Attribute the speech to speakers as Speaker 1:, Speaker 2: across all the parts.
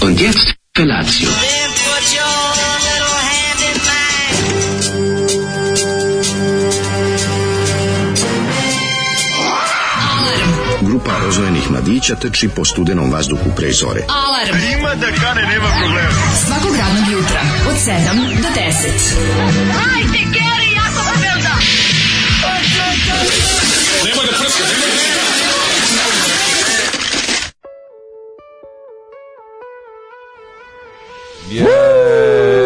Speaker 1: Und jetzt Felatio.
Speaker 2: Then put your little hand in mine.
Speaker 3: Grupa rozvojenih mladića teči po studenom vazduhu pre zore.
Speaker 4: Alarm. A ima da kane, nema problema. Svakog radnog jutra, od 7 do 10. Hajde, Geri, jako se velda!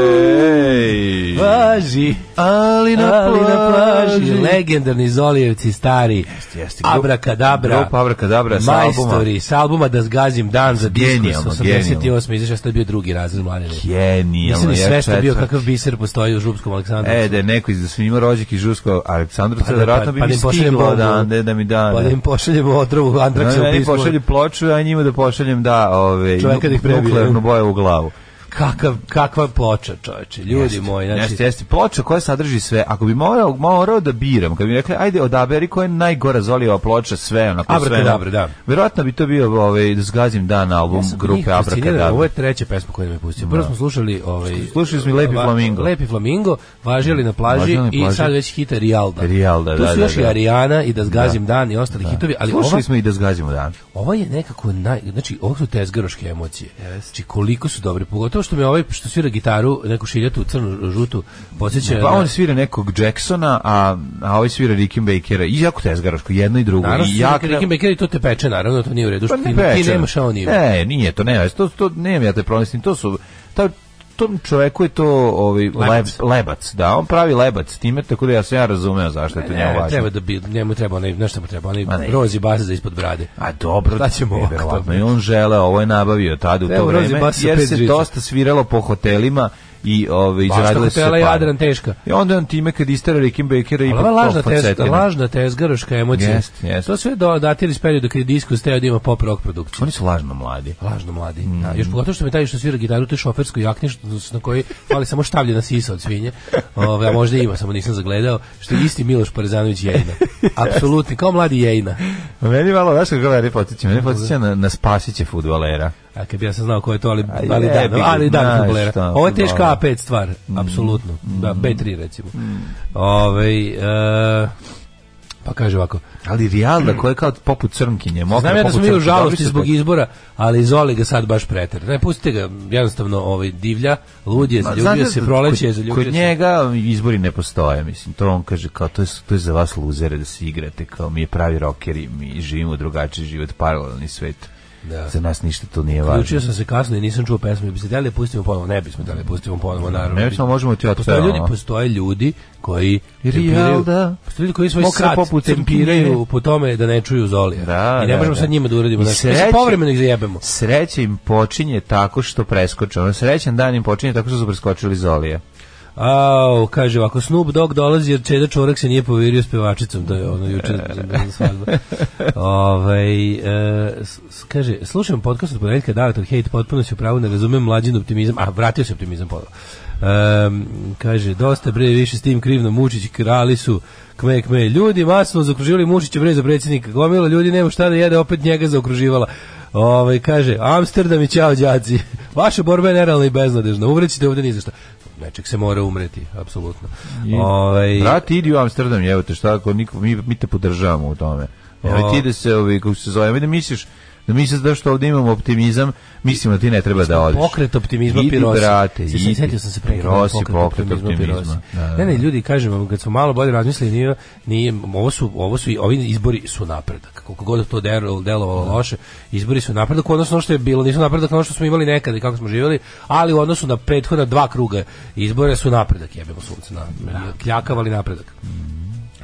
Speaker 5: Jej!
Speaker 6: plaži,
Speaker 5: Ali
Speaker 6: ali na plaži, legendarni Zolijevci stari,
Speaker 5: jeste. Grup-
Speaker 6: Abrakadabra,
Speaker 5: grupa Abrakadabra sa
Speaker 6: majstori, sa albuma Da zgazim dan za
Speaker 5: Genijalno,
Speaker 6: diskus, 88. izašao, to je bio drugi razred mladine. Nisam
Speaker 5: Genijalno,
Speaker 6: ni
Speaker 5: ja
Speaker 6: sve što bio
Speaker 5: četvrti.
Speaker 6: kakav biser postoji u Župskom Aleksandru.
Speaker 5: E, da je neko iz da sam imao rođak i žusko Aleksandrovca,
Speaker 6: Pa
Speaker 5: pa,
Speaker 6: da-
Speaker 5: verovatno
Speaker 6: pa-
Speaker 5: bi
Speaker 6: pa da
Speaker 5: mi
Speaker 6: im pošaljem
Speaker 5: stiglo
Speaker 6: ovu-
Speaker 5: da, da, da mi da.
Speaker 6: Pa da
Speaker 5: da.
Speaker 6: im pošaljemo otrovu Andraksa
Speaker 5: Da,
Speaker 6: u
Speaker 5: meni
Speaker 6: pismu.
Speaker 5: pošalju ploču, a njima da pošaljem da ove,
Speaker 6: Čoveka da ih prebije.
Speaker 5: nuklearnu boju u glavu.
Speaker 6: Kakav, kakva ploča, čoveče, ljudi moji. Znači,
Speaker 5: Jeste, jeste. Ploča koja sadrži sve. Ako bi morao, morao da biram, kad bi mi rekli, ajde, odaberi koja je najgora zolijeva ploča, sve, onako sve.
Speaker 6: Abrakadabra, da.
Speaker 5: Verovatno bi to bio, ovaj, da zgazim dan album
Speaker 6: sam njih
Speaker 5: grupe
Speaker 6: fascinirao,
Speaker 5: Abrakadabra.
Speaker 6: Ovo je treća pesma koju nam je pustio. Prvo smo slušali ovaj
Speaker 5: Slušali smo i Lepi
Speaker 6: va-
Speaker 5: flamingo.
Speaker 6: Lepi flamingo, važili na plaži,
Speaker 5: Važio na
Speaker 6: i
Speaker 5: plaži.
Speaker 6: sad već hita Rijalda.
Speaker 5: Rijalda,
Speaker 6: tu
Speaker 5: da,
Speaker 6: su
Speaker 5: da,
Speaker 6: još i
Speaker 5: da.
Speaker 6: Arijana i da zgazim dan i ostali hitovi, ali
Speaker 5: Slušali
Speaker 6: ova,
Speaker 5: smo i da zgazimo dan.
Speaker 6: ova je nekako naj, znači ovo su tezgaroške emocije. Znači koliko su dobre, pogotovo što me ovaj što svira gitaru, neku šiljatu crnu žutu, podsjeća
Speaker 5: Pa
Speaker 6: na-
Speaker 5: on svira nekog Jacksona, a, a ovaj svira Rickenbakera. I jako tezgaroško, jedno i drugo.
Speaker 6: Naravno,
Speaker 5: I
Speaker 6: ja,
Speaker 5: jak-
Speaker 6: Ricky Baker i to te peče, naravno, to nije u redu. što
Speaker 5: Pa
Speaker 6: ti,
Speaker 5: ne
Speaker 6: ti
Speaker 5: peče.
Speaker 6: nemaš, a on ima.
Speaker 5: Ne, nije to, nema, to, to nemam ja te problem s tim, to su, ta, tom čoveku je to ovaj,
Speaker 6: Lebac.
Speaker 5: lebac. lebac, da, on pravi lebac s time, tako da ja sam ja razumeo zašto je to njemu
Speaker 6: Ne,
Speaker 5: važno.
Speaker 6: treba da bi, njemu treba onaj, znaš šta mu treba, onaj
Speaker 5: Ma ne.
Speaker 6: rozi bas za ispod brade.
Speaker 5: A dobro,
Speaker 6: Šta ćemo
Speaker 5: e,
Speaker 6: ovako?
Speaker 5: verovatno i on žele, ovo je nabavio tad u
Speaker 6: Evo,
Speaker 5: to
Speaker 6: Rozi
Speaker 5: vreme,
Speaker 6: Bas sa pet
Speaker 5: jer se
Speaker 6: žica.
Speaker 5: dosta sviralo po hotelima i ove,
Speaker 6: Baš tako
Speaker 5: izradile su se
Speaker 6: tela
Speaker 5: pare.
Speaker 6: je Adran teška.
Speaker 5: I onda je on time kad istara Rickenbakera i
Speaker 6: Ali ova lažna, tez,
Speaker 5: falcetima.
Speaker 6: lažna tezgaroška emocija.
Speaker 5: Jest, jest.
Speaker 6: To sve do, datira iz perioda kada je diskus steo da ima pop rock produkciju.
Speaker 5: Oni su lažno mladi.
Speaker 6: Lažno mladi.
Speaker 5: Mm.
Speaker 6: Da, još pogotovo što mi taj što svira gitaru, to je šofersko jakni što, na koji fali samo štavlje na sisa od svinje. Ove, a možda ima, samo nisam zagledao. Što je isti Miloš Parezanović Jejna. Apsolutni, kao mladi Jejna.
Speaker 5: Meni malo, znaš kako meni potiče? Meni potiče na, na spasiće futbolera.
Speaker 6: A kad bi ja sam znao ko je to, ali,
Speaker 5: A
Speaker 6: ali
Speaker 5: jebi
Speaker 6: dan,
Speaker 5: ga,
Speaker 6: ali dan
Speaker 5: znaš
Speaker 6: fudbalera.
Speaker 5: šta, Mm.
Speaker 6: Ovo je teška
Speaker 5: fudbaler.
Speaker 6: A5 stvar, apsolutno. Da, B3 recimo.
Speaker 5: Mm.
Speaker 6: Ovaj e, pa kaže ovako.
Speaker 5: Ali Rijalda koja je kao poput crnkinje, mokra
Speaker 6: Znam ja da
Speaker 5: poput
Speaker 6: smo mi u
Speaker 5: crnkinje,
Speaker 6: žalosti
Speaker 5: dobri su
Speaker 6: zbog
Speaker 5: to.
Speaker 6: izbora, ali Zoli ga sad baš preter. Ne, pustite ga, jednostavno ovaj divlja, lud je,
Speaker 5: Ma,
Speaker 6: zaljubio
Speaker 5: znate
Speaker 6: se,
Speaker 5: da
Speaker 6: proleće je,
Speaker 5: kod-
Speaker 6: zaljubio se.
Speaker 5: Kod njega um, izbori ne postoje, mislim. To on kaže kao, to je, to je za vas luzere da se igrate, kao mi je pravi rokeri, mi živimo drugačiji život, paralelni svet.
Speaker 6: Da.
Speaker 5: Za nas ništa to nije važno.
Speaker 6: Uključio sam se kasno i nisam čuo pesmu. Biste da li pustimo ponovo? Ne bismo da li pustimo ponovo, naravno.
Speaker 5: Ne bismo, možemo ti
Speaker 6: Postoje
Speaker 5: otpevamo.
Speaker 6: ljudi, postoje ljudi koji
Speaker 5: Rijalda.
Speaker 6: tempiraju- Postoje ljudi koji svoj
Speaker 5: Mokra
Speaker 6: sat
Speaker 5: poput
Speaker 6: tempiraju
Speaker 5: crnkinje.
Speaker 6: po tome da ne čuju Zolija.
Speaker 5: Da,
Speaker 6: I ne
Speaker 5: da,
Speaker 6: možemo
Speaker 5: da.
Speaker 6: sad njima da uradimo
Speaker 5: I
Speaker 6: nešto. Mi se
Speaker 5: sreće-
Speaker 6: povremeno ih zajebemo.
Speaker 5: Sreća im počinje tako što preskoče. Ono srećan dan im počinje tako što su preskočili Zolija.
Speaker 6: Au, kaže ovako, Snoop Dogg dolazi jer Čeda Čorak se nije povirio s pevačicom, to je ono juče bila svadba. Ovaj, e, s- s- kaže, slušam podcast od ponedeljka, da, to hate, potpuno si u pravu, ne razumem mlađin optimizam, a vratio se optimizam ponovo. Em, kaže, dosta bre, više s tim krivno, Mučić, krali su, kme, kme, ljudi masno zaokruživali Mučića bre za predsjednika, gomila ljudi nema šta da jede, opet njega zaokruživala. Ovaj, kaže, Amsterdam i ćao đaci. Vaša borba je nerealna i beznadežna, uvrećite ovde ni za šta nečeg se mora umreti, apsolutno. Ovaj
Speaker 5: Brati, idi u Amsterdam, evo te šta, ako niko, mi, mi te podržavamo u tome. Evo
Speaker 6: O.
Speaker 5: ti da se, ovaj, kako se zove, evo da misliš, da misliš da što ovdje imamo optimizam, mislimo da ti ne treba da odeš.
Speaker 6: pokret optimizma
Speaker 5: Idi,
Speaker 6: pirosi.
Speaker 5: brate,
Speaker 6: Se- se-
Speaker 5: idi.
Speaker 6: Sjetio sam se prekida
Speaker 5: Pirosi,
Speaker 6: pokret
Speaker 5: pokret optimizma.
Speaker 6: pirosi.
Speaker 5: Da, da,
Speaker 6: Ne, ne, ljudi, kažem vam, kad smo malo bolje razmislili, nije, nije, ovo su, ovo su, i- ovi izbori su napredak. Koliko god to delo- delovalo loše, izbori su napredak, odnosno ono što je bilo, nisu napredak na ono što smo imali nekada i kako smo živjeli, ali u odnosu na prethodna dva kruga izbora su napredak, jebemo sunce, na, kljakavali napredak.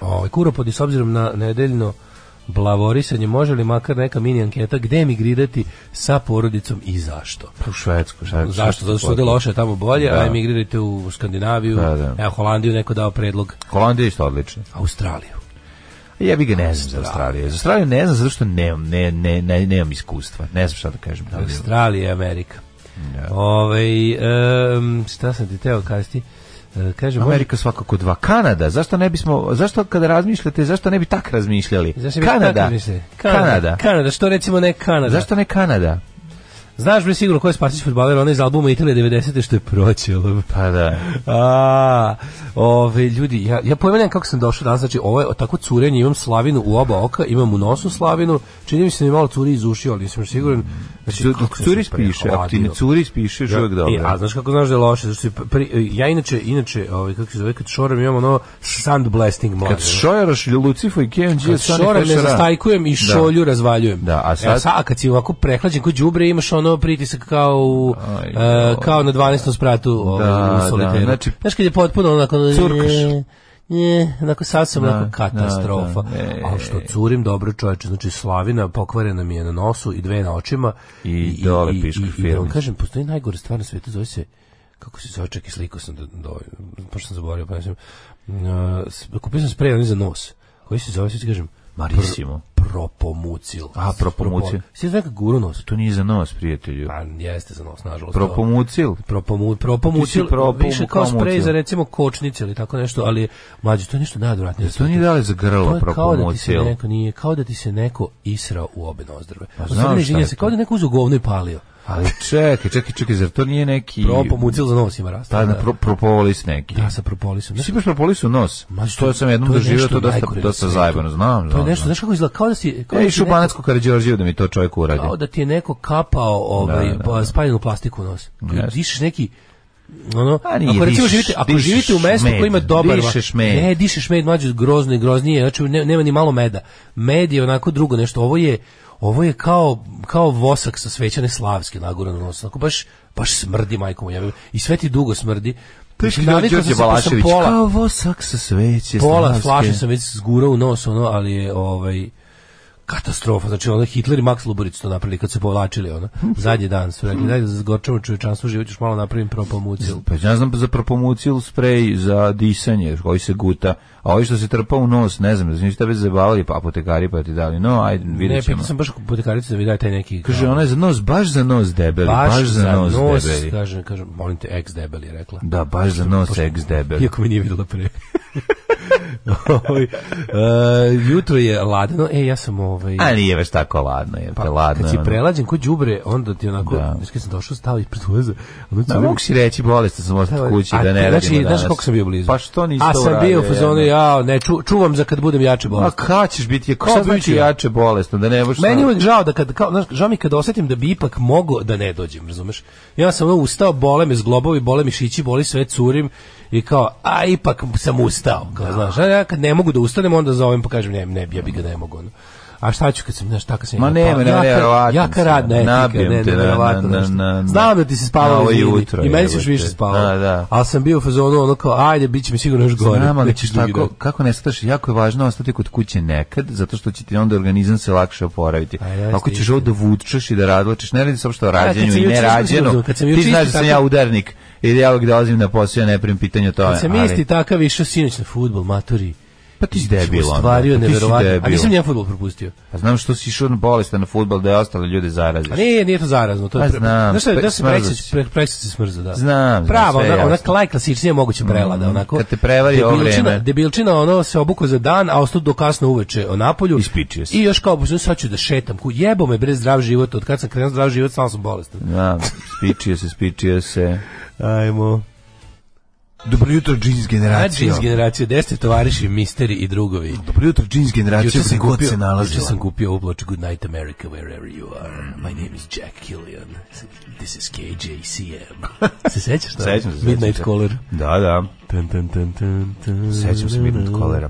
Speaker 6: Ovaj Kuropodi s obzirom na nedeljno blavorisanje, može li makar neka mini anketa gde emigrirati sa porodicom i zašto?
Speaker 5: Pa U Švedsku, šta šta-
Speaker 6: Zašto? Zato što je loše tamo bolje,
Speaker 5: Da.
Speaker 6: a emigrirajte u Skandinaviju,
Speaker 5: Da, da.
Speaker 6: evo Holandiju neko dao predlog,
Speaker 5: Holandija je isto odlična.
Speaker 6: Australiju.
Speaker 5: Ja bih ga ne znam za Australiju. Za Australiju ne znam zašto nemam, ne, ne, ne, nemam iskustva. Ne znam šta da kažem. Da li-
Speaker 6: Australija i Amerika.
Speaker 5: Da.
Speaker 6: Ovaj em, šta sam ti teo kazati? E, Kaže, može-
Speaker 5: Amerika svakako dva. Kanada, zašto ne bismo, zašto kada razmišljate, zašto ne bi tak razmišljali?
Speaker 6: Zašto bi tako
Speaker 5: Kanada,
Speaker 6: mislili? Kanada.
Speaker 5: Kanada,
Speaker 6: Kanada, što recimo ne Kanada?
Speaker 5: zašto ne Kanada?
Speaker 6: Znaš bre sigurno ko je Spasić fudbaler, onaj iz albuma Italije 90 što je proćelo.
Speaker 5: Pa da.
Speaker 6: A, ove, ljudi, ja, ja pojma nemam kako sam došao danas, znači ovo je tako curenje, imam slavinu u oba oka, imam u nosu slavinu, čini mi se da mi malo curi iz ušiju, ali nisam siguran. Znači,
Speaker 5: Dok-
Speaker 6: kako
Speaker 5: Dok
Speaker 6: sam
Speaker 5: curi
Speaker 6: se
Speaker 5: spiše, ako ti
Speaker 6: prehladio.
Speaker 5: ne curi spiše, još uvijek
Speaker 6: E, a
Speaker 5: dobro.
Speaker 6: znaš kako znaš da je loše? Zato što je pri, ja inače, inače, ovaj, kako se zove, kad šoram imam ono sand blasting mlađe.
Speaker 5: Kad šojaraš Lucifo i Kevin G,
Speaker 6: Kad šoram ne zastajkujem i šolju razvaljujem.
Speaker 5: Da, a sad-
Speaker 6: E, a kad si ovako prehlađen kod đubre imaš ono pritisak kao u,
Speaker 5: Aj,
Speaker 6: e,
Speaker 5: joj.
Speaker 6: kao na 12. spratu ovaj,
Speaker 5: Da,
Speaker 6: u soliteru.
Speaker 5: da, znači-
Speaker 6: Znaš kad je potpuno onako...
Speaker 5: Curkaš.
Speaker 6: Ne, onako sad sam
Speaker 5: Da,
Speaker 6: onako katastrofa.
Speaker 5: da, da, e.
Speaker 6: Ali što curim dobro čoveče, znači slavina pokvarena mi je na nosu i dve na očima.
Speaker 5: I dole piška
Speaker 6: i- i da
Speaker 5: firmica.
Speaker 6: vam kažem, postoji najgore stvar na svetu, zove se kako se zove, čak i slikao sam, da, da, pošto sam zaboravio, pa sam, uh, kupio sam sprej onaj za nos, koji se zove, sve ti kažem,
Speaker 5: Marissimo.
Speaker 6: Propomucil.
Speaker 5: A, propomucil.
Speaker 6: Sve zove kako guru nos.
Speaker 5: To nije za nos, prijatelju.
Speaker 6: Pa, jeste za nos, nažalost.
Speaker 5: Propomucil.
Speaker 6: Propomu, propomucil,
Speaker 5: Ti si propom-
Speaker 6: više kao sprej
Speaker 5: promucil.
Speaker 6: za recimo kočnice ili tako nešto, ali mlađe, to je nešto najodvratnije. na
Speaker 5: Pa To
Speaker 6: svetu.
Speaker 5: nije dali za
Speaker 6: To
Speaker 5: grlo
Speaker 6: je kao da ti se
Speaker 5: propomucil.
Speaker 6: neko nije, kao da ti se neko israo u obe nozdrave. Pa
Speaker 5: znam šta je
Speaker 6: se,
Speaker 5: to.
Speaker 6: kao da je neko uzu govno i palio.
Speaker 5: Ali čekaj, čekaj, čekaj, zar to nije neki...
Speaker 6: Propomucil za nos ima rasta.
Speaker 5: Pa na pro, propolis neki.
Speaker 6: Da, sa propolisom.
Speaker 5: Ti si baš propolis u nos.
Speaker 6: Ma,
Speaker 5: to sam jednom
Speaker 6: to je
Speaker 5: doživio,
Speaker 6: nešto
Speaker 5: to je dosta,
Speaker 6: najgore na
Speaker 5: dosta
Speaker 6: svetu.
Speaker 5: zajebano, znam.
Speaker 6: To je
Speaker 5: znam,
Speaker 6: nešto,
Speaker 5: znam.
Speaker 6: znaš kako izgleda, kao da si... Kao
Speaker 5: Ja
Speaker 6: da
Speaker 5: išu
Speaker 6: si
Speaker 5: u
Speaker 6: neko,
Speaker 5: Banacku Karadžorđevu da mi to čovjek uradi.
Speaker 6: kao da ti je neko kapao ovaj,
Speaker 5: Da, da, da.
Speaker 6: spaljenu plastiku u nos.
Speaker 5: Jeste.
Speaker 6: Dišeš neki ono,
Speaker 5: A nije,
Speaker 6: ako recimo
Speaker 5: dišeš-
Speaker 6: živite, ako
Speaker 5: dišeš
Speaker 6: živite u mestu
Speaker 5: med,
Speaker 6: koje ima dobar
Speaker 5: dišeš med.
Speaker 6: ne, dišeš med mlađe grozno i groznije, znači ne, nema ni malo meda. Med je onako drugo nešto, ovo je ovo je kao, kao vosak sa svećane slavske naguran u nos, onako baš, baš smrdi majkom, ja i sve ti dugo smrdi. Mislim, navikao sam se, pa sam pola-
Speaker 5: Kao vosak sa sveće.
Speaker 6: pola
Speaker 5: slavske.
Speaker 6: flaše sam već zgurao u nos, ono, ali je ovaj katastrofa, znači ono Hitler i Max Luburić su to napravili kad su povlačili ono, zadnji dan su rekli, daj da zgorčamo čovječanstvo, život ćeš malo napravim propomucil.
Speaker 5: Pa ja znam za propomucil sprej za disanje koji se guta, a ovi što se trpa u nos, ne znam, da su nisu tebe zabavali pa apotekari pa ti dali, no ajde
Speaker 6: Ne,
Speaker 5: vidjet ćemo.
Speaker 6: pitao sam baš butekaricu da mi daje taj neki...
Speaker 5: Kaže,
Speaker 6: kao,
Speaker 5: ona je za nos, baš za nos debeli, baš, za nos, debeli.
Speaker 6: Kaže, kaže, molim te, ex debeli je rekla.
Speaker 5: Da, baš za nos ex debeli.
Speaker 6: Iako me nije videla pre. Ovaj, e, jutro je ladno, e, ja sam ovaj...
Speaker 5: A nije baš tako ladno, je pa, ladno.
Speaker 6: Kad
Speaker 5: je
Speaker 6: si
Speaker 5: ono.
Speaker 6: prelađen ko đubre, onda ti onako,
Speaker 5: Da.
Speaker 6: znaš kad sam došao, stao ispred ulaza, ono
Speaker 5: Da, mogu si reći bolestan sam
Speaker 6: Evo,
Speaker 5: ostati kući
Speaker 6: a
Speaker 5: da
Speaker 6: ti,
Speaker 5: ne radimo
Speaker 6: znači,
Speaker 5: danas.
Speaker 6: Znaš koliko sam bio blizu?
Speaker 5: Pa što nisi
Speaker 6: A
Speaker 5: to
Speaker 6: sam bio u
Speaker 5: uradio,
Speaker 6: fazonu,
Speaker 5: jedno?
Speaker 6: ja, ne, ču, čuvam za kad budem
Speaker 5: A
Speaker 6: jače bolest.
Speaker 5: kad ćeš biti,
Speaker 6: Šta
Speaker 5: kako
Speaker 6: znači?
Speaker 5: znači jače bolestan, da ne možeš...
Speaker 6: Meni je
Speaker 5: ono-
Speaker 6: uvek žao da kad, kao, znaš, žao mi je kad osetim da bi ipak mogao da ne dođem, razumeš? Ja sam ono ustao, bole me zglobovi, bole mišići, boli sve, curim i kao, a ipak sam ustao, kao, znaš, a ja kad ne mogu da ustanem, onda zovem pa kažem, ne, ne, ja bi ga ne mogu, ono. A šta ću kad sam, znaš, tako sam...
Speaker 5: Ma
Speaker 6: ja,
Speaker 5: ne,
Speaker 6: pa,
Speaker 5: ne,
Speaker 6: jaka-
Speaker 5: nevjerovatno
Speaker 6: Jaka
Speaker 5: sam.
Speaker 6: radna etika, ne,
Speaker 5: Nabijem
Speaker 6: ne,
Speaker 5: te, na, na,
Speaker 6: nevjerovatno, znaš.
Speaker 5: na, na.
Speaker 6: Znam da ti se spavao
Speaker 5: Na ovo
Speaker 6: izvini,
Speaker 5: jutro,
Speaker 6: I meni se još
Speaker 5: jebote.
Speaker 6: više spavao.
Speaker 5: Da, da.
Speaker 6: Ali sam bio u fazonu ono kao, ajde, bit će mi sigurno još gore.
Speaker 5: Znam, ali
Speaker 6: neki
Speaker 5: ćeš
Speaker 6: drugi
Speaker 5: tako,
Speaker 6: dan.
Speaker 5: kako ne staš, jako je važno ostati kod kuće nekad, zato što će ti onda organizam se lakše oporaviti.
Speaker 6: A jeste,
Speaker 5: Ako ćeš
Speaker 6: istina.
Speaker 5: ovo da vučeš i da radlačeš, ne radi se uopšte o
Speaker 6: kad
Speaker 5: rađenju
Speaker 6: sam
Speaker 5: i
Speaker 6: juče
Speaker 5: ne
Speaker 6: isto
Speaker 5: rađeno,
Speaker 6: uzeo, kad sam juče
Speaker 5: ti znaš da
Speaker 6: isto
Speaker 5: sam
Speaker 6: tako-
Speaker 5: ja udarnik i da ja uvijek dolazim na posao, ja ne primim pitanje o tome.
Speaker 6: Kad sam
Speaker 5: Pa, ali-
Speaker 6: isti takav išao sinoć na futbol, maturi.
Speaker 5: Pa ti si debil onda,
Speaker 6: Stvario
Speaker 5: pa ti si
Speaker 6: neverovatno. A
Speaker 5: debil.
Speaker 6: nisam njen futbol propustio.
Speaker 5: Pa znam što si išao na bolestan na futbol da je ostale ljude zaraziš.
Speaker 6: A Pa nije, nije to zarazno. To je
Speaker 5: Pa znam,
Speaker 6: Znaš šta,
Speaker 5: pre-
Speaker 6: da se
Speaker 5: smrzao
Speaker 6: preksić,
Speaker 5: si.
Speaker 6: pre, preksić se smrzao, da.
Speaker 5: Znam, znam,
Speaker 6: Prava,
Speaker 5: sve je
Speaker 6: ona, ona
Speaker 5: jasno.
Speaker 6: najklasičnija moguća prelada,
Speaker 5: Mm,
Speaker 6: onako.
Speaker 5: kad te prevari ovo
Speaker 6: Debilčina-
Speaker 5: vreme.
Speaker 6: Debilčina, ono, se obuko za dan, a ostao do kasno uveče o napolju.
Speaker 5: Ispičio si.
Speaker 6: I još kao, pošto sad ću da šetam. Ku, jebo me, bre, zdrav život. Od kad sam krenuo zdrav život, samo sam bolestan.
Speaker 5: Da, spičio se, spičio se.
Speaker 6: Ajmo.
Speaker 5: Dobro jutro, džins
Speaker 6: Znači,
Speaker 5: generacija.
Speaker 6: iz generacije, gde ste tovariši, misteri i drugovi?
Speaker 5: Dobro jutro, džins generacija,
Speaker 6: Juče
Speaker 5: se
Speaker 6: Znači, sam
Speaker 5: god
Speaker 6: kupio,
Speaker 5: se
Speaker 6: juče
Speaker 5: nalazila.
Speaker 6: sam kupio ovu ploču Good Night America wherever you are. My name is Jack Killian. This is KJCM. se sećaš to?
Speaker 5: Sećam se, sećam
Speaker 6: Midnight
Speaker 5: se.
Speaker 6: Caller.
Speaker 5: Da, da.
Speaker 6: Tan, tan, tan, tan, tan.
Speaker 5: Sećam se Midnight
Speaker 6: Mm-hmm.
Speaker 5: Callera.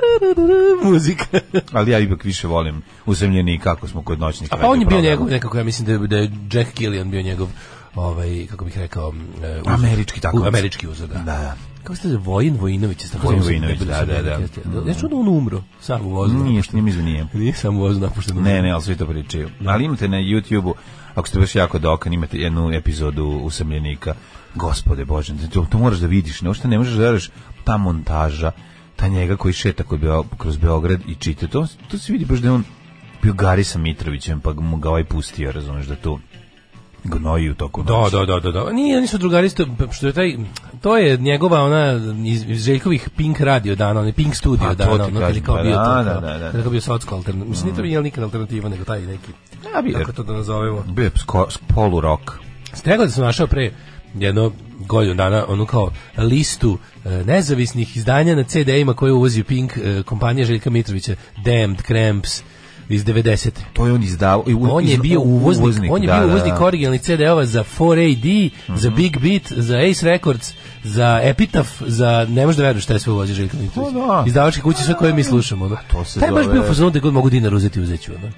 Speaker 6: Muzika.
Speaker 5: ali ja ipak više volim uzemljeni kako smo kod noćnih
Speaker 6: Pa on je bio
Speaker 5: radioprograma.
Speaker 6: njegov, nekako ja mislim da je, da je Jack Killian bio njegov ovaj, kako bih rekao, e, uzor.
Speaker 5: Američki tako.
Speaker 6: U- Američki uzor, da.
Speaker 5: da.
Speaker 6: Kako ste Vojin Vojinović? jeste tako
Speaker 5: Vojin
Speaker 6: zove?
Speaker 5: Vojinović,
Speaker 6: Debeli
Speaker 5: da,
Speaker 6: su
Speaker 5: da,
Speaker 6: bili,
Speaker 5: da.
Speaker 6: jeste. Ja čuo da on umro, sam u vozu.
Speaker 5: Nije, što nije mislim da nije.
Speaker 6: Nije sam u vozu napušten.
Speaker 5: Ne, ne, ali svi to pričaju. Ali imate na YouTube-u, ako ste baš jako dokan, imate jednu epizodu usamljenika. Gospode Bože, to, to moraš da vidiš, ne, uopšte ne možeš da veruješ ta montaža, ta njega koji šeta kod Beo- kroz Beograd i čita to, to se vidi baš da je on bio Gari sa Mitrovićem, pa mu ga ovaj pustio, razumeš da tu gnoji u toku
Speaker 6: Da, da, da, da, da. Nije, oni su drugari isto, što je taj, to je njegova ona iz, iz Željkovih Pink radio dana, onaj Pink studio
Speaker 5: Pa, to
Speaker 6: dana,
Speaker 5: ti
Speaker 6: ono, kad je
Speaker 5: kažem,
Speaker 6: kao
Speaker 5: pa
Speaker 6: bio
Speaker 5: da,
Speaker 6: to,
Speaker 5: da, da,
Speaker 6: kao-
Speaker 5: da.
Speaker 6: kada je kao bio socko alternativa. Mislim, nije to nije nikad alternativa, nego taj neki,
Speaker 5: Ja bi,
Speaker 6: kako to da nazovemo.
Speaker 5: bio je sko, polu rock.
Speaker 6: Stregao da sam našao pre jedno godinu dana onu kao listu e, nezavisnih izdanja na CD-ima koje uvozi Pink e, kompanija Željka Mitrovića, Damned, Cramps iz 90.
Speaker 5: To je on izdao. i u-
Speaker 6: On je
Speaker 5: iz-
Speaker 6: bio uvoznik, on je
Speaker 5: da, da,
Speaker 6: bio uvoznik
Speaker 5: da. Mhm.
Speaker 6: originalnih CD-ova za 4AD, za Big Beat, za Ace Records, za Epitaph, za ne možeš da veruješ šta je sve uvozi Željko Mitrović.
Speaker 5: Pa da.
Speaker 6: Izdavačke kuće sve koje mi slušamo, da.
Speaker 5: to se
Speaker 6: Taj je baš
Speaker 5: zove-
Speaker 6: bio fazon da god mogu dinar uzeti uzeću, da.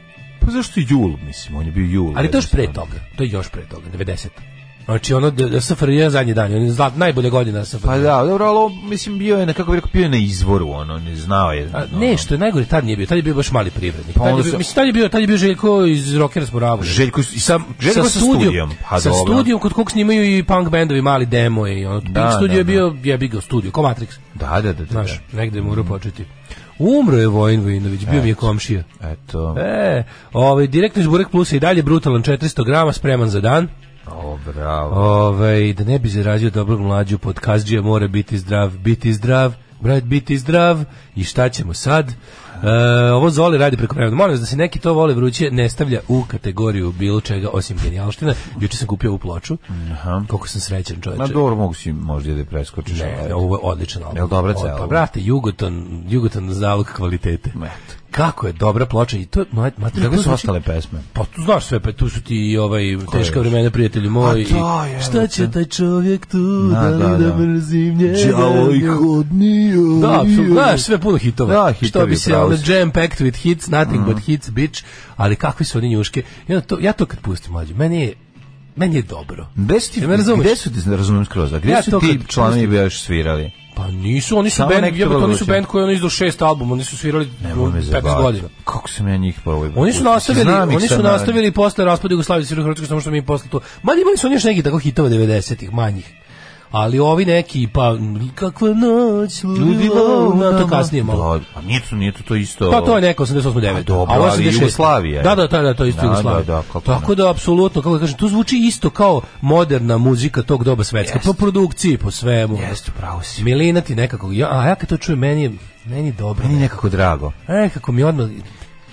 Speaker 5: Pa zašto Jul, mislim, on je bio Jul.
Speaker 6: Ali to je još pre toga, to je još pre toga, 90. Znači ono da- da SFRJ zadnji dan, on je zlat, najbolje godina SFRJ.
Speaker 5: Pa da, dobro, ali ovo, mislim, bio je, na, kako bi rekao, bio je na izvoru, ono, ne znao je.
Speaker 6: A,
Speaker 5: ono,
Speaker 6: ne, što je najgore, tad nije bio, tad je bio baš mali privrednik.
Speaker 5: Pa
Speaker 6: tad je
Speaker 5: onda
Speaker 6: bio,
Speaker 5: su-
Speaker 6: mislim, tad je bio, tad je bio Željko iz Rockera s Moravom.
Speaker 5: Željko s- Željko sa studijom. Pa
Speaker 6: sa
Speaker 5: dobro.
Speaker 6: studijom kod kog snimaju i punk bendovi, mali demo i ono. Pink
Speaker 5: Da,
Speaker 6: studio
Speaker 5: da,
Speaker 6: je bio, jebi ga, studio, ko Matrix.
Speaker 5: Da, da, Mhm. da, da.
Speaker 6: Znaš, negde je morao početi. Umro je Vojin Vojinović, bio mi je komšija.
Speaker 5: da. Eto,
Speaker 6: E, ovaj, direktno iz Burek Plusa i dalje brutalan 400 grama, spreman za dan.
Speaker 5: o, bravo.
Speaker 6: Ove, Ovaj, da ne bi zarađio dobrog mlađu pod Kazđija mora biti zdrav, biti zdrav, brat biti zdrav i šta ćemo sad? E, ovo Zoli radi preko vremena. Molim vas da se neki to vole vruće ne stavlja u kategoriju bilo čega osim genijalština. Juče sam kupio ovu ploču. Aha. Koliko sam srećan čoveče.
Speaker 5: Na dobro mogu si možda i da je preskočiš.
Speaker 6: Ne,
Speaker 5: ali-
Speaker 6: ovo je odličan album.
Speaker 5: Jel dobra
Speaker 6: Ovo-
Speaker 5: cela?
Speaker 6: Pa, brate, Jugoton, Jugoton zalog kvalitete.
Speaker 5: Eto.
Speaker 6: Kako je dobra ploča i to je... Ma, ma, to
Speaker 5: Kako su
Speaker 6: znači-
Speaker 5: ostale pesme?
Speaker 6: pa tu znaš sve, pa tu su ti i ovaj teška
Speaker 5: još?
Speaker 6: vremena prijatelju moj.
Speaker 5: A to
Speaker 6: i
Speaker 5: je,
Speaker 6: šta će taj čovjek tu da,
Speaker 5: Da,
Speaker 6: li
Speaker 5: da,
Speaker 6: da,
Speaker 5: da.
Speaker 6: mrzim njega?
Speaker 5: hodnio.
Speaker 6: Da, apsolutno, znaš, sve puno hitova.
Speaker 5: Da, hitovi,
Speaker 6: Što bi se
Speaker 5: pravo
Speaker 6: ono
Speaker 5: si. Mhm.
Speaker 6: jam packed with hits, nothing but hits, bitch, ali kakvi su oni njuške. Ja to, ja to kad pustim mlađe, meni je, meni je dobro.
Speaker 5: Gde su ti,
Speaker 6: Jel me razumeš?
Speaker 5: gde su ti, razumem skroz, a gde
Speaker 6: Ja to
Speaker 5: su ti
Speaker 6: kad-
Speaker 5: članovi bio još svirali?
Speaker 6: Pa nisu, oni su
Speaker 5: Samo
Speaker 6: band,
Speaker 5: neki
Speaker 6: jebote,
Speaker 5: to
Speaker 6: oni su
Speaker 5: vruće.
Speaker 6: band koji je ono izdao šest albuma, oni su svirali
Speaker 5: Nemoj me
Speaker 6: 15
Speaker 5: zabavati.
Speaker 6: godina.
Speaker 5: Kako sam ja njih probao?
Speaker 6: Oni su nastavili,
Speaker 5: Znam ih
Speaker 6: oni su
Speaker 5: sad, naravno.
Speaker 6: nastavili posle raspada Jugoslavije svirali u Hrvatskoj samo što mi posle to. Ma imali su oni još neki tako hitova 90-ih manjih. Ali ovi neki pa m, kakva noć
Speaker 5: Ljudi
Speaker 6: ludila, na to
Speaker 5: nama.
Speaker 6: kasnije malo.
Speaker 5: Da, Pa nije to, nije to, to isto.
Speaker 6: Pa to je neko 88 9.
Speaker 5: A dobro, ali Jugoslavija je.
Speaker 6: Da, da, da, da, to je isto
Speaker 5: Da,
Speaker 6: Jugoslavija.
Speaker 5: da, da, kako
Speaker 6: Tako
Speaker 5: ne.
Speaker 6: da apsolutno, kako da kažem, to zvuči isto kao moderna muzika tog doba svetska, po produkciji, po svemu.
Speaker 5: Jeste, pravo si.
Speaker 6: Milina ti nekako, ja, a ja kad to čujem, meni je, meni je dobro.
Speaker 5: Meni je nekako drago.
Speaker 6: E, kako mi odmah,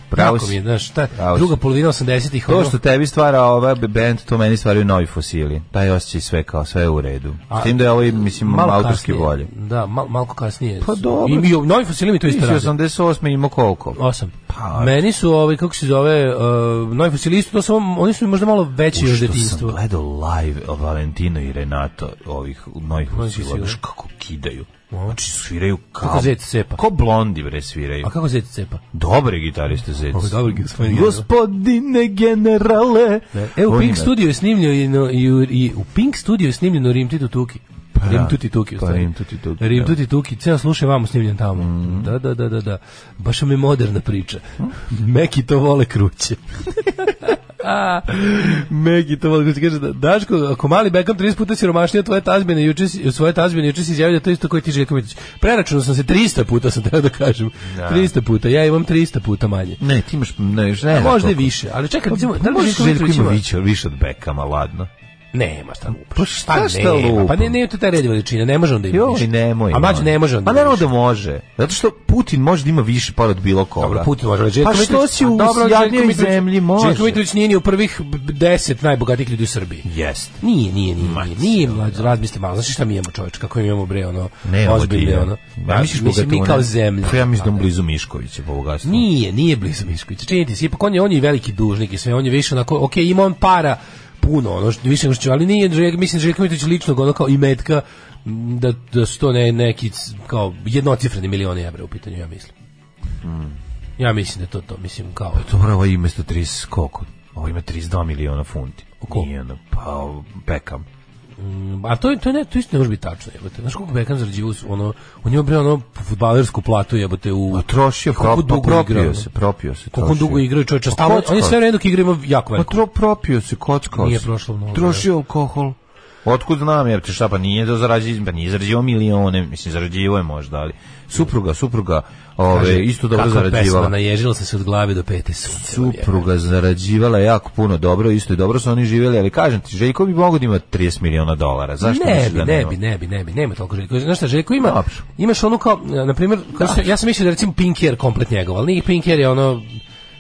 Speaker 5: Pravo
Speaker 6: jako
Speaker 5: si.
Speaker 6: mi je, znaš, ta
Speaker 5: Pravo si.
Speaker 6: druga polovina 80-ih.
Speaker 5: To
Speaker 6: ono-
Speaker 5: što tebi stvara ova band, to meni stvaraju novi fosili. Taj osjećaj sve kao, sve je u redu.
Speaker 6: A-
Speaker 5: S tim da je ovo, mislim, malo autorski bolje.
Speaker 6: Da, mal, malko kasnije.
Speaker 5: Pa
Speaker 6: su-
Speaker 5: dobro.
Speaker 6: I, i novi fosili mi
Speaker 5: Ti
Speaker 6: to isto
Speaker 5: si
Speaker 6: rade.
Speaker 5: 88. imao koliko?
Speaker 6: Osam.
Speaker 5: Pa-
Speaker 6: Meni su, ovaj, kako se zove, uh, novi fosili isto, to samo, oni su mi možda malo veći
Speaker 5: Što
Speaker 6: još
Speaker 5: sam
Speaker 6: detinjstvo.
Speaker 5: gledao live Valentino i Renato ovih novih fosila,
Speaker 6: fosila.
Speaker 5: znaš kako kidaju. Znači sviraju kao...
Speaker 6: Ono. Kako zec cepa.
Speaker 5: Ko blondi, bre, sviraju.
Speaker 6: A kako se cepa?
Speaker 5: Dobre gitariste zec.
Speaker 6: Ovo je dobar gospodin general.
Speaker 5: Gospodine generale.
Speaker 6: E, u
Speaker 5: On
Speaker 6: Pink
Speaker 5: ima-
Speaker 6: studiju je snimljeno i, u- i u Pink studiju je snimljeno Rim Titu Tuki.
Speaker 5: Pa
Speaker 6: Rim
Speaker 5: da.
Speaker 6: Tuti Tuki. u
Speaker 5: Pa
Speaker 6: stvari.
Speaker 5: Rim Tuti Tuki,
Speaker 6: Rim
Speaker 5: da. Mhm.
Speaker 6: Tuti Tuki, ceo slušaj vamo snimljen tamo. Da, da, da, da, da. Baš mi je moderna priča. Meki to vole kruće. Megi to voli, kaže da Daško, ako mali Beckham 30 puta siromašnija tvoje tazbine juče si- svoje tazbine juče si izjavio da je to isto koji ti Željko Mitrović. Preračunao sam se 300 puta sam teo da kažem. 300 puta. Ja imam 300 puta manje.
Speaker 5: Ne, ti imaš, ne, još ne.
Speaker 6: A
Speaker 5: znam
Speaker 6: možda i
Speaker 5: koliko.
Speaker 6: više, ali čekaj, recimo, da li
Speaker 5: Možda
Speaker 6: Željko
Speaker 5: Željko
Speaker 6: Mitrović
Speaker 5: ima
Speaker 6: ima?
Speaker 5: više, više od Bekama, ladno.
Speaker 6: Nema šta lupaš.
Speaker 5: Pa šta šta
Speaker 6: nema,
Speaker 5: lupam?
Speaker 6: Pa ne, ne, to je taj red veličina, ne može onda ima
Speaker 5: Joj,
Speaker 6: više.
Speaker 5: nemoj.
Speaker 6: A mlađe ne može onda
Speaker 5: Pa naravno da može. Zato što Putin može da ima više par od bilo koga.
Speaker 6: Dobro, Putin može. ali Željko
Speaker 5: Pa što
Speaker 6: Mitrović-
Speaker 5: si
Speaker 6: a
Speaker 5: u
Speaker 6: dobro, Željko
Speaker 5: jadnijoj
Speaker 6: Mitrović-
Speaker 5: zemlji može?
Speaker 6: Željko Mitrović nije ni u prvih 10 najbogatijih ljudi u Srbiji.
Speaker 5: Jest.
Speaker 6: Nije, nije, nije, nije, nije mlađe, razmisli malo, znaš šta mi imamo čoveč, kako mi imamo bre, ono,
Speaker 5: Ne,
Speaker 6: ozbiljne, ono,
Speaker 5: Ja misliš
Speaker 6: mislim, mi
Speaker 5: bogatuna?
Speaker 6: kao zemlja.
Speaker 5: Pa ja mislim da je on blizu Miškovića
Speaker 6: pa
Speaker 5: po bogatstvu.
Speaker 6: Nije, nije blizu Miškovića. Činiti se, ipak on je, on je veliki dužnik i sve, on je više onako, ok, ima on para puno, ono, što- više nego što će, ali nije, Željko- mislim, Željko Mitrović ličnog, ono kao i metka, m, da, da su to ne, neki, c- kao, jednocifreni milioni evra u pitanju, ja mislim.
Speaker 5: Hmm.
Speaker 6: Ja mislim da je to to, mislim, kao,
Speaker 5: Dobro, ovo ima 130, koliko? Ovo ima 32 miliona funti.
Speaker 6: Ko?
Speaker 5: Nije ono, pa Bekam.
Speaker 6: Mm, A to je to je ne, to isto ne može biti tačno, jebote. Znaš koliko Beckham zarađivao s- ono, on je bre ono fudbalersku platu, jebote, u
Speaker 5: A trošio,
Speaker 6: koliko
Speaker 5: pro, pa
Speaker 6: dugo igrao,
Speaker 5: propio
Speaker 6: ono?
Speaker 5: se, propio se.
Speaker 6: koliko on dugo igrao, čoveče,
Speaker 5: Pa
Speaker 6: stalno on je
Speaker 5: kockao
Speaker 6: sve vreme dok igra ima jako
Speaker 5: Pa
Speaker 6: veliko.
Speaker 5: tro, propio se, kockao
Speaker 6: Nije
Speaker 5: se.
Speaker 6: prošlo mnogo,
Speaker 5: Trošio alkohol. Otkud znam, jer šta, pa nije da zarađi, pa nije zarađivao milione, mislim, zarađivao je možda, ali supruga, supruga, ove, isto dobro
Speaker 6: Kako pesma,
Speaker 5: zarađivala.
Speaker 6: naježila sam se od glave do pete sunce.
Speaker 5: supruga zarađivala jako puno dobro, isto je dobro su oni živjeli, ali kažem ti, Željko bi mogo da ima 30 miliona dolara, zašto
Speaker 6: ne
Speaker 5: misliš
Speaker 6: bi,
Speaker 5: da
Speaker 6: ne
Speaker 5: nema?
Speaker 6: bi, ne bi, ne bi, nema toliko Željko. Znaš šta, Željko ima,
Speaker 5: Dobro.
Speaker 6: imaš ono kao, na primjer, kao što- ja sam mislio da recimo Pinkier komplet njegov, ali nije Pinkier je ono,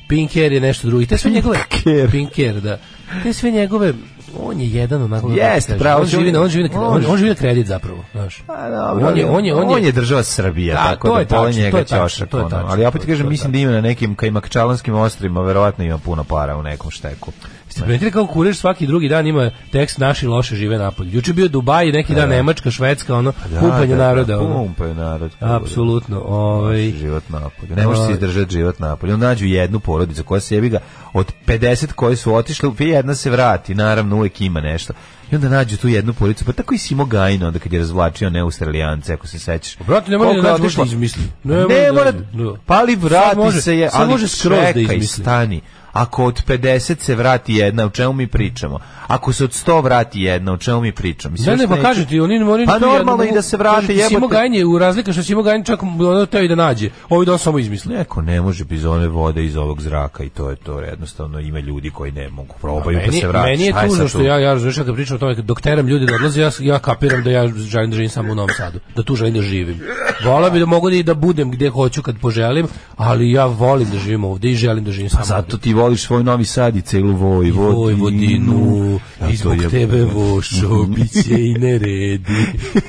Speaker 6: Pinkier je nešto drugo. I te sve njegove,
Speaker 5: Pinkier.
Speaker 6: Pinkier, da. Te sve njegove, on je jedan onako... kako
Speaker 5: Jeste,
Speaker 6: ti kažem,
Speaker 5: pravo,
Speaker 6: On živi, na, on, živi na, on,
Speaker 5: može.
Speaker 6: on živi na kredit zapravo, znaš.
Speaker 5: Pa, dobro,
Speaker 6: on je, on je, on je,
Speaker 5: država Srbija,
Speaker 6: Da,
Speaker 5: tako
Speaker 6: to
Speaker 5: da
Speaker 6: je
Speaker 5: pola
Speaker 6: tačno, to
Speaker 5: njega
Speaker 6: je tačno,
Speaker 5: ćošak.
Speaker 6: to je
Speaker 5: ono.
Speaker 6: tačno,
Speaker 5: Ali opet
Speaker 6: to je-
Speaker 5: kažem,
Speaker 6: to je
Speaker 5: mislim da ima na nekim kajmakčalanskim ostrima, verovatno ima puno para u nekom šteku.
Speaker 6: Ste primetili kako kurir svaki drugi dan ima tekst naši loše žive napolje. Juče je bio Dubaj, neki dan Nemačka, Švedska, ono,
Speaker 5: Pa
Speaker 6: pumpanje naroda. ono.
Speaker 5: Pumpanje naroda.
Speaker 6: Apsolutno. Ovaj,
Speaker 5: život napolju. Ne možeš
Speaker 6: Ovaj.
Speaker 5: se izdržati život napolju. Onda nađu jednu porodicu koja se jebi ga od 50 koji su otišli, jedna se vrati, naravno uvek ima nešto. I onda nađu tu jednu porodicu, pa tako i Simo Gajno onda kad je razvlačio neustrelijance, ako se sećaš.
Speaker 6: Pa Brate, ne mora
Speaker 5: Koliko
Speaker 6: da
Speaker 5: je
Speaker 6: nađe,
Speaker 5: otišlo?
Speaker 6: može da izmisli. Ne
Speaker 5: Ne,
Speaker 6: mora da
Speaker 5: mora,
Speaker 6: nađe, da.
Speaker 5: pa ali vrati
Speaker 6: Sad može-
Speaker 5: se je,
Speaker 6: sad
Speaker 5: ali
Speaker 6: može skroz da
Speaker 5: čekaj,
Speaker 6: izmisli.
Speaker 5: stani. Ako od 50 se vrati jedna, o čemu mi pričamo? Ako se od 100 vrati jedna, o čemu mi pričamo? Mislim,
Speaker 6: Ne, ne,
Speaker 5: još
Speaker 6: pa
Speaker 5: neću-
Speaker 6: kažem ti, oni oni
Speaker 5: Pa
Speaker 6: tu
Speaker 5: normalno
Speaker 6: jednu-
Speaker 5: i da se vrate,
Speaker 6: kažem ti, Simo
Speaker 5: jebote.
Speaker 6: Gajin je u razlika što Simo Gajin čak ono teo i da nađe. Ovi da on samo izmisli.
Speaker 5: Neko ne može bez one vode iz ovog zraka i to je to, jednostavno ima ljudi koji ne mogu, probaju pa
Speaker 6: meni,
Speaker 5: se vraćaju.
Speaker 6: meni
Speaker 5: Šta
Speaker 6: je
Speaker 5: sad
Speaker 6: tužno
Speaker 5: tu?
Speaker 6: što ja ja razumeš kad pričam o tome dok teram ljudi da odlaze ja ja kapiram da ja želim da živim samo u Novom Sadu da tu želim da živim voleo bih da mogu da i da budem gdje hoću kad poželim ali ja volim da živim ovdje i želim da živim samo ovdje.
Speaker 5: Pa Zato ti voliš svoj novi sad i celu Vojvodinu.
Speaker 6: Vojvodinu,
Speaker 5: Ja, to
Speaker 6: i zbog
Speaker 5: je-
Speaker 6: tebe vošo, bit će i neredi,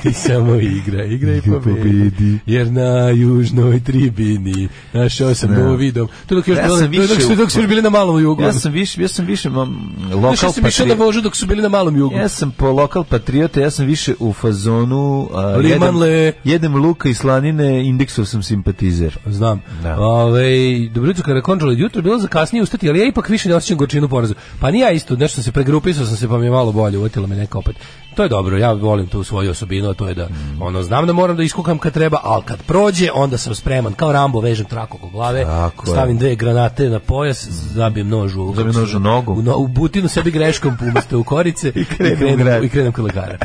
Speaker 6: ti samo igra, igra i pobedi,
Speaker 5: pobedi.
Speaker 6: jer na južnoj tribini našao sam novi dom. To dok još
Speaker 5: Ja
Speaker 6: bilo-
Speaker 5: sam
Speaker 6: to dok
Speaker 5: više
Speaker 6: su, dok su još bili na malom jugu.
Speaker 5: Ja sam više, ja sam više mam,
Speaker 6: Znaš, ja
Speaker 5: lokal
Speaker 6: sam išao na
Speaker 5: patriot.
Speaker 6: vožu dok su bili na malom jugu.
Speaker 5: Ja sam po lokal patriota, ja sam više u fazonu a,
Speaker 6: Limanle.
Speaker 5: jedem, jedem luka i slanine, indeksov sam simpatizer.
Speaker 6: Znam.
Speaker 5: Da.
Speaker 6: Ove, Dobricu kada je končalo jutro, bilo za kasnije ustati, ali ja ipak više ne osjećam gorčinu poraza. Pa nije ja isto, nešto sam se pregrupisao sam se, pa mi je malo bolje, uvetilo me neka opet. To je dobro, ja volim tu svoju osobinu, a to je da,
Speaker 5: Mm.
Speaker 6: ono, znam da moram da iskukam kad treba, ali kad prođe, onda sam spreman. Kao Rambo, vežem trak oko glave,
Speaker 5: Tako je.
Speaker 6: stavim dve granate na pojas, zabijem nož u,
Speaker 5: Zabijem nož u nogu.
Speaker 6: u, no- u butinu, sebi greškom umjesto u korice i
Speaker 5: krenem
Speaker 6: krenem,
Speaker 5: u grad.
Speaker 6: i krenem kod lekara.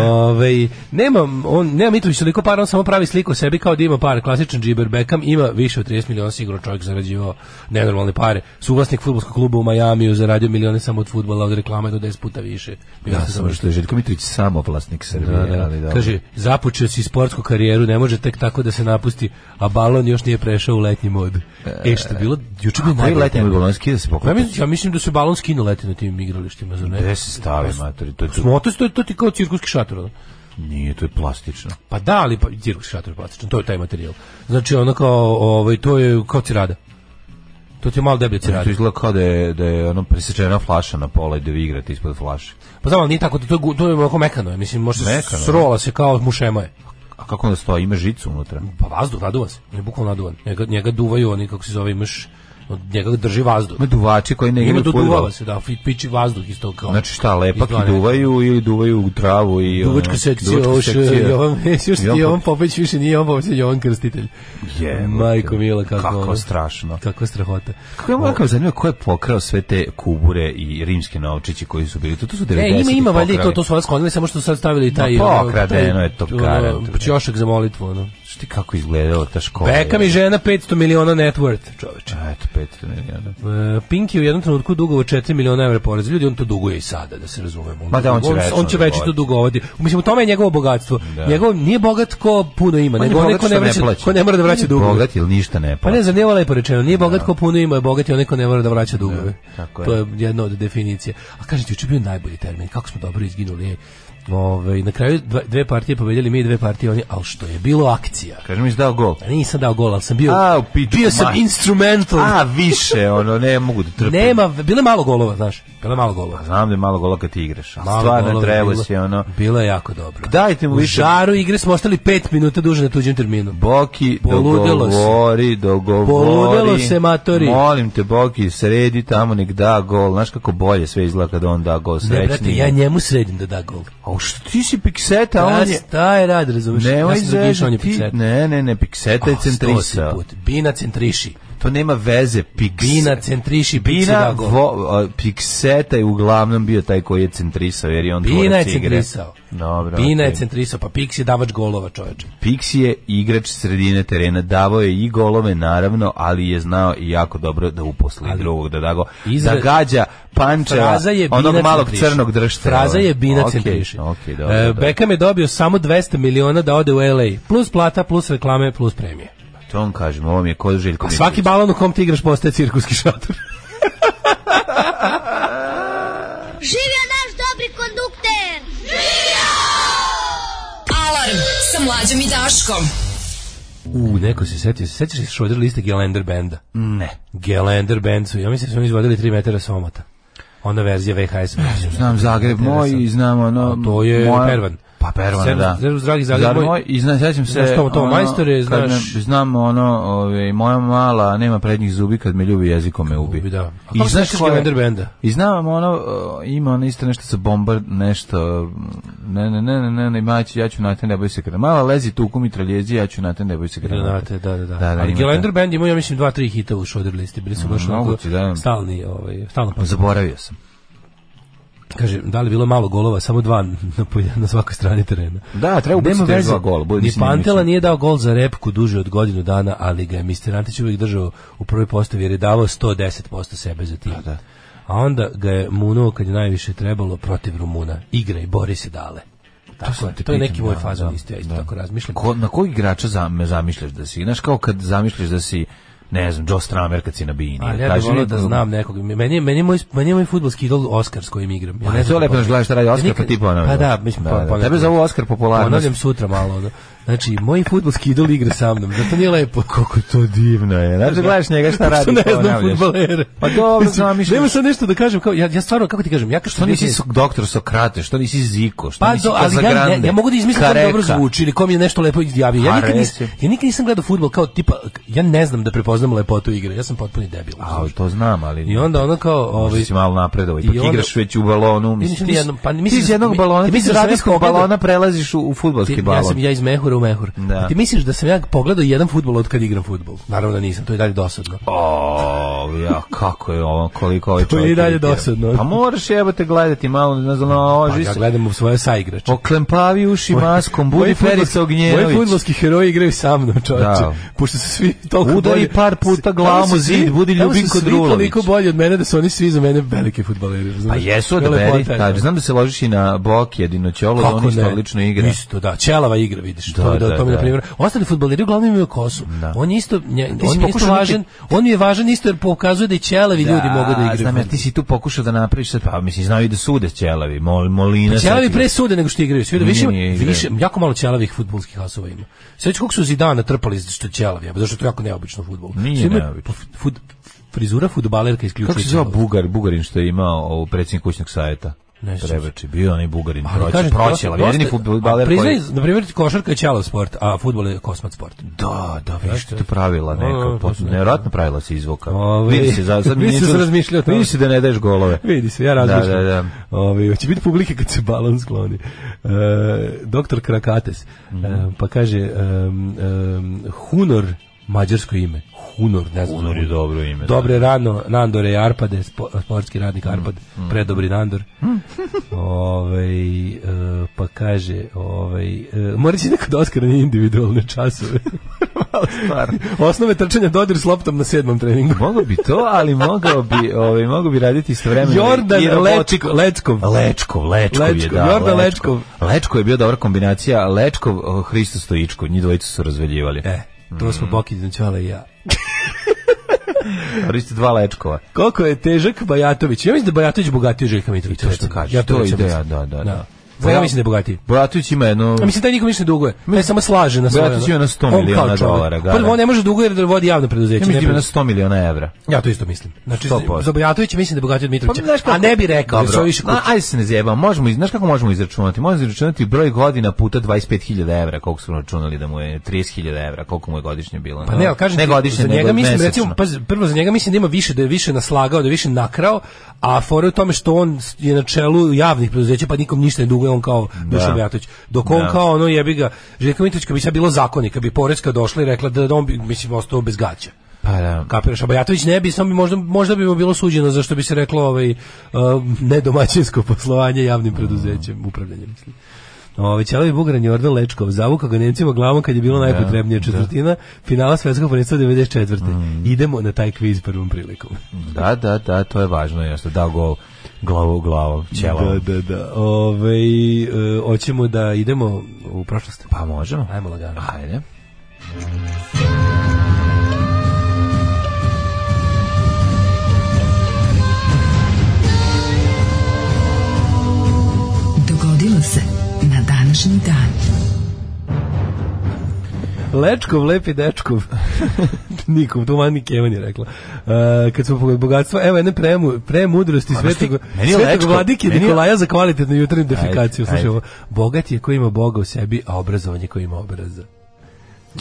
Speaker 6: Ove, nemam, on, nema Mitrović toliko para, on samo pravi sliku o sebi kao da ima pare. Klasičan džiber Beckham ima više od 30 miliona, sigurno čovjek zarađivao nenormalne pare. Suvlasnik futbolskog kluba u Majamiju zaradio milione samo od futbola, od reklame do 10 puta više.
Speaker 5: Ja sam samo što je Željko Mitrović samo vlasnik Srbije,
Speaker 6: Da, da.
Speaker 5: ali dobro.
Speaker 6: Kaže, započeo si sportsku karijeru, ne može tek tako da se napusti, a balon još nije prešao u letnji mod. E, što je bilo, juče bilo
Speaker 5: Koji
Speaker 6: najbolje
Speaker 5: letnji
Speaker 6: tema.
Speaker 5: bolonski da se
Speaker 6: Ja
Speaker 5: poklopi?
Speaker 6: mislim, ja mislim da su balon skinu leti na tim igralištima, zar ne?
Speaker 5: Gde se stave, matori? To je, to,
Speaker 6: Smoto se, to, to ti kao cirkuski šator. ono.
Speaker 5: nije, to je plastično.
Speaker 6: Pa da, ali pa, cirkuski šator je plastičan, to je taj materijal. Znači, ono kao, ovaj, to je kao cirada. To ti je malo deblje
Speaker 5: To
Speaker 6: cirada.
Speaker 5: izgleda kao da je, da je ono presečena flaša na pola i da vi igrate ispod flaše.
Speaker 6: Pa znam, ali nije tako, to je, gu- to je onako mekano, je, mislim, možda se
Speaker 5: Mekano, da.
Speaker 6: srola se kao mušema je.
Speaker 5: A kako onda stoji? Ima žicu unutra.
Speaker 6: Pa vazduh, naduva se, on je bukvalno naduvan. Njega, njega duvaju oni, kako se zove, imaš, od njega drži vazduh.
Speaker 5: Ima duvači koji ne
Speaker 6: Ima
Speaker 5: igraju fudbal.
Speaker 6: doduvava se, da, fi- piči vazduh iz tog kao.
Speaker 5: Znači šta, lepak
Speaker 6: Iz dva
Speaker 5: i duvaju ili duvaju u travu i... ono,
Speaker 6: Duvačka sekcija,
Speaker 5: duvačka
Speaker 6: još
Speaker 5: sekcija.
Speaker 6: Jovan, još
Speaker 5: Jovan
Speaker 6: Jovan Popeć više nije Jovan Popeć, Jovan Krstitelj.
Speaker 5: Jebote.
Speaker 6: Majko Mila, kako,
Speaker 5: Kako
Speaker 6: ono.
Speaker 5: strašno.
Speaker 6: Kako strahota.
Speaker 5: Kako je ovakav zanimljivo, ko je pokrao sve te kubure i rimske novčići koji su bili? To, to su 90.
Speaker 6: E, ima, ima valjda i to,
Speaker 5: pokrali.
Speaker 6: to su vas sklonili, samo što su sad stavili taj...
Speaker 5: Ma,
Speaker 6: ono,
Speaker 5: pokradeno
Speaker 6: taj,
Speaker 5: je to, garant.
Speaker 6: ono, Ćošak za molitvu, ono.
Speaker 5: Znaš ti kako izgledala ta škola?
Speaker 6: Beka mi žena 500 miliona net worth, čoveče.
Speaker 5: Eto, pet milijana.
Speaker 6: E, Pink je u jednom trenutku dugovao 4 miliona evra poreza. Ljudi, on to duguje i sada, da se razumemo.
Speaker 5: Ma da, on će
Speaker 6: on,
Speaker 5: večno
Speaker 6: on će već to
Speaker 5: dugovati.
Speaker 6: dugovati. Mislim, u tome je njegovo bogatstvo.
Speaker 5: Da.
Speaker 6: Njegov nije bogat ko puno ima,
Speaker 5: On je
Speaker 6: nego onaj
Speaker 5: bogat
Speaker 6: ko
Speaker 5: što
Speaker 6: ne, vraća,
Speaker 5: plaća.
Speaker 6: ko ne mora da vraća
Speaker 5: On je
Speaker 6: dugove.
Speaker 5: Bogat ili ništa ne
Speaker 6: Pa
Speaker 5: plaća.
Speaker 6: ne znam, nije ovo lepo rečeno, nije bogat ko puno ima, je bogat je onaj ko ne mora da vraća dugove.
Speaker 5: tako je.
Speaker 6: to je jedna od definicija. A kažete, juče je bio najbolji termin, kako smo dobro izginuli. ej. Ove, na kraju dva- dve partije pobedili mi i dve partije oni, ali što je bilo akcija.
Speaker 5: Kaže mi izdao gol.
Speaker 6: A Nisam dao gol, ali sam bio,
Speaker 5: A, u pičku
Speaker 6: bio sam
Speaker 5: mater.
Speaker 6: instrumental.
Speaker 5: A, više, ono, ne mogu da trpim.
Speaker 6: Pa Nema, bilo je malo golova, znaš, bilo je malo golova.
Speaker 5: Pa Znam da je malo gola kad ti igraš, a
Speaker 6: Malo
Speaker 5: Pa, stvarno
Speaker 6: golova
Speaker 5: treba
Speaker 6: bilo.
Speaker 5: si ono...
Speaker 6: Bilo je jako dobro.
Speaker 5: Dajte mu
Speaker 6: U
Speaker 5: više.
Speaker 6: žaru igre smo ostali pet minuta duže na tuđem terminu.
Speaker 5: Boki,
Speaker 6: Poludelo se.
Speaker 5: dogovori, dogovori.
Speaker 6: Poludelo se, matori.
Speaker 5: Molim te, Boki, sredi tamo, nek da gol. Znaš kako bolje sve izgleda kada on da gol
Speaker 6: Ne,
Speaker 5: srećni.
Speaker 6: brate, ja njemu sredim da da gol.
Speaker 5: A što ti si pikseta, a on je...
Speaker 6: Šta je rad, razumeš?
Speaker 5: Nemoj
Speaker 6: ja sam drugiš,
Speaker 5: zezati,
Speaker 6: on je
Speaker 5: ti-
Speaker 6: pikseta.
Speaker 5: Ne, ne, ne, pikseta je
Speaker 6: Ah, stoti
Speaker 5: centrisao.
Speaker 6: put. Bina centriši.
Speaker 5: To nema veze. Piks,
Speaker 6: Bina centriši
Speaker 5: Bina
Speaker 6: Pixedago.
Speaker 5: vo, a, Pixeta je uglavnom bio taj koji je centrisao, jer je on
Speaker 6: Bina je
Speaker 5: tvorac igre.
Speaker 6: centrisao.
Speaker 5: Dobro,
Speaker 6: Bina je
Speaker 5: okej.
Speaker 6: centrisao, pa Pix je davač golova, čoveče.
Speaker 5: Pix je igrač sredine terena, davao je i golove naravno, ali je znao i jako dobro da uposli
Speaker 6: Ali-
Speaker 5: drugog da dago.
Speaker 6: Izra-
Speaker 5: Da gađa pančeva,
Speaker 6: Fraza je Bina
Speaker 5: onog malog
Speaker 6: centriši.
Speaker 5: crnog držte.
Speaker 6: Fraza je Bina
Speaker 5: Ok,
Speaker 6: centriši.
Speaker 5: ok, dobro,
Speaker 6: E,
Speaker 5: dobro.
Speaker 6: Beckham je dobio samo 200 miliona da ode u LA. Plus plata, plus reklame, plus premije.
Speaker 5: To on kažem, ovo mi je kod Željko
Speaker 6: A svaki
Speaker 5: Mitrović.
Speaker 6: balon u kom ti igraš postaje cirkuski šator.
Speaker 7: Živio naš dobri kondukter!
Speaker 4: Alarm sa mlađom i Daškom.
Speaker 6: U, neko se setio. Sećaš se Schroeder liste Gelander benda?
Speaker 5: Ne.
Speaker 6: Gelander band su. Ja mislim da su oni izvodili 3 metara somata. Ona verzija VHS. verzija.
Speaker 5: Znam Zagreb moj i znam ono...
Speaker 6: A to je
Speaker 5: moja-
Speaker 6: Pervan.
Speaker 5: Pa Pervan,
Speaker 6: Sem-
Speaker 5: da.
Speaker 6: Sem- dragi Zagreb moj.
Speaker 5: I znam, sećam se... ono
Speaker 6: Znaš to, to majstore,
Speaker 5: kad
Speaker 6: znaš-
Speaker 5: me- znam ono, ove, moja mala, nema prednjih zubi, kad me ljubi jezikom me ubi.
Speaker 6: Ubi, da. A kako se sećaš
Speaker 5: ko je-
Speaker 6: Gelander benda?
Speaker 5: I znam ono, e, ima ono isto nešto sa bombar, nešto, ne, ne, ne, ne, ne, ne, ima, ja ću- ja ću na te ne boj se granate. Mala lezi tu ku mitraljezi, ja ću na te ne boj se granate.
Speaker 6: Granate, da, da, da.
Speaker 5: Da, da,
Speaker 6: Ali
Speaker 5: ima
Speaker 6: Gelander
Speaker 5: to.
Speaker 6: band imao, ja mislim, dva, tri hita u Schroeder listi. Bili su baš onako
Speaker 5: moguće, da.
Speaker 6: stalni, ovaj, stalno pa
Speaker 5: Zaboravio sam.
Speaker 6: Kaže, da li je bilo malo golova, samo dva na, po- na svakoj strani terena.
Speaker 5: Da, treba
Speaker 6: Nema
Speaker 5: ubaciti još
Speaker 6: veze,
Speaker 5: dva gola. bude-
Speaker 6: Ni
Speaker 5: mislim,
Speaker 6: Pantela
Speaker 5: mislim.
Speaker 6: nije dao gol za repku duže od godinu dana, ali ga je Mr. Antić uvijek držao u prvoj postavi jer je davao 110% sebe za tim.
Speaker 5: da.
Speaker 6: A onda ga je munuo kad je najviše trebalo protiv Rumuna. Igra i bori se dale. Tako,
Speaker 5: sam
Speaker 6: je,
Speaker 5: te
Speaker 6: to je
Speaker 5: pitam,
Speaker 6: neki moj
Speaker 5: da,
Speaker 6: fazon
Speaker 5: da,
Speaker 6: isto, ja isto
Speaker 5: da.
Speaker 6: tako razmišljam.
Speaker 5: Ko, na kog igrača za, me zamišljaš da si? Znaš, kao kad zamišljaš da si, ne znam, Joe Stramer kad si na Bini.
Speaker 6: Ali ja bih
Speaker 5: Kaži mi-
Speaker 6: volio da znam nekog. Meni, je- meni, je moj, meni je moj futbolski idol Oskar s kojim igram. Ja
Speaker 5: Pa
Speaker 6: ne
Speaker 5: ne
Speaker 6: znam
Speaker 5: to lepo
Speaker 6: kako-
Speaker 5: znaš gledaš šta radi Oskar,
Speaker 6: nikad-
Speaker 5: pa ti ponavljaš.
Speaker 6: Pa da, mislim,
Speaker 5: da,
Speaker 6: pa-
Speaker 5: da.
Speaker 6: ponavljam.
Speaker 5: Tebe zovu Oskar popularnost.
Speaker 6: Ponavljam sutra malo. Ono. Znači, moj futbolski idol igra sa mnom. Zato nije lepo.
Speaker 5: Kako to divno je. Znači, gledaš njega šta
Speaker 6: Što
Speaker 5: radi,
Speaker 6: ne znam
Speaker 5: ponavljaš.
Speaker 6: fudbalere.
Speaker 5: Pa dobro, zamišljaš.
Speaker 6: Nema sam nešto da kažem. Kao, ja, ja stvarno, kako ti kažem, ja kad
Speaker 5: Što
Speaker 6: sam
Speaker 5: nisi
Speaker 6: bio-
Speaker 5: so- doktor Sokrate, što nisi Ziko, što
Speaker 6: Pa
Speaker 5: nisi
Speaker 6: do, ali ja, ja,
Speaker 5: Kazagrande,
Speaker 6: ja mogu da izmislim kako
Speaker 5: Kareka.
Speaker 6: dobro zvuči ili kom je nešto lepo javio. Ja
Speaker 5: A,
Speaker 6: nikad, nisam,
Speaker 5: reci.
Speaker 6: ja nikad nisam gledao futbol kao tipa, ja ne znam da prepoznam lepotu igre. Ja sam potpuni debil.
Speaker 5: A, to znam, ali...
Speaker 6: I onda ono kao...
Speaker 5: Možda
Speaker 6: ovaj,
Speaker 5: si malo napredovo,
Speaker 6: I
Speaker 5: ipak
Speaker 6: onda-
Speaker 5: igraš već u balonu, mislim,
Speaker 6: nisam
Speaker 5: ti,
Speaker 6: nijednom- pa
Speaker 5: pa,
Speaker 6: mislim
Speaker 5: ti iz
Speaker 6: da-
Speaker 5: jednog
Speaker 6: mi-
Speaker 5: balona,
Speaker 6: ti
Speaker 5: ti iz
Speaker 6: misliš da sam
Speaker 5: radijskog
Speaker 6: ispogledao-
Speaker 5: balona prelelaziš u, u futbalski
Speaker 6: Ti,
Speaker 5: balon.
Speaker 6: ja sam ja iz mehura u mehur.
Speaker 5: Da.
Speaker 6: A Ti misliš da sam ja pogledao jedan futbol od kad igram futbol? Naravno da nisam, to je dalje dosadno.
Speaker 5: Pa, O, ja, kako je ovo, koliko ovaj
Speaker 6: je
Speaker 5: čovjek...
Speaker 6: i dalje
Speaker 5: iritira.
Speaker 6: dosadno.
Speaker 5: Pa moraš jebate gledati malo, ne znam, no,
Speaker 6: Pa,
Speaker 5: oži
Speaker 6: ja
Speaker 5: se.
Speaker 6: gledam u svoje saigrače.
Speaker 5: Oklempavi uši maskom, budi
Speaker 6: Moji
Speaker 5: Perica
Speaker 6: fudbalski- Moji
Speaker 5: Ognjenović.
Speaker 6: fudbalski heroji igraju sa mnom, čoveče.
Speaker 5: Da.
Speaker 6: Pošto su svi toliko
Speaker 5: Udari
Speaker 6: bolji-
Speaker 5: par puta glavom
Speaker 6: Tamo su svi-
Speaker 5: zid, budi
Speaker 6: tamo su
Speaker 5: Ljubinko
Speaker 6: svi
Speaker 5: Drulović.
Speaker 6: toliko bolji od mene da su oni svi za mene velike fudbaleri.
Speaker 5: Pa jesu odaberi, da, znam da se ložiš i na bok jedino ćolo, da on isto odlično igra.
Speaker 6: Isto, da. Ćelava igra, vidiš.
Speaker 5: Da,
Speaker 6: to, da,
Speaker 5: da,
Speaker 6: to mi, na
Speaker 5: da.
Speaker 6: primjer. Ostali fudbaleri uglavnom imaju kosu.
Speaker 5: Da.
Speaker 6: On je isto, nje, on je isto
Speaker 5: pokušao
Speaker 6: važan, on mi je važan isto jer pokazuje da i ćelavi ljudi mogu da igraju.
Speaker 5: Znam, ja, ti si tu pokušao da napraviš sad, pa mislim, znaju i da sude s ćelavi, mol, molina. sad
Speaker 6: Ćelavi
Speaker 5: igra.
Speaker 6: pre sude nego što igraju. Svi da
Speaker 5: Nije,
Speaker 6: više,
Speaker 5: nije igraju.
Speaker 6: više, jako malo ćelavih fudbalskih asova ima. Sveći koliko su zidana trpali za što ćelavi, jebote, zato što je to jako neobično u fudbalu.
Speaker 5: Nije
Speaker 6: Svi imaju
Speaker 5: neobično.
Speaker 6: f- fud- frizura fudbalerka isključuje.
Speaker 5: Kako se zove
Speaker 6: ćelavi.
Speaker 5: Bugar, Bugarin što je imao ovo predsjednik kućnog sajeta?
Speaker 6: Ne sjećam se.
Speaker 5: Prebači, bio onaj Bugarin,
Speaker 6: Ali
Speaker 5: proći,
Speaker 6: kažem ti, dosta-
Speaker 5: proćelav, jedini
Speaker 6: dosta-
Speaker 5: futbaler koji...
Speaker 6: a Priznaj, na primjer, košarka je ćelav sport, a fudbal je kosmat sport.
Speaker 5: Da, da, vidiš pa što je pravila
Speaker 6: Da, da,
Speaker 5: neka,
Speaker 6: to
Speaker 5: pot,
Speaker 6: su neka.
Speaker 5: nevjerojatno pravila se izvuka.
Speaker 6: Ove-
Speaker 5: Vidi se, za, sad mi
Speaker 6: Vidi
Speaker 5: nije
Speaker 6: se,
Speaker 5: čudo-
Speaker 6: razmišljao o tome.
Speaker 5: Vidi se da ne daješ golove.
Speaker 6: Vidi se, ja razmišljam.
Speaker 5: Da, da, da.
Speaker 6: Ovaj, hoće biti publike kad se balon skloni. E, doktor Krakates, e, pa kaže, em, em, Hunor, mađarsko ime, Hunor, ne znam.
Speaker 5: Hunor je dobro ime, da.
Speaker 6: Dobre rano, Nandore i Arpade, spo, sportski
Speaker 5: Mm,
Speaker 6: radnik Arpad, predobri Nandor. ovaj, e, pa kaže, ovaj, e, morat će neko da oskara na individualne časove. Osnove trčanja dodir s loptom na sedmom treningu.
Speaker 5: Mogao bi to, ali mogao bi, ovaj, mogao bi raditi istovremeno
Speaker 6: Jordan
Speaker 5: i robotiku.
Speaker 6: Lečko, Leckov.
Speaker 5: Lečkov, Lečkov, je,
Speaker 6: Lečkov,
Speaker 5: da.
Speaker 6: Jordan
Speaker 5: Lečkov. Lečkov je bio dobra kombinacija, Lečkov, o, Hristo Stojičkov, njih dvojicu su razveljivali.
Speaker 6: E, to
Speaker 5: Mm.
Speaker 6: smo Boki Dinčala i ja.
Speaker 5: Hristo dva Lečkova.
Speaker 6: Koliko je težak Bajatović? Ja mislim da je Bajatović bogatiji od Željka Mitrovića.
Speaker 5: To što
Speaker 6: recimo.
Speaker 5: kažeš, to je
Speaker 6: recimo
Speaker 5: ideja,
Speaker 6: mislim.
Speaker 5: da, da, da.
Speaker 6: Pa ja mislim da je bogatiji.
Speaker 5: Bojatović ima jedno...
Speaker 6: Ja mislim da nikom ništa ne duguje. Ne samo slaže na svoje. ono.
Speaker 5: Bajatović ima na 100
Speaker 6: On kao
Speaker 5: miliona
Speaker 6: čovjek.
Speaker 5: dolara, da,
Speaker 6: Prvo,
Speaker 5: da.
Speaker 6: on ne može duguje jer vodi javno preduzeće.
Speaker 5: Ja mislim da ima
Speaker 6: ne
Speaker 5: na 100 miliona evra.
Speaker 6: Ja to isto mislim. Znači,
Speaker 5: 100%.
Speaker 6: za Bajatovića mislim da je bogatiji od Mitrovića.
Speaker 5: Pa, znaš kako-
Speaker 6: A ne bi rekao, jer su ovi više
Speaker 5: Ma, ajde se ne zjebamo. Možemo, iz- znaš kako možemo izračunati? Možemo izračunati broj godina puta 25.000 evra, koliko su računali da mu je 30.000 evra, koliko mu je godišnje bilo.
Speaker 6: Pa ne, ali kažem
Speaker 5: ne
Speaker 6: ti,
Speaker 5: godišnje,
Speaker 6: za njega
Speaker 5: nego
Speaker 6: mislim,
Speaker 5: mesečno.
Speaker 6: recimo, pa prvo za njega mislim da ima više, da je više naslagao, da je više nakrao, a fora je u tome što on je na čelu javnih preduzeća, pa nikom ništa ne duguje, on kao Dušan Bajatović. Dok on
Speaker 5: Da.
Speaker 6: kao ono jebi ga, Željko Mitrović, kad bi sad bilo zakonika, bi porezka došla i rekla da, da on bi, mislim, ostao bez gaća.
Speaker 5: Pa da.
Speaker 6: Kapiraš, a Bajatović ne bi, samo bi možda, možda bi mu bilo suđeno za što bi se reklo ovaj, uh, nedomaćinsko poslovanje javnim preduzećem, upravljanjem, mislim. Ovaj Čelavi Bugaran je Orvel Lečkov zavukao ga Nemcima glavom kad je bilo najpotrebnije četvrtina finala svetskog prvenstva 94. Idemo na taj kviz prvom prilikom.
Speaker 5: Da, da, da, to je važno, jasno. Da, gol, glavu u glavu, ćelo.
Speaker 6: Da, da, da. Ovaj e, hoćemo da idemo u prošlost.
Speaker 5: Pa možemo.
Speaker 6: Ajmo lagano.
Speaker 5: Ajde.
Speaker 4: Dogodilo se na današnji dan.
Speaker 6: Lečkov, lepi dečkov. Nikom, to mani Kevan je rekla. E, kad smo pogled bogatstva, evo jedne premu, premudrosti
Speaker 5: znaš
Speaker 6: svetog,
Speaker 5: ti, meni je
Speaker 6: svetog
Speaker 5: Lečkov,
Speaker 6: vladike
Speaker 5: meni je-
Speaker 6: Nikolaja za kvalitetnu jutarnju defikaciju.
Speaker 5: Ajde,
Speaker 6: Slušaj
Speaker 5: ajde.
Speaker 6: ovo, bogat je ko ima Boga u sebi, a obrazovanje ko ima obraza.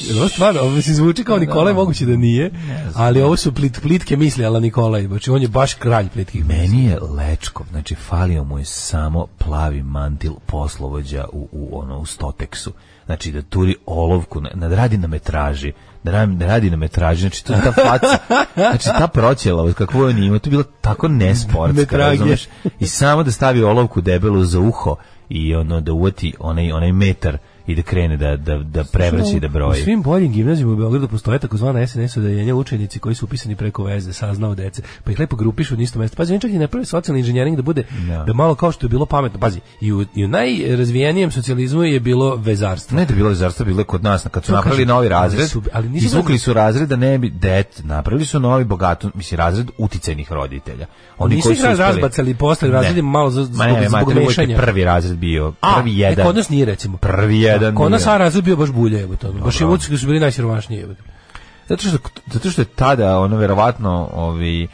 Speaker 6: Jel Ovo stvarno, ovo se zvuči kao Nikolaj, moguće da nije, ali ovo su plit, plitke misli, ali Nikolaj, znači on je baš kralj plitkih misli.
Speaker 5: Meni je Lečkov, znači falio mu je samo plavi mantil poslovođa u, u ono u stoteksu. Znači da turi olovku, na, na, radi na metraži, da radi, da radi na metraži, znači to je ta faca, znači ta proćela, kakvo je on ima, to je bilo tako nesportska,
Speaker 6: Metrage.
Speaker 5: razumeš? I samo da stavi olovku debelu za uho i ono da uvati onaj, onaj metar i da krene da, da, da prevraći i da
Speaker 6: U
Speaker 5: broji.
Speaker 6: svim boljim gimnazijama u Beogradu postoje takozvana SNS odeljenja učenici koji su upisani preko veze, saznao dece, pa ih lepo grupišu na isto mesto. Pazi, oni čak i naprave socijalni inženjering da bude
Speaker 5: Da.
Speaker 6: da malo kao što je bilo pametno. Pazi, i u, i u najrazvijenijem socijalizmu je bilo vezarstvo.
Speaker 5: Ne da je bilo zarstvo, bilo je kod nas, kad su
Speaker 6: To
Speaker 5: napravili
Speaker 6: kažem,
Speaker 5: novi
Speaker 6: ali
Speaker 5: razred,
Speaker 6: su- ali nisu
Speaker 5: izvukli
Speaker 6: radili-
Speaker 5: su razred da ne bi det, napravili su novi bogato, mislim razred uticajnih roditelja. Oni
Speaker 6: Nisu
Speaker 5: koji
Speaker 6: ih
Speaker 5: su uspeli-
Speaker 6: razbacali posle,
Speaker 5: Ne.
Speaker 6: razred je malo za-
Speaker 5: Ma ne,
Speaker 6: zbog-
Speaker 5: ne,
Speaker 6: zbog
Speaker 5: materijalno uvijek je
Speaker 6: mešanja.
Speaker 5: prvi razred bio,
Speaker 6: A,
Speaker 5: prvi
Speaker 6: e,
Speaker 5: jedan.
Speaker 6: kod nas nije recimo.
Speaker 5: Prvi jedan
Speaker 6: Kod nas
Speaker 5: nije.
Speaker 6: A razred bio baš bulje, evo to. Baš i muci su bili najsiromašniji, evo.
Speaker 5: Zato što, zato što je tada, ono, verovatno, ovi,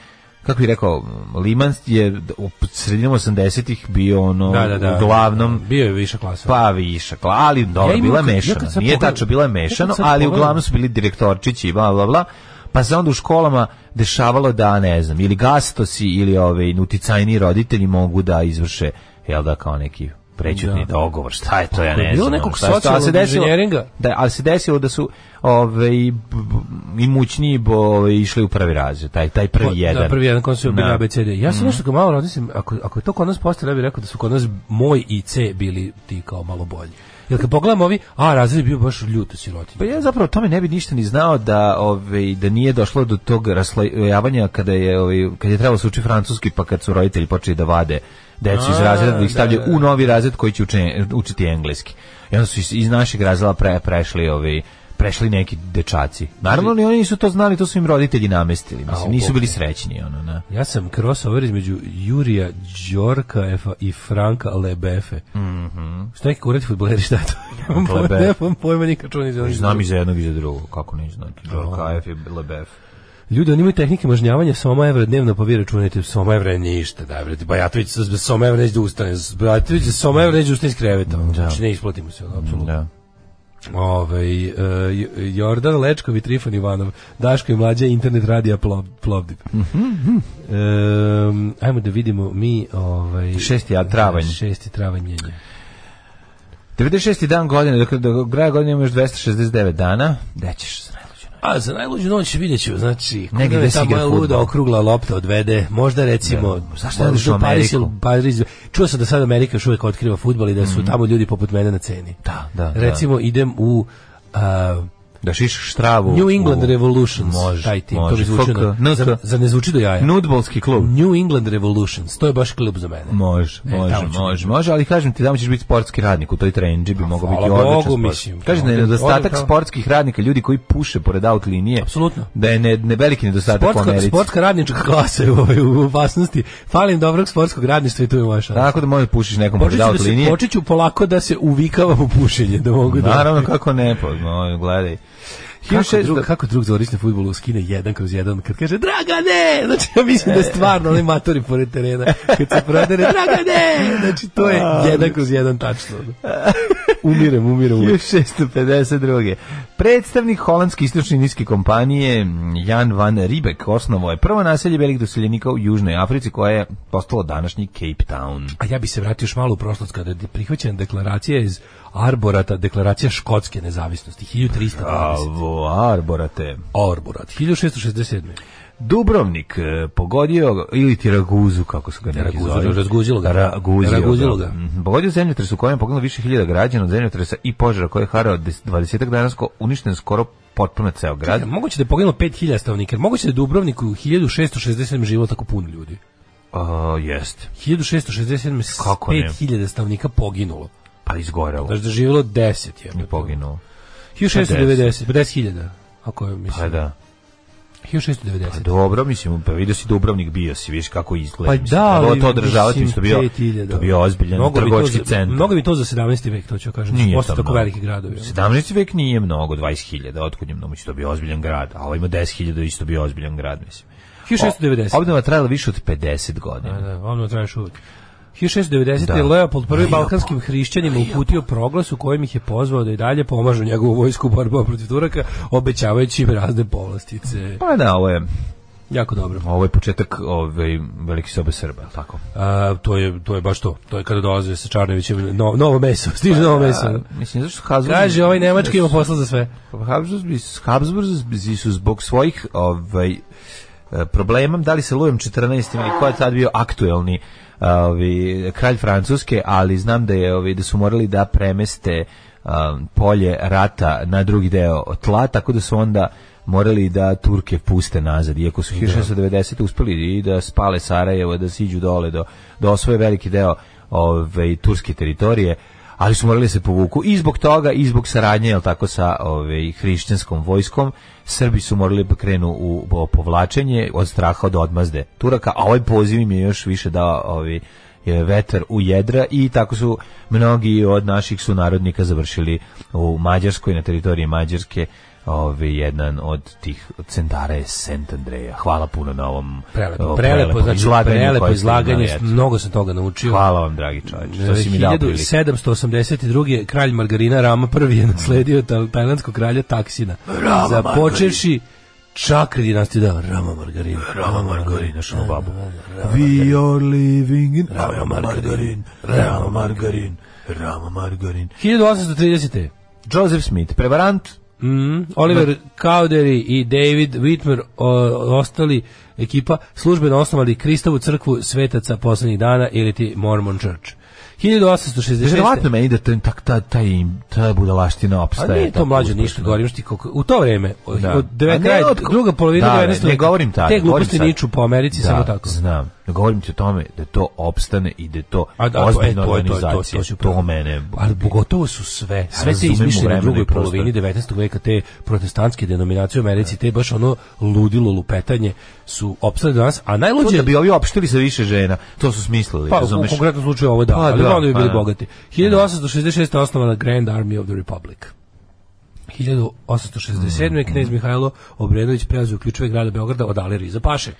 Speaker 5: kako bih rekao, Liman je u sredinom 80-ih bio ono, uglavnom,
Speaker 6: bio je više klasa.
Speaker 5: pa višak, ali dobro,
Speaker 6: Ja imam
Speaker 5: bila je
Speaker 6: kad- ja
Speaker 5: mešana.
Speaker 6: kad sad
Speaker 5: Nije
Speaker 6: pogledam-
Speaker 5: tačno, bila je mešano,
Speaker 6: ja kad sad
Speaker 5: ali
Speaker 6: pogledam-
Speaker 5: uglavnom su bili direktorčići i bla, bla, bla. Pa se onda u školama dešavalo da, ne znam, ili gastosi ili ove, uticajni roditelji mogu da izvrše, jel da, kao neki prećutni
Speaker 6: Da.
Speaker 5: dogovor, šta je to, ja ne
Speaker 6: je
Speaker 5: znam.
Speaker 6: bilo
Speaker 5: ono,
Speaker 6: nekog
Speaker 5: šta je to, ali se
Speaker 6: socijalnog
Speaker 5: desilo-
Speaker 6: inženjeringa?
Speaker 5: Da, ali se desilo da su ove, i b- b- imućniji bo, ove, išli u prvi razred, taj, taj prvi
Speaker 6: Pa,
Speaker 5: jedan.
Speaker 6: Da, prvi jedan kod nas su bili
Speaker 5: Da. Mhm.
Speaker 6: ABCD. Ja sam nešto kao malo razmislim, ako, ako je to kod nas postalo, ja bih rekao da su kod nas moj i C bili ti kao malo bolji. Jer kad pogledam ovi, a razred je bio baš ljuto sirotinje.
Speaker 5: Pa ja zapravo o tome ne bi ništa ni znao da ovaj da nije došlo do tog raslojavanja kada je ovaj kad je trebalo se uči francuski pa kad su roditelji počeli da vade decu iz
Speaker 6: A,
Speaker 5: razreda da ih stavljaju
Speaker 6: da, da, da.
Speaker 5: u novi razred koji će uče- učiti engleski. I onda su iz, iz našeg razreda pre, prešli ovaj prešli neki dečaci. Naravno ni oni nisu to znali, to su im roditelji namestili. Mislim,
Speaker 6: A,
Speaker 5: nisu bili
Speaker 6: ok.
Speaker 5: srećni ono, na.
Speaker 6: Ja sam crossover između Jurija Đorkaefa i Franka Lebefe. Mm
Speaker 5: Mhm.
Speaker 6: Šta je kurati futboleri, šta je to? Nemam pojma,
Speaker 5: Lebe.
Speaker 6: nemam pojma nikad čuo ni za
Speaker 5: Znam i za jednog i za drugog, kako ne znati. KF i Lebef.
Speaker 6: Ljudi, oni imaju tehnike mažnjavanja, soma evra dnevno, pa vi računajte, soma evra je ništa, da pa vrati, Bajatović sa bez soma evra neće da ustane, s- pa Bajatović sa soma evra neće da ustane iz kreveta, znači ne isplatimo se, ono, apsolutno.
Speaker 5: Da.
Speaker 6: Ovaj e, J- Jordan Lečkov i Trifon Ivanov, Daško i mlađa internet radija plov, Plovdiv. Em, ajmo da vidimo mi ovaj
Speaker 5: 6. a, travanj.
Speaker 6: 6. travanj je.
Speaker 5: 96. dan godine, dakle do kraja godine ima još 269 dana, da ćeš se najluđe
Speaker 6: A za najluđu noć vidjet ću, znači,
Speaker 5: Negde
Speaker 6: negdje
Speaker 5: gde
Speaker 6: je
Speaker 5: se
Speaker 6: ta
Speaker 5: igra
Speaker 6: moja
Speaker 5: fudbal.
Speaker 6: luda okrugla lopta odvede, možda recimo,
Speaker 5: Da. Zašto ne odeš u
Speaker 6: možda Paris
Speaker 5: Ameriku? Mhm.
Speaker 6: ili- Paris, čuo sam da sad Amerika još uvijek otkriva futbal i da su tamo ljudi poput mene na ceni.
Speaker 5: Da, da, da.
Speaker 6: Recimo, idem u... a,
Speaker 5: Da šišaš travu.
Speaker 6: New England
Speaker 5: u-
Speaker 6: Revolutions,
Speaker 5: Može,
Speaker 6: taj tim,
Speaker 5: može.
Speaker 6: to mi zvuči
Speaker 5: FK,
Speaker 6: na-
Speaker 5: NK.
Speaker 6: zar, zar ne zvuči do jaja?
Speaker 5: Nudbolski klub.
Speaker 6: New England Revolutions, to je baš klub za mene.
Speaker 5: Može,
Speaker 6: E,
Speaker 5: može,
Speaker 6: tamo ću
Speaker 5: može, može, ali kažem ti, tamo ćeš biti sportski radnik, u toj trenđi bi mogao biti
Speaker 6: hvala
Speaker 5: odličan
Speaker 6: Bogu,
Speaker 5: sport.
Speaker 6: mislim.
Speaker 5: Kažem da je
Speaker 6: Ovdje-
Speaker 5: nedostatak
Speaker 6: ovdje kao-
Speaker 5: sportskih radnika, ljudi koji puše pored aut linije,
Speaker 6: Apsolutno.
Speaker 5: da je ne, ne veliki nedostatak u
Speaker 6: Sportska,
Speaker 5: Americi.
Speaker 6: sportska radnička klasa je u, ovoj- u opasnosti. Falim dobrog sportskog radništva i tu je moja šansa.
Speaker 5: Tako da možeš da pušiš nekom
Speaker 6: Počet
Speaker 5: pored
Speaker 6: ću, da
Speaker 5: aut
Speaker 6: se,
Speaker 5: linije.
Speaker 6: počet ću polako da se uvikavam u pušenje, da mogu da...
Speaker 5: Naravno, kako ne, pa, no, gledaj.
Speaker 6: Kako
Speaker 5: 1600
Speaker 6: drug, kako drug Zorić na futbolu skine jedan kroz jedan kad kaže Dragane! Znači ja mislim da je stvarno onaj matori pored terena kad se prodere Dragane! Znači to je jedan kroz jedan tačno. umirem, umirem, umirem.
Speaker 5: 1652. Predstavnik holandske istočne niske kompanije mm, Jan van Ribek osnovao je prvo naselje velikih doseljenika u Južnoj Africi koja je postalo današnji Cape Town.
Speaker 6: A ja bi se vratio još malo u prošlost kada je prihvaćena deklaracija iz Arborata, deklaracija škotske nezavisnosti, 1320.
Speaker 5: Bravo, Arborate.
Speaker 6: Arborat, 1667.
Speaker 5: Dubrovnik e, pogodio ga, ili ti Raguzu kako su ga neki
Speaker 6: Raguzu,
Speaker 5: zove.
Speaker 6: razguzilo ga.
Speaker 5: Raguzio
Speaker 6: Raguzilo ga.
Speaker 5: Mhm. Pogodio zemljotres u kojem je poginulo više hiljada građana od zemljotresa i požara koji je harao des- 20 dana sko- uništen skoro potpuno ceo grad.
Speaker 6: Čekaj, Moguće da je poginulo 5000 stavnika, jer moguće da je Dubrovnik u 1667 živalo tako puno ljudi.
Speaker 5: A, jeste.
Speaker 6: 1667 s
Speaker 5: Kako ne?
Speaker 6: 5000 stavnika poginulo.
Speaker 5: Pa izgorelo.
Speaker 6: Znači da je živjelo 10 je.
Speaker 5: I poginuo.
Speaker 6: 1690, 50.000. Ako je,
Speaker 5: Pa
Speaker 6: mislim.
Speaker 5: da.
Speaker 6: 1690.
Speaker 5: Pa dobro, mislim, pa vidio si Dubrovnik bio si, viš kako izgleda.
Speaker 6: Pa
Speaker 5: mislim,
Speaker 6: da,
Speaker 5: trebalo
Speaker 6: ali
Speaker 5: to održavati,
Speaker 6: mislim,
Speaker 5: mislim, to bio,
Speaker 6: 5000,
Speaker 5: to bio ozbiljan
Speaker 6: Mnogo bi to
Speaker 5: trgovački
Speaker 6: za-
Speaker 5: centar.
Speaker 6: Mnogo bi to za 17. vek, to ću kažem. Nije Posto
Speaker 5: to
Speaker 6: tako
Speaker 5: mnogo.
Speaker 6: veliki gradovi. ono.
Speaker 5: 17. vek nije mnogo, 20.000, otkud je mnogo, mislim, to bio ozbiljan grad, a ovo ima 10.000, isto bio ozbiljan grad, mislim.
Speaker 6: 1690.
Speaker 5: O- Obnova trajala više od 50 godina.
Speaker 6: Da, da, ono traješ uvek. 1690.
Speaker 5: Da.
Speaker 6: je Leopold I
Speaker 5: Leopold.
Speaker 6: balkanskim hrišćanima uputio proglas u kojem ih je pozvao da i dalje pomažu njegovu vojsku u borbama protiv Turaka, obećavajući im razne povlastice.
Speaker 5: Pa da, ovo je,
Speaker 6: Jako dobro.
Speaker 5: ovo je početak ovaj, velike sobe Srba, je li tako?
Speaker 6: A, to, je, to je baš to. To je kada dolaze sa Čarnevićem no, novo meso.
Speaker 5: Pa
Speaker 6: Stiže novo meso.
Speaker 5: mislim, zašto Habsburg...
Speaker 6: Kaže, ovaj nemački ima posla za sve.
Speaker 5: Habsburgi, Habsburgi su zbog svojih ovaj, e, problema, da li se Lujem 14. ili ko je tad bio aktuelni ovi, kralj Francuske, ali znam da je ovi, da su morali da premeste um, polje rata na drugi deo tla, tako da su onda morali da Turke puste nazad, iako su 1690. uspeli i da spale Sarajevo, da siđu dole, do, da osvoje veliki deo ove, turske teritorije, ali su morali da se povuku i zbog toga i zbog saradnje jel tako sa ovaj hrišćanskom vojskom Srbi su morali da krenu u po- povlačenje od straha od odmazde Turaka a ovaj poziv im je još više dao ovaj je vetar u jedra i tako su mnogi od naših sunarodnika završili u Mađarskoj na teritoriji Mađarske ovaj jedan od tih centara je Sent Andreja. Hvala puno na ovom
Speaker 6: Prelepo,
Speaker 5: ovom
Speaker 6: prelepo,
Speaker 5: prelepom
Speaker 6: znači
Speaker 5: izlaganju
Speaker 6: prelepo
Speaker 5: koje ste
Speaker 6: izlaganje,
Speaker 5: imali, eto.
Speaker 6: mnogo sam toga naučio.
Speaker 5: Hvala vam, dragi čovječe, što si mi dao priliku.
Speaker 6: 1782. kralj Margarina Rama prvi je nasledio taj- tajlandskog kralja Taksina.
Speaker 5: Mhm. Rama
Speaker 6: Započevši čakri dinastiju da Rama Margarina.
Speaker 5: Rama margarina, što babu.
Speaker 6: We are living in
Speaker 5: Rama margarin, rama margarin, rama margarin.
Speaker 6: 1830.
Speaker 5: Joseph Smith, prevarant,
Speaker 6: Mm, Oliver Cowdery i David Whitmer o, ostali ekipa službeno osnovali Kristovu crkvu svetaca poslednjih dana ili ti Mormon Church. 1866.
Speaker 5: verovatno meni da taj, tak, ta, taj, ta budalaština
Speaker 6: A
Speaker 5: opstaje.
Speaker 6: Pa nije to
Speaker 5: tako
Speaker 6: mlađe
Speaker 5: uspešno.
Speaker 6: ništa, govorim ti koliko, u to vreme, od,
Speaker 5: Da.
Speaker 6: od
Speaker 5: A
Speaker 6: deve,
Speaker 5: ne,
Speaker 6: kraj,
Speaker 5: od-
Speaker 6: druga polovina
Speaker 5: Da, ne,
Speaker 6: 19.
Speaker 5: ne govorim tada.
Speaker 6: Te
Speaker 5: govorim
Speaker 6: gluposti
Speaker 5: sad.
Speaker 6: niču po Americi,
Speaker 5: Da,
Speaker 6: samo tako.
Speaker 5: Znam, govorim ti o tome da to opstane i da je to
Speaker 6: A da, to je-
Speaker 5: ozbiljna
Speaker 6: to je- to je- to- to
Speaker 5: organizacija.
Speaker 6: ću
Speaker 5: To
Speaker 6: pravo.
Speaker 5: mene...
Speaker 6: Ali pogotovo su sve, sve te
Speaker 5: razumem u
Speaker 6: izmišljene u
Speaker 5: vremenu
Speaker 6: drugoj
Speaker 5: i prostoru.
Speaker 6: polovini 19. veka, te protestantske denominacije u Americi, te baš ono ludilo lupetanje su opstale do nas, a
Speaker 5: To
Speaker 6: najluđe
Speaker 5: da bi ovi opštili sa više žena, to su smislili,
Speaker 6: Pa, u
Speaker 5: razumeš?
Speaker 6: konkretnom slučaju ovo da,
Speaker 5: Pa
Speaker 6: ali
Speaker 5: da,
Speaker 6: onda bi
Speaker 5: pa
Speaker 6: bili
Speaker 5: da.
Speaker 6: bogati. 1866. je osnovana Grand Army of the Republic.
Speaker 5: Mm,
Speaker 6: 1867. je knez Mihajlo Obrenović preuzeo ključeve grada Beograda od Alirije Zapaše.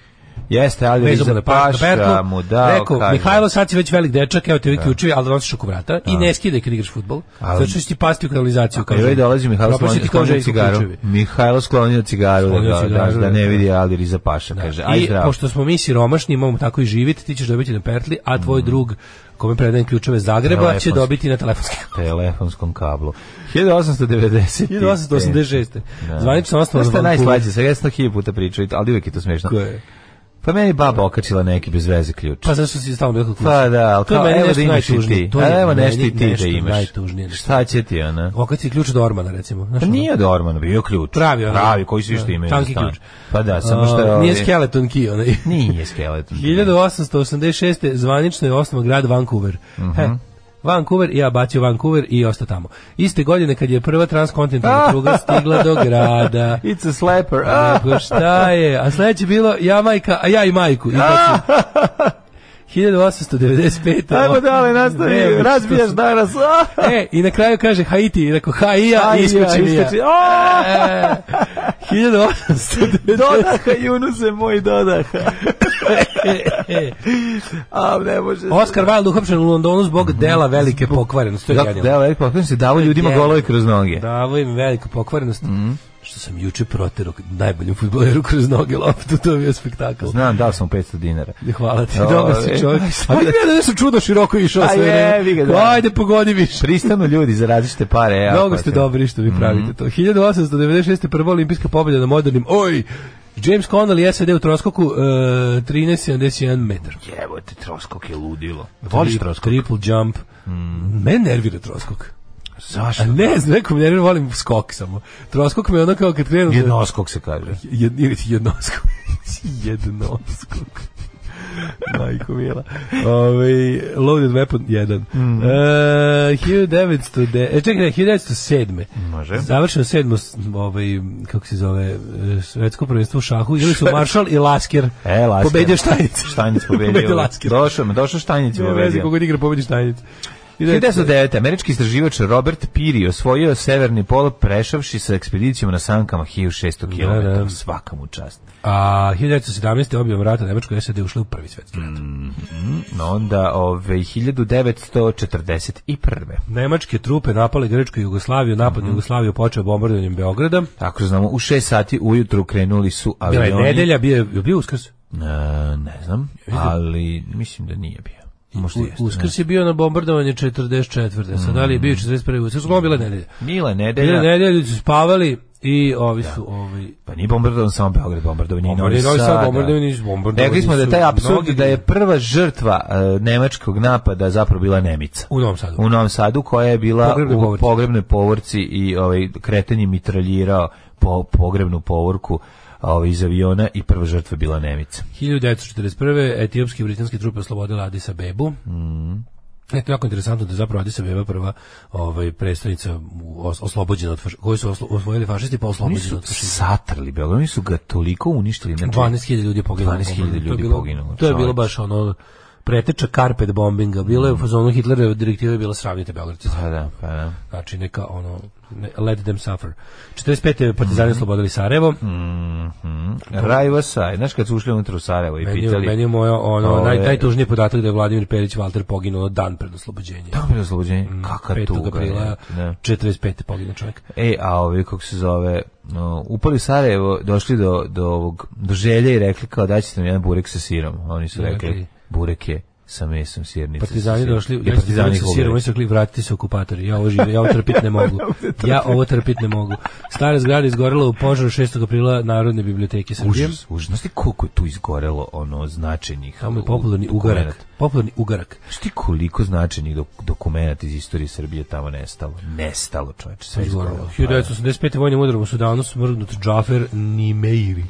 Speaker 5: Jeste, ali
Speaker 6: Vezao
Speaker 5: Riza
Speaker 6: mu na pa- na
Speaker 5: Paša
Speaker 6: perku,
Speaker 5: mu dao...
Speaker 6: rekao,
Speaker 5: kaže-
Speaker 6: Mihajlo, sad si već velik dečak, evo ti ovi ključevi, ali da nosiš oko vrata i ne skidaj kad igraš futbol,
Speaker 5: Ali-
Speaker 6: zato što će ti pasti u kanalizaciju.
Speaker 5: Kao je dolazi E, Mihajlo
Speaker 6: Propašće ti
Speaker 5: sklonio,
Speaker 6: kao
Speaker 5: sklonio
Speaker 6: Željko
Speaker 5: cigaru.
Speaker 6: ključevi.
Speaker 5: Mihajlo sklonio cigaru, da,
Speaker 6: Sklonio
Speaker 5: ga- da,
Speaker 6: cigaru,
Speaker 5: da, ne
Speaker 6: da.
Speaker 5: vidi Ali Riza Paša, kaže, aj
Speaker 6: I
Speaker 5: zdravo.
Speaker 6: pošto smo mi siromašni, imamo tako i živit, ti ćeš dobiti na pertli, a
Speaker 5: Mm.
Speaker 6: tvoj drug kome predajem ključeve Zagreba će
Speaker 5: Telefonski.
Speaker 6: dobiti na telefonski
Speaker 5: telefonskom kablu. 1890.
Speaker 6: 1886.
Speaker 5: Da.
Speaker 6: Zvanično osnovan
Speaker 5: Znaš šta je najslađe, sve ja sam to hilju puta pričao, i to- ali uvijek je to smiješno. Pa meni je baba okačila neki bez veze ključ.
Speaker 6: Pa zašto si stalno bilo
Speaker 5: Pa da, ali
Speaker 6: To je
Speaker 5: kao,
Speaker 6: meni
Speaker 5: evo
Speaker 6: nešto
Speaker 5: da imaš i
Speaker 6: najtužnije.
Speaker 5: ti.
Speaker 6: To
Speaker 5: A
Speaker 6: je
Speaker 5: evo
Speaker 6: meni
Speaker 5: nešto i ti
Speaker 6: nešto
Speaker 5: da imaš.
Speaker 6: najtužnije.
Speaker 5: Šta će ti ona?
Speaker 6: Okaci ti ključ od Ormana, recimo. Znaš,
Speaker 5: Pa
Speaker 6: ono?
Speaker 5: nije od Ormana bio ključ.
Speaker 6: Pravi, ono.
Speaker 5: Pravi, koji svi što
Speaker 6: Da,
Speaker 5: imaju.
Speaker 6: tanki
Speaker 5: za stan.
Speaker 6: ključ.
Speaker 5: Pa da, samo što je...
Speaker 6: A, Nije
Speaker 5: ovaj-
Speaker 6: skeleton key, onaj.
Speaker 5: Nije skeleton.
Speaker 6: 1886. zvanično je osnovan grad Vancouver.
Speaker 5: Mhm.
Speaker 6: He, Vancouver i ja bacio Vancouver i ostao tamo. Iste godine kad je prva transkontinentalna pruga stigla do grada.
Speaker 5: It's a slapper. Ah!
Speaker 6: Nego šta je? A sledeće bilo ja majka, a ja i majku. I znači, to su- 1895.
Speaker 5: Ajmo dalje, nastavi.
Speaker 6: pa Ne, pa
Speaker 5: Razbijaš danas. Ah!
Speaker 6: E, i na kraju kaže Haiti, i rekao Haija
Speaker 5: Aj,
Speaker 6: i iskoči
Speaker 5: ja,
Speaker 6: mi ja.
Speaker 5: iskoči. Ah!
Speaker 6: E, 1800...
Speaker 5: Dodaha, Junuse moj dodaha. A, ne može.
Speaker 6: Oscar Wilde uhapšen u Londonu zbog
Speaker 5: Mhm.
Speaker 6: dela velike pokvarenosti. To je
Speaker 5: Kako
Speaker 6: genijalno.
Speaker 5: deo, Erik Pokren se davo ljudima
Speaker 6: Genijalno.
Speaker 5: golove kroz noge.
Speaker 6: Davo im veliku pokvarenost.
Speaker 5: Mhm.
Speaker 6: Što sam juče protero najboljem futboleru kroz noge loptu, to je bio spektakl.
Speaker 5: Znam, dao sam mu 500 dinara.
Speaker 6: Hvala ti,
Speaker 5: O,
Speaker 6: dobar si
Speaker 5: e,
Speaker 6: čovjek.
Speaker 5: šta
Speaker 6: A
Speaker 5: da
Speaker 6: vidi da nešto čudo široko išao
Speaker 5: A
Speaker 6: sve
Speaker 5: je, vi Pa ga
Speaker 6: vreme.
Speaker 5: da.
Speaker 6: Ajde, pogodi više.
Speaker 5: Pristanu ljudi za različite pare. e,
Speaker 6: Mnogo
Speaker 5: ako
Speaker 6: ste
Speaker 5: se-
Speaker 6: dobri što vi
Speaker 5: Mhm.
Speaker 6: pravite to. 1896. prva olimpijska pobjeda na modernim. Oj! James Connell i SAD u troskoku uh, 13,71 metar.
Speaker 5: Jebote, troskok je ludilo.
Speaker 6: Tri-
Speaker 5: Voliš troskok? Mhm.
Speaker 6: Triple jump. Mene nervira troskok.
Speaker 5: Zašto?
Speaker 6: A ne, znam, neko me nervira, volim skok samo. Troskok me ono kao kad krenu... da-
Speaker 5: Jednoskok se kaže.
Speaker 6: Jed, ili ti jednoskok. jednoskok. Majko mila. Ove, loaded Weapon 1.
Speaker 5: Mhm.
Speaker 6: Mm. E, 1900... De, e, čekaj, ne, 1907.
Speaker 5: Može.
Speaker 6: Završeno sedmo, s- ovaj, kako se zove, e, svetsko prvenstvo u šahu. Ili su Marshall i Lasker.
Speaker 5: E, Lasker.
Speaker 6: Pobedio Štajnic.
Speaker 5: Štajnic pobedio.
Speaker 6: Pobedio Lasker.
Speaker 5: Došao, me, došao Štajnic i
Speaker 6: Nema veze
Speaker 5: pobedio.
Speaker 6: koliko igra pobedi Štajnic.
Speaker 5: 1909. američki istraživač Robert Peary osvojio severni pol prešavši sa ekspedicijom na sankama 1600 km.
Speaker 6: Da, da.
Speaker 5: Svaka mu čast.
Speaker 6: A 1917. objavom rata Nemačkoj SAD ušli u prvi svetski rat.
Speaker 5: No onda ove 1941.
Speaker 6: Nemačke trupe napale Grčku i Jugoslaviju, napad
Speaker 5: Mhm.
Speaker 6: na Jugoslaviju počeo bombardovanjem Beograda.
Speaker 5: Ako znamo, u 6 sati ujutru krenuli su
Speaker 6: Bila
Speaker 5: avioni.
Speaker 6: je nedelja, bio je je bio uskrs.
Speaker 5: E, ne znam, ali mislim da nije bio. Možda jeste.
Speaker 6: U- Uskrs je bio na bombardovanje 44. Sad da li je bio 41. uskrs? Uglavnom bila je nedelja.
Speaker 5: Bila je
Speaker 6: Bila je
Speaker 5: nedelja.
Speaker 6: nedelja, ljudi su spavali i ovi su... Ovi,
Speaker 5: Pa nije bombardovan samo Beograd, bombardovan je i Novi
Speaker 6: Bombardovani
Speaker 5: Sad.
Speaker 6: Novi Sad,
Speaker 5: da.
Speaker 6: bombardovani iz- bombardovani
Speaker 5: Rekli smo da je
Speaker 6: su
Speaker 5: taj apsurd
Speaker 6: mnogi-
Speaker 5: da je prva žrtva e, nemačkog napada zapravo bila Nemica.
Speaker 6: u Novom Sadu.
Speaker 5: U Novom Sadu koja je bila
Speaker 6: Pogrebnoj
Speaker 5: u
Speaker 6: povorci.
Speaker 5: pogrebnoj povorci i ovaj kretanjem mitraljirao po pogrebnu povorku ovaj, iz aviona i prva žrtva je bila Nemica.
Speaker 6: 1941. etiopske i britanske trupe oslobodile Addis Abebu. Mm.
Speaker 5: Mhm.
Speaker 6: E, to je jako interesantno da je zapravo Addis Abeba prva ovaj, predstavnica u- os- oslobođena od fašista. Koji su oslo- osvojili fašisti pa
Speaker 5: Oni
Speaker 6: oslobođeni
Speaker 5: su
Speaker 6: od fašista.
Speaker 5: satrli Beograd, oni su ga toliko uništili. Znači,
Speaker 6: 12.000 ljudi je poginulo.
Speaker 5: 12.000
Speaker 6: To je
Speaker 5: ljudi
Speaker 6: bilo-
Speaker 5: poginulo,
Speaker 6: To je bilo
Speaker 5: čoveče.
Speaker 6: baš ono preteča karpet bombinga. Bilo je
Speaker 5: Mm.
Speaker 6: u fazonu Hitlerove direktive je bila sravnite Beograd. sa
Speaker 5: Pa da, pa da.
Speaker 6: Znači neka ono ne, let them suffer. 45. partizani
Speaker 5: Mhm.
Speaker 6: oslobodili Sarajevo.
Speaker 5: Mm, Rajva Saj, znaš kad su ušli unutra u Sarajevo i
Speaker 6: Meni, je-
Speaker 5: pitali...
Speaker 6: meni je moja ono,
Speaker 5: Ove-
Speaker 6: naj, najtužniji podatak da je Vladimir Perić Valter poginuo dan pred oslobođenjem.
Speaker 5: Tamo je oslobođenje, kaka
Speaker 6: 5.
Speaker 5: tuga.
Speaker 6: Mm, aprila
Speaker 5: ne.
Speaker 6: 45. poginuo čovjek.
Speaker 5: E, a ovi, kako se zove, no, upali u Sarajevo, došli do, do, ovog, do želje i rekli kao da ćete nam jedan burek sa sirom. Oni su rekli,
Speaker 6: Rekli.
Speaker 5: burek je sa mesom sirnice.
Speaker 6: Partizani došli,
Speaker 5: ja
Speaker 6: ja sam
Speaker 5: partizani
Speaker 6: se
Speaker 5: ih
Speaker 6: sirom, ovaj
Speaker 5: ubili.
Speaker 6: oni su rekli vratite se okupatori, ja ovo živim, ja ovo trpit ne mogu. Ja ovo trpit ne mogu. Stara zgrada izgorela u požaru 6. aprila Narodne biblioteke Srbije.
Speaker 5: Užas, užas. Znaš ti koliko je tu izgorelo ono značajnih
Speaker 6: Tamo je
Speaker 5: u-
Speaker 6: popularni
Speaker 5: dokumenata?
Speaker 6: ugarak. Popularni ugarak.
Speaker 5: Znaš ti koliko značajnih dok, dokumenta iz istorije Srbije tamo nestalo? Nestalo, čoveče, sve izgorelo.
Speaker 6: Izgorelo. 1985. vojnim udarom u Sudanu smrgnut Džafer Nimeiri.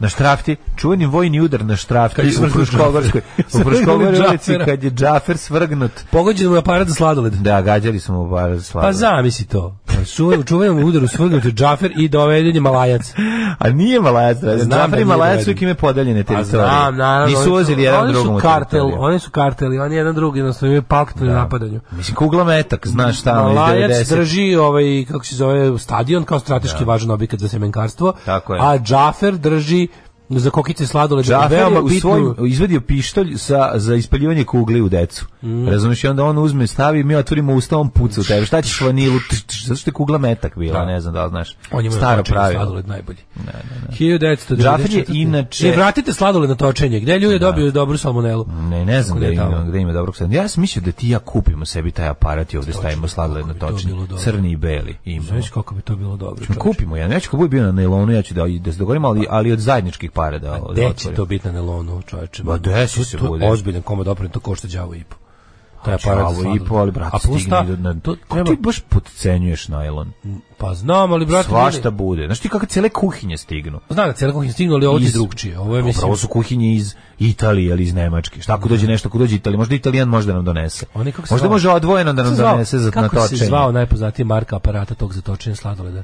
Speaker 5: Na štrafti, čuveni vojni udar na štrafti
Speaker 6: Kad je
Speaker 5: u
Speaker 6: svrgnut
Speaker 5: Fruškogorskoj, u
Speaker 6: Svrgnuli
Speaker 5: Fruškogorskoj ulici
Speaker 6: Džafera.
Speaker 5: kad je Džafer svrgnut.
Speaker 6: Pogođen mu je aparat za sladoled.
Speaker 5: Da, gađali smo mu bar
Speaker 6: Pa
Speaker 5: slavo.
Speaker 6: zamisli to. Pa Čuvaj, čuvaj udaru svrgnut je Džafer i doveden je Malajac.
Speaker 5: A nije Malajac,
Speaker 6: znam da
Speaker 5: Džafer i
Speaker 6: nije
Speaker 5: Malajac
Speaker 6: doveden.
Speaker 5: uvijek ime podeljene
Speaker 6: Pa
Speaker 5: teritorije.
Speaker 6: znam, naravno. oni
Speaker 5: Nisu
Speaker 6: su-
Speaker 5: ulazili jedan
Speaker 6: oni su
Speaker 5: drugom u
Speaker 6: kartel,
Speaker 5: teritoriju.
Speaker 6: Oni su karteli, oni jedan drugi, jednostavno imaju pakt na napadanju.
Speaker 5: Mislim, kugla metak, znaš šta, ono, iz
Speaker 6: Malajac
Speaker 5: 90.
Speaker 6: drži ovaj, kako se zove, stadion kao strateški važan objekat za semenkarstvo,
Speaker 5: Tako je.
Speaker 6: a Džafer drži za kokice sladoleda
Speaker 5: Džafer je
Speaker 6: veoma
Speaker 5: u
Speaker 6: bitnu-
Speaker 5: svojim, izvedio pištolj sa, za ispaljivanje kugli u decu.
Speaker 6: Mm.
Speaker 5: Razumiješ, i onda on uzme, stavi, mi otvorimo usta, on puca u tebe. Šta ćeš vanilu? Tš, tš, Zato što je kugla metak bila,
Speaker 6: Da.
Speaker 5: ne znam da li znaš.
Speaker 6: On ima
Speaker 5: Staro pravilo.
Speaker 6: sladoled najbolji. Ne, ne, ne. 1994.
Speaker 5: Džafer je inače-
Speaker 6: E, vratite sladoled na točenje. Gde ljudi dobiju dobru salmonelu?
Speaker 5: Ne, ne znam
Speaker 6: Kako
Speaker 5: da
Speaker 6: ne
Speaker 5: ima,
Speaker 6: tamo?
Speaker 5: gde ima dobrog sladoleda. Ja sam mislio da ti i ja kupimo sebi taj aparat i ovde stavimo sladoled na
Speaker 6: kako bi to
Speaker 5: točenje.
Speaker 6: bilo dobro.
Speaker 5: Crni i beli. Imamo.
Speaker 6: Znaš kako bi to bilo dobro.
Speaker 5: Ćemo
Speaker 6: čoveče.
Speaker 5: kupimo jedan. Ja ću kupiti bio na nailonu, ja ću da, da se dogovorim, ali, ali od zajedničkih para da, da
Speaker 6: Gde će
Speaker 5: otvorim.
Speaker 6: to biti na nelonu, čoveče?
Speaker 5: Ma, desi
Speaker 6: To-
Speaker 5: se
Speaker 6: to je
Speaker 5: bude.
Speaker 6: Ozbiljan komad oprem, to košta đavo i po. Taj
Speaker 5: Znači,
Speaker 6: aparat za
Speaker 5: ovo i
Speaker 6: sladoled.
Speaker 5: po, ali brate,
Speaker 6: A plus ta,
Speaker 5: stigne do- na,
Speaker 6: to
Speaker 5: kako
Speaker 6: treba,
Speaker 5: ti baš podcenjuješ najlon?
Speaker 6: pa znam, ali brate,
Speaker 5: Svašta
Speaker 6: ljudi-
Speaker 5: bude. Znaš ti kako cele kuhinje stignu?
Speaker 6: Pa Znam da cela kuhinja stignu, ali ovo ti je
Speaker 5: Iz-
Speaker 6: drugčije. Ovo je, Pa mislim,
Speaker 5: Upravo su kuhinje iz Italije ili iz Nemačke. Šta ako dođe nešto, ako dođe Italija, možda Italijan može da nam donese.
Speaker 6: Oni kako se
Speaker 5: Možda
Speaker 6: zvao?
Speaker 5: može odvojeno da
Speaker 6: Kako
Speaker 5: nam
Speaker 6: se zvao-
Speaker 5: donese za na
Speaker 6: Kako se
Speaker 5: točenje.
Speaker 6: zvao najpoznatiji marka aparata tog za točenje sladoleda?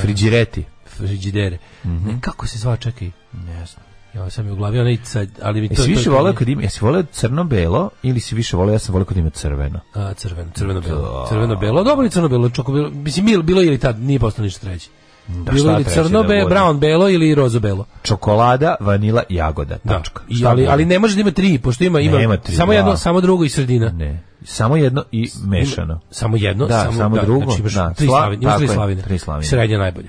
Speaker 5: Friđireti. Mhm.
Speaker 6: Frižidere. Ne, E, Kako se zvao, čekaj.
Speaker 5: Ne znam.
Speaker 6: Ja sam je u glavi onaj sad, ali mi to...
Speaker 5: Jesi
Speaker 6: to-
Speaker 5: više
Speaker 6: to
Speaker 5: voleo
Speaker 6: mi-
Speaker 5: kad ima, jesi voleo crno-belo ili si više voleo, ja sam voleo kad ima crveno?
Speaker 6: A, crveno, crveno-belo. Crveno-belo, dobro i crno-belo. Čoko, bilo, mislim, bilo, bilo je ili tad, nije postalo ništa treće. bilo
Speaker 5: šta
Speaker 6: je ili
Speaker 5: treće da
Speaker 6: crno-be,
Speaker 5: bude?
Speaker 6: brown-belo ili rozo-belo.
Speaker 5: Čokolada, vanila, jagoda, tačka.
Speaker 6: I,
Speaker 5: Šta
Speaker 6: ali,
Speaker 5: bude?
Speaker 6: ali ne može da ima tri, pošto ima, ima,
Speaker 5: Nema tri,
Speaker 6: samo
Speaker 5: da.
Speaker 6: jedno, samo drugo i sredina.
Speaker 5: Ne. Samo jedno i mešano.
Speaker 6: Samo jedno,
Speaker 5: Da,
Speaker 6: samo,
Speaker 5: samo
Speaker 6: da,
Speaker 5: drugo,
Speaker 6: Znači imaš
Speaker 5: da,
Speaker 6: tri
Speaker 5: sla-
Speaker 6: slavine, imaš
Speaker 5: tako
Speaker 6: tri
Speaker 5: je,
Speaker 6: slavine.
Speaker 5: tri slavine.
Speaker 6: Srednja najbolja.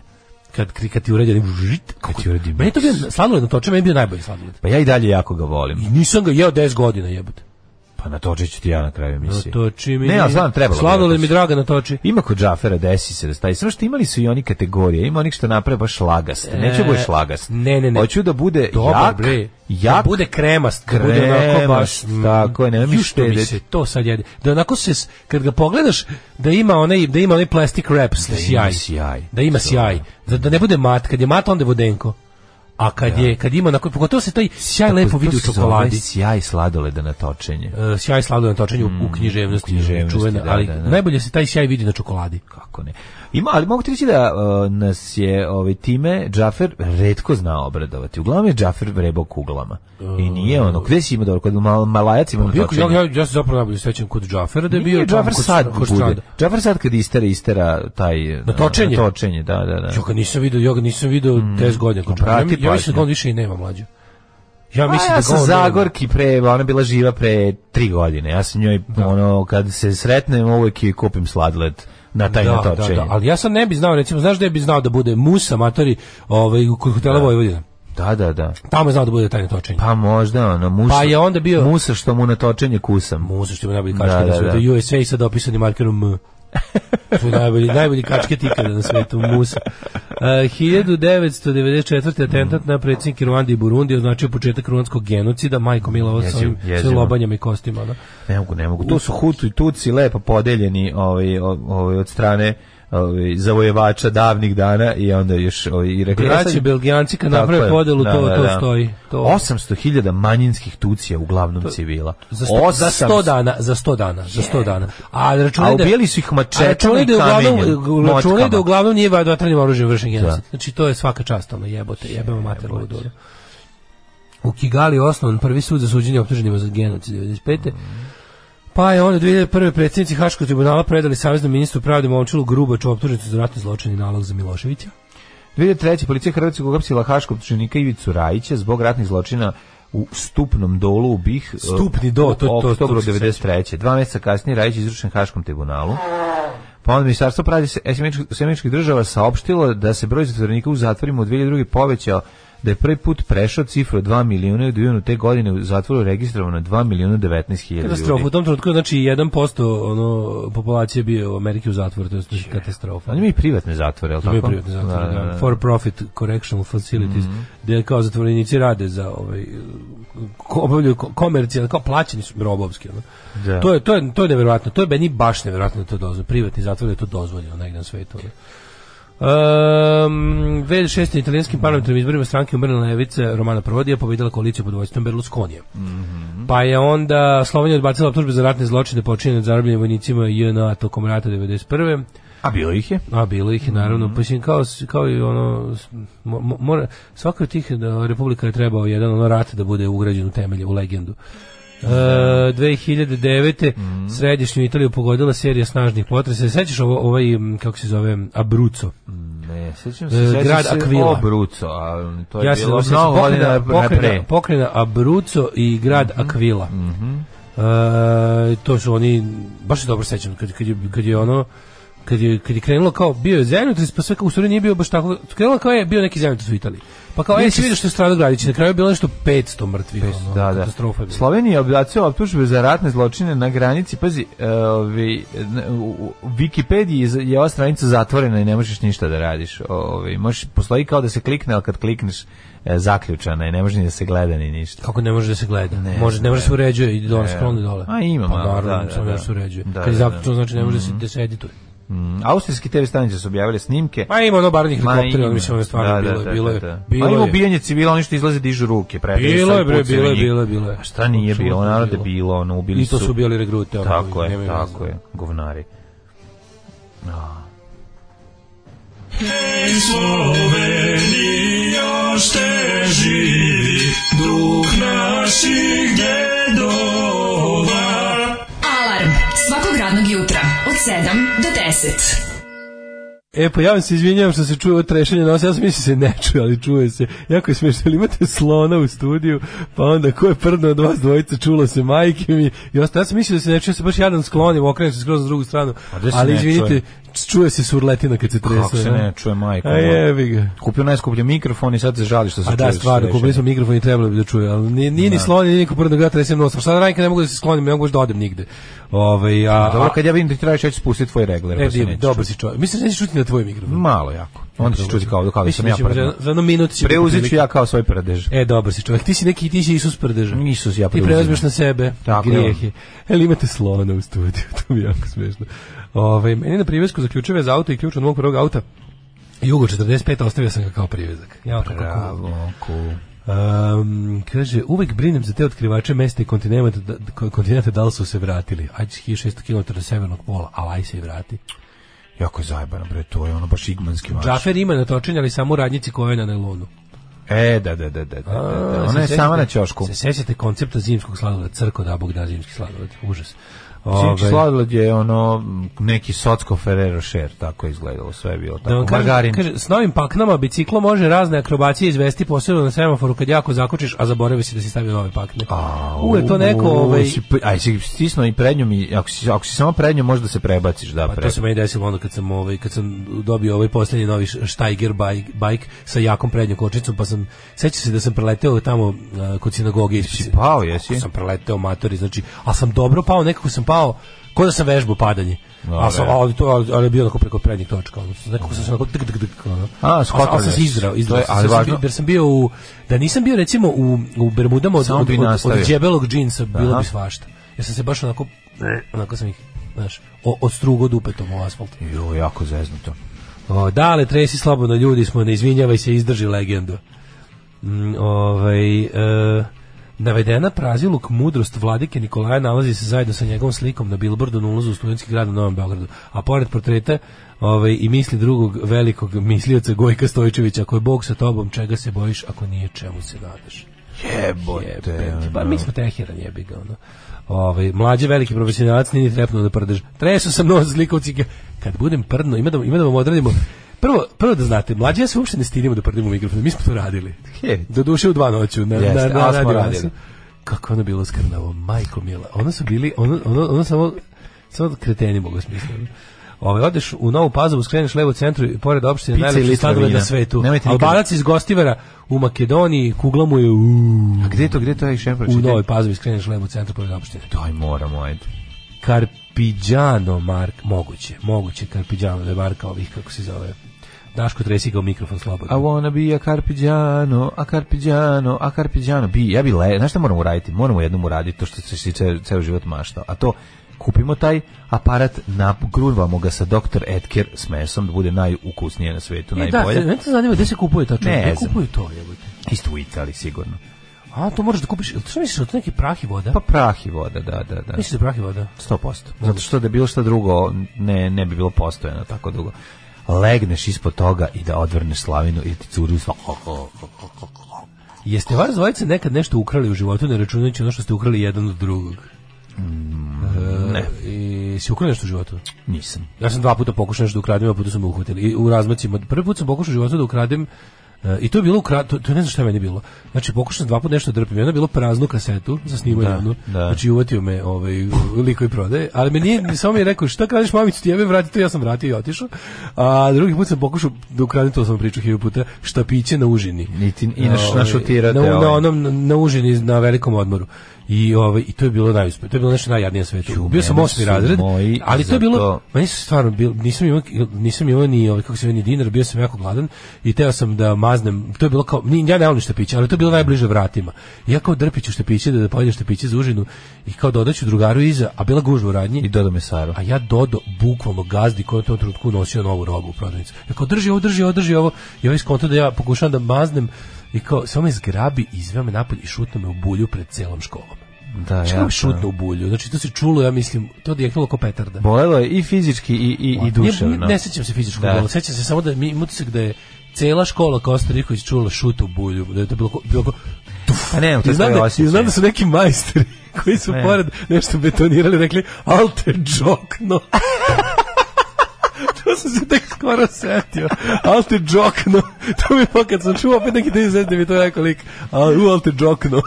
Speaker 6: Kad, kad, kad ti uredi jedan žit, kako ti uredi. Meni je to bio sladoled na toče, meni je bio najbolji sladoled.
Speaker 5: Pa ja i dalje jako ga volim.
Speaker 6: I nisam ga jeo 10 godina, jebote.
Speaker 5: Pa natočit ću ti ja na kraju emisije.
Speaker 6: Natoči mi.
Speaker 5: Ne, ali znam, trebalo bi
Speaker 6: Sladoled
Speaker 5: natočiti.
Speaker 6: mi draga natoči.
Speaker 5: Ima kod Džafera, desi se da stavi. Samo što imali su i oni kategorije. Ima onih što naprave baš lagaste. Neću bude šlagast.
Speaker 6: E, Ne, ne, ne.
Speaker 5: Hoću da bude
Speaker 6: Dobar,
Speaker 5: E, jak,
Speaker 6: bre.
Speaker 5: jak,
Speaker 6: Da bude kremast, da bude onako baš... mm,
Speaker 5: Kremast, tako je, nemoj mi
Speaker 6: Ju, što mi
Speaker 5: štedeti.
Speaker 6: se to sad jede. Da onako se, s- kad ga pogledaš, da ima onaj, da ima onaj plastic wrap, da sjaj.
Speaker 5: sjaj.
Speaker 6: Da ima sjaj. Da, da ne bude mat, kad je mat, onda je vodenko. A kad je, kad ima, onako, pogotovo se taj sjaj lepo
Speaker 5: Pa To
Speaker 6: vidi u
Speaker 5: se zove
Speaker 6: čokoladi.
Speaker 5: Sjaj sladoleda na točenje.
Speaker 6: E, sjaj sladoleda točenju u književnosti,
Speaker 5: Mm, književnosti,
Speaker 6: čuvena,
Speaker 5: da,
Speaker 6: ali
Speaker 5: da, da.
Speaker 6: najbolje se taj sjaj vidi na čokoladi.
Speaker 5: Kako ne? Ima, ali mogu ti reći da e, nas je ovaj time Džafer redko zna obradovati. Uglavnom je Džafer vrebao kuglama. I nije ono, gde si ima dobro, kod mal, malajac ima
Speaker 6: E. Pa Bio, ja,
Speaker 5: natočenje.
Speaker 6: ja, ja se zapravo najbolje sećam kod Džafera da je bio
Speaker 5: Pa Nije Džafer
Speaker 6: tamo kod-
Speaker 5: sad
Speaker 6: kod
Speaker 5: bude.
Speaker 6: Štranda.
Speaker 5: Džafer sad kad istera, istera taj... e,
Speaker 6: Natočenje?
Speaker 5: Natočenje, da, da, da.
Speaker 6: Ja ga nisam video, ja ga nisam video
Speaker 5: Mm.
Speaker 6: 10 godina. Kod
Speaker 5: obrati
Speaker 6: ja, mi- ja mislim
Speaker 5: pažnju.
Speaker 6: da on više i nema mlađu. Ja
Speaker 5: Pa
Speaker 6: mislim
Speaker 5: ja
Speaker 6: da
Speaker 5: sam
Speaker 6: ga on nema.
Speaker 5: Zagorki pre, ona je bila živa pre tri godine. Ja sam njoj, ono, kad se sretnem, uvijek i kupim sladoled na taj
Speaker 6: Da, da,
Speaker 5: natočenje.
Speaker 6: da, ali ja sam ne bi znao, recimo, znaš da bi znao da bude Musa, matori, ovaj, kod hotela Vojvodina.
Speaker 5: da, da, da.
Speaker 6: Tamo je znao da bude tajno točenje.
Speaker 5: Pa možda, ono, musa,
Speaker 6: Pa je onda bio-
Speaker 5: musa što mu natočenje kusam.
Speaker 6: Musa što ima najbolji
Speaker 5: Da,
Speaker 6: kačket
Speaker 5: da,
Speaker 6: na svetu.
Speaker 5: da.
Speaker 6: USA i sad opisani markerom M. To je najbolji, najbolji kačket ikada na svetu, Musa. Uh, 1994. atentat na predsjednike Ruandi i Burundi označio početak ruandskog genocida, majko mila, ovo sa
Speaker 5: Jezivo,
Speaker 6: ovim sve
Speaker 5: jezivo.
Speaker 6: lobanjama i kostima. Da.
Speaker 5: Ne mogu, ne mogu. Tu su Hutu i Tuci lepo podeljeni ovaj, o- ovaj, od strane ovaj, zavojevača davnih dana i onda još ovaj, i rekli... ja
Speaker 6: Braći
Speaker 5: sad-
Speaker 6: Belgijanci kad
Speaker 5: Tako
Speaker 6: naprave
Speaker 5: je,
Speaker 6: podelu,
Speaker 5: da,
Speaker 6: to,
Speaker 5: da,
Speaker 6: to
Speaker 5: da.
Speaker 6: stoji. To.
Speaker 5: 800.000 manjinskih Tucija, uglavnom civila.
Speaker 6: Za 100, za 100
Speaker 5: 800.000.
Speaker 6: dana, za 100 dana, za 100 dana. A
Speaker 5: A
Speaker 6: računaj da
Speaker 5: ubijali su ih
Speaker 6: A
Speaker 5: mačetom
Speaker 6: računaj
Speaker 5: i
Speaker 6: da je
Speaker 5: kamenjem,
Speaker 6: uglavnom, računaj da
Speaker 5: motkama.
Speaker 6: uglavnom nije vatrenim oružjem vršen genocid.
Speaker 5: Da.
Speaker 6: Znači to je svaka čast, ono jebote, jebemo mater ludu. ono. U Kigali je osnovan prvi sud za suđenje optuženima za genocid 95. Pa je onda 2001. predsjednici Haškog tribunala predali saveznom ministru pravde Momčilu Grubaču optužnicu za ratni zločin i nalog za Miloševića.
Speaker 5: 2003. policija Hrvatskog uhapsila Haškog optuženika Ivicu Rajića zbog ratnih zločina u stupnom dolu u Bih e,
Speaker 6: Stupni do, to- to- to
Speaker 5: oktobru
Speaker 6: se
Speaker 5: 93. Dva mjeseca kasnije Rajić je izručen Haškom tribunalu. Pa onda ministarstvo pravde se Sjemeničkih država saopštilo da se broj zatvorenika u zatvorima u 2002. povećao da je prvi put prešao cifru od 2 milijuna i u junu te godine u zatvoru registrovano 2 milijuna 19 hiljada
Speaker 6: Katastrofa. U
Speaker 5: ljudi.
Speaker 6: tom trenutku znači 1% ono, populacije bio u Ameriki u zatvoru, to je katastrofa.
Speaker 5: On ima i privatne zatvore, je li tako?
Speaker 6: Bio privatni zatvor, da, Mhm. for profit correctional facilities, gdje kao zatvorenici rade za ovaj ko- obavljaju ko- komercijalno, kao plaćeni su robovski. Ono.
Speaker 5: Da.
Speaker 6: To, je, to, je, to je neverovatno, to je meni baš neverovatno da to dozvoljeno, privatni zatvor da je to dozvoljeno negdje na svetu. Ono. Um, 2006. italijanskim parlamentarnim izborima stranke umrla levica Romana Provodija pobedila koaliciju pod vojstvom Berlusconija. Pa je onda Slovenija odbacila optužbe za ratne zločine počinjene od zarobljenim vojnicima JNA tokom rata 91.
Speaker 5: A bilo ih je.
Speaker 6: A bilo ih je naravno, pa mislim kao s- kao i ono s- mo- mo- mora svaka od tih da, republika je trebao jedan ono rat da bude ugrađen u temelje, u legendu. E, 2009. središnju Italiju pogodila serija snažnih potresa. Sećaš ovo, ovaj, m, kako se zove, Abruzzo?
Speaker 5: Ne, sećam
Speaker 6: E,
Speaker 5: se, sećam
Speaker 6: grad
Speaker 5: se
Speaker 6: Akvila.
Speaker 5: Obruco, a to Pa je
Speaker 6: ja se
Speaker 5: bilo
Speaker 6: se-
Speaker 5: mnogo
Speaker 6: pokrena-
Speaker 5: godina
Speaker 6: pokrena,
Speaker 5: pre.
Speaker 6: pokrena Abruzzo i grad
Speaker 5: Mhm.
Speaker 6: Akvila. E, to su oni baš se dobro sećam kad kad je, kad je ono kad je, kad je krenulo kao bio je zemljotres pa sve kao u stvari nije bio baš tako krenulo kao je bio neki zemljotres u Italiji pa kao
Speaker 5: Neki
Speaker 6: je se vidi što je stradao gradić na kraju je bilo nešto 500 mrtvih ono,
Speaker 5: Da, da.
Speaker 6: katastrofa je bila.
Speaker 5: Slovenija je odbacila optužbe za ratne zločine na granici. Pazi, e, ovi, na- u u Wikipediji je ova stranica zatvorena i ne možeš ništa da radiš. Ovi, možeš, postoji kao da se klikne, ali kad klikneš e, zaključana je, ne može ni da se gleda ni ništa.
Speaker 6: kako ne može da se gleda
Speaker 5: Ne,
Speaker 6: može ne može
Speaker 5: ne.
Speaker 6: se uređuje i dole skloni dole
Speaker 5: A, ima
Speaker 6: pa,
Speaker 5: malo,
Speaker 6: naravno,
Speaker 5: da, da,
Speaker 6: samo ne može
Speaker 5: da.
Speaker 6: se uređuje
Speaker 5: Da,
Speaker 6: kad je
Speaker 5: da, da.
Speaker 6: zaključeno, znači ne može da se, da se edituje
Speaker 5: Mm, Austrijski TV stanice su objavile snimke.
Speaker 6: pa ima ono bar njih
Speaker 5: Ma,
Speaker 6: helikoptera
Speaker 5: ima.
Speaker 6: mislim ono je stvarno
Speaker 5: Da,
Speaker 6: bilo je
Speaker 5: da,
Speaker 6: bilo
Speaker 5: da,
Speaker 6: je
Speaker 5: da, da.
Speaker 6: bilo
Speaker 5: Ma ima
Speaker 6: je
Speaker 5: ubijanje civila, oni što izlaze dižu ruke. predaju
Speaker 6: Bilo
Speaker 5: se
Speaker 6: je,
Speaker 5: i
Speaker 6: bre,
Speaker 5: pucaju
Speaker 6: bilo je,
Speaker 5: njih.
Speaker 6: bilo je, bilo je.
Speaker 5: A šta nije
Speaker 6: Apsolutno
Speaker 5: bilo, naravno da je
Speaker 6: bilo.
Speaker 5: bilo, ono, ubili
Speaker 6: I to su bili regrute. ono,
Speaker 5: Tako
Speaker 6: koji
Speaker 5: je,
Speaker 6: nemaju veze.
Speaker 5: tako je, govnari.
Speaker 8: Slovenija šte živi,
Speaker 4: 7 do 10.
Speaker 6: E, pa ja vam se izvinjam što se čuje trešanje nosa, ja sam mislio se ne čuje, ali čuje se. Jako je smiješno, ali imate slona u studiju, pa onda ko je prdno od vas dvojica, čulo se majke mi. I osta, ja sam mislio da se ne čuje, ja se baš jadan sklonim, okrenem se skroz na drugu stranu.
Speaker 5: A gde se
Speaker 6: Ali
Speaker 5: ne
Speaker 6: izvinite,
Speaker 5: čuje?
Speaker 6: čuje se surletina kad se trese.
Speaker 5: Kako se
Speaker 6: a?
Speaker 5: ne čuje majka?
Speaker 6: A jebi ga.
Speaker 5: Kupio najskuplji mikrofon i sad se žali što se
Speaker 6: A da,
Speaker 5: čuje
Speaker 6: stvarno,
Speaker 5: sve
Speaker 6: kupili
Speaker 5: više.
Speaker 6: smo mikrofon i trebalo bi da čuje, ali nije, nije ni slon, nije niko prdno gledati, resem nos. Pa Šta da radim kad ne mogu da se sklonim, ne mogu baš da odem nigde. Ove, a,
Speaker 5: A Pa Dobro, kad ja vidim da ti tražiš, ja ću spustiti tvoj regler.
Speaker 6: E,
Speaker 5: pa se
Speaker 6: divno,
Speaker 5: neću
Speaker 6: dobro
Speaker 5: čuti.
Speaker 6: si čovjek. Mislim da nećeš čuti na tvoj mikrofon.
Speaker 5: Malo jako. Onda ću čuti Pa kao, kao da sam ja
Speaker 6: Mislim da ćemo
Speaker 5: prdno.
Speaker 6: za- Za jednu minutu će biti
Speaker 5: Preuzet ću
Speaker 6: prilike.
Speaker 5: ja kao svoj prdež.
Speaker 6: E, dobar si čovjek. Ti si neki, ti si Isus prdeža.
Speaker 5: Isus ja
Speaker 6: Ti
Speaker 5: preuzimam.
Speaker 6: preuzmeš na sebe
Speaker 5: Tako je.
Speaker 6: grijehe. Eli imate slona u studiju, to mi je jako smiješno. Ove, meni na privesku za ključeve za auto i ključ od mog prvog auta Jugo 45 ostavio sam ga kao privezak. Ja, kako cool.
Speaker 5: Bravo, cool.
Speaker 6: Um, kaže, uvek brinem za te otkrivače mesta i kontinenta, da, ko- kontinenta da li su se vratili. Ajde 1600 km do severnog pola, ali aj se i vrati.
Speaker 5: Jako je zajebano, bre, to je ono baš igmanski mač.
Speaker 6: Džafer ima natočenje, ali samo u radnjici koja je na nelonu.
Speaker 5: E, da, da, da, da, da, da, da.
Speaker 6: A, E, se
Speaker 5: Ona je
Speaker 6: sećate-
Speaker 5: sama na ćošku.
Speaker 6: Se sećate koncepta zimskog sladoleda, crko da bog da zimski sladoled, užas.
Speaker 5: Sinči
Speaker 6: Ovaj,
Speaker 5: sladoled je ono m, neki socko Ferrero Rocher, tako je izgledalo, sve je bilo tako.
Speaker 6: Da vam
Speaker 5: Margarin.
Speaker 6: kažem, kaže, s novim paknama biciklo može razne akrobacije izvesti posebno na semaforu kad jako zakočiš, a zaboravi si da si stavio nove pakne.
Speaker 5: A,
Speaker 6: U, je to neko,
Speaker 5: u,
Speaker 6: ovaj,
Speaker 5: si pri- aj, si stisno i prednjom, i, ako, si, ako si samo prednjom, možda se prebaciš, da,
Speaker 6: Pa
Speaker 5: pre.
Speaker 6: to se meni desilo onda kad sam ovaj kad sam dobio ovaj poslednji novi Steiger bike, bike sa jakom prednjom kočnicom pa sam sećam se da sam preleteo tamo uh, kod sinagoge ispred.
Speaker 5: pao, jesi?
Speaker 6: Kako Sam preleteo matori, znači, al sam dobro pao, nekako sam pao kao da sam vežbao padanje.
Speaker 5: Dobre.
Speaker 6: A sam ali to ali, ali je bio onako preko prednjih točka, ono, nekako sam se onako dik dik dik. Ono.
Speaker 5: A,
Speaker 6: Al sam- al sam
Speaker 5: skotrljaš.
Speaker 6: se izdrao, izdrao.
Speaker 5: To je-
Speaker 6: sam se,
Speaker 5: ali
Speaker 6: jer sam
Speaker 5: važno-
Speaker 6: bio- jer sam bio u da nisam bio recimo u u Bermudama od
Speaker 5: Samo
Speaker 6: od,
Speaker 5: bi
Speaker 6: od, od,
Speaker 5: nastavio.
Speaker 6: džebelog džinsa bilo
Speaker 5: Aha.
Speaker 6: bi svašta. Ja sam se baš onako onako sam ih znaš, o- odstrugo dupetom u asfalt.
Speaker 5: Jo, jako zeznuto.
Speaker 6: O, dale, tresi slobodno, ljudi smo, ne izvinjavaj se, izdrži legendu. Mm, ovaj, e, navedena praziluk mudrost vladike Nikolaja nalazi se zajedno sa njegovom slikom na bilbordu na ulazu u studentski grad u Novom Beogradu, a pored portreta ovaj, i misli drugog velikog mislioca Gojka Stojčevića, ako je Bog sa tobom, čega se bojiš, ako nije čemu se nadaš.
Speaker 5: Jebote. ono.
Speaker 6: Jebem ti, Pa mi smo tehiran jebi ga ono. Ovaj mlađi veliki profesionalac nije trepnuo da prdež. Treso sam nos zlikovci kad budem prdno ima da ima da vam odradimo. Prvo, prvo da znate, mlađi ja se uopšte ne stidimo da prdimo u mikrofon. Mi smo to radili.
Speaker 5: Je.
Speaker 6: Do duše u dva noću na
Speaker 5: Jeste,
Speaker 6: na, na,
Speaker 5: ali smo
Speaker 6: radio
Speaker 5: radili.
Speaker 6: Asu. Kako je ono bilo skrnavo, majko mila. Ono su bili ono ono, ono samo samo kreteni mogu smisliti. Ovaj odeš u Novu Pazovu, skreneš levo u centru i pored opštine
Speaker 5: Pizza i
Speaker 6: najlepši
Speaker 5: litra
Speaker 6: sladoled na
Speaker 5: vina.
Speaker 6: svetu.
Speaker 5: Nemojte nikad-
Speaker 6: Albanac iz Gostivara u Makedoniji, kugla mu je uuu.
Speaker 5: A gde je to, gde je to, aj, šem
Speaker 6: U
Speaker 5: pročitaj?
Speaker 6: Novoj Pazovi skreneš levo u centru pored opštine.
Speaker 5: Daj, moramo, ajde.
Speaker 6: Karpiđano, Mark, moguće, moguće Karpiđano, da je Marka ovih, kako se zove. Daško tresi ga u mikrofon
Speaker 5: I
Speaker 6: slobodno.
Speaker 5: wanna be a Carpigiano, a Carpigiano, a Carpigiano. Bi, ja bi le, znaš šta moramo uraditi? Moramo jednom uraditi to što se si ceo, ceo život maštao. A to, kupimo taj aparat, nagrunvamo ga sa Dr. Edker s mesom, da bude najukusnije na svetu,
Speaker 6: E, da,
Speaker 5: najbolje.
Speaker 6: mene to zanima, gde se kupuje ta čovjek?
Speaker 5: Ne
Speaker 6: Gde
Speaker 5: znam.
Speaker 6: kupuje to, jebote?
Speaker 5: Isto u Italiji, sigurno.
Speaker 6: A, to moraš da kupiš, ili to što misliš, da je to neki prah i voda?
Speaker 5: Pa prah i voda, da, da, da.
Speaker 6: Misliš da je prah i voda?
Speaker 5: 100%. Zato što da je bilo šta drugo, ne, ne bi bilo postojano tako dugo. Legneš ispod toga i da odvrneš slavinu i ti curi u sva...
Speaker 6: Jeste vas dvojice nekad nešto ukrali u životu, ne računajući ono što ste ukrali jedan od drugog?
Speaker 5: Ne,
Speaker 6: E, I si ukrali nešto u životu?
Speaker 5: nisam.
Speaker 6: Ja sam dva puta pokušao nešto da ukradem, a puta sam me uhvatili. I u razmacima. Prvi put sam pokušao u životu da ukradem e, I to je bilo ukra... to, to ne znam šta je meni bilo. Znači pokušao sam dva puta nešto da drpim. Jedno je bilo praznu kasetu za snimanje
Speaker 5: Da,
Speaker 6: ono.
Speaker 5: da.
Speaker 6: Znači uvatio me ovaj liko i prodaje, ali me nije samo mi je rekao šta kradeš mamicu ti jebe vrati to ja sam vratio i otišao. A drugi put sam pokušao da ukradem to sam pričao hiljadu puta šta piće na užini.
Speaker 5: I ti- i naš-
Speaker 6: Ovaj,
Speaker 5: našutirate,
Speaker 6: na,
Speaker 5: ovaj.
Speaker 6: na onom na, na užini na velikom odmoru. I ovaj i to je bilo najuspe. To je bilo nešto najjadnije na svetu.
Speaker 5: Ju,
Speaker 6: Bio sam
Speaker 5: meni
Speaker 6: osmi
Speaker 5: su
Speaker 6: razred,
Speaker 5: moji
Speaker 6: ali to
Speaker 5: za
Speaker 6: je bilo
Speaker 5: to-
Speaker 6: Ma nisam stvarno bil, nisam imao, nisam imao ni ovaj kako se zove, ni dinar, bio sam jako gladan i teo sam da maznem, to je bilo kao, ni, ja ne volim štapiće, ali to je bilo najbliže vratima. I ja kao drpiću štapiće, da, da pojedem štapiće za užinu i kao dodaću drugaru iza, a bila gužva u radnji.
Speaker 5: I dodo mesaru.
Speaker 6: A ja Dodo bukvalno gazdi koji je u tom trenutku nosio novu robu u prodavnicu. Ja kao drži ovo, drži ovo, drži ovo. I ovaj skonto da ja pokušavam da maznem i kao samo me zgrabi, izveo me napolje i šutno me u bulju pred celom školom.
Speaker 5: Da,
Speaker 6: Šta
Speaker 5: jako
Speaker 6: me šutno u bulju? Znači to se čulo, ja mislim, to je kao petarda.
Speaker 5: Bolelo je i fizički i, i, i
Speaker 6: Ne,
Speaker 5: duševno.
Speaker 6: ne sećam se fizičkog
Speaker 5: Da.
Speaker 6: bola, sećam se samo da mi imam utisak da je cela škola Kosta Riković čula šut u bulju, da je to bilo, ko- bilo ko-
Speaker 5: Pa ne, to je
Speaker 6: I znam,
Speaker 5: tvoj
Speaker 6: da,
Speaker 5: osjećaj.
Speaker 6: i znam da su neki majstori koji su pored nešto betonirali, rekli alte džokno. to sam se tek skoro setio. Alte džokno. to mi pa kad sam čuo opet neki dan izvesti mi to rekao lik. A, u alte džokno.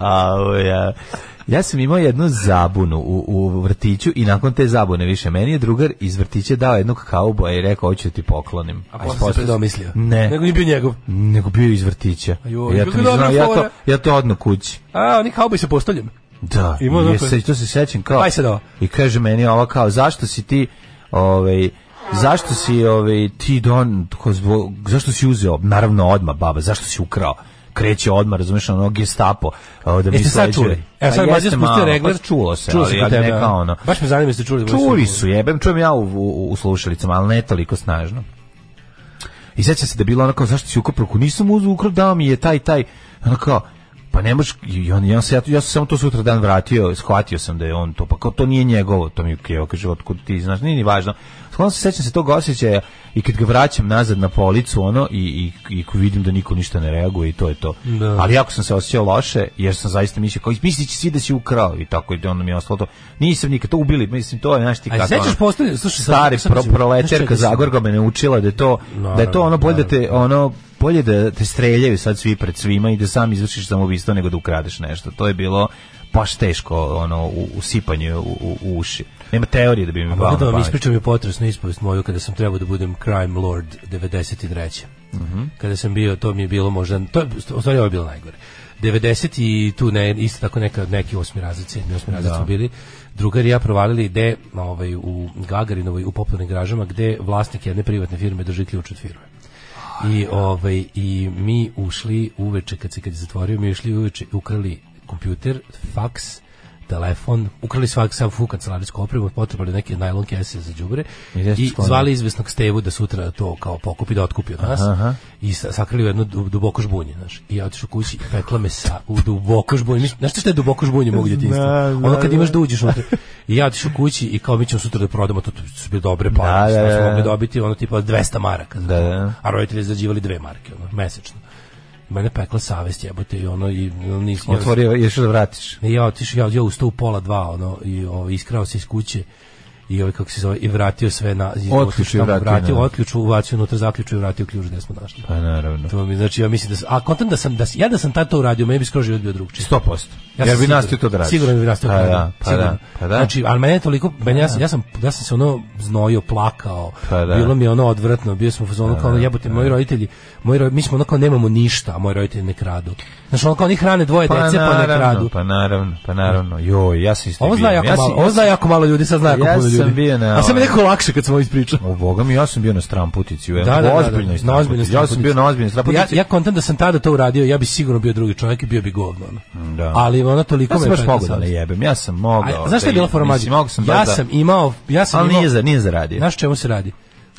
Speaker 5: Au, ovaj, ja. Ja sam imao jednu zabunu u, u vrtiću i nakon te zabune više meni je drugar iz vrtića dao jednog kauboja i rekao hoću da ti poklonim.
Speaker 6: A
Speaker 5: Ajde,
Speaker 6: posle se predomislio.
Speaker 5: Ne.
Speaker 6: Nego nije bio njegov.
Speaker 5: Nego bio iz vrtića.
Speaker 6: A joj,
Speaker 5: ja, to
Speaker 6: kako
Speaker 5: nisam
Speaker 6: je dobra
Speaker 5: znao, ja, to,
Speaker 6: fora.
Speaker 5: ja to odno kući.
Speaker 6: A, oni kao bi se postavljam.
Speaker 5: Da,
Speaker 6: Ima
Speaker 5: i
Speaker 6: ono
Speaker 5: ja
Speaker 6: koje-
Speaker 5: se, to se sećam kao.
Speaker 6: Aj sad ovo.
Speaker 5: I kaže meni ovo kao, zašto si ti, ovaj, zašto si ovaj, ti don, ko zbo- zašto si uzeo, naravno odma baba, zašto si ukrao? kreće odmah, razumiješ, ono gestapo. o, Da mi
Speaker 6: Jeste E, sad
Speaker 5: sleđuje.
Speaker 6: čuli?
Speaker 5: Pa
Speaker 6: Evo sad mlađe
Speaker 5: jeste
Speaker 6: spustio
Speaker 5: malo,
Speaker 6: regler.
Speaker 5: pa čulo se,
Speaker 6: čulo
Speaker 5: ali,
Speaker 6: se kod
Speaker 5: ali
Speaker 6: tebe.
Speaker 5: ne
Speaker 6: a?
Speaker 5: kao ono.
Speaker 6: Baš me zanima jeste čuli. da možda
Speaker 5: Čuli su, jebem, čujem ja u, u, u slušalicama, ali ne toliko snažno. I sećam se da je bilo ono kao, zašto si ukrao pruku? Nisam uzeo ukrao, dao mi je taj, taj. Ono kao, pa ne možeš, i on, ja, se, ja, ja sam samo to sutra dan vratio, shvatio sam da je on to, pa kao to nije njegovo, to mi je kjeva, kaže, otkud ti, znaš, nije ni važno. Skladno se sećam se tog osjećaja i kad ga vraćam nazad na policu, ono, i, i, i ko vidim da niko ništa ne reaguje i to je to.
Speaker 6: Da.
Speaker 5: Ali jako sam se osjećao loše, jer sam zaista mislio, kao, mislići svi da si ukrao i tako, i onda mi je ostalo to. Nisam nikad to ubili, mislim, to je, znaš ti
Speaker 6: A
Speaker 5: kako.
Speaker 6: sećaš
Speaker 5: ono
Speaker 6: postavljanje, slušaj, sad-
Speaker 5: stari
Speaker 6: sad
Speaker 5: pro,
Speaker 6: ću- znaš
Speaker 5: proleterka
Speaker 6: čekaj, sad-
Speaker 5: Zagorga me naučila da je to da je to ono bolje da te ono bolje da te streljaju sad svi pred svima i da sam izvršiš samoubistvo nego da ukradeš nešto. To je bilo baš teško ono u- usipanje u, u, u uši. Nema teorije da bi mi palo.
Speaker 6: Mogu
Speaker 5: na
Speaker 6: da vam
Speaker 5: pamet.
Speaker 6: ispričam i potresnu ispovest moju kada sam trebao da budem crime lord 93. Kada sam bio, to mi je bilo možda, to je, u stvari ovo je bilo najgore. 90 i tu ne, isto tako neka, neki osmi razred, sedmi osmi razred smo bili. Drugar i ja provalili gde, ovaj, u Gagarinovoj, u popularnim gražama, gde vlasnik jedne privatne firme drži ključ od firme. I ovaj i mi ušli uveče kad se kad je zatvorio, mi išli uveče i ukrali kompjuter, faks, telefon, ukrali svak sam fu kancelarijsku opremu, potrebali neke najlon kese za đubre
Speaker 5: I gde ste
Speaker 6: i
Speaker 5: sklonili?
Speaker 6: zvali izvesnog Stevu da sutra to kao pokupi da otkupi od nas. I sa, sakrili u jedno du- duboko žbunje, znaš. I ja otišao kući i pekla me sa u duboko žbunje. Mislim, Znaš šta je duboko žbunje mog djetinjstva?
Speaker 5: Znam,
Speaker 6: Ono kad imaš da uđeš unutra. I ja otišao kući i kao mi ćemo sutra da prodamo to, to su bile dobre pare,
Speaker 5: Da, da,
Speaker 6: šta smo
Speaker 5: da,
Speaker 6: mogli
Speaker 5: da.
Speaker 6: dobiti, ono tipa 200 maraka. znaš.
Speaker 5: E. Da, da.
Speaker 6: A roditelji izrađivali dve marke, ono, mesečno. Mene pekla savest jebote i ono i ono, nisam
Speaker 5: Otvorio je što da vratiš.
Speaker 6: i ja otišao, ja, ja ustao u pola dva, ono, i o, iskrao se iz kuće i ovaj kako se zove i vratio sve na i
Speaker 5: Otključ
Speaker 6: otišao
Speaker 5: i
Speaker 6: tamo,
Speaker 5: vratio,
Speaker 6: vratio
Speaker 5: da.
Speaker 6: otključu uvacio unutra zaključio i vratio ključ gde smo našli
Speaker 5: Pa naravno.
Speaker 6: to mi znači ja mislim da sam, a kontam da sam da s- ja da sam tad to uradio meni bi skroz život bio drugčiji
Speaker 5: 100%. Ja
Speaker 6: sam
Speaker 5: Jer bi
Speaker 6: siguran-
Speaker 5: nastio to da radiš.
Speaker 6: Sigurno bi nastio
Speaker 5: pa
Speaker 6: to
Speaker 5: da, pa da, pa da.
Speaker 6: Znači, ali mene je toliko, mene, ja, sam, ja, sam, ja sam se ono znojio, plakao,
Speaker 5: Pa da. Pa
Speaker 6: bilo mi je ono odvratno, bio sam u fazonu kao ono, jebote, moji roditelji, moji, ro- mi smo ono kao nemamo ništa, a moji roditelji ne kradu. Znači, ono kao oni hrane dvoje dece, pa ne kradu.
Speaker 5: naravno, pa naravno, pa naravno. Joj, ja sam isto
Speaker 6: Ovo zna
Speaker 5: bio.
Speaker 6: jako
Speaker 5: ja
Speaker 6: malo,
Speaker 5: sam-
Speaker 6: ovo zna jako malo ljudi, sad zna jako
Speaker 5: Ja
Speaker 6: puno ljudi.
Speaker 5: sam bio na-
Speaker 6: A sad mi je nekako lakše kad sam ovo ispričao.
Speaker 5: O Boga mi, ja sam bio na stramputici. Da,
Speaker 6: Da, da, da, da,
Speaker 5: ozbiljno
Speaker 6: na ozbiljnoj
Speaker 5: Ja sam bio na ozbiljnoj stramputici.
Speaker 6: Ja, ja kontam da sam tada to uradio, ja bi sigurno bio drugi čovjek i bio bi govno. ono.
Speaker 5: Da.
Speaker 6: Ali ono toliko
Speaker 5: Ja
Speaker 6: me
Speaker 5: sam baš
Speaker 6: pekla
Speaker 5: mogao da
Speaker 6: savest.
Speaker 5: ne jebem, ja sam mogao.
Speaker 6: A, znaš šta je
Speaker 5: da
Speaker 6: bila
Speaker 5: je-
Speaker 6: fora mlađe?
Speaker 5: mislim, mogao sam
Speaker 6: ja
Speaker 5: baš da-
Speaker 6: sam imao, ja sam
Speaker 5: ali
Speaker 6: imao,
Speaker 5: nije, za, nije zaradio.
Speaker 6: Znaš čemu se radi?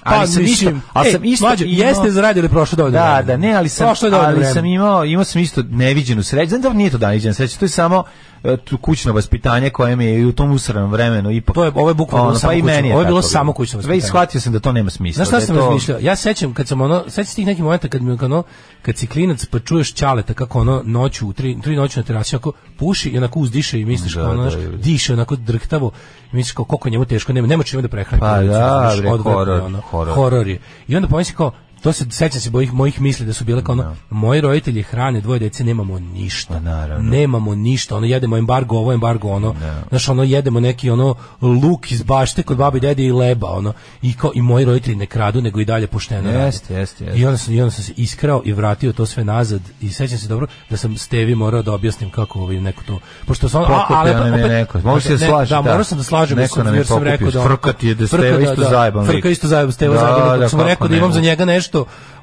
Speaker 5: Ali sam isto- ali
Speaker 6: ej,
Speaker 5: sam isto
Speaker 6: mlađe,
Speaker 5: imao-
Speaker 6: jeste zaradio ili prošlo dovoljno
Speaker 5: da,
Speaker 6: vremena?
Speaker 5: da, ne, ali sam,
Speaker 6: Prošlo je dovoljno
Speaker 5: ali
Speaker 6: vremena.
Speaker 5: sam imao, imao sam isto neviđenu sreću. Znam da nije to da neviđena sreća, to je samo e, tu kućno vaspitanje koje mi je i u tom usranom vremenu ipak. Ono, pa
Speaker 6: To je- ovo je bukvalno bilo samo
Speaker 5: i
Speaker 6: kućno-
Speaker 5: meni
Speaker 6: ovo je bilo
Speaker 5: tako
Speaker 6: samo kućno
Speaker 5: Sve i
Speaker 6: vaspitanje.
Speaker 5: shvatio sam da to nema smisla.
Speaker 6: Znaš šta
Speaker 5: da je
Speaker 6: sam
Speaker 5: to-
Speaker 6: razmišljao? Ja sećam kad sam ono, sećam se tih nekih momenta kad mi je ono, kad si klinac pa čuješ ćaleta kako ono noću, u tri, tri noću na terasi, ako puši i onako uzdiše i misliš
Speaker 5: Da,
Speaker 6: kao ono,
Speaker 5: da,
Speaker 6: znaš,
Speaker 5: ili-
Speaker 6: diše onako drhtavo i misliš kao koliko je njemu teško, nema, nema čime da prehrani.
Speaker 5: Pa
Speaker 6: porodicu,
Speaker 5: da,
Speaker 6: znaš,
Speaker 5: bre,
Speaker 6: odvratno je
Speaker 5: horor,
Speaker 6: ono,
Speaker 5: horor.
Speaker 6: horor je. I onda pomisli kao, to se sećam se mojih mojih misli da su bile kao ono, moji roditelji hrane dvoje dece nemamo ništa.
Speaker 5: Pa naravno.
Speaker 6: Nemamo ništa. Ono jedemo embargo, ovo embargo, ono. Znaš, ono jedemo neki ono luk iz bašte kod babi i dede i leba, ono. I kao i moji roditelji ne kradu, nego i dalje pošteno rade.
Speaker 5: Jeste, jeste, jeste.
Speaker 6: I onda sam i onda sam se iskrao i vratio to sve nazad i sećam se dobro da sam Stevi morao da objasnim kako ovaj neko to. Pošto sam
Speaker 5: Pokupi ona mi je neko. Možeš se
Speaker 6: ne,
Speaker 5: slaži,
Speaker 6: Da,
Speaker 5: da.
Speaker 6: morao sam da slažem
Speaker 5: Neko
Speaker 6: jer sam-
Speaker 5: nam je
Speaker 6: jer sam
Speaker 5: pokupio.
Speaker 6: rekao da
Speaker 5: Frka ti je da Steva
Speaker 6: Frka,
Speaker 5: isto zajeban lik.
Speaker 6: Frka isto zajeban Steva
Speaker 5: Da,
Speaker 6: zajeban lik.
Speaker 5: da,
Speaker 6: Ako sam
Speaker 5: kako
Speaker 6: rekao da
Speaker 5: ne
Speaker 6: imam
Speaker 5: mogu.
Speaker 6: za njega nešto,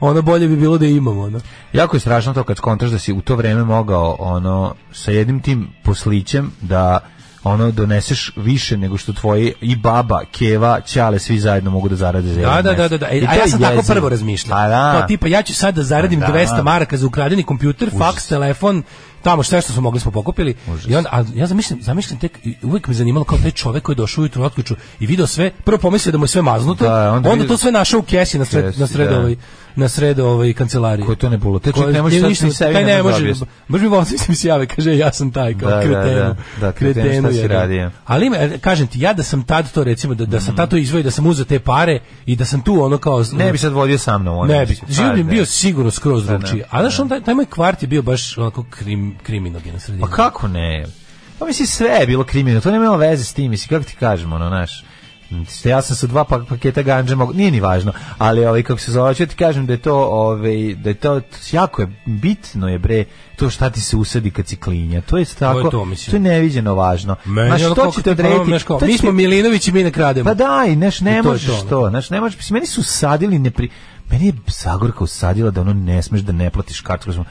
Speaker 6: ono bolje bi bilo da imam ono.
Speaker 5: Jako je strašno to kad skontraš da si u to vreme mogao ono sa jednim tim poslićem da ono doneseš više nego što tvoji i baba, keva, ćale svi zajedno mogu da zarade za
Speaker 6: Da,
Speaker 5: jedan
Speaker 6: da, da,
Speaker 5: mesec.
Speaker 6: da, da. E,
Speaker 5: I to
Speaker 6: A ja
Speaker 5: je
Speaker 6: sam tako
Speaker 5: jezivo.
Speaker 6: prvo razmišljao.
Speaker 5: Pa da.
Speaker 6: Kao tipa ja ću sad da zaradim
Speaker 5: Pa da.
Speaker 6: 200 maraka za ukradeni kompjuter, faks, telefon, tamo sve što smo mogli smo pokupili. I onda a ja zamišljam, zamišljam tek i uvek me zanimalo kao taj čovek koji je došao ujutru otključu i video sve, prvo pomislio da mu je sve maznuto,
Speaker 5: Da, onda
Speaker 6: onda,
Speaker 5: vidio-
Speaker 6: to sve našao u kesi na sred
Speaker 5: Kesi,
Speaker 6: na sred
Speaker 5: da.
Speaker 6: ovaj na sred ovaj kancelarije.
Speaker 5: Koje to ne bilo. Te čovjek ne može sad ni sebi
Speaker 6: Taj
Speaker 5: ne
Speaker 6: ne
Speaker 5: može
Speaker 6: može.
Speaker 5: objasniti.
Speaker 6: Baš mi volim mislim se jave, kaže ja sam taj kao
Speaker 5: Da, da,
Speaker 6: kretenu.
Speaker 5: da. Da, kretenu, šta si
Speaker 6: jedan.
Speaker 5: radio?
Speaker 6: Ali ima, e, kažem ti ja da sam tad to recimo da da sam tad to izvoj da sam uzeo te pare i da sam tu ono kao
Speaker 5: Mhm. Ne bi sad vodio sa mnom. ono,
Speaker 6: ne bi.
Speaker 5: mislim,
Speaker 6: Život
Speaker 5: pa,
Speaker 6: bi
Speaker 5: ne.
Speaker 6: bio sigurno skroz drugčiji. A znaš, on, taj, taj moj kvart je bio baš onako krim, kriminogena sredina.
Speaker 5: Pa kako ne? Pa misli sve je bilo kriminalno, to nema veze s tim, misli kako ti kažem, ono, znaš. Ja sam sa dva pak- paketa ganđe mogu, nije ni važno, ali ovaj, kako se zove, ću ti kažem da je to, ovaj, da je to, jako je, bitno je bre, to šta ti se usadi kad si klinja, to je tako,
Speaker 6: To je to, mislim.
Speaker 5: neviđeno važno.
Speaker 6: Meni
Speaker 5: Znaš,
Speaker 6: je ono
Speaker 5: to
Speaker 6: kao
Speaker 5: će
Speaker 6: kad
Speaker 5: te
Speaker 6: je problem,
Speaker 5: odrediti,
Speaker 6: znaš kao,
Speaker 5: to će
Speaker 6: mi smo
Speaker 5: ti-
Speaker 6: Milinović i mi ne krademo.
Speaker 5: pa da, i znaš,
Speaker 6: I
Speaker 5: ne
Speaker 6: to je
Speaker 5: možeš
Speaker 6: to,
Speaker 5: to, znaš, ne možeš, mislim, meni su sadili, ne pri... meni je Zagorka usadila da ono ne smeš da ne platiš kartu, Kažem,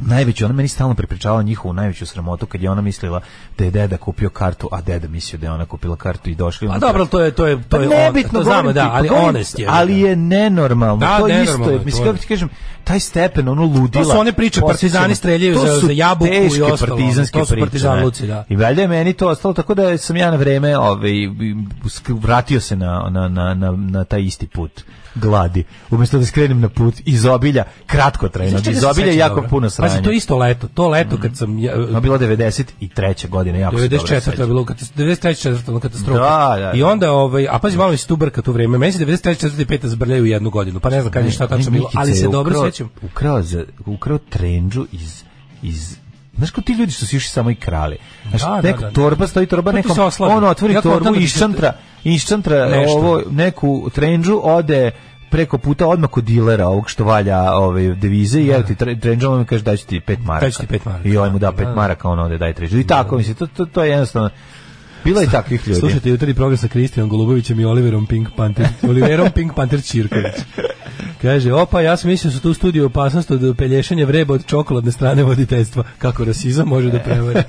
Speaker 5: najveću, ona meni stalno prepričavala njihovu najveću sramotu kad je ona mislila da je deda kupio kartu, a deda mislio da je ona kupila kartu i došli. ono
Speaker 6: Pa
Speaker 5: unutra.
Speaker 6: dobro, ali to je to je to
Speaker 5: Pa
Speaker 6: je
Speaker 5: nebitno,
Speaker 6: on, to znamo,
Speaker 5: govorim
Speaker 6: da,
Speaker 5: ti, pa
Speaker 6: ali
Speaker 5: govorim ti,
Speaker 6: honest je.
Speaker 5: Ali
Speaker 6: da.
Speaker 5: je nenormalno,
Speaker 6: Da,
Speaker 5: to je isto
Speaker 6: nenormalno
Speaker 5: je,
Speaker 6: je, to
Speaker 5: mislim,
Speaker 6: je.
Speaker 5: kako ti kažem, taj stepen, ono ludila.
Speaker 6: To su one priče,
Speaker 5: posjećanja,
Speaker 6: partizani streljaju
Speaker 5: to
Speaker 6: za-
Speaker 5: su
Speaker 6: za jabuku i
Speaker 5: teške
Speaker 6: ostalo, ono,
Speaker 5: partizanske
Speaker 6: to su
Speaker 5: priče,
Speaker 6: partizan
Speaker 5: ne.
Speaker 6: luci, da.
Speaker 5: I valjda je meni to ostalo, tako da sam ja na vreme ovaj, sk- vratio se na, na, na, na, na taj isti put gladi. Umjesto da skrenem na put iz obilja, kratko trajno,
Speaker 6: Znaš čega
Speaker 5: Znači, iz
Speaker 6: se
Speaker 5: obilja
Speaker 6: sećam
Speaker 5: jako
Speaker 6: dobro?
Speaker 5: puno
Speaker 6: Pazi,
Speaker 5: sranja.
Speaker 6: to je isto leto. To leto
Speaker 5: Mhm.
Speaker 6: kad sam ja,
Speaker 5: No, bilo 93. godine, jako se dobro
Speaker 6: 94. je
Speaker 5: sećam.
Speaker 6: bilo katas- 93. četvrta ono katastrofa.
Speaker 5: Da, da, da.
Speaker 6: I onda ovaj a pazi malo mi se tu brka tu vrijeme. Meni se 93. četvrta i peta zbrljaju u jednu godinu. Pa ne znam kad je šta tačno
Speaker 5: Ne,
Speaker 6: bilo,
Speaker 5: Mikica
Speaker 6: ali se
Speaker 5: je
Speaker 6: dobro
Speaker 5: ukrao-
Speaker 6: sećam.
Speaker 5: Ukrao, za, ukrao trendžu iz, iz Znaš ko ti ljudi su si išli samo i krali. Znaš,
Speaker 6: Da, da,
Speaker 5: neka
Speaker 6: da.
Speaker 5: torba stoji torba
Speaker 6: Pa ti
Speaker 5: nekom,
Speaker 6: se oslabi.
Speaker 5: on otvori
Speaker 6: Jako
Speaker 5: torbu
Speaker 6: odmah
Speaker 5: i
Speaker 6: ti se-
Speaker 5: isčantra, isčantra
Speaker 6: Nešto.
Speaker 5: ovo, neku trendžu, ode preko puta odmah kod dilera ovog što valja ove devize i evo ti tre- trendža on mi kaže daću ti pet maraka.
Speaker 6: Daću ti pet maraka.
Speaker 5: I ovaj mu da pet maraka, on ode daj trendžu. I tako, mislim, to, to, to je jednostavno, bilo je takvih ljudi.
Speaker 6: Slušajte jutarnji program sa Kristijanom Golubovićem i Oliverom Pink Panther, Oliverom Pink Panther Čirković. Kaže, opa, ja sam mislio da su tu u studiju opasnost od pelješanja vreba od čokoladne strane voditeljstva. Kako rasizam može da prevari.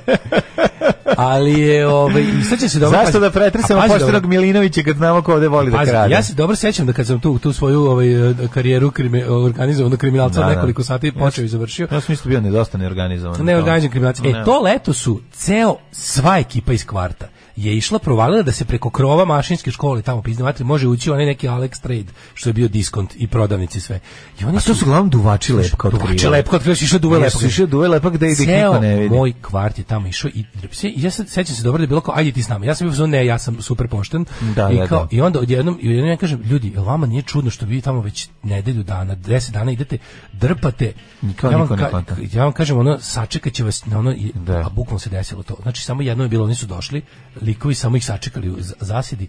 Speaker 6: Ali je, ovaj, i sad će se dobro...
Speaker 5: Zašto
Speaker 6: pazi-
Speaker 5: da pretresemo
Speaker 6: a pazi dobro.
Speaker 5: poštenog Milinovića kad znamo ko ovde voli da
Speaker 6: Pazi,
Speaker 5: krade?
Speaker 6: ja se dobro sećam da kad sam tu tu svoju ovaj eh, karijeru krimi, organizovanog kriminalca
Speaker 5: Da, da.
Speaker 6: nekoliko sati počeo i završio.
Speaker 5: Ja sam isto bio ne dosta neorganizovan.
Speaker 6: Neorganizovan kriminalac. E,
Speaker 5: Ne.
Speaker 6: to leto su ceo, sva ekipa iz kvarta je išla provalila da se preko krova mašinske škole tamo pizdavati može ući onaj neki Alex Trade što je bio diskont i prodavnici sve. I oni
Speaker 5: A to su uglavnom duvači lepka otkrivali.
Speaker 6: Duvači lepka otkrivali, su išle duve
Speaker 5: Jesu
Speaker 6: lepka.
Speaker 5: išle duve lepka gde ih niko ne vidi.
Speaker 6: moj kvart je tamo išao i i ja se sećam se dobro da je bilo kao ajde ti s nama. Ja sam bio u fazonu, ne, ja sam super pošten.
Speaker 5: Da,
Speaker 6: I
Speaker 5: da,
Speaker 6: kao
Speaker 5: da.
Speaker 6: i onda odjednom i odjednom ja kažem ljudi, jel vama nije čudno što vi tamo već nedelju dana, 10 dana idete drpate.
Speaker 5: Niko-
Speaker 6: ja, vam
Speaker 5: niko ne
Speaker 6: ka-
Speaker 5: konta.
Speaker 6: ja vam kažem ono sačekaće vas na ono i,
Speaker 5: Da.
Speaker 6: a bukvalno se desilo to. Znači samo jedno je bilo, oni su došli, likovi samo ih sačekali u z- zasjedi,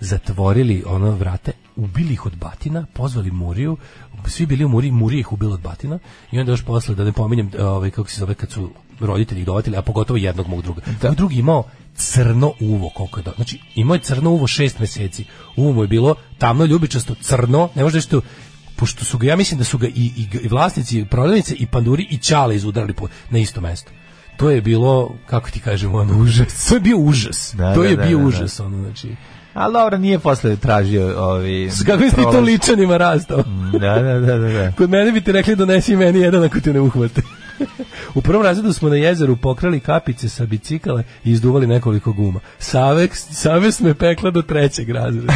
Speaker 6: zatvorili ono vrate, ubili ih od batina, pozvali Muriju, svi bili u Muriji, Murija ih ubila od batina i onda još posle da ne pominjem ovaj kako se zove kad su roditelji ih dovatili, a pogotovo jednog mog druga. Moj drugi je imao crno uvo koliko je do... znači imao je crno uvo šest meseci uvo mu je bilo tamno ljubičasto crno ne možeš tu pošto su ga, ja mislim da su ga i, i, i vlasnici i prodavnice i panduri i čale izudarali po, na isto mesto. To je bilo, kako ti kažem, ono, užas. To je bio užas.
Speaker 5: Da,
Speaker 6: to
Speaker 5: da,
Speaker 6: je
Speaker 5: da,
Speaker 6: bio
Speaker 5: da, da.
Speaker 6: užas, ono, znači.
Speaker 5: Ali dobro, nije posle tražio ovi...
Speaker 6: S kakvim si ti to
Speaker 5: prolaz.
Speaker 6: ličanima rastao?
Speaker 5: Da, da, da, da. da.
Speaker 6: ono? Kod mene bi ti rekli donesi meni jedan ako te ne uhvate. u prvom razredu smo na jezeru pokrali kapice sa bicikala i izduvali nekoliko guma. Savek, savest me pekla do trećeg razreda.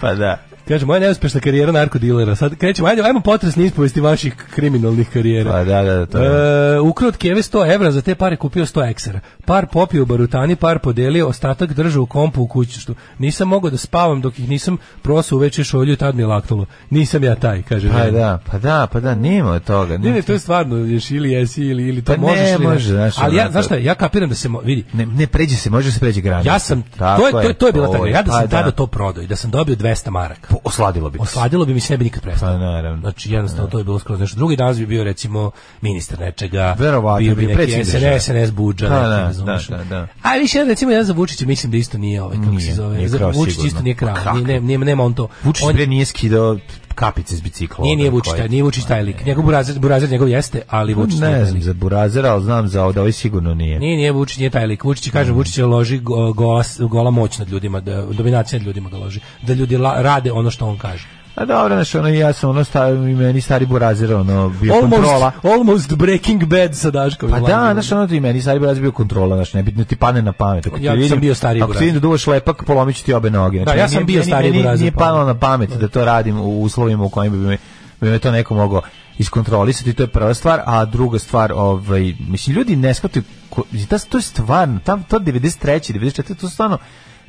Speaker 5: Pa da.
Speaker 6: Kaže, moja neuspešna karijera narkodilera. Sad krećemo, ajde, ajmo potresni ispovesti vaših kriminalnih karijera.
Speaker 5: Pa da, da, da. To je.
Speaker 6: E, ukrao od Keve 100 evra, za te pare kupio 100 eksera. Par popio u barutani, par podelio, ostatak držao u kompu u kućištu. Nisam mogao da spavam dok ih nisam prosao uveče šolju, tad mi je laknulo. Nisam ja taj, kaže.
Speaker 5: Pa
Speaker 6: žena.
Speaker 5: da, pa da, pa da, nema od toga.
Speaker 6: Ne, ne, to je stvarno, ješ ili jesi ili, ili to
Speaker 5: Pa ne
Speaker 6: možeš ili
Speaker 5: može, znaš,
Speaker 6: Ali ja,
Speaker 5: ono,
Speaker 6: znaš
Speaker 5: to-
Speaker 6: šta, je, ja kapiram da se, mo- vidi,
Speaker 5: Ne, ne pređe se, može se pređe granica.
Speaker 6: ja sam,
Speaker 5: Tako
Speaker 6: to je, to je, to je bila
Speaker 5: to
Speaker 6: tako, ja da
Speaker 5: pa
Speaker 6: sam tada to prodao i da sam dobio 200 maraka.
Speaker 5: Po- Osladilo bi. se.
Speaker 6: Osladilo bi mi se ne bi nikad prestalo.
Speaker 5: Pa, naravno.
Speaker 6: Znači jednostavno to je bilo skroz nešto. Drugi danas bi bio recimo ministar nečega.
Speaker 5: Verovatno
Speaker 6: bio
Speaker 5: bi
Speaker 6: bi neki
Speaker 5: predsjednik
Speaker 6: SNS,
Speaker 5: države.
Speaker 6: SNS budža.
Speaker 5: Da,
Speaker 6: neki,
Speaker 5: da,
Speaker 6: razumeš.
Speaker 5: da, da, da.
Speaker 6: A više recimo ja za Vučića mislim da isto nije ovaj kako se
Speaker 5: Nije,
Speaker 6: zove.
Speaker 5: nije
Speaker 6: Za
Speaker 5: krao
Speaker 6: Vučić
Speaker 5: sigurno.
Speaker 6: isto nije krao.
Speaker 5: Pa kako?
Speaker 6: Nije, ne- nema, nema on to.
Speaker 5: Vučić
Speaker 6: on,
Speaker 5: bre nije skidao kapice s bicikla.
Speaker 6: nije, nije
Speaker 5: ovdje,
Speaker 6: Vučić,
Speaker 5: koje-
Speaker 6: taj, nije Vučić taj lik. Njegov burazer, burazer njegov jeste, ali Vučić nije
Speaker 5: Ne
Speaker 6: taj
Speaker 5: znam
Speaker 6: lik.
Speaker 5: za Burazera, ali znam za ovo da ovaj sigurno nije.
Speaker 6: Nije, nije Vučić, nije taj lik. Vučić, kaže, Vučić je loži go- gola, gola moć nad ljudima, da, dominacija nad ljudima ga loži. Da ljudi la- rade ono što on kaže.
Speaker 5: A dobro, znaš, ono, ja sam ono stavio i meni stari burazir, ono, bio
Speaker 6: Almost,
Speaker 5: kontrola.
Speaker 6: almost breaking bad sa Daškom.
Speaker 5: Pa da,
Speaker 6: Jovanovićem.
Speaker 5: znaš, ono ti meni stari burazir bio kontrola, znaš, ne, bi- ne ti pane na pamet. Ako ti
Speaker 6: Ja sam
Speaker 5: vidim-
Speaker 6: bio stari
Speaker 5: Ako ti
Speaker 6: burazir.
Speaker 5: vidim da duvaš lepak, polomit ću ti obe noge. Znači,
Speaker 6: Da, ja sam
Speaker 5: meni-
Speaker 6: bio
Speaker 5: meni-
Speaker 6: stari
Speaker 5: meni
Speaker 6: burazir,
Speaker 5: Nije
Speaker 6: pa-
Speaker 5: palo na pamet da to radim u uslovima u kojima bi me, bi me to neko mogao iskontrolisati, to je prva stvar, a druga stvar, ovaj, mislim, ljudi ne shvataju, ko- ta, to je stvarno, tam, to 93. 94. to su stvarno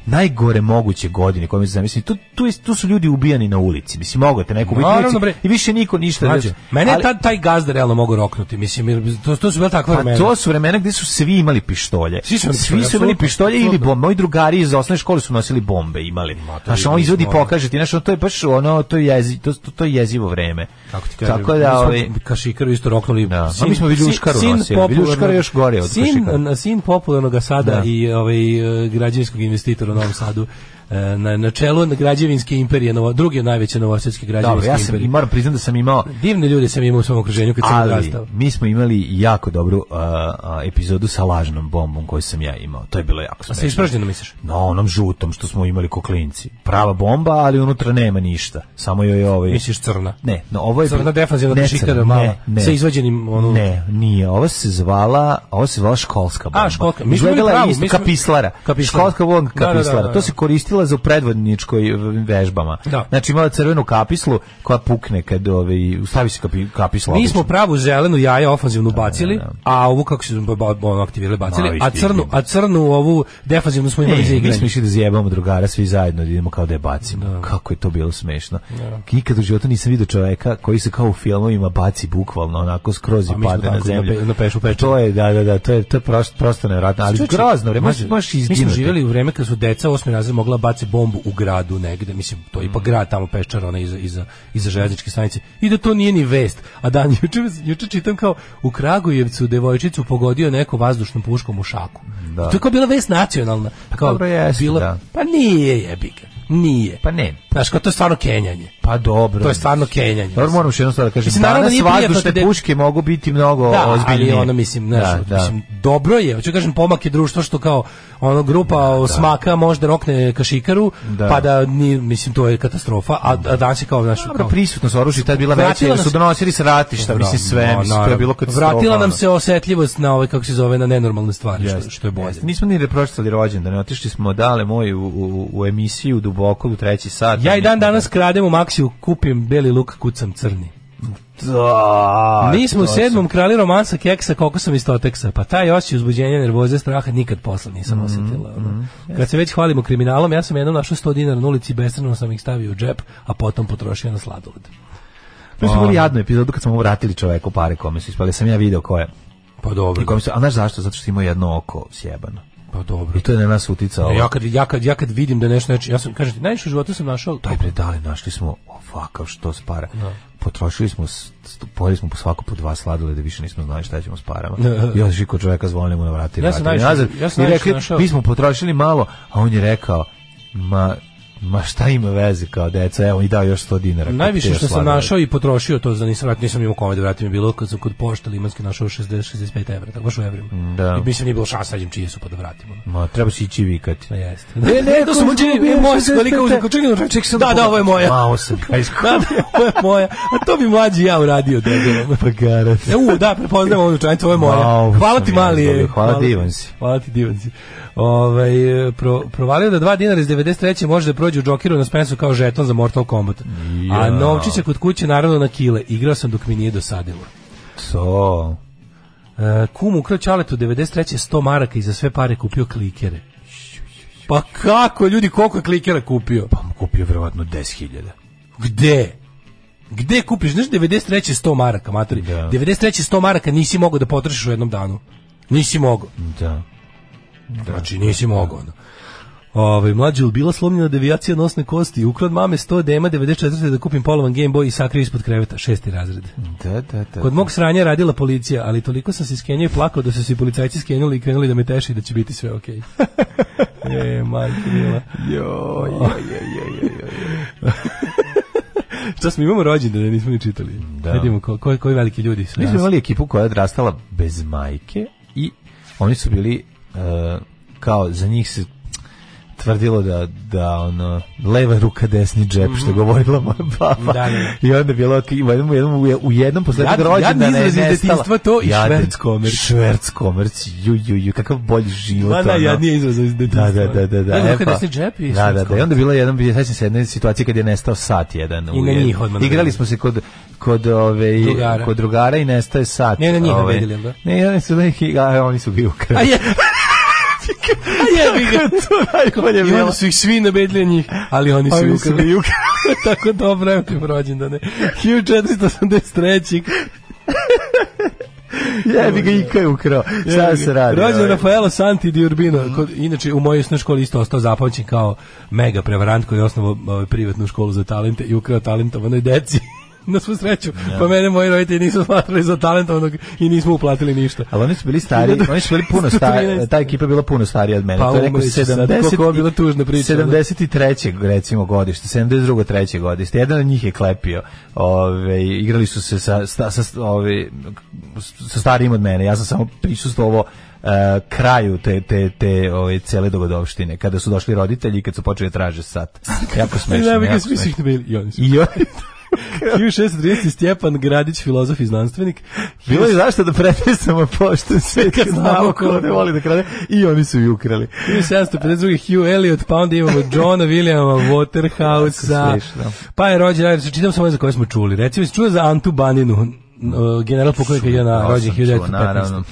Speaker 5: najgore moguće godine koje mi se zamislim. Tu, tu, je- tu su ljudi ubijani na ulici. Mislim, mogu da te neko ubiti na
Speaker 6: Naravno,
Speaker 5: ulici
Speaker 6: bre.
Speaker 5: i više niko ništa.
Speaker 6: Mlađe,
Speaker 5: znaš.
Speaker 6: mene je
Speaker 5: Znači, Ali-
Speaker 6: tad taj gazda realno mogao roknuti, mislim, jer to, to su bila takva
Speaker 5: Pa
Speaker 6: vremena.
Speaker 5: to su vremena gdje su svi imali pištolje.
Speaker 6: Svi su imali
Speaker 5: svi
Speaker 6: pištolje,
Speaker 5: su imali
Speaker 6: apsolutno,
Speaker 5: pištolje ili
Speaker 6: apsolutno.
Speaker 5: bombe. Moji drugari iz osnovne škole su nosili bombe, imali.
Speaker 6: to
Speaker 5: Znaš,
Speaker 6: je
Speaker 5: on izvodi
Speaker 6: bizarno.
Speaker 5: pokaže ti, znaš, ono, to je baš ono, to je, jezi, to, to, to je jezivo vreme.
Speaker 6: kako ti kažem.
Speaker 5: Tako da, ovaj,
Speaker 6: mi
Speaker 5: ovi,
Speaker 6: smo Kašikaru isto roknuli.
Speaker 5: Da, a mi smo Viljuškaru nosili. Viljuškar je još gore od
Speaker 6: sin,
Speaker 5: Kašikara.
Speaker 6: na- sin popularnog sada
Speaker 5: Da.
Speaker 6: i ovaj, e, građevinskog investitora u Novom Sadu. e, Na, na čelu građevinske imperije, novo, druge najveće novosadske
Speaker 5: dobro,
Speaker 6: građevinske
Speaker 5: ja sam, i
Speaker 6: imperije.
Speaker 5: moram priznati da sam imao
Speaker 6: Divne ljude sam imao u svom okruženju kad sam
Speaker 5: ali
Speaker 6: odrastao.
Speaker 5: mi smo imali jako dobru a, a, epizodu sa lažnom bombom koju sam ja imao. To je bilo jako
Speaker 6: A sa
Speaker 5: smešno.
Speaker 6: ispražnjeno misliš?
Speaker 5: Na onom žutom što smo imali ko klinci. Prava bomba, ali unutra nema ništa. Samo joj je ovaj...
Speaker 6: Misliš crna?
Speaker 5: Ne, no ovo je
Speaker 6: Crna
Speaker 5: bil-
Speaker 6: defanzivna
Speaker 5: ne,
Speaker 6: kašikara
Speaker 5: crna,
Speaker 6: mala,
Speaker 5: ne, ne.
Speaker 6: sa izvađenim, ono-
Speaker 5: Ne, nije, ovo se zvala, ovo se zvala školska bomba.
Speaker 6: školska, mi smo
Speaker 5: Izgledala
Speaker 6: imali
Speaker 5: je
Speaker 6: pravu,
Speaker 5: isto,
Speaker 6: mi smo-
Speaker 5: kapislara.
Speaker 6: kapislara.
Speaker 5: Školska bomba
Speaker 6: Da, da, da,
Speaker 5: kapislara.
Speaker 6: da.
Speaker 5: To se koristila za u predvodničkoj eh, vežbama.
Speaker 6: Da.
Speaker 5: Znači imala je crvenu kapislu koja pukne kad ovaj stavi se kapi, kapisla.
Speaker 6: Mi smo pravu zelenu jaja ofanzivnu bacili,
Speaker 5: da.
Speaker 6: a ovu kako se zove, ba- ba- ono, aktivirali bacili,
Speaker 5: Mali
Speaker 6: a
Speaker 5: stigli.
Speaker 6: crnu, a crnu ovu defanzivnu smo imali za
Speaker 5: Ne, mi smo
Speaker 6: igranje.
Speaker 5: išli da zjebamo drugara svi zajedno, da idemo kao da je bacimo. Kako je to bilo smešno. Nikad u životu nisam vidio čoveka koji se kao u filmovima baci bukvalno onako skroz i
Speaker 6: A mi smo
Speaker 5: pade na
Speaker 6: tako,
Speaker 5: zemlju. Pa
Speaker 6: na pe- na pešu pečenju.
Speaker 5: To je, da, da, da, to je, to je prosto, prosto nevjerojatno, ali
Speaker 6: Čovječe,
Speaker 5: grozno vreme, možeš,
Speaker 6: mađe,
Speaker 5: možeš
Speaker 6: Mi smo
Speaker 5: izginuti.
Speaker 6: živjeli u vreme kad su deca osmi razred mogla bace bombu u gradu negde, mislim, to je
Speaker 5: Mm.
Speaker 6: ipak grad tamo peščar, ona iza, iza, iza željezničke stanice, i da to nije ni vest. A dan, juče, juče čitam kao u Kragujevcu devojčicu pogodio neko vazdušnom puškom u šaku.
Speaker 5: Da.
Speaker 6: I To je kao bila vest nacionalna. Kao,
Speaker 5: dobro jeste,
Speaker 6: bila,
Speaker 5: da.
Speaker 6: Pa nije jebika, nije.
Speaker 5: Pa ne,
Speaker 6: Znaš, kao to je stvarno kenjanje.
Speaker 5: pa dobro.
Speaker 6: To je stvarno kenjanje.
Speaker 5: Dobro, moram još jednu stvar da kažem.
Speaker 6: Mislim, naravno da
Speaker 5: Danas
Speaker 6: nije prijatno
Speaker 5: vazdušne
Speaker 6: kad je-
Speaker 5: puške mogu biti mnogo
Speaker 6: da,
Speaker 5: ozbiljnije.
Speaker 6: ali ono mislim, znaš,
Speaker 5: Da, da.
Speaker 6: mislim, dobro je, hoću kažem pomak je društvo što kao ono grupa smaka možda rokne kašikaru,
Speaker 5: Da.
Speaker 6: pa da ni mislim to je katastrofa, a, a danas je kao naš
Speaker 5: Dobro, prisutnost oružja tad bila
Speaker 6: Vratila
Speaker 5: veća, jer
Speaker 6: nas-
Speaker 5: su donosili s ratišta, mislim sve, mislim, to je bilo kad
Speaker 6: Vratila nam se osjetljivost na ove kako se zove na nenormalne stvari, što, što je bolje.
Speaker 5: Jeste, Nismo ni repročitali rođendan, otišli smo dale moj u, u, u emisiju duboko u treći sat.
Speaker 6: Ja i dan danas kradem u Maxiju, kupim beli luk, kucam crni.
Speaker 5: Da,
Speaker 6: Mi smo u
Speaker 5: to
Speaker 6: sedmom krali romansa keksa, koliko sam iz toteksa. Pa taj osjećaj uzbuđenja, nervoze, straha nikad posla nisam osjetila. ono. Kad se već hvalimo kriminalom, ja sam jednom našao 100 dinara na ulici i besredno sam ih stavio u džep, a potom potrošio na sladoled.
Speaker 5: Mi smo imali jadnu epizodu kad smo mu vratili čoveku pare kome su ispali, sam ja video ko je.
Speaker 6: Pa dobro.
Speaker 5: I kome su, a znaš zašto? Zato što ima jedno oko sjebano.
Speaker 6: Pa dobro.
Speaker 5: I to je na nas uticalo.
Speaker 6: Ja kad, ja, kad, ja kad vidim da je nešto neče, ja sam, kažem ti, najviše u životu sam našao...
Speaker 5: Daj bre, dale, našli smo ovakav što s para. Potrošili smo, s- st- pojeli smo po svako po dva sladole da više nismo znali šta ćemo s parama. I onda kod čoveka zvonili mu na vrati.
Speaker 6: Ja sam
Speaker 5: vratili
Speaker 6: najviše-
Speaker 5: nazad.
Speaker 6: ja sam
Speaker 5: I
Speaker 6: najviše
Speaker 5: rekli,
Speaker 6: našao-
Speaker 5: mi smo potrošili malo, a on je rekao, ma, ma šta ima veze kao deca, evo i dao još 100 dinara. kupite
Speaker 6: Najviše
Speaker 5: još
Speaker 6: što sam
Speaker 5: sladoleda.
Speaker 6: našao i potrošio to za nisam vratio, nisam imao kome da vratim je bilo kad sam kod pošte limanske našao 60 65 evra, tako baš u evrima.
Speaker 5: Da.
Speaker 6: I mislim nije bilo šansa da idem čije su pa da vratim. ono.
Speaker 5: Ma, treba si ići i vikati.
Speaker 6: Pa jeste. Ne, ne, to su muđe, je moja se velika uzika. Čekaj, čekaj, da, da, ovo je moja.
Speaker 5: Malo sam, kažko.
Speaker 6: Da, da, ovo je moja. A to bi mlađi ja uradio, debilo.
Speaker 5: Pa garat.
Speaker 6: E, u, da, prepoznajem ovu čajnicu, ovo je moja.
Speaker 5: Ma, ovo
Speaker 6: hvala
Speaker 5: sam
Speaker 6: ti,
Speaker 5: ja
Speaker 6: mali. je.
Speaker 5: dobio, hvala, divan si.
Speaker 6: Hvala ti, divan si. Ovaj, e, pro, provalio da dva dinara iz 93. može da prođe u džokiru na Spensu kao žeton za Mortal Kombat. A novčića kod kuće naravno na kile. Igrao sam dok mi nije dosadilo.
Speaker 5: To.
Speaker 6: E, kum ukrao Čaletu 93. 100 maraka i za sve pare kupio klikere. Pa kako, ljudi, koliko je klikera kupio?
Speaker 5: Pa mu kupio verovatno 10.000.
Speaker 6: Gde? Gde kupiš? Znaš, 93. 100 maraka, matori.
Speaker 5: Da.
Speaker 6: 93. 100 maraka nisi mogao da potrošiš u jednom danu. Nisi mogao.
Speaker 5: Da.
Speaker 6: Znači, nisi mogao. ono. Ovaj mlađi bila slomljena devijacija nosne kosti. Ukrad mame 100 dema 94. da kupim polovan Game Boy i sakrio ispod kreveta, šesti razred.
Speaker 5: Da, da, da.
Speaker 6: Kod mog sranja je radila policija, ali toliko sam se skenio i plakao da su se policajci skenuli i krenuli da me teše i da će biti sve okej. e, majke mila.
Speaker 5: Joj, joj, joj, joj, joj.
Speaker 6: Šta smo imamo rođendane, nismo ni čitali. Da. Vidimo ko, ko, koji veliki ljudi su.
Speaker 5: Mi smo
Speaker 6: danas.
Speaker 5: imali ekipu koja je odrastala bez majke i oni su bili e, kao za njih se tvrdilo da da ono leva ruka desni džep što je govorila moja baba.
Speaker 6: Mhm. Da, da.
Speaker 5: I onda je bilo ok, u jednom u jednom, u jednom poslednjeg
Speaker 6: Jadni- jadni
Speaker 5: rođendana je
Speaker 6: izraz iz detinjstva,
Speaker 5: nestala.
Speaker 6: to i
Speaker 5: Jadan
Speaker 6: šverckomerc.
Speaker 5: Šverckomerc, ju ju ju kakav bolji život.
Speaker 6: Ma da,
Speaker 5: ono.
Speaker 6: jadnije izraz iz
Speaker 5: Da,
Speaker 6: detinjstva.
Speaker 5: da, da, da, da.
Speaker 6: Leva ruka
Speaker 5: e, pa.
Speaker 6: desni džep i
Speaker 5: Da, da, da. I
Speaker 6: šverckomerc.
Speaker 5: onda je bila jedan, sećam se jedne situacije kad je nestao sat jedan. u
Speaker 6: I na
Speaker 5: jed-
Speaker 6: njih odmah.
Speaker 5: Igrali smo se kod kod ove
Speaker 6: Drugara.
Speaker 5: kod drugara i nestaje sat.
Speaker 6: Ne, na njih
Speaker 5: ovaj.
Speaker 6: navedili, jel da?
Speaker 5: Ne, oni su neki, a oni su bili ukrali.
Speaker 6: A je... A jebi ga.
Speaker 5: to najbolje
Speaker 6: I
Speaker 5: bilo.
Speaker 6: onda su ih svi nabedli njih, ali oni su
Speaker 5: Oni
Speaker 6: ju
Speaker 5: su
Speaker 6: ukrali.
Speaker 5: ju ukrali.
Speaker 6: Tako dobro je tim rođendane. 1483.
Speaker 5: Jebi ga Ika je ukrao. Šta se radi?
Speaker 6: Rođen
Speaker 5: ovaj? Mhm.
Speaker 6: Rafaelo Santi di Urbino, kod, inače u mojoj osnovnoj školi isto ostao zapamćen kao mega prevarant koji je osnovao ovaj, privatnu školu za talente i ukrao talentovanoj deci na svu sreću, pa mene moji roditelji nisu smatrali za talentovanog i nismo uplatili ništa.
Speaker 5: Ali oni su bili stari, oni su bili puno stari,
Speaker 6: 113.
Speaker 5: ta ekipa je bila puno starija od mene.
Speaker 6: Pa
Speaker 5: to je neko
Speaker 6: umreći sad,
Speaker 5: 70
Speaker 6: koliko je ovo bila tužna priča, da.
Speaker 5: 73. recimo godište, 72. treće godište. Jedan od njih je klepio. Ove, igrali su se sa, sta, sa, ove, sa starijim od mene. Ja sam samo prisustvovao e, kraju te, te, te ove, cele dogodovštine, kada su došli roditelji i kad su počeli da traže sat. Jako smešno.
Speaker 6: Ne,
Speaker 5: jako
Speaker 6: ne, svi su
Speaker 5: smešno.
Speaker 6: ih nabili. I oni su.
Speaker 5: I on,
Speaker 6: 1630 Stjepan Gradić, filozof i znanstvenik.
Speaker 5: Bilo je zašto da pretresamo pošten sve kad znamo ko ne voli da krade i oni su ju ukrali.
Speaker 6: 1752. Hugh Elliot, pa onda imamo Johna Williama Waterhouse-a.
Speaker 5: Jako smešno.
Speaker 6: Pa je rođen, ajde, čitam samo za koje smo čuli. Recimo, čuo za Antu Baninu, uh, general pokojnika
Speaker 5: Čuo,
Speaker 6: Jana,
Speaker 5: to
Speaker 6: rođen
Speaker 5: sam čuo,
Speaker 6: 1915.
Speaker 5: naravno.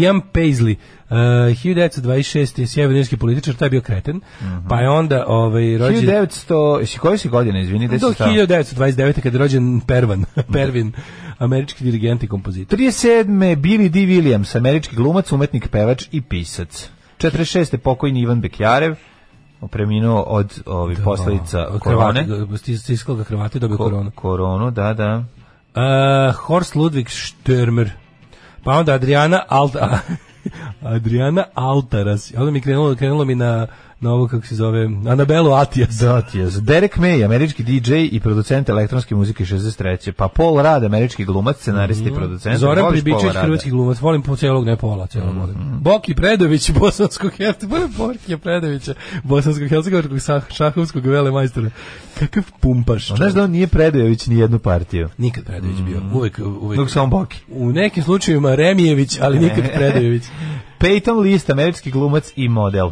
Speaker 6: Ian Paisley, uh, 1926. je sjevernički političar, taj je bio kreten.
Speaker 5: Mhm.
Speaker 6: Pa je onda ovaj, rođen...
Speaker 5: 1900, jesi koje si godine, izvini, gde
Speaker 6: Do
Speaker 5: si stao?
Speaker 6: 1929. kada je rođen Pervan, Pervin, američki dirigent i kompozitor.
Speaker 5: 37. Billy D. Williams, američki glumac, umetnik, pevač i pisac. 46. pokojni Ivan Bekjarev, preminuo od ovih posledica
Speaker 6: Od
Speaker 5: korone.
Speaker 6: Hrvata, stis- Stiskalo ga Hrvata i dobio
Speaker 5: Ko-
Speaker 6: koronu.
Speaker 5: koronu, da, da.
Speaker 6: Uh, Horst Ludwig Stürmer. Pa onda Adriana Alta... Adriana Altaras. Onda mi krenulo, krenulo mi na, na ovo, kako se zove, Anabelu Atijas.
Speaker 5: Zatijas. Derek May, američki DJ i producent elektronske muzike 63. Pa Paul Rad, američki glumac, scenarist i producent.
Speaker 6: Mhm. Zoran
Speaker 5: Voliš Mhm. Paula
Speaker 6: Pribičić,
Speaker 5: Rada?
Speaker 6: hrvatski glumac. Volim po celog, ne pola, celog volim. Boki Predović, bosanskog herce. Volim Borkija Predovića, bosanskog hercegovačkog sa- šahovskog vele majstora. Kakav pumpaš.
Speaker 5: A Znaš da on nije Predojević ni jednu partiju.
Speaker 6: Nikad Predović bio. Uvek, uvek.
Speaker 5: Mhm. Dok sam Boki.
Speaker 6: U nekim slučajevima Remijević, ali nikad Predović.
Speaker 5: Peyton List, američki glumac i model.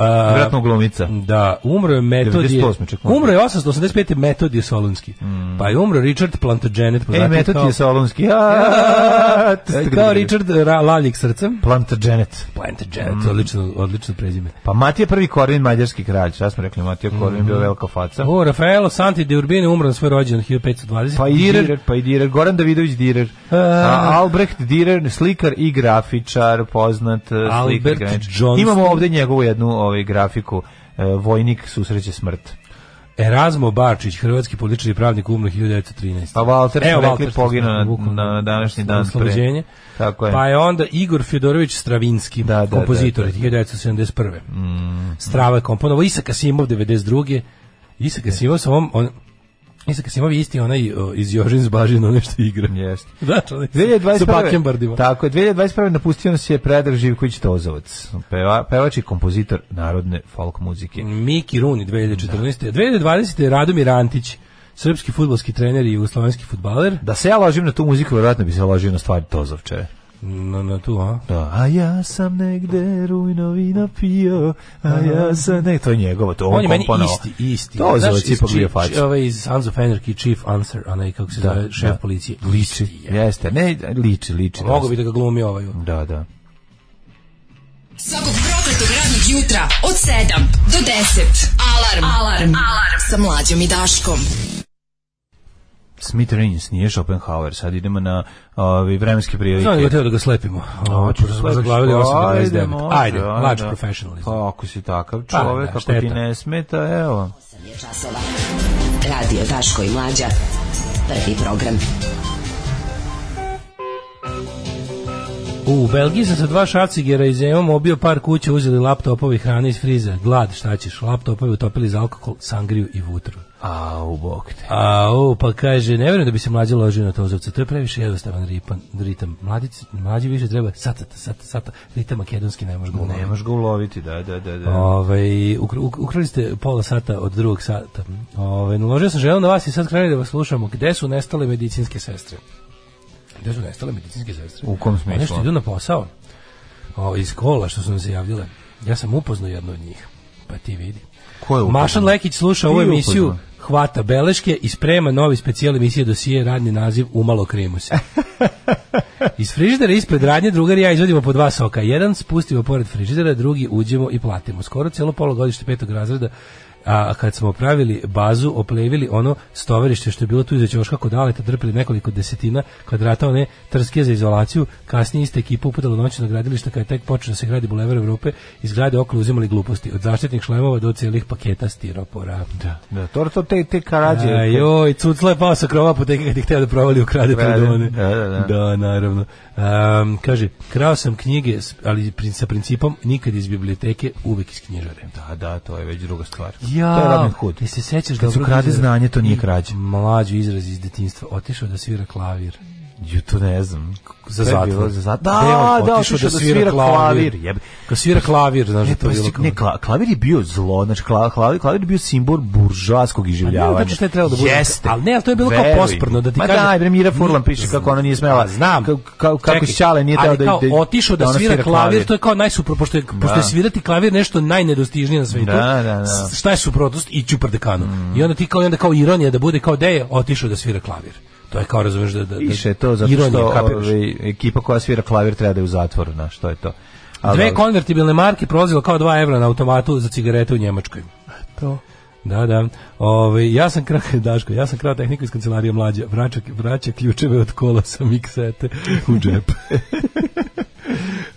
Speaker 6: A,
Speaker 5: Vratno glumica.
Speaker 6: Da, umro je Metodije.
Speaker 5: 98, čak možda.
Speaker 6: Umro je 885. Metodije Solunski.
Speaker 5: Mm.
Speaker 6: Pa je umro Richard Plantagenet.
Speaker 5: E,
Speaker 6: poznat
Speaker 5: metod
Speaker 6: kao-
Speaker 5: je solonski. Aaa,
Speaker 6: E, Kao Richard Ra- Laljik srcem.
Speaker 5: Plantagenet.
Speaker 6: Plantagenet,
Speaker 5: Mm.
Speaker 6: odlično, odlično prezime.
Speaker 5: Pa Matija prvi Korvin, mađarski kralj. Šta smo rekli, Matija Korvin bio velika faca.
Speaker 6: O, Rafaelo Santi de Urbino umro na svoj rođen 1520.
Speaker 5: Pa i Direr, pa i Direr, Goran Davidović Direr, a, Albrecht Direr, slikar i grafičar, poznat e,
Speaker 6: Albert
Speaker 5: slikar. i grafičar.
Speaker 6: Johnston.
Speaker 5: Imamo ovdje njegovu jednu ovaj, grafiku, e, vojnik susreće smrt.
Speaker 6: Erasmo Barčić, hrvatski političar i pravnik umro 1913.
Speaker 5: Pa Walter smo
Speaker 6: Evo,
Speaker 5: rekli
Speaker 6: Walter, što
Speaker 5: poginuo
Speaker 6: smo
Speaker 5: na,
Speaker 6: bukvalno.
Speaker 5: na današnji dan
Speaker 6: Oslobođenje.
Speaker 5: pre. Tako je.
Speaker 6: Pa je onda Igor Fjodorović Stravinski,
Speaker 5: Da, da, da,
Speaker 6: kompozitor
Speaker 5: da, Mm. da.
Speaker 6: 1971. Strava je komponovao Isak Asimov 92. Isak Asimov sa ovom, on, Isak Asimov je isti onaj o, iz Jožin Zbažin, onaj što igra.
Speaker 5: Jeste.
Speaker 6: Da, čovjek, sa
Speaker 5: 2021.
Speaker 6: Bakenbardima.
Speaker 5: Tako je, 2021. napustio nas je Predrag Živković Tozovac, peva, pevač i kompozitor narodne folk muzike.
Speaker 6: Miki Runi 2014. 2020. je Radomir Antić, srpski futbolski trener i jugoslovenski futbaler.
Speaker 5: Da se ja ložim na tu muziku, vjerojatno bi se ložio na stvari Tozovče.
Speaker 6: Na, na tu, a?
Speaker 5: Da. A ja sam negde rujnovina pio, a ja sam... Ne, to je njegovo, to on,
Speaker 6: On je meni
Speaker 5: komponovao.
Speaker 6: isti, isti.
Speaker 5: To je
Speaker 6: Znaš,
Speaker 5: Zovac
Speaker 6: iz
Speaker 5: ipak bio
Speaker 6: Chief-
Speaker 5: faca.
Speaker 6: Ovaj iz Sons of Anarchy, Chief Answer, onaj kako se
Speaker 5: Da,
Speaker 6: zove, šef
Speaker 5: da.
Speaker 6: policije.
Speaker 5: Liči,
Speaker 6: Isti je.
Speaker 5: jeste. Ne, liči, liči.
Speaker 6: Mogu bi da ga glumi ovaj.
Speaker 5: Da, da.
Speaker 7: Svakog prokletog radnog jutra od 7 do 10. Alarm. Alarm. Alarm. Sa mlađom i Daškom.
Speaker 5: Smith Rins, nije Schopenhauer. Sad idemo na ovaj, vremenske prilike.
Speaker 6: Znam da teo da ga slepimo.
Speaker 5: Hoćeš
Speaker 6: Ovo,
Speaker 5: slepiš?
Speaker 6: zaglavili
Speaker 5: Ajde,
Speaker 6: 829.
Speaker 5: može,
Speaker 6: Ajde, large
Speaker 5: ajde.
Speaker 6: professionalism.
Speaker 5: Pa, ako si takav čovek,
Speaker 6: da,
Speaker 5: ako
Speaker 6: šteta.
Speaker 5: ti ne smeta, evo.
Speaker 7: Je časova. Radio Daško i Mlađa. Prvi program.
Speaker 6: U Belgiji sam sa dva šacigera i zemom obio par kuća, uzeli laptopovi hrane iz friza. Glad, šta ćeš? Laptopovi utopili za alkohol, sangriju i vutru.
Speaker 5: Au, bok te.
Speaker 6: A, o, pa kaže, ne vjerujem da bi se mlađi ložio na tozovce, to je previše jednostavan ripan, ritam. Mladici, mlađi više treba satata, satata, satata, ritam makedonski ne može
Speaker 5: Ne možeš ga uloviti, da, da, da. da.
Speaker 6: Ove, Ovaj, ukrali ste pola sata od drugog sata. Ove, naložio sam želom na vas i sad krenuli da vas slušamo. Gde su nestale medicinske sestre? Gde su nestale medicinske sestre?
Speaker 5: U kom
Speaker 6: One
Speaker 5: smislu?
Speaker 6: što idu na posao. O, iz kola što su nam se javljile. Ja sam upoznao jednu od njih. Pa ti vidi.
Speaker 5: Ko je upoznao?
Speaker 6: Mašan Lekić sluša ovu
Speaker 5: je
Speaker 6: emisiju,
Speaker 5: upoznao?
Speaker 6: hvata beleške i sprema novi specijal emisije dosije radni naziv Umalo krimu se. Iz frižidera ispred radnje drugar i ja izvodimo po dva soka. Jedan spustimo pored frižidera, drugi uđemo i platimo. Skoro cijelo polugodište petog razreda a kad smo pravili bazu, oplevili ono stoverište što je bilo tu iza Ćoška kod Aleta, drpili nekoliko desetina kvadrata one trske za izolaciju, kasnije iste ekipa upadala u noćno gradilište kada je tek počeo da se gradi bulevar Evrope, iz grade okolo uzimali gluposti, od zaštitnih šlemova do cijelih paketa stiropora. Da.
Speaker 5: Da, to, to te, te karađe.
Speaker 6: A, joj, cucla je pao sa krova apoteke kad je htio da provali ukrade
Speaker 5: Ukrade,
Speaker 6: prodone.
Speaker 5: da, da, da.
Speaker 6: naravno. Am, kaže, krao sam knjige, s- ali prin- sa principom nikad iz biblioteke, uvek iz knjižare.
Speaker 5: Da, da, to je već druga stvar.
Speaker 6: Ja,
Speaker 5: to je Robin Hood.
Speaker 6: Ti se
Speaker 5: Kad
Speaker 6: sećaš
Speaker 5: se
Speaker 6: dobrog
Speaker 5: ukrade
Speaker 6: izraza?
Speaker 5: znanje, to nije krađa.
Speaker 6: Mlađi izraz iz detinjstva, otišao da svira klavir.
Speaker 5: Ju, to ne znam.
Speaker 6: Za
Speaker 5: To je
Speaker 6: zatvor.
Speaker 5: bilo Za zatvor.
Speaker 6: Da, da, otišao da svira klavir. E,
Speaker 5: Jebe.
Speaker 6: Kad svira klavir, znaš da
Speaker 5: Ne,
Speaker 6: to
Speaker 5: to
Speaker 6: je bilo.
Speaker 5: ne, kla, klavir je bio zlo, znači kla, klavir, klavir je bio simbol buržoaskog iživljavanja.
Speaker 6: Pa ne, znači šta je trebalo da bude?
Speaker 5: Jeste.
Speaker 6: Ali ne, ali to je bilo kao
Speaker 5: Veruj mi.
Speaker 6: posprdno, da ti
Speaker 5: Ma
Speaker 6: kažem-
Speaker 5: da, bre, Mira Furlan piše kako ona nije smela.
Speaker 6: Znam.
Speaker 5: Kako, kako, kako
Speaker 6: Čekaj,
Speaker 5: Ćale nije
Speaker 6: ali
Speaker 5: teo da...
Speaker 6: kao
Speaker 5: da-
Speaker 6: otišao da,
Speaker 5: ona
Speaker 6: svira, klavir, to je kao najsupro, pošto je, pošto je svirati klavir nešto najnedostižnije na svetu.
Speaker 5: Da, da, Mm. da.
Speaker 6: s- Šta je suprotnost? I ćupar dekanu. I onda ti kao, i onda kao ironija da bude kao da je otišao da svira klavir. To je kao, razumeš, da... da, da
Speaker 5: Piše to zato
Speaker 6: ironija,
Speaker 5: što
Speaker 6: kapiraš?
Speaker 5: ovaj, ekipa koja svira klavir treba da je u zatvoru, znaš, to je to. Ali
Speaker 6: Dve
Speaker 5: dobro.
Speaker 6: konvertibilne marke prolazilo kao 2 evra na automatu za cigarete u Njemačkoj. To. Da, da. Ove, ja sam krao, Daško, ja sam krao tehniku iz kancelarije mlađa. Vraća, vraća ključeve od kola sa miksete u džep.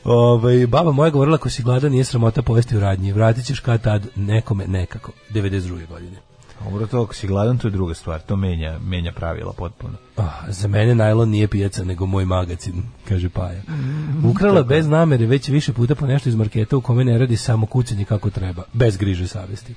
Speaker 6: Ove, baba moja govorila, ako si gladan, nije sramota pojesti u radnji. Vratit ćeš kad tad nekome nekako. 92. godine.
Speaker 5: Dobro, to ako si gladan, to je druga stvar. To menja, menja pravila potpuno.
Speaker 6: Ah, za mene najlon nije pijaca, nego moj magacin, kaže Paja. Ukrala bez namere već više puta po nešto iz marketa u kome ne radi samo kucanje kako treba, bez griže savesti.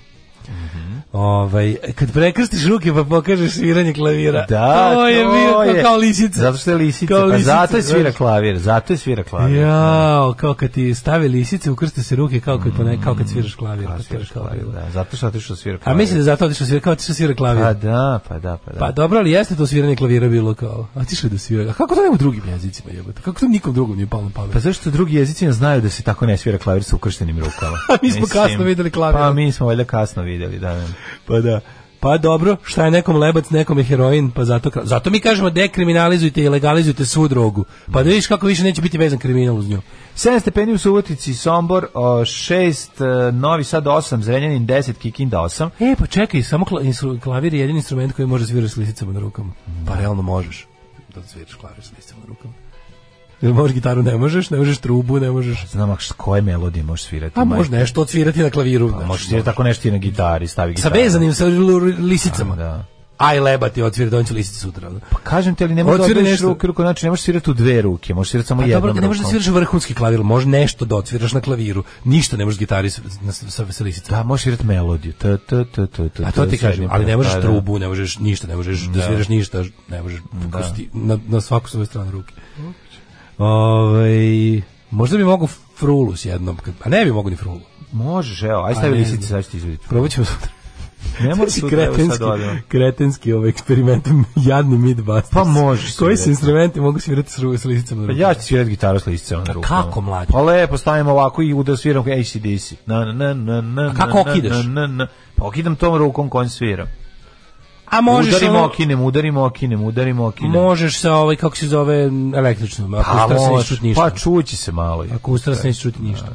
Speaker 5: Mhm.
Speaker 6: Ovaj, kad prekrstiš ruke pa pokažeš sviranje klavira.
Speaker 5: Da,
Speaker 6: to je bio
Speaker 5: je.
Speaker 6: kao, kao lisica.
Speaker 5: Zato što je lisica,
Speaker 6: Kao
Speaker 5: pa zato je
Speaker 6: lisica,
Speaker 5: svira
Speaker 6: znaš.
Speaker 5: klavir, zato je svira klavir.
Speaker 6: Jao, kao kad ti stave lisice, ukrste se ruke kao kad, pone, kao kad sviraš klavir.
Speaker 5: Pa
Speaker 6: kad
Speaker 5: svira
Speaker 6: sviraš
Speaker 5: klavir,
Speaker 6: klavir.
Speaker 5: da, zato što otišao svira
Speaker 6: A
Speaker 5: klavir.
Speaker 6: mislim da je zato otišao svira, kao otišao svira klavir.
Speaker 5: Pa da, pa da, pa da.
Speaker 6: Pa dobro, ali jeste to sviranje klavira bilo kao, a ti što da svira? A kako to nema u drugim jezicima jebote? Kako to nikom drugom nije palo na pamet?
Speaker 5: Pa zašto drugi jezici ne znaju da se tako ne svira klavir sa ukrštenim rukama?
Speaker 6: Mi smo
Speaker 5: Mislim,
Speaker 6: kasno videli klavir.
Speaker 5: Pa mi smo valjda kasno videli, da. ne.
Speaker 6: Pa da. Pa dobro, šta je nekom lebac, nekom je heroin, pa zato, kra- zato mi kažemo dekriminalizujte i legalizujte svu drogu. Pa da vidiš kako više neće biti vezan kriminal uz nju.
Speaker 5: 7 stepeni u Subotici, Sombor 6, Novi Sad 8, Zrenjanin 10, Kikinda 8.
Speaker 6: E, pa čekaj, samo kla- instru- klavir je jedini instrument koji može svirati s lisicama na rukama. Pa realno možeš da sviraš klavir s lisicama na rukama. Jer možeš gitaru, ne možeš, ne možeš trubu, ne možeš...
Speaker 5: Znam, a š- koje melodije možeš svirati?
Speaker 6: A možeš nešto odsvirati na klaviru.
Speaker 5: A
Speaker 6: znači,
Speaker 5: Pa možeš svirati tako nešto i na gitari, stavi
Speaker 6: Sa
Speaker 5: gitaru.
Speaker 6: vezanim sa l- lisicama.
Speaker 5: Da.
Speaker 6: Aj lebati, otvori donću lisice sutra. ono.
Speaker 5: Pa kažem ti, ali ne možeš da
Speaker 6: Odsvira
Speaker 5: odeš
Speaker 6: nešto.
Speaker 5: ruke, ruku, znači ne možeš svirati u dve ruke, možeš svirati samo
Speaker 6: Pa
Speaker 5: jednom
Speaker 6: dobro, ne možeš da
Speaker 5: rukom.
Speaker 6: sviraš vrhunski klavir, može nešto da odsviraš na klaviru. Ništa ne možeš gitari s- na- sa, sa, sa lisicama.
Speaker 5: Da, možeš svirati melodiju. Ta, ta, ta, ta, ta,
Speaker 6: A to
Speaker 5: ta,
Speaker 6: ti
Speaker 5: sve
Speaker 6: kažem,
Speaker 5: jedno.
Speaker 6: ali ne možeš
Speaker 5: Pa, da.
Speaker 6: trubu, ne možeš ništa, ne možeš da, sviraš ništa, ne možeš pustiti na, na svaku svoju stranu ruke. Ovaj možda bi mogu frulu s jednom, kad- a ne bi mogu ni frulu.
Speaker 5: Možeš, evo, aj stavi
Speaker 6: Pa ne
Speaker 5: lisice,
Speaker 6: znam.
Speaker 5: sad ću ti izvediti.
Speaker 6: Probat ćemo sutra.
Speaker 5: Ne moraš
Speaker 6: Si
Speaker 5: sutra, evo sad
Speaker 6: kretenski,
Speaker 5: odem.
Speaker 6: kretenski ovaj eksperiment, jadni midbusters.
Speaker 5: Pa možeš
Speaker 6: Koji se
Speaker 5: svirati.
Speaker 6: instrumenti mogu svirati s, ru- s lisicama na
Speaker 5: Pa
Speaker 6: ruku?
Speaker 5: ja ću svirati gitaru s lisicama na rukama.
Speaker 6: kako, mlađe?
Speaker 5: Pa lepo stavim ovako i udar sviram kao ACDC. Na, na, na, na, na,
Speaker 6: A kako
Speaker 5: na,
Speaker 6: okidaš?
Speaker 5: na, na, na. Pa okidam tom rukom kojom sviram.
Speaker 6: A možeš
Speaker 5: Udarim,
Speaker 6: ono-
Speaker 5: okinem, udarim, okinem, udarim, okinem.
Speaker 6: Možeš sa ovaj, kako se zove, električnom, ako
Speaker 5: Pa,
Speaker 6: ustara se neće
Speaker 5: možeš,
Speaker 6: čuti ništa.
Speaker 5: pa čući se malo. i-
Speaker 6: Ako ustara se neće čuti ništa.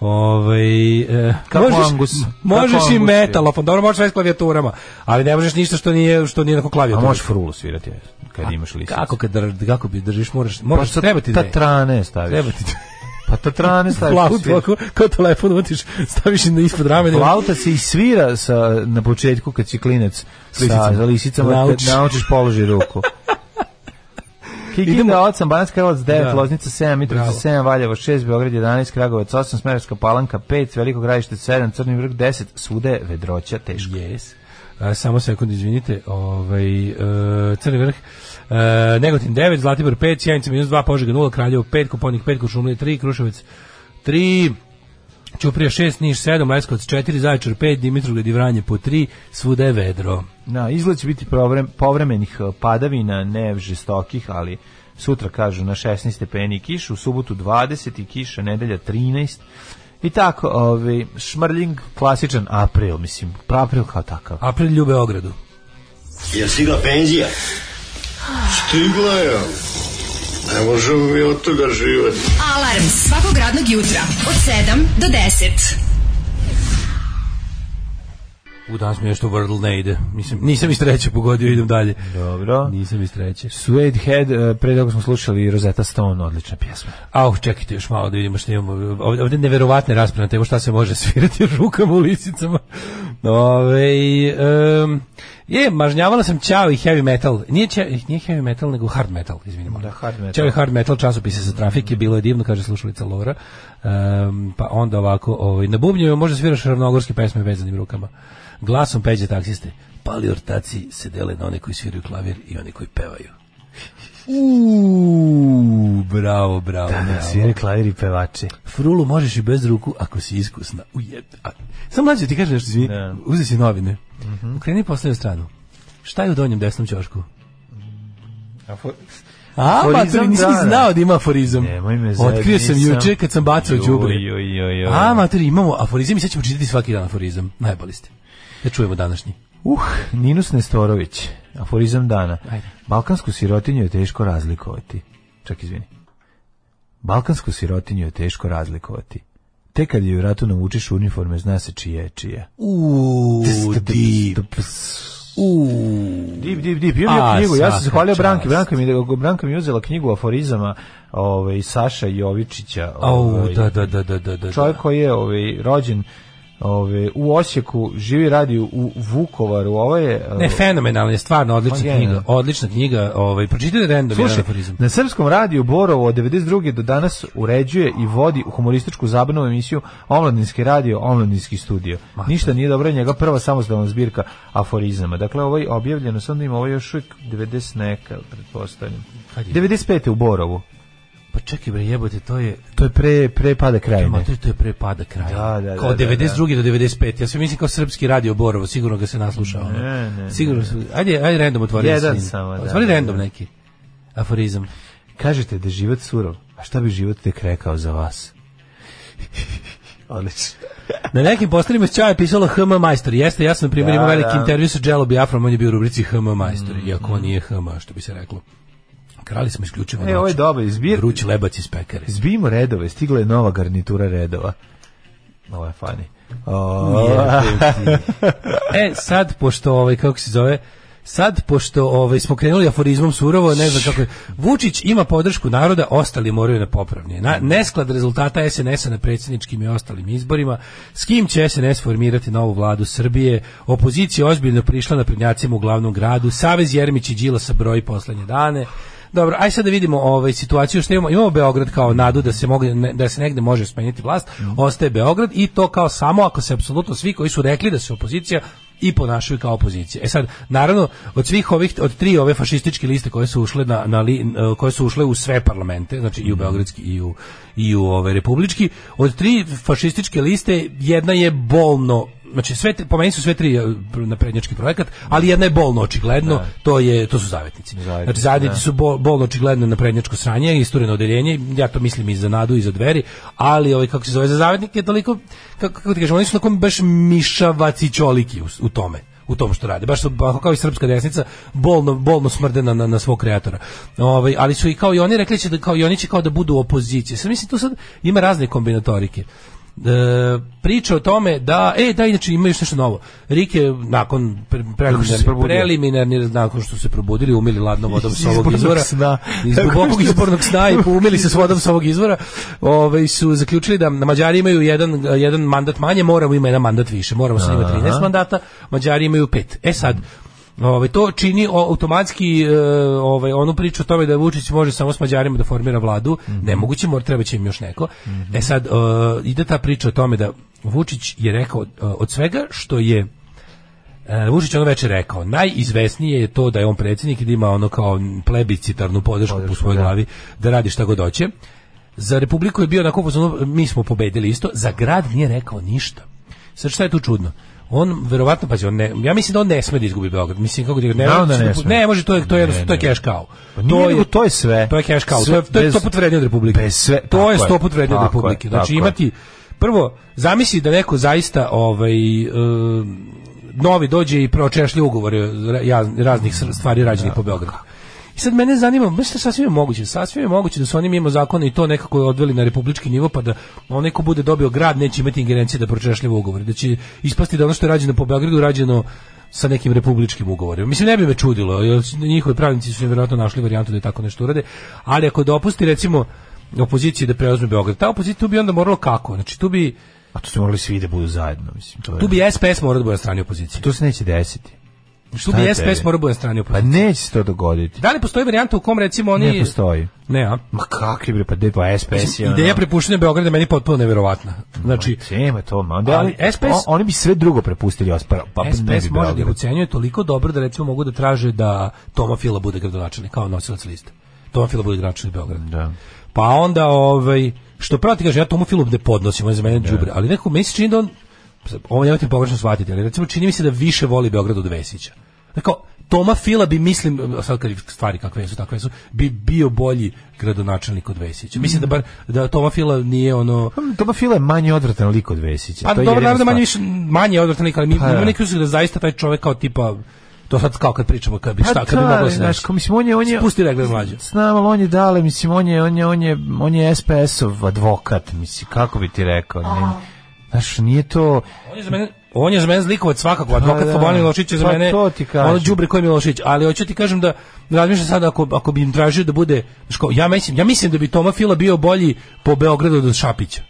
Speaker 6: Ovaj, e,
Speaker 5: Kako
Speaker 6: možeš,
Speaker 5: Angus?
Speaker 6: možeš
Speaker 5: Kako
Speaker 6: i
Speaker 5: Angus
Speaker 6: metalofon, dobro možeš sve s klavijaturama, ali ne možeš ništa što nije, što nije neko
Speaker 5: A
Speaker 6: klavijatura.
Speaker 5: možeš frulu svirati kad imaš lisice.
Speaker 6: Kako kad dr- kako bi držiš, moraš, moraš,
Speaker 5: sa
Speaker 6: treba ti dve.
Speaker 5: Tatrane staviš.
Speaker 6: Treba ti dve.
Speaker 5: Pa tatrane staviš.
Speaker 6: Flautu,
Speaker 5: svira.
Speaker 6: ako, kao telefon utiš, staviš na ispod ramena.
Speaker 5: Flauta se i svira sa, na početku kad si klinec sa
Speaker 6: Lisicama.
Speaker 5: lisicama, kad
Speaker 6: Naučiš.
Speaker 5: naučiš položi ruku. Kikinda 8, Banatska Karlovac 9,
Speaker 6: Da.
Speaker 5: Loznica 7, Mitrovica
Speaker 6: Bravo.
Speaker 5: 7, Valjevo 6, Beograd 11, Kragovac 8, Smerarska Palanka 5, Veliko Gradište 7, Crni vrh 10, svuda je vedroća teška.
Speaker 6: Yes. A, samo sekund, izvinite. Ovaj, e, crni vrh. E, Negotin 9, Zlatibor 5, Sjenica minus 2, Požega 0, Kraljevo 5, Koponik 5, Kuršumlija 3, Kruševac 3, Ćuprija 6, Niš 7, Leskovac 4, Zaječar 5, Dimitrovgrad i Vranje po 3, svuda je vedro.
Speaker 5: Na, izgled će biti provre- povremenih eh, padavina, ne žestokih, ali sutra kažu na 16 stepeni i kiš, u subotu 20 i kiša, nedelja 13. I tako, ovaj, šmrljing, klasičan april, mislim, april kao takav.
Speaker 6: April ljube ogradu.
Speaker 3: Je stigla penzija? Stigla je. Ne možemo mi od toga živjeti.
Speaker 7: Alarm svakog radnog jutra od 7 do 10.
Speaker 6: U danas mi nešto Wordle ne ide. Mislim, nisam iz treće pogodio, idem dalje.
Speaker 5: Dobro.
Speaker 6: Nisam iz treće.
Speaker 5: Suede Head, eh, pre toga smo slušali Rosetta Stone, odlična pjesma.
Speaker 6: Au, čekajte još malo da vidimo šta imamo. Ovde, ovde neverovatne rasprave na temu šta se može svirati rukama u lisicama. Ove, um, je, mažnjavala sam Ćao i Heavy Metal. Nije, ća, nije Heavy Metal, nego Hard Metal, izvinimo.
Speaker 5: Da, hard metal.
Speaker 6: Ćao i Hard Metal, časopise za trafike, bilo je divno, kaže slušalica Lora. Um, pa onda ovako, ovaj, na bubnjevima može sviraš ravnogorske pesme vezanim rukama. Glasom peđe taksiste. Pali ortaci se dele na one koji sviraju klavir i oni koji pevaju. Uuu, bravo, bravo, bravo.
Speaker 5: Svire klaviri pevači.
Speaker 6: Frulu možeš i bez ruku ako si iskusna. Ujeb. A, sam mlađe ti kažem nešto, izvini.
Speaker 5: Da. Mhm.
Speaker 6: Uzi si novine. Okreni poslednju stranu. Šta je u donjem desnom ćošku? A,
Speaker 5: Aforizam,
Speaker 6: matori, nisi
Speaker 5: da,
Speaker 6: ni
Speaker 5: da.
Speaker 6: znao da ima aforizam.
Speaker 5: Nemoj me zajebati.
Speaker 6: Otkrio sam juče kad sam bacao đubre.
Speaker 5: Joj, joj, joj.
Speaker 6: A, matori, imamo aforizam i sad ćemo čitati svaki dan aforizam. Najbolji ste. Da čujemo današnji.
Speaker 5: Uh, Ninus Nestorović, aforizam dana.
Speaker 6: Ajde.
Speaker 5: Balkansku sirotinju je teško razlikovati. Čak izvini. Balkansku sirotinju je teško razlikovati. Te kad je u ratu navučiš uniforme, zna se čije je čija.
Speaker 6: Uuu, div. Uuu.
Speaker 5: Dip, dip, dip. Imam ja
Speaker 6: A,
Speaker 5: knjigu, ja sam
Speaker 6: svaka
Speaker 5: se hvalio Branki.
Speaker 6: čast.
Speaker 5: Branka mi, Branka mi je uzela knjigu aforizama ovaj, Saša Jovičića.
Speaker 6: Au,
Speaker 5: ovaj,
Speaker 6: da, da, da, da, da, da.
Speaker 5: čovjek koji je ovaj, rođen ovaj, u Osijeku, živi, radi u Vukovaru. Ovo je...
Speaker 6: Ne, fenomenalna je, stvarno
Speaker 5: On
Speaker 6: odlična
Speaker 5: je genijalan.
Speaker 6: knjiga. Odlična knjiga, ovaj, pročitajte random jedan
Speaker 5: Slušaj,
Speaker 6: aforizam.
Speaker 5: na srpskom radiju Borovo od 92. do danas uređuje i vodi humorističku zabavnu emisiju Omladinski radio, Omladinski studio. Ništa nije dobro, njega prva samostalna zbirka aforizama. Dakle, ovo je objavljeno, sam da ima ovo još uvijek 90 neka, pretpostavljam.
Speaker 6: Kad je?
Speaker 5: 95. u Borovu.
Speaker 6: Pa čekaj bre, jebote, to je
Speaker 5: To je pre, pre pada krajine.
Speaker 6: Mater, to je pre pada kraja.
Speaker 5: Da, da, da,
Speaker 6: kao
Speaker 5: da,
Speaker 6: 92. do 95. Ja sam mislim kao srpski radio Borovo, sigurno ga se naslušao. ono.
Speaker 5: Ne, ne,
Speaker 6: Sigurno su. Ajde, ajde random otvori.
Speaker 5: Jedan
Speaker 6: sin.
Speaker 5: samo, da,
Speaker 6: Otvori
Speaker 5: da,
Speaker 6: random
Speaker 5: da.
Speaker 6: neki. Aforizam.
Speaker 5: Kažete da je život surov. A šta bi život tek rekao za vas? Odlično.
Speaker 6: Na nekim posterima s Ćaja je pisalo HM majstor. Jeste, ja sam na primjer
Speaker 5: Da,
Speaker 6: imao veliki
Speaker 5: da.
Speaker 6: intervju sa Jello Biafrom, on je bio u rubrici HM majstor, iako on nije HM, što bi se reklo. Krali smo isključivo
Speaker 5: E, ovo je dobar izbir.
Speaker 6: Vruć lebac iz pekare.
Speaker 5: Zbijmo redove, stigla je nova garnitura redova. Ovo je funny. O,
Speaker 6: Jebem ti. e, sad, pošto, ovaj, kako se zove, sad, pošto ovaj, smo krenuli aforizmom surovo, ne znam kako je, Vučić ima podršku naroda, ostali moraju na popravnje. Na, nesklad rezultata SNS-a na predsjedničkim i ostalim izborima, s kim će SNS formirati novu vladu Srbije, opozicija je ozbiljno prišla na prednjacima u glavnom gradu, Savez Jermić i Đila sa broji poslednje dane, Dobro, aj sad da vidimo ovaj situaciju što imamo. Imamo Beograd kao nadu da se mogu ne- da se negde može smeniti vlast. Ostaje Beograd i to kao samo ako se apsolutno svi koji su rekli da su opozicija i ponašaju kao opozicija. E sad naravno od svih ovih od tri ove fašističke liste koje su ušle na, na li, e, koje su ušle u sve parlamente, znači i u beogradski i u i u ovaj republički, od tri fašističke liste jedna je bolno znači sve tri, po meni su sve tri e, naprednjački projekat, ali jedna je bolno očigledno, to je to su zavetnici. znači zavetnici su bol, bolno očigledno naprednjačko sranje, istureno odeljenje, ja to mislim i za nadu i za dveri, ali ovaj kako se zove za zavetnike je toliko kako, kako ti kažem, oni su tako baš mišavaci čoliki u, s- u tome u tom što rade. Baš su ba- kao i srpska desnica bolno bolno smrde na, na, na svog kreatora. Ovaj ali su i kao i oni rekli će da kao i oni će kao da budu opozicija. Sad mislim tu sad ima razne kombinatorike e, priča o tome da e da inače ima još nešto novo Rik je nakon pre,
Speaker 5: što se
Speaker 6: preliminarni,
Speaker 5: probudio.
Speaker 6: preliminarni nakon što su se probudili umili ladnom vodom sa ovog
Speaker 5: Izbornog
Speaker 6: izvora
Speaker 5: sna.
Speaker 6: iz dubokog izbornog sna i umili se s vodom sa ovog izvora ovaj su zaključili da Mađari imaju jedan, jedan mandat manje moramo ima jedan mandat više moramo sa njima 13 mandata Mađari imaju pet e sad Ovaj to čini o- automatski e, ovaj onu priču o tome da Vučić može samo s Mađarima da formira vladu, nemoguće, mora treba će im još neko. E sad e, ide ta priča o tome da Vučić je rekao e, od svega što je E, Vučić je ono večer rekao, najizvesnije je to da je on predsjednik i da ima ono kao plebiscitarnu podršku, po svojoj glavi, da radi šta god hoće. Za Republiku je bio na mi smo pobedili isto, za grad nije rekao ništa. Sad šta je tu čudno? On verovatno pazi, on ne, ja mislim da on ne sme da izgubi Beograd. Mislim kako da ne,
Speaker 5: Naravno da
Speaker 6: može
Speaker 5: ne
Speaker 6: se
Speaker 5: sme.
Speaker 6: ne može to je to je
Speaker 5: Ne,
Speaker 6: jednostavno- to je
Speaker 5: ne.
Speaker 6: cash cow.
Speaker 5: Pa nije, nego to je sve.
Speaker 6: To je cash cow.
Speaker 5: Sve
Speaker 6: to, je- to je
Speaker 5: bez-
Speaker 6: sto put vrednije od Republike.
Speaker 5: bez E, sve-
Speaker 6: to
Speaker 5: tako
Speaker 6: je
Speaker 5: je,
Speaker 6: sto put vrednije od
Speaker 5: tako je,
Speaker 6: Republike. Znači
Speaker 5: tako je.
Speaker 6: imati prvo zamisli da neko zaista ovaj e, novi dođe i pročešlja ugovore ra- jaz- raznih sr- stvari rađenih po Beogradu. I sad mene zanima, mislim sasvim je moguće, sasvim je moguće da su oni mimo zakona i to nekako odveli na republički nivo, pa da onaj ko bude dobio grad neće imati ingerencije da pročešlja ugovore, da će ispasti da ono što je rađeno po Beogradu rađeno sa nekim republičkim ugovorima. Mislim, ne bi me čudilo, jer njihovi pravnici su im vjerojatno našli varijantu da je tako nešto urade, ali ako dopusti, recimo, opoziciji da preuzme Beograd, ta opozicija tu bi onda moralo kako? Znači, tu bi,
Speaker 5: A tu su morali svi da budu zajedno, mislim. To je-
Speaker 6: tu bi SPS morao da bude na strani opozicije. Znači,
Speaker 5: to se neće desiti.
Speaker 6: Tu
Speaker 5: Šta
Speaker 6: bi
Speaker 5: je
Speaker 6: SPS
Speaker 5: tebi?
Speaker 6: morao da bude na strani opozicije.
Speaker 5: Pa neće se to dogoditi.
Speaker 6: Da li postoji varijanta u kom recimo oni...
Speaker 5: Ne postoji.
Speaker 6: Ne, a?
Speaker 5: Ma kakvi bre, pa de pa SPS je. ono-
Speaker 6: Ideja prepuštenja Beograda je meni potpuno neverovatna. Znači,
Speaker 5: Tema to, ma onda
Speaker 6: Ali
Speaker 5: oni-
Speaker 6: SPS
Speaker 5: o- oni bi sve drugo prepustili ospara, pa ne bi
Speaker 6: SPS može da ih
Speaker 5: Beograd.
Speaker 6: ucenjuje toliko dobro da recimo mogu da traže da Toma Fila bude gradonačelnik, kao nosilac liste. Toma Fila bude gradonačelnik Beograda.
Speaker 5: Da.
Speaker 6: Pa onda, ovaj, što prati kaže, ja Tomu Filu ne podnosim, on je za mene đubre, ali neko meni se čini da on, ovo nemojte pogrešno shvatiti, ali recimo čini mi se da više voli Beograd od Vesića. Dakle, Toma Fila bi, mislim, sad kad stvari kakve su, takve su, bi bio bolji gradonačelnik od Vesića. Mislim da bar, da Toma Fila nije ono...
Speaker 5: Pa, Toma Fila je manje odvratan lik od Vesića.
Speaker 6: Pa
Speaker 5: to je
Speaker 6: dobro,
Speaker 5: jedina
Speaker 6: naravno
Speaker 5: stvar.
Speaker 6: manje više manje je odvratan lik, ali mi
Speaker 5: Pa,
Speaker 6: pa,
Speaker 5: da.
Speaker 6: neki uslov da zaista taj čovjek kao tipa to sad kao kad pričamo kad bi šta,
Speaker 5: Pa
Speaker 6: kad bi
Speaker 5: da,
Speaker 6: moglo se
Speaker 5: znaš,
Speaker 6: desiti.
Speaker 5: kao, mislim, on je, on je,
Speaker 6: Spusti regler mlađe.
Speaker 5: Znam, ali on je dale, mislim, on je, on je, on je, on je SPS-ov advokat, mislim, kako bi ti rekao, ne, znaš, nije to,
Speaker 6: On je za mene on je za mene zlikovac svakako, advokat
Speaker 5: Pa da.
Speaker 6: Slobodan Milošić je za
Speaker 5: Pa
Speaker 6: mene.
Speaker 5: to ti kažem.
Speaker 6: Ono đubre koji je Milošić, ali hoću ti kažem da razmišljam sad ako ako bi im tražio da bude znaš kao, ja mislim, ja mislim da bi Toma Fila bio bolji po Beogradu od Šapića.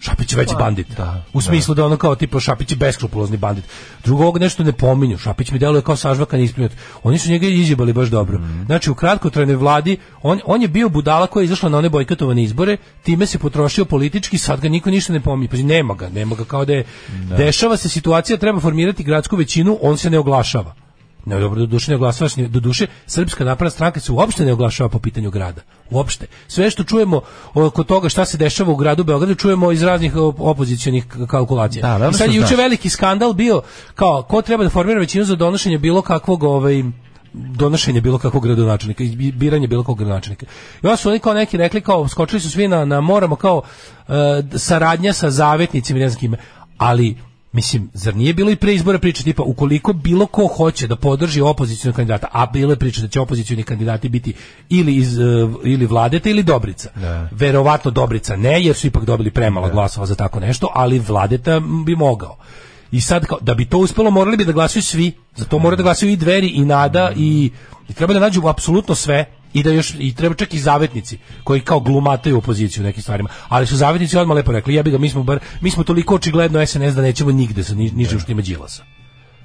Speaker 6: Šapić je veći bandit.
Speaker 5: Pa, da,
Speaker 6: u smislu da. ono kao tipa Šapić je beskrupulozni bandit. Drugog nešto ne pominju. Šapić mi deluje kao sažvakan isprinut. Oni su njega izjebali baš dobro.
Speaker 5: Mhm.
Speaker 6: Znači u kratkotrajnoj vladi on, on je bio budala koja je izašla na one bojkotovane izbore, time se potrošio politički, sad ga niko ništa ne pominje. Pazi, nema ga, nema ga kao da je dešava se situacija, treba formirati gradsku većinu, on se ne oglašava. Ne, dobro, do duše ne oglašavaš, ni- do duše Srpska napredna stranka se uopšte ne oglašava po pitanju grada. Uopšte. Sve što čujemo oko toga šta se dešava u gradu Beogradu, čujemo iz raznih opozicionih kalkulacija.
Speaker 5: Da, naravno
Speaker 6: I sad
Speaker 5: što
Speaker 6: je juče
Speaker 5: znaš.
Speaker 6: veliki skandal bio kao ko treba da formira većinu za donošenje bilo kakvog ovaj donošenje bilo kakvog gradonačelnika i bi- biranje bilo kakvog gradonačelnika. I onda su oni kao neki rekli kao skočili su svi na, na moramo kao e, d- saradnja sa zavetnicima i ne znam kime. Ali Mislim, zar nije bilo i pre izbora priče tipa ukoliko bilo ko hoće da podrži opozicionog kandidata, a bilo je priče da će opozicioni kandidati biti ili iz e, ili Vladeta ili Dobrica. Verovatno Dobrica ne, jer su ipak dobili premalo glasova za tako nešto, ali Vladeta bi mogao. I sad, kao, da bi to uspelo, morali bi da glasuju svi. Za to moraju da glasuju i dveri, i nada, i, i treba da nađu apsolutno sve. I da još, i treba čak i zavetnici, koji kao glumataju opoziciju u nekim stvarima. Ali su zavetnici odmah lepo rekli, jebi ga, mi smo, bar, mi smo toliko očigledno SNS da nećemo nigde sa ni, ničim što ima Đilasa.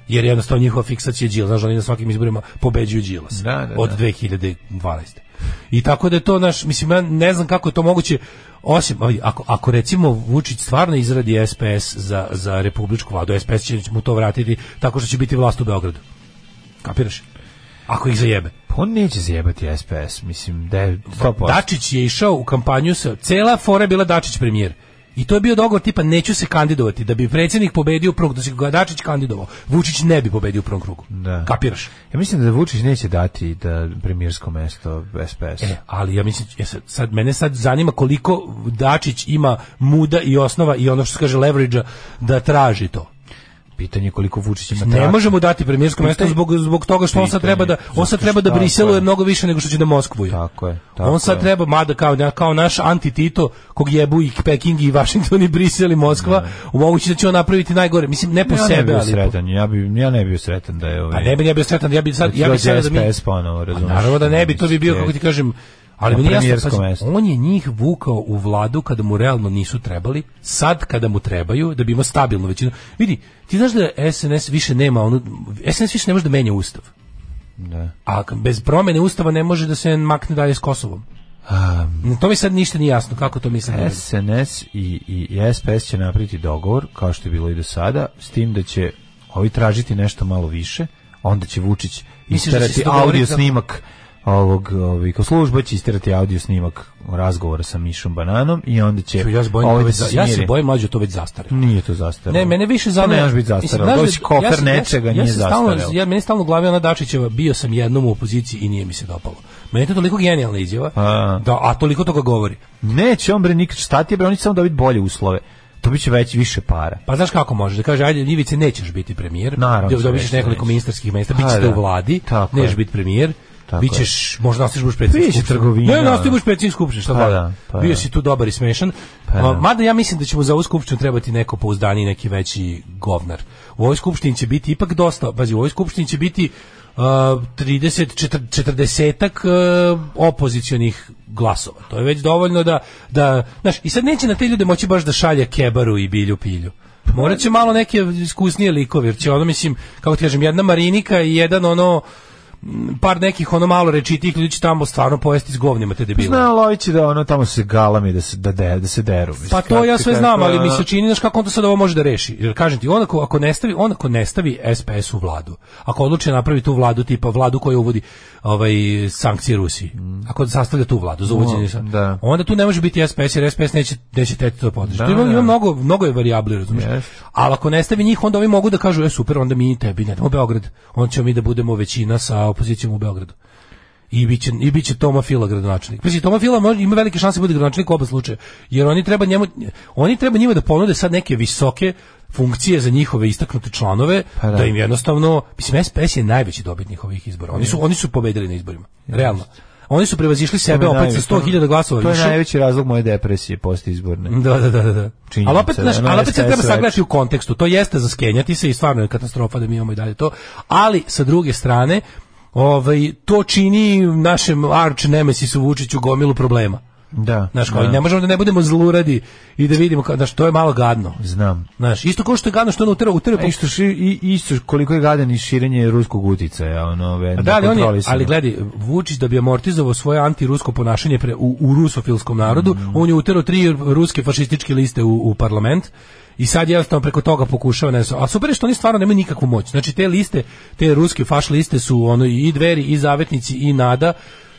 Speaker 6: Jer jednostavno njihova fiksacija je Đilas, znaš, oni na svakim izborima pobeđuju Đilas.
Speaker 5: Da, da,
Speaker 6: od
Speaker 5: da.
Speaker 6: 2012. I tako da je to naš, mislim, ja ne znam kako je to moguće, osim, ali ako, ako recimo Vučić stvarno izradi SPS za, za republičku vladu, SPS će mu to vratiti tako što će biti vlast u Beogradu. Kapiraš? Ako ih zajebe.
Speaker 5: Pa on neće zajebati SPS, mislim, da je 100%.
Speaker 6: Dačić je išao u kampanju sa cela fora je bila Dačić premijer. I to je bio dogovor tipa neću se kandidovati da bi predsjednik pobedio u prvom, da se ga Dačić kandidovao, Vučić ne bi pobedio u prvom krugu.
Speaker 5: Da.
Speaker 6: Kapiraš?
Speaker 5: Ja mislim da Vučić neće dati da premijersko mesto SPS.
Speaker 6: E, ali ja mislim, ja sad, sad, mene sad zanima koliko Dačić ima muda i osnova i ono što se kaže leverage da traži to.
Speaker 5: Pitanje je koliko Vučić ima
Speaker 6: Ne
Speaker 5: traka.
Speaker 6: možemo dati premijersko mjesto
Speaker 5: Pitanje-
Speaker 6: zbog, zbog toga što on sad
Speaker 5: Pitanje,
Speaker 6: treba da on sad
Speaker 5: zato
Speaker 6: treba da
Speaker 5: što-
Speaker 6: Briseluje
Speaker 5: tako je.
Speaker 6: mnogo više nego što će da Moskvu.
Speaker 5: Tako je, tako
Speaker 6: on sad
Speaker 5: je.
Speaker 6: treba mada kao kao naš anti Tito kog jebu i Peking i Washington i Brisel i Moskva, moguće da će on napraviti najgore. Mislim ne po
Speaker 5: ja ne
Speaker 6: sebe,
Speaker 5: bi bio
Speaker 6: ali po-
Speaker 5: sretan, ja bi ja ne bi bio sretan da je ovaj.
Speaker 6: A ne bi ja bio sretan, ja bi sad
Speaker 5: da
Speaker 6: ja bi
Speaker 5: dođe
Speaker 6: sad da mi
Speaker 5: SPS ponovo, razumeš?
Speaker 6: Pa Naravno da ne bi, to bi bio,
Speaker 5: Mislim,
Speaker 6: kako ti kažem, ali
Speaker 5: Na
Speaker 6: meni je jasno,
Speaker 5: premijersko
Speaker 6: pazi,
Speaker 5: mesto.
Speaker 6: on je njih vukao u vladu kada mu realno nisu trebali, sad kada mu trebaju, da bi imao stabilnu većinu. Vidi, ti znaš da SNS više nema, ono, SNS više ne može da menja ustav.
Speaker 5: Da.
Speaker 6: A k- bez promene ustava ne može da se makne dalje s Kosovom. Na to mi sad ništa nije jasno kako to misle. da radi.
Speaker 5: SNS i, i, i SPS će napraviti dogovor, kao što je bilo i do sada, s tim da će ovi tražiti nešto malo više, onda će Vučić
Speaker 6: Misliš da će se
Speaker 5: isterati
Speaker 6: dogovoriti
Speaker 5: audio
Speaker 6: za-
Speaker 5: snimak ovog, ovih, kao služba će isterati audio snimak razgovora sa Mišom Bananom i onda će...
Speaker 6: Ja se bojim,
Speaker 5: ovaj
Speaker 6: to već
Speaker 5: da
Speaker 6: za-
Speaker 5: se
Speaker 6: ja se
Speaker 5: smiri.
Speaker 6: bojim mlađe to već zastarelo.
Speaker 5: Nije to zastaralo.
Speaker 6: Ne, mene više
Speaker 5: To
Speaker 6: zanima.
Speaker 5: Ne može biti
Speaker 6: Mislim,
Speaker 5: zastaralo.
Speaker 6: znaš da-
Speaker 5: Doći kofer
Speaker 6: ja sam- ja sam-
Speaker 5: nečega
Speaker 6: ja sam
Speaker 5: nije
Speaker 6: stalno-
Speaker 5: zastaralo.
Speaker 6: Ja, meni stalno u glavi ona Dačićeva, bio sam jednom u opoziciji i nije mi se dopalo. Meni je to toliko genijalna izjava,
Speaker 5: A.
Speaker 6: da, a toliko toga govori.
Speaker 5: Neće on bre nikad šta ti je bre, oni će samo dobiti bolje uslove. To biće već više para.
Speaker 6: Pa znaš kako može da kaže ajde Ivice nećeš biti premijer.
Speaker 5: Naravno,
Speaker 6: Dob- dobit ćeš
Speaker 5: neće,
Speaker 6: nekoliko
Speaker 5: neće.
Speaker 6: ministarskih mesta,
Speaker 5: A,
Speaker 6: bićeš da
Speaker 5: da.
Speaker 6: u vladi,
Speaker 5: Tako
Speaker 6: nećeš
Speaker 5: je.
Speaker 6: biti premijer.
Speaker 5: Tako
Speaker 6: Bićeš, možda nastaviš budeš predsjednik
Speaker 5: Biće
Speaker 6: skupštine.
Speaker 5: trgovina.
Speaker 6: Ne, nastaviš budeš predsjednik skupštine, šta
Speaker 5: Pa
Speaker 6: pa,
Speaker 5: da, pa
Speaker 6: Bio
Speaker 5: da.
Speaker 6: si tu dobar i smešan. A, Mada ja mislim da ćemo za ovu skupštinu trebati neko pouzdaniji, neki veći govnar. U ovoj skupštini će biti ipak dosta, pazi, u ovoj skupštini će biti uh, 30 40 opozicionih glasova. To je već dovoljno da da znaš, i sad neće na te ljude moći baš da šalje kebaru i bilju pilju. Morat će malo neke iskusnije likove, jer će ono, mislim, kako ti kažem, jedna Marinika i jedan ono, m, par nekih ono malo rečitih ljudi će tamo stvarno pojesti s govnima te debile.
Speaker 5: Zna Lović da ono tamo se galami da se da de, da se deru. mislim.
Speaker 6: Pa to
Speaker 5: Kako
Speaker 6: ja
Speaker 5: ti
Speaker 6: sve
Speaker 5: kažem,
Speaker 6: znam, ali mi
Speaker 5: ono-
Speaker 6: se čini znaš kako on to sad ovo može da reši. Jer kažem ti, on ako, ako ne stavi, on ako ne stavi SPS u vladu, ako odluče napraviti tu vladu tipa vladu koja uvodi ovaj sankcije Rusiji. Ako sastavlja tu vladu za uvođenje sa-
Speaker 5: Mm. da.
Speaker 6: onda tu ne može biti SPS jer SPS neće neće teti to podržati.
Speaker 5: Da,
Speaker 6: ima, ima
Speaker 5: da.
Speaker 6: mnogo mnogo je varijabli, razumiješ?
Speaker 5: Jest.
Speaker 6: Ali ako ne stavi njih, onda ovi mogu da kažu, e super, onda mi i tebi ne damo Beograd. Onda ćemo mi da budemo većina sa opozicijom u Beogradu. I biće, i biće Toma Fila gradonačelnik. Pazi, Toma Fila može, ima velike šanse da bude gradonačelnik u oba slučaja. Jer oni treba njemu oni treba njima da ponude sad neke visoke funkcije za njihove istaknute članove
Speaker 5: Pa
Speaker 6: da.
Speaker 5: da.
Speaker 6: im jednostavno mislim SPS je najveći dobitnik ovih izbora. Oni su oni su pobedili na izborima. Realno. Oni su prevazišli sebe
Speaker 5: je
Speaker 6: opet
Speaker 5: najveći-
Speaker 6: sa 100.000 glasova
Speaker 5: To je
Speaker 6: više. Mm.
Speaker 5: najveći razlog moje depresije postizborne.
Speaker 6: Da, da, da, da, da.
Speaker 5: Činjenica
Speaker 6: ali opet,
Speaker 5: da
Speaker 6: znaš,
Speaker 5: ono
Speaker 6: ali opet se
Speaker 5: STS
Speaker 6: treba
Speaker 5: veče.
Speaker 6: sagledati u kontekstu. To jeste za skenjati se i stvarno je katastrofa da mi imamo i dalje to. Ali, sa druge strane, ovaj, to čini našem arch nemesisu Vučiću gomilu problema.
Speaker 5: Da.
Speaker 6: Znaš, kao,
Speaker 5: da.
Speaker 6: ne možemo da ne budemo zluradi i da vidimo, kao, znaš, to je malo gadno.
Speaker 5: Znam.
Speaker 6: Znaš, isto kao što je gadno što ono utera, utera,
Speaker 5: E, Isto, ši, i, isto koliko je gadan i širenje ruskog uticaja, ono, ve,
Speaker 6: Pa Da, ali, on je,
Speaker 5: nekontrolisano.
Speaker 6: ali gledaj, Vučić da bi amortizovao svoje antirusko ponašanje pre, u, u rusofilskom narodu,
Speaker 5: Mm.
Speaker 6: on je uterao tri ruske fašističke liste u, u parlament i sad jednostavno preko toga pokušava ne znam. A super je što oni stvarno nemaju nikakvu moć. Znači te liste, te ruske faš liste su ono i dveri i zavetnici i nada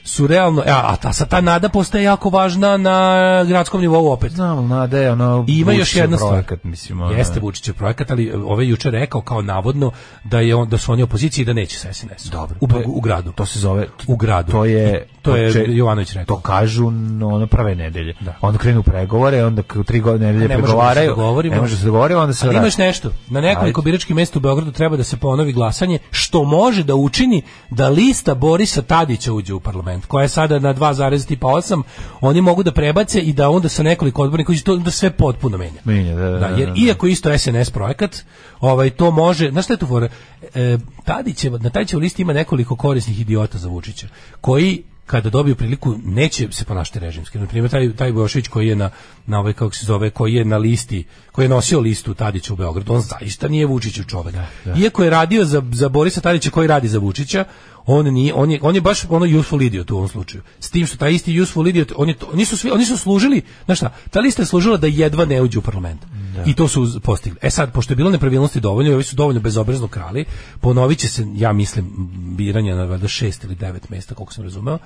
Speaker 6: su realno, e, a, a ta, sad ta nada postaje jako važna na gradskom nivou opet.
Speaker 5: Znam, ali nada je ono...
Speaker 6: I ima još
Speaker 5: Vučićev
Speaker 6: jedna stvar.
Speaker 5: projekat, mislim, ono,
Speaker 6: Jeste Vučićev projekat, ali e, ovaj juče rekao kao navodno da je on, da su oni opozicija i da neće sa SNS.
Speaker 5: Dobro.
Speaker 6: U,
Speaker 5: To je-
Speaker 6: u gradu.
Speaker 5: To se zove...
Speaker 6: U gradu.
Speaker 5: To je...
Speaker 6: To je
Speaker 5: će-
Speaker 6: Jovanović rekao.
Speaker 5: To kažu no, ono prve nedelje.
Speaker 6: Da.
Speaker 5: Onda krenu pregovore, onda k- tri godine nedelje
Speaker 6: ne možemo da se
Speaker 5: pregovaraju.
Speaker 6: dogovorimo.
Speaker 5: ne može da se dogovorimo, onda se
Speaker 6: Ali
Speaker 5: vrati.
Speaker 6: imaš nešto. Na nekoliko
Speaker 5: Ajde.
Speaker 6: biračkih mesta u Beogradu treba da se ponovi glasanje, što može da učini da lista Borisa Tadića uđe u parlament, koja je sada na 2,8, oni mogu da prebace i da onda sa nekoliko odbornika uđe to da sve potpuno menja.
Speaker 5: Menja, da, da,
Speaker 6: da,
Speaker 5: da,
Speaker 6: jer
Speaker 5: da.
Speaker 6: iako je isto SNS projekat, ovaj to može, znaš šta je tu fora? E, Tadićev, na Tadićevoj listi ima nekoliko korisnih idiota za Vučića, koji kada dobiju priliku neće se ponašati režimski. Na primjer taj taj Bojošević koji je na na ovaj kako se zove, koji je na listi, koji je nosio listu Tadića u Beogradu, on zaista nije Vučićev čovjek. Iako je radio za za Borisa Tadića koji radi za Vučića, on nije on je on je baš ono useful idiot u ovom slučaju. S tim što taj isti useful idiot, on je to, nisu svi oni su služili, znaš šta, ta lista je služila da jedva ne uđe u parlament. I to su postigli. E sad pošto je bilo nepravilnosti dovoljno, i ovi su dovoljno bezobrazno krali, ponovit će se ja mislim biranje na valjda 6 ili 9 mesta koliko sam razumeo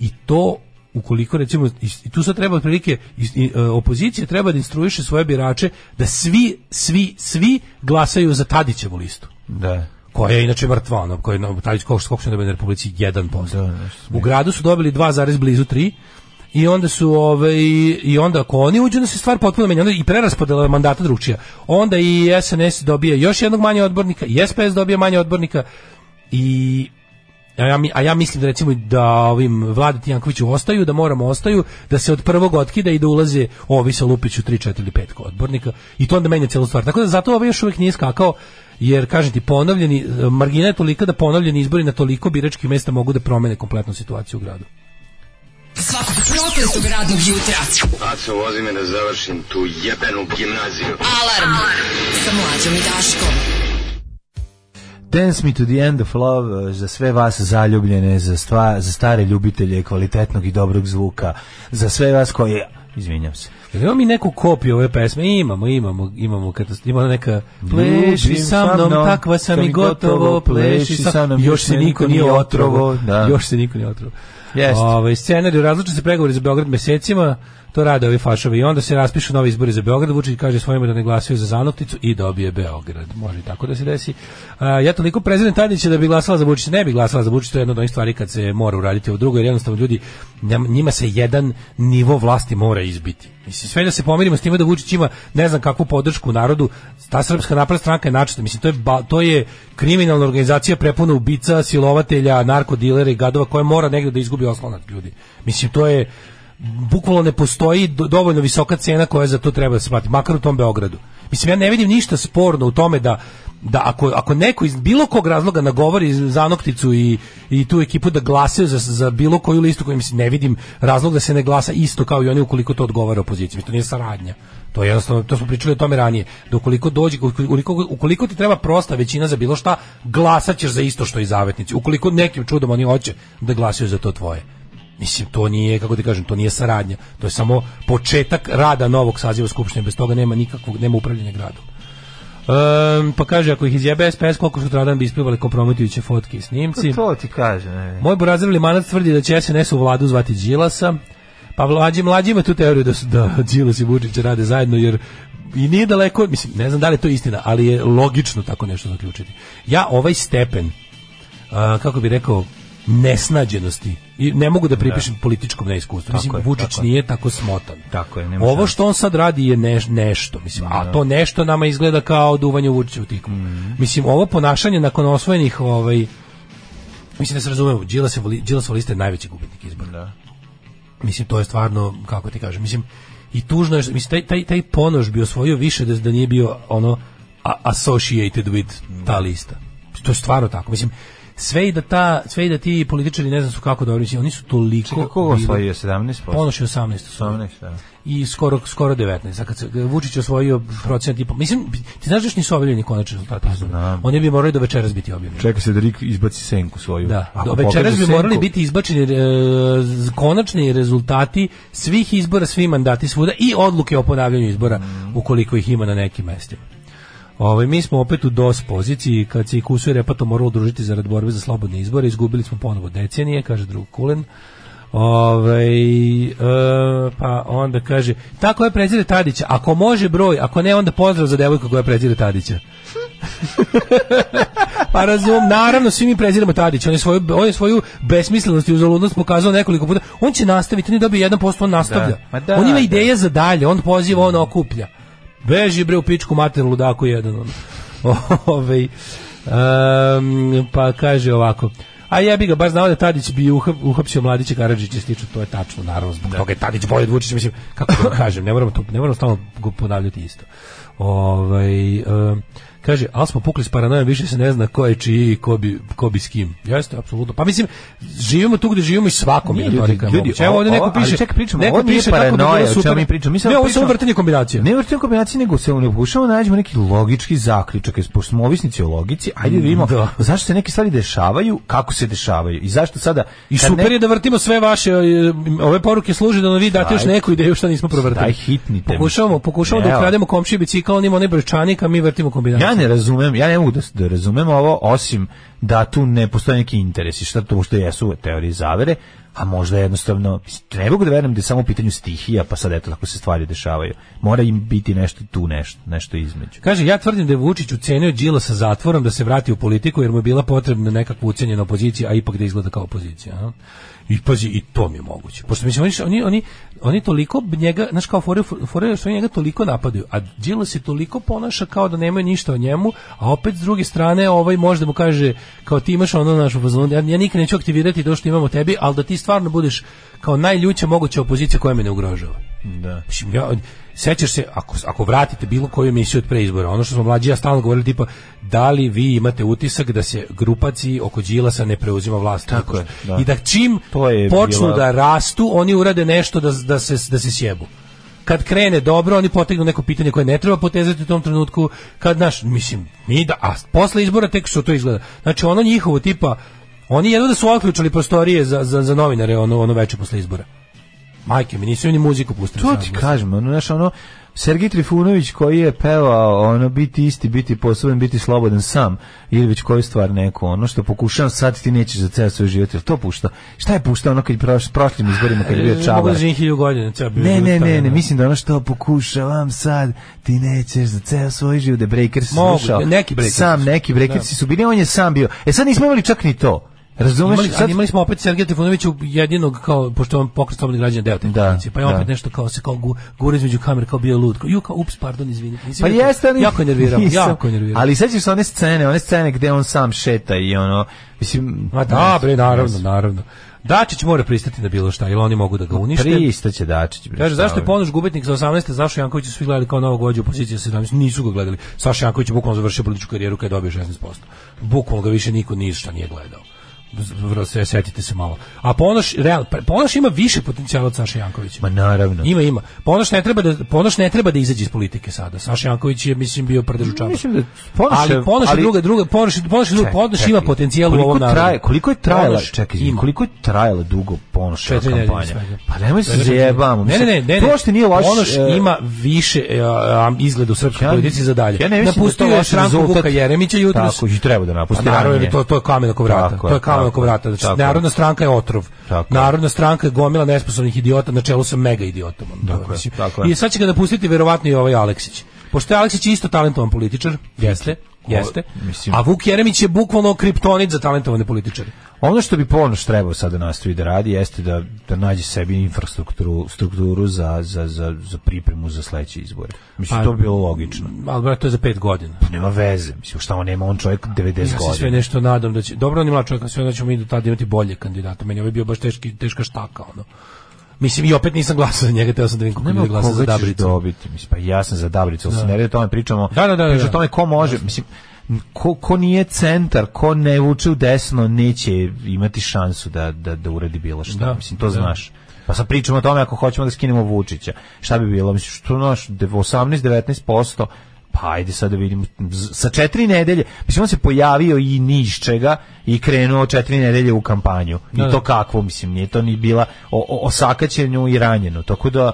Speaker 6: i to ukoliko recimo i i tu sad treba otprilike i- i, e, opozicija treba da instruiše svoje birače da svi svi svi glasaju za Tadićevu listu
Speaker 5: Da.
Speaker 6: koja je inače mrtva, ono, koja je na taj koš Skupština na Republici 1%. u gradu su dobili 2, zarez blizu 3 i onda su ovaj i onda ako oni uđu da se stvar potpuno menja onda i preraspodela mandata drugčija onda i SNS dobije još jednog manje odbornika i SPS dobije manje odbornika i a ja, mi- a ja mislim da recimo da ovim Vladi Tijankoviću ostaju, da moramo ostaju, da se od prvog otkida i da ulaze ovi sa Lupiću 3, 4 ili 5 odbornika i to onda menja celu stvar. Tako da zato ovaj još uvijek nije skakao jer kažem ti ponovljeni, e, margina je tolika da ponovljeni izbori na toliko biračkih mesta mogu da promene kompletnu situaciju u gradu.
Speaker 4: Svakog prokletog radnog jutra.
Speaker 3: Aco, vozi me da završim tu jebenu gimnaziju.
Speaker 4: Alarm. Sa mlađom i Daškom.
Speaker 5: Dance Me to the End of Love eh, za sve vas zaljubljene, za, stva, za stare ljubitelje kvalitetnog i dobrog zvuka, za sve vas koji... Izvinjam se.
Speaker 6: Jel imamo mi neku kopiju ove pesme? Imamo, imamo, imamo, kad ima ona neka pleši sa mnom, takva sam i gotovo, pleši sa mnom, još se niko nije otrovo,
Speaker 5: da.
Speaker 6: još se niko nije otrovo.
Speaker 5: Jest.
Speaker 6: Ovaj scenarij različite se pregovori za Beograd mesecima, to rade ovi fašovi i onda se raspišu novi izbori za Beograd, Vučić kaže svojima da ne glasaju za Zanovticu i dobije Beograd. Može i tako da se desi. A, ja toliko prezident Tadića da bi glasala za Vučića, ne bi glasala za Vučića, to je jedna od onih stvari kad se mora uraditi u drugo, jer jednostavno ljudi, njam- njima se jedan nivo vlasti mora izbiti. Mislim, sve da se pomirimo s time da Vučić ima ne znam kakvu podršku u narodu, ta srpska napredna stranka je načeta, mislim, to je, ba- to je kriminalna organizacija prepuna ubica, silovatelja, narkodilera i gadova koja mora negdje da izgubi oslonac ljudi. Mislim, to je, bukvalno ne postoji do- dovoljno visoka cena koja za to treba da se plati, makar u tom Beogradu. Mislim, ja ne vidim ništa sporno u tome da da ako, ako neko iz bilo kog razloga nagovori Zanokticu i, i tu ekipu da glasaju za, za bilo koju listu koju mislim ne vidim razlog da se ne glasa isto kao i oni ukoliko to odgovara opoziciji. Mislim, To nije saradnja. To je jednostavno, to smo pričali o tome ranije. Da ukoliko dođe, ukoliko, ukoliko ti treba prosta većina za bilo šta, glasat ćeš za isto što i zavetnici. Ukoliko nekim čudom oni hoće da glasaju za to tvoje. Mislim, to nije, kako ti kažem, to nije saradnja. To je samo početak rada novog saziva Skupštine. Bez toga nema nikakvog, nema upravljanja gradom. Ehm, pa kaže, ako ih izjebe SPS, koliko sutradan bi isplivali kompromitujuće fotke i snimci.
Speaker 5: To ti kaže, ne.
Speaker 6: Moj burazir Limanac tvrdi da će SNS u vladu zvati Đilasa, pa mlađi, mlađi ima tu teoriju da, su, da Đilas i Vučić rade zajedno, jer i nije daleko, mislim, ne znam da li je to istina, ali je logično tako nešto zaključiti. Ja ovaj stepen, a, kako bi rekao, nesnađenosti, i ne mogu da pripišem političkom neiskustvu. Mislim,
Speaker 5: je,
Speaker 6: Vučić
Speaker 5: tako je.
Speaker 6: nije tako smotan.
Speaker 5: Tako je, nema
Speaker 6: Ovo
Speaker 5: šanse.
Speaker 6: što on sad radi je neš- nešto, mislim, a to nešto nama izgleda kao duvanje Vučića u tikmu.
Speaker 5: Mhm.
Speaker 6: Mislim, ovo ponašanje nakon osvojenih ovaj, Mislim da se razumemo, Đilas, je, voli- Đilasova lista je najveći gubitnik izbora. Mislim, to je stvarno, kako ti kažem, mislim, i tužno je, što- mislim, taj, taj, taj ponoš bi osvojio više da, da nije bio ono a- associated with ta lista. To je stvarno tako, mislim, sve i da ta, sve i da ti političari ne znam su kako dobri, mislim, oni su toliko...
Speaker 5: Čekaj, koga
Speaker 6: bili-
Speaker 5: osvojio 17%?
Speaker 6: Ponoš je 18. osvojio
Speaker 5: 18, da.
Speaker 6: i skoro skoro 19. A kad se Vučić je osvojio procenat i po, mislim ti znaš da još nisu objavljeni konačni rezultati.
Speaker 5: Pa
Speaker 6: izbora? Oni bi morali do večeras biti objavljeni.
Speaker 5: Čeka se da Rik izbaci senku svoju.
Speaker 6: Da,
Speaker 5: Ako
Speaker 6: do večeras
Speaker 5: pokaže
Speaker 6: bi
Speaker 5: senku-
Speaker 6: morali biti izbačeni e, z- konačni rezultati svih izbora, svi mandati svuda i odluke o ponavljanju izbora
Speaker 5: Mm.
Speaker 6: ukoliko ih ima na nekim mestima. Ovaj mi smo opet u dos poziciji kad se i Kusu i Repato moralo družiti zarad borbe za slobodne izbore, izgubili smo ponovo decenije, kaže drug Kulen. Ovaj, e, pa onda kaže tako je prezire Tadića, ako može broj ako ne onda pozdrav za devojku koja prezire Tadića pa razum, naravno svi mi preziramo Tadića, on je svoju, on je svoju besmislenost i uzaludnost pokazao nekoliko puta. On će nastaviti, on je dobio 1%, on nastavlja.
Speaker 5: Da, ma da,
Speaker 6: on ima
Speaker 5: da.
Speaker 6: ideje za dalje, on poziva, on okuplja. Beži bre u pičku mater ludaku jedan. ono. Ovaj, em, pa kaže ovako, A ja bi ga baš znao da je Tadić bi uhap- uhapsio mladića Karadžića stiču, to je tačno, naravno, zbog toga je Tadić bolje od Vučića, mislim, kako da vam kažem, ne moramo, to, ne moramo stalno go- ponavljati isto. Ovaj, em, kaže, ali smo pukli s paranojom, više se ne zna ko je čiji i ko bi, ko bi s kim. Jeste, apsolutno. Pa mislim, živimo tu gde živimo i svakom je
Speaker 5: Nije, Pa ljudi,
Speaker 6: retorika
Speaker 5: ljudi,
Speaker 6: moguća. Evo ovdje
Speaker 5: ovo-
Speaker 6: neko
Speaker 5: ali
Speaker 6: piše,
Speaker 5: čekaj, pričamo,
Speaker 6: neko
Speaker 5: ovo nije
Speaker 6: piše kako bi bilo
Speaker 5: paranoja, o čemu
Speaker 6: super.
Speaker 5: mi pričamo? Mi samo
Speaker 6: ne, ovo je samo
Speaker 5: pričamo-
Speaker 6: vrtanje kombinacija.
Speaker 5: Ne vrtim kombinacije, nego se ne pokušamo da nađemo neki logički zaključak, jer pošto smo ovisnici o logici, ajde da vidimo
Speaker 6: Da.
Speaker 5: zašto se neke stvari dešavaju, kako se dešavaju i zašto sada...
Speaker 6: I
Speaker 5: kad
Speaker 6: super
Speaker 5: ne-
Speaker 6: je da vrtimo sve vaše e, ove poruke služe da nam vi date još neku ideju što nismo provrtili.
Speaker 5: Daj, hitnite mi.
Speaker 6: Pokušavamo, pokušavamo da
Speaker 5: Evo.
Speaker 6: ukrademo komšiji bicikl, on ima onaj brčanik, a mi vrtimo kombinaciju.
Speaker 5: Ja ne razumem, ja ne mogu da, da razumem ovo, osim da tu ne postoje neki interesi, šta to što jesu teorije zavere, a možda jednostavno, mislim, ne mogu da verujem da je samo u pitanju stihija, pa sad eto tako se stvari dešavaju. Mora im biti nešto tu, nešto, nešto između.
Speaker 6: Kaže, ja tvrdim da je Vučić ucenio Đila sa zatvorom da se vrati u politiku jer mu je bila potrebna nekakva ucenjena opozicija, a ipak da izgleda kao opozicija. a? I pazi, i to mi je moguće. Pošto mislim, oni, oni, oni, oni toliko njega, znaš kao fore, fore što oni njega toliko napadaju, a Đila se toliko ponaša kao da nemaju ništa o njemu, a opet s druge strane ovaj možda mu kaže kao ti imaš ono našu fazonu, ja, ja nikad neću aktivirati to što imamo tebi, ali da ti stvarno budeš kao najljuća moguća opozicija koja me ne ugrožava.
Speaker 5: Da.
Speaker 6: Mislim, ja, sećaš se, ako, ako vratite bilo koju emisiju od preizbora, ono što smo mlađi ja stalno govorili, tipa, da li vi imate utisak da se grupaciji oko Đilasa ne preuzima vlast? Tako
Speaker 5: je, da.
Speaker 6: I da čim
Speaker 5: To je
Speaker 6: počnu
Speaker 5: bila-
Speaker 6: da rastu, oni urade nešto da, da, se, da se sjebu. kad krene dobro, oni potegnu neko pitanje koje ne treba potezati u tom trenutku, kad naš, mislim, mi da, a posle izbora tek što to izgleda. Znači ono njihovo tipa, oni jedno da su otključali prostorije za, za, za novinare ono, ono veče posle izbora. Majke mi, nisu ni muziku pustili.
Speaker 5: To
Speaker 6: sad,
Speaker 5: ti
Speaker 6: mislim.
Speaker 5: kažem, ono, znaš, ono, Sergij Trifunović koji je pevao ono biti isti, biti posoban, biti slobodan sam ili već koju stvar neku ono što pokušavam sad ti nećeš za ceo svoj život jel to pušta? Šta je pušta ono kad je proš, prošlim izborima kad je bio
Speaker 6: Mogu
Speaker 5: čabar?
Speaker 6: da živim hiljadu godina, ceo bi
Speaker 5: Ne,
Speaker 6: život
Speaker 5: ne, ne,
Speaker 6: tamo,
Speaker 5: ne,
Speaker 6: ono.
Speaker 5: mislim da ono što pokušavam sad, ti nećeš za ceo svoj život, da Breakers si
Speaker 6: Mogu,
Speaker 5: slušao.
Speaker 6: neki Breakersi
Speaker 5: Sam,
Speaker 6: su.
Speaker 5: neki Breakersi su bili, on je sam bio. E sad nismo imali čak ni to. Razumeš?
Speaker 6: Imali, sad... imali smo opet Sergeja Trifunovića u jedinog kao pošto je on pokret slobodnih građana deo te
Speaker 5: Da,
Speaker 6: koalicije, pa je opet
Speaker 5: da.
Speaker 6: nešto kao se kao gu, gura između kamer kao bio lud. Kao, ju kao ups, pardon, izvini.
Speaker 5: Pa
Speaker 6: Nisam rekao.
Speaker 5: jeste, ali...
Speaker 6: jako je nervirao,
Speaker 5: Nisam.
Speaker 6: jako je nervirao.
Speaker 5: Ali sećaš se one scene, one scene gde on sam šeta i ono, mislim...
Speaker 6: Ma da, bre, naravno, naravno. Dačić mora pristati na bilo šta, jer oni mogu da ga unište.
Speaker 5: Prista će Dačić. bre,
Speaker 6: Kaže,
Speaker 5: šta
Speaker 6: zašto je
Speaker 5: ovi?
Speaker 6: ponoš gubitnik za 18, zašto Janković su svi gledali kao novog vođa opozicije sa 17, nisu ga gledali. Saša Janković je bukvalno završio političku karijeru kada je dobio 16%. Bukvalno ga više niko ništa nije gledao. Vrlo se, setite se malo. A ponoš, real, pa, ponoš ima više potencijala od Saša Jankovića.
Speaker 5: Ma naravno.
Speaker 6: Ima, ima. Ponoš ne treba da Ponoš ne treba da izađe iz politike sada. Saša Janković je mislim bio prdržučak.
Speaker 5: Mislim da Ponoš je-
Speaker 6: ali Ponoš je
Speaker 5: ali-
Speaker 6: druga druga Ponoš Ponoš je druga
Speaker 5: Čekaj,
Speaker 6: Ponoš
Speaker 5: čekaj.
Speaker 6: ima potencijal u
Speaker 5: Koliko
Speaker 6: ovom narodu.
Speaker 5: Traje, koliko je trajala,
Speaker 6: Ponoš
Speaker 5: čekaj, izvini,
Speaker 6: ima.
Speaker 5: koliko je trajala dugo ponoša
Speaker 6: Četiri nedelje
Speaker 5: kampanja?
Speaker 6: svega.
Speaker 5: Pa nemoj se
Speaker 6: Četiri
Speaker 5: zajebamo.
Speaker 6: Ne, ne, ne, ne, ne.
Speaker 5: To uopšte nije loš.
Speaker 6: Ponoš
Speaker 5: e,
Speaker 6: ima više e, a, izgleda u srpskoj
Speaker 5: Ja-
Speaker 6: politici za dalje.
Speaker 5: ja ne mislim da
Speaker 6: Napustio
Speaker 5: to je
Speaker 6: je
Speaker 5: loš
Speaker 6: stranku
Speaker 5: rezultat.
Speaker 6: Vuka Jeremića jutros.
Speaker 5: Tako, i treba da napusti,
Speaker 6: Pa naravno,
Speaker 5: ranije.
Speaker 6: jer to, to je kamen oko vrata.
Speaker 5: Tako je,
Speaker 6: to je kamen oko
Speaker 5: tako je,
Speaker 6: vrata. Znači,
Speaker 5: tako je.
Speaker 6: Narodna stranka je otrov.
Speaker 5: Tako je.
Speaker 6: Narodna stranka je gomila nesposobnih idiota, na čelu sa mega idiotom. ono, to je,
Speaker 5: Tako je,
Speaker 6: mislim.
Speaker 5: tako je.
Speaker 6: I sad će ga napustiti verovatno i ovaj Aleksić. Pošto je Aleksić isto talentovan političar, jeste, jeste.
Speaker 5: mislim-
Speaker 6: A Vuk Jeremić je bukvalno kriptonit za talentovane političare.
Speaker 5: Ono što bi Ponoš trebao sad da nastavi da radi jeste da, da nađe sebi infrastrukturu strukturu za, za, za, za pripremu za sledeće izbore. Mislim,
Speaker 6: Pa-
Speaker 5: to bi bilo logično.
Speaker 6: Ali, brate, to je za pet godina.
Speaker 5: Pa nema veze, mislim, šta on nema, on čovjek 90
Speaker 6: Ja se sve
Speaker 5: godina.
Speaker 6: nešto nadam da će dobro on ima čovjek, sve da ćemo mi do tada imati bolje kandidata. Meni je ovaj bio baš teški teška štaka ono. Mislim i opet nisam glasao za njega, teo sam da vidim kako ljudi glasa za
Speaker 5: koga ćeš
Speaker 6: Dabricu.
Speaker 5: dobiti, mislim, pa ja sam za Dabricu, ali se ne radi o tome, pričamo,
Speaker 6: Da, da, da,
Speaker 5: pričamo
Speaker 6: da.
Speaker 5: o tome ko može, mislim, ko, ko nije centar, ko ne uče u desno, neće imati šansu da, da, da uradi bilo šta,
Speaker 6: Da,
Speaker 5: mislim, to
Speaker 6: da.
Speaker 5: znaš. Pa sad pričamo o tome ako hoćemo da skinemo Vučića. Šta bi bilo? Mislim, što naš, 18-19%, pa ajde sad da vidimo, Z- sa četiri nedelje, mislim, on se pojavio i ni iz čega i krenuo četiri nedelje u kampanju.
Speaker 6: Da,
Speaker 5: I
Speaker 6: da.
Speaker 5: to kakvo, mislim, nije to ni bila o, o, osakaćenju i ranjeno. Tako da,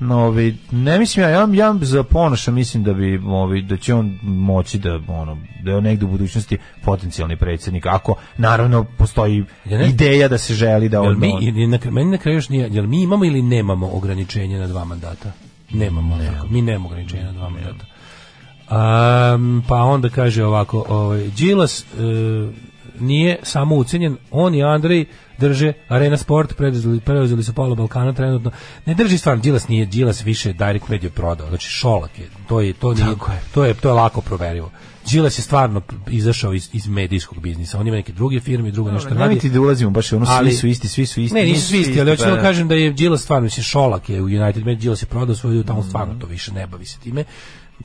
Speaker 5: no, ovi, ne mislim ja, ja, ja za ponoša mislim da bi ovi, da će on moći da ono da je on negde u budućnosti potencijalni predsjednik ako naravno postoji
Speaker 6: Ja ne-
Speaker 5: ideja da se želi da
Speaker 6: Jel
Speaker 5: on,
Speaker 6: mi
Speaker 5: on-
Speaker 6: ili na, kraju- meni na kraju još nije, jel mi imamo ili nemamo ograničenje na dva mandata? Nemamo, tako. Mi nemamo ograničenje na dva mandata. Um, pa onda kaže ovako, ovaj Đilas e, nije samo ucenjen, on i Andrej drže Arena Sport, preuzeli, preuzeli su pola Balkana trenutno. Ne drži stvarno, Đilas nije, Đilas više Direct Media prodao, znači Šolak je, to je, to nije,
Speaker 5: Tako je.
Speaker 6: to je, to je lako proverivo. Đilas je stvarno izašao iz, iz medijskog biznisa, on ima neke druge firme, drugo nešto radi.
Speaker 5: Nemojte da ulazimo baš u ono,
Speaker 6: Ali-
Speaker 5: svi su isti, svi su isti.
Speaker 6: Ne, nisu svi isti, ali hoću
Speaker 5: pa
Speaker 6: da
Speaker 5: da.
Speaker 6: kažem da je Đilas stvarno, mislim, Šolak je u United, Med Đilas je prodao svoju, tamo stvarno to više ne bavi se time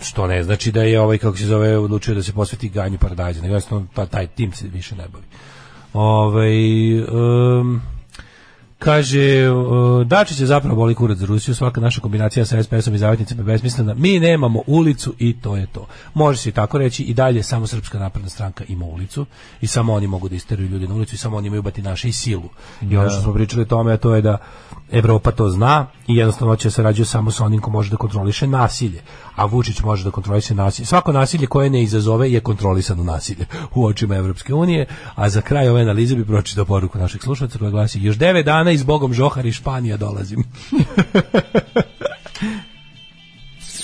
Speaker 6: što ne znači da je ovaj kako se zove odlučio da se posveti ganju paradajza nego jednostavno ta, taj tim se više ne bavi ovaj em, Kaže, uh, Dačić je zapravo boli kurac za Rusiju, svaka naša kombinacija sa SPS-om i zavetnicima je besmislena. Mi nemamo ulicu i to je to. Može se i tako reći, i dalje samo Srpska napredna stranka ima ulicu i samo oni mogu da isteruju ljudi na ulicu i samo oni imaju bati naše i silu. I ono što smo pričali o tome, a to je da Evropa to zna i jednostavno će se rađuje samo sa onim ko može da kontroliše nasilje. A Vučić može da kontroliše nasilje. Svako nasilje koje ne izazove je kontrolisano nasilje u očima Evropske unije. A za kraj ove analize bi pročitao poruku naših slušalca koja glasi još 9 dana i s Bogom Žohar i Španija dolazim.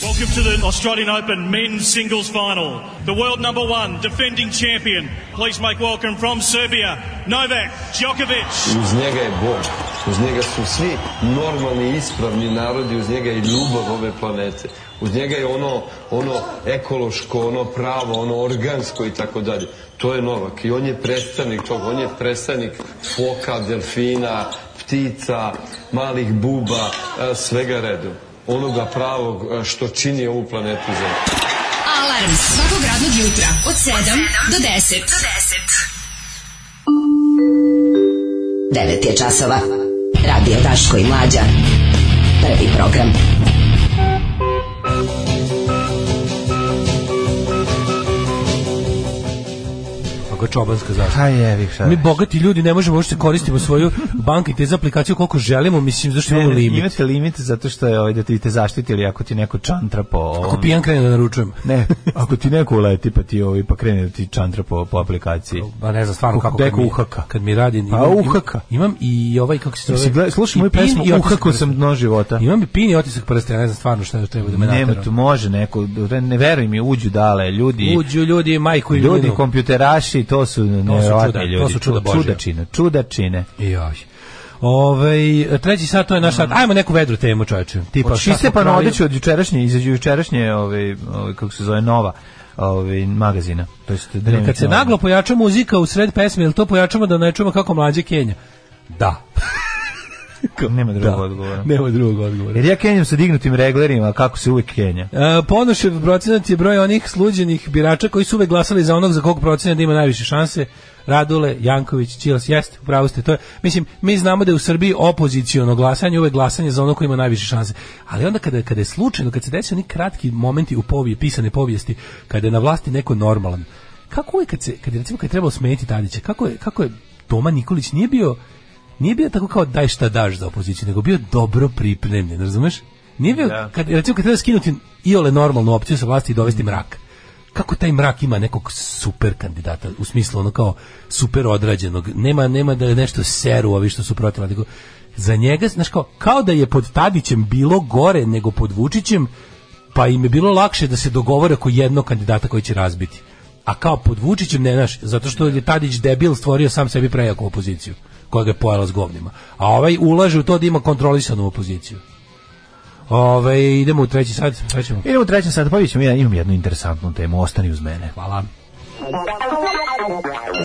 Speaker 2: Welcome to the Australian Open men's singles final. The world number one defending champion. Please make welcome from Serbia, Novak Djokovic.
Speaker 9: Uz njega je Bog. Uz njega su svi normalni, ispravni narodi, uz njega je ljubav ove planete. Uz njega je ono, ono ekološko, ono pravo, ono organsko i tako dalje. To je Novak i on je predstavnik toga, on je predstavnik foka, delfina, ptica, malih buba, e, svega redom. Onoga pravog e, što čini ovu planetu zemlju.
Speaker 7: Alarm svakog radnog jutra od 7 do 10. Do 10. 9 je časova. Radio Daško i Mlađa. Prvi program.
Speaker 6: kakva čobanska zaštita.
Speaker 5: Pa jevi, šta
Speaker 6: Mi
Speaker 5: da-
Speaker 6: bogati ljudi ne možemo uopšte koristimo svoju banku i te za aplikaciju koliko želimo, mislim zašto
Speaker 5: Ne,
Speaker 6: imamo
Speaker 5: ne,
Speaker 6: limit.
Speaker 5: Imate limit zato što je ovaj da ti te zaštitili ako ti neko čantra po ovom-
Speaker 6: Ako pijan krene da naručujem.
Speaker 5: Ne, ako ti neko uleti pa ti ovaj pa krene da ti čantra po, po aplikaciji.
Speaker 6: Pa ne znam stvarno kako
Speaker 5: Deko
Speaker 6: mi-
Speaker 5: uhaka.
Speaker 6: Kad mi radi
Speaker 5: A, uhaka.
Speaker 6: Pa Imam i ovaj kako se
Speaker 5: Mislim,
Speaker 6: zove.
Speaker 5: gledaj, slušaj
Speaker 6: i
Speaker 5: moju
Speaker 6: pin
Speaker 5: pesmu,
Speaker 6: i otisak
Speaker 5: uhako sam
Speaker 6: prsta.
Speaker 5: dno života.
Speaker 6: Imam i pin i otisak prsta, ja ne znam stvarno šta treba da me
Speaker 5: Nema
Speaker 6: natera.
Speaker 5: tu može neko, ne veruj mi, uđu dale ljudi.
Speaker 6: Uđu ljudi majku i
Speaker 5: Ljudi,
Speaker 6: linu.
Speaker 5: kompjuteraši, to su
Speaker 6: čuda,
Speaker 5: nevjerovatni
Speaker 6: to
Speaker 5: ljudi.
Speaker 6: su čuda Božja.
Speaker 5: Čudačine, čudačine.
Speaker 6: Joj. Ovaj treći sat to je naš sat. Ajmo neku vedru temu, čoveče.
Speaker 5: Tipa,
Speaker 6: šta smo
Speaker 5: čiste pa na
Speaker 6: krali-
Speaker 5: odeću od jučerašnje, iz jučerašnje, ove, ove, kako se zove, nova ove, magazina. To jest,
Speaker 6: Kad se
Speaker 5: dnevnica.
Speaker 6: naglo pojača muzika u sred pesme, jel to pojačamo da ne čujemo kako mlađe Kenja? Da.
Speaker 5: Nema drugog
Speaker 6: Da.
Speaker 5: odgovora.
Speaker 6: Nema drugog odgovora.
Speaker 5: Jer ja kenjam sa dignutim reglerima, kako se uvijek kenja.
Speaker 6: E, Ponošev procenat je broj onih sluđenih birača koji su uvek glasali za onog za kog procenat da ima najviše šanse. Radule, Janković, Čilas, jeste, upravo ste. To je, mislim, mi znamo da je u Srbiji opoziciono glasanje, uvek glasanje za ono koji ima najviše šanse. Ali onda kada, kada je slučajno, kad se desi oni kratki momenti u povije, pisane povijesti, kada je na vlasti neko normalan, kako je kad se, kad je, recimo, kad je trebalo smeniti Tadića, kako je, kako je Toma Nikolić nije bio nije bio tako kao daj šta daš za opoziciju, nego bio dobro pripremljen, razumeš? Nije bio, kad, recimo kad treba skinuti iole normalnu opciju sa vlasti i dovesti mrak. Kako taj mrak ima nekog super kandidata, u smislu ono kao super odrađenog, nema, nema da je nešto seru ovi što su protiv, nego za njega, znaš kao, kao da je pod Tadićem bilo gore nego pod Vučićem, pa im je bilo lakše da se dogovore oko jednog kandidata koji će razbiti. A kao pod Vučićem ne znaš, zato što je Tadić debil stvorio sam sebi prejaku opoziciju, koja ga je pojela s govnima. A ovaj ulaže u to da ima kontrolisanu opoziciju. Ove, idemo u treći sad, sve ćemo.
Speaker 5: Idemo u trećem satu, pa vidjet ćemo, ja imam jednu interesantnu temu, ostani uz mene.
Speaker 6: Hvala.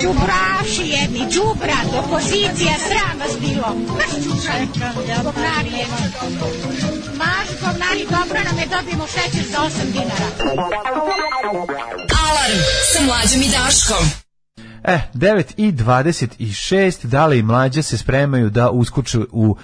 Speaker 7: Đubraši jedni, đubrat, opozicija, sram vas bilo. Baš čučajka, govnari jedni. Maš, govnari, dobro nam je, dobijemo šećer za 8 dinara.
Speaker 4: Alarm sa mlađom i Daškom.
Speaker 5: E, 9 i 26, dale i mlađe se spremaju da uskuču u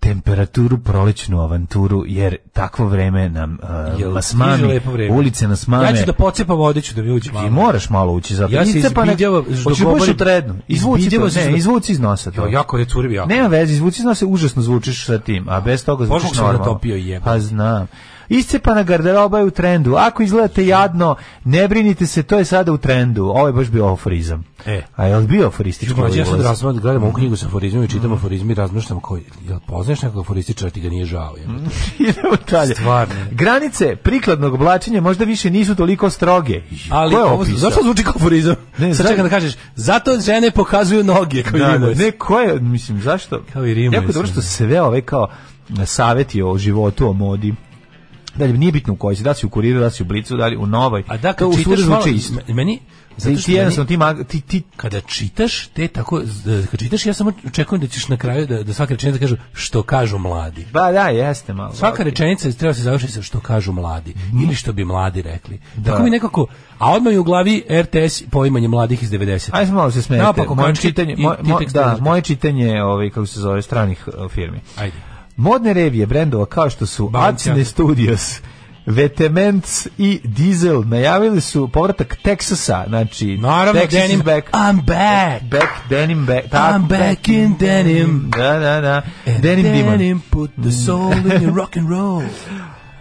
Speaker 5: temperaturu, prolećnu avanturu, jer takvo vreme nam uh,
Speaker 6: Jel
Speaker 5: nas
Speaker 6: stiže
Speaker 5: mami,
Speaker 6: lepo vreme?
Speaker 5: ulice nas mame.
Speaker 6: Ja ću da pocepam odeću da mi uđe
Speaker 5: Ti
Speaker 6: malo.
Speaker 5: moraš malo ući za
Speaker 6: Pa, Ja se izbidjava,
Speaker 5: pa Hoćeš da budeš u trednu. Izvuci to,
Speaker 6: Izbidjava se
Speaker 5: ne,
Speaker 6: iz-
Speaker 5: izvuci iz nosa to.
Speaker 6: Jo, jako je curvi, jako.
Speaker 5: Nema veze, izvuci iz nosa, užasno zvučiš sa tim, a bez toga zvučiš
Speaker 6: Bože, kako sam
Speaker 5: normalno.
Speaker 6: natopio, jebote.
Speaker 5: Pa znam. Iscepana garderoba je u trendu. Ako izgledate jadno, ne brinite se, to je sada u trendu. Ovo je baš bio aforizam.
Speaker 6: E.
Speaker 5: A je li bio aforistički?
Speaker 6: Mlađe, ja sad
Speaker 5: ulaz?
Speaker 6: razmažem, gledam ovu knjigu sa aforizmima i čitam aforizmi i razmišljam koji, jel poznaš nekog aforističara ti ga nije žao? jebote?
Speaker 5: Idemo dalje.
Speaker 6: Stvarno.
Speaker 5: Granice prikladnog oblačenja možda više nisu toliko stroge.
Speaker 6: Ali
Speaker 5: Ko je
Speaker 6: ovo,
Speaker 5: opisao?
Speaker 6: zašto zvuči kao aforizam?
Speaker 5: Ne,
Speaker 6: Sad
Speaker 5: za-
Speaker 6: čekam da kažeš, zato žene pokazuju noge kao
Speaker 5: da, da,
Speaker 6: Rimac.
Speaker 5: ne, ko je, mislim, zašto?
Speaker 6: Kao i Rimac,
Speaker 5: Jako je dobro što
Speaker 6: da.
Speaker 5: se sve ove kao savjeti o životu, o modi. Dalje, nije bitno u kojoj si, da li si u kuriru, da li si u blicu, da li u novoj.
Speaker 6: A da,
Speaker 5: To
Speaker 6: kad
Speaker 5: u
Speaker 6: čitaš
Speaker 5: svuda
Speaker 6: malo,
Speaker 5: zvuči isto.
Speaker 6: me- meni, zato
Speaker 5: Ti,
Speaker 6: što
Speaker 5: ti
Speaker 6: meni,
Speaker 5: jednostavno, ti, mag- ti, ti,
Speaker 6: kada čitaš, te tako, z- kad čitaš, ja samo očekujem da ćeš na kraju, da, da svaka rečenica kažu, što kažu mladi.
Speaker 5: ba da, jeste malo.
Speaker 6: Svaka
Speaker 5: Ok.
Speaker 6: rečenica treba se završiti sa što kažu mladi ili što bi mladi rekli. Tako
Speaker 5: Mhm. Da.
Speaker 6: mi nekako, a odmah je u glavi RTS poimanje mladih iz 90.
Speaker 5: Ajde se malo se smijete.
Speaker 6: Naopako,
Speaker 5: moje
Speaker 6: kački
Speaker 5: čitanje,
Speaker 6: i
Speaker 5: moj,
Speaker 6: ti
Speaker 5: moj-
Speaker 6: tekst
Speaker 5: da,
Speaker 6: različit.
Speaker 5: moje čitanje, ovaj, kako se zove, stranih eh, firmi.
Speaker 6: Ajde.
Speaker 5: Modne revije brendova kao što su
Speaker 6: Balenciaga.
Speaker 5: Acne Studios, Vetements i Diesel najavili su povratak Teksasa, znači
Speaker 6: Naravno,
Speaker 5: Texas
Speaker 6: denim,
Speaker 5: is back.
Speaker 6: I'm back.
Speaker 5: Back, denim, back.
Speaker 6: I'm back in denim.
Speaker 5: Da, da, da.
Speaker 6: And
Speaker 5: Denim, Diman.
Speaker 6: denim, put the soul in your rock and roll.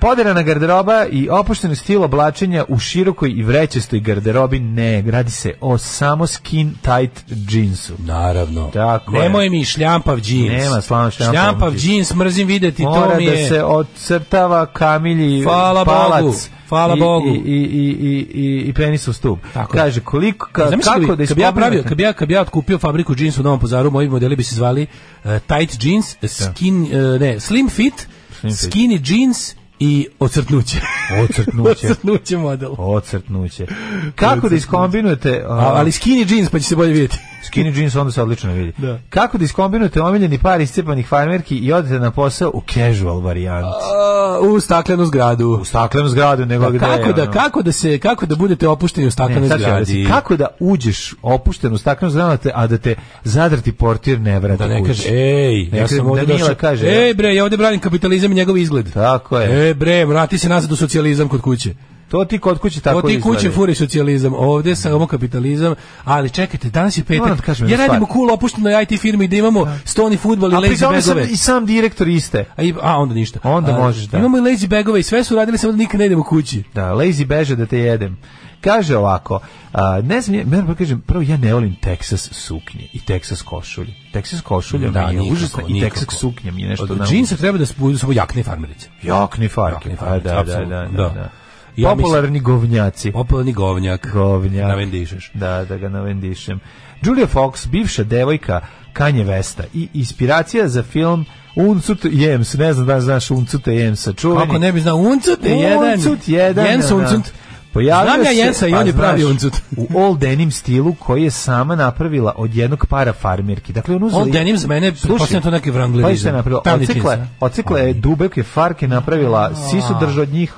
Speaker 5: Poderana garderoba i opušteni stil oblačenja u širokoj i vrećastoj garderobi ne, radi se o samo skin tight džinsu.
Speaker 6: Naravno.
Speaker 5: Tako je.
Speaker 6: Nemoj mi šljampav džins.
Speaker 5: Nema slano šljampav
Speaker 6: šljampav
Speaker 5: džins.
Speaker 6: džins, mrzim videti,
Speaker 5: Mora
Speaker 6: to mi je.
Speaker 5: da se odcrtava kamilji
Speaker 6: Hvala
Speaker 5: palac
Speaker 6: Bogu, hvala
Speaker 5: i,
Speaker 6: Bogu.
Speaker 5: i, i, i, i, i, i penisov stup.
Speaker 6: Tako je.
Speaker 5: Kaže, koliko, ka,
Speaker 6: Zamisli
Speaker 5: kako da
Speaker 6: bi, kad bi ja pravio,
Speaker 5: iskombinovate-
Speaker 6: kad bi ja, kad bi ja otkupio fabriku džinsa u Novom Pazaru, moji modeli bi se zvali eh, tight jeans, skin, eh, ne, slim fit,
Speaker 5: E fit.
Speaker 6: skinny jeans i ocrtnuće.
Speaker 5: Ocrtnuće.
Speaker 6: ocrtnuće model.
Speaker 5: Ocrtnuće. Kako da iskombinujete... a,
Speaker 6: A, ali skinny jeans pa će se bolje vidjeti.
Speaker 5: Skinny jeans onda se odlično vidi.
Speaker 6: Da.
Speaker 5: Kako da iskombinujete omiljeni par iscepanih farmerki i odete na posao u casual varijanti?
Speaker 6: A, u staklenu zgradu.
Speaker 5: U staklenu zgradu nego gde
Speaker 6: Pa kako
Speaker 5: je,
Speaker 6: da
Speaker 5: ono.
Speaker 6: kako da se kako da budete opušteni u
Speaker 5: Ne,
Speaker 6: staklenoj
Speaker 5: sad ću ja reći,
Speaker 6: zgradi.
Speaker 5: kako da uđeš opušten u staklenu zgradu, a te- a da te zadrti portir ne vrati
Speaker 6: da ne
Speaker 5: kući?
Speaker 6: kaže ej,
Speaker 5: Ne
Speaker 6: ja
Speaker 5: kaže, "E,
Speaker 6: sam ovdje
Speaker 5: da Mile
Speaker 6: došao.
Speaker 5: kaže,
Speaker 6: ej bre, ja ovdje branim kapitalizam i njegov izgled.
Speaker 5: Tako je.
Speaker 6: E bre, vrati se nazad u socijalizam kod kuće.
Speaker 5: To ti kod kuće tako
Speaker 6: To ti
Speaker 5: izgleda.
Speaker 6: kuće furi socijalizam, ovde samo kapitalizam, ali čekajte, danas je
Speaker 5: Moram da
Speaker 6: petak.
Speaker 5: kažem
Speaker 6: Ja
Speaker 5: jednu stvar.
Speaker 6: radimo cool opušteno IT firmi da imamo stoni fudbal i
Speaker 5: A pri
Speaker 6: lazy
Speaker 5: tome sam
Speaker 6: bagove.
Speaker 5: i sam direktor iste.
Speaker 6: A, i- a onda ništa.
Speaker 5: Onda
Speaker 6: A,
Speaker 5: možeš, da.
Speaker 6: Imamo i lazy bagove i sve su radili samo da nikad ne idemo kući.
Speaker 5: Da, lazy beže da te jedem. Kaže ovako, a, ne znam, ja, moram da kažem, prvo ja ne volim Texas suknje i Texas košulje. Texas košulja
Speaker 6: Da,
Speaker 5: mi je
Speaker 6: nikako,
Speaker 5: užasna i
Speaker 6: nikako.
Speaker 5: Texas suknja mi je nešto...
Speaker 6: Od
Speaker 5: na-
Speaker 6: džinsa treba da su budu samo jakne i farmerice.
Speaker 5: Jakni farke,
Speaker 6: Jakni
Speaker 5: pa
Speaker 6: farke,
Speaker 5: da, da, da,
Speaker 6: apsolutno,
Speaker 5: da,
Speaker 6: da.
Speaker 5: da.
Speaker 6: Ja mislim-
Speaker 5: Popularni govnjaci.
Speaker 6: Opalni govnjak.
Speaker 5: Govnjak.
Speaker 6: Navendišeš.
Speaker 5: Da, da ga navendišem. Julia Fox, bivša devojka Kanye Vesta i inspiracija za film Uncut Jems, ne znam da li znaš Uncut Jemsa, čuveni.
Speaker 6: Kako ne bi znao, uncut je jedan.
Speaker 5: Uncut jedan.
Speaker 6: Jens
Speaker 5: da.
Speaker 6: uncut.
Speaker 5: Pojavio
Speaker 6: Znam ja
Speaker 5: se-
Speaker 6: Jensa i
Speaker 5: pa
Speaker 6: on je pravi
Speaker 5: znaš,
Speaker 6: uncut.
Speaker 5: u all denim stilu koji je sama napravila od jednog para farmirki. Dakle, on uzela...
Speaker 6: All denim za mene, pretpostavljam to
Speaker 5: Pa
Speaker 6: neki
Speaker 5: šta
Speaker 6: wranglerizam.
Speaker 5: je napravila?
Speaker 6: Tamni
Speaker 5: Ocikla, je-
Speaker 6: džins, a?
Speaker 5: ocikla je dubeke farke, napravila sisu drž od njih,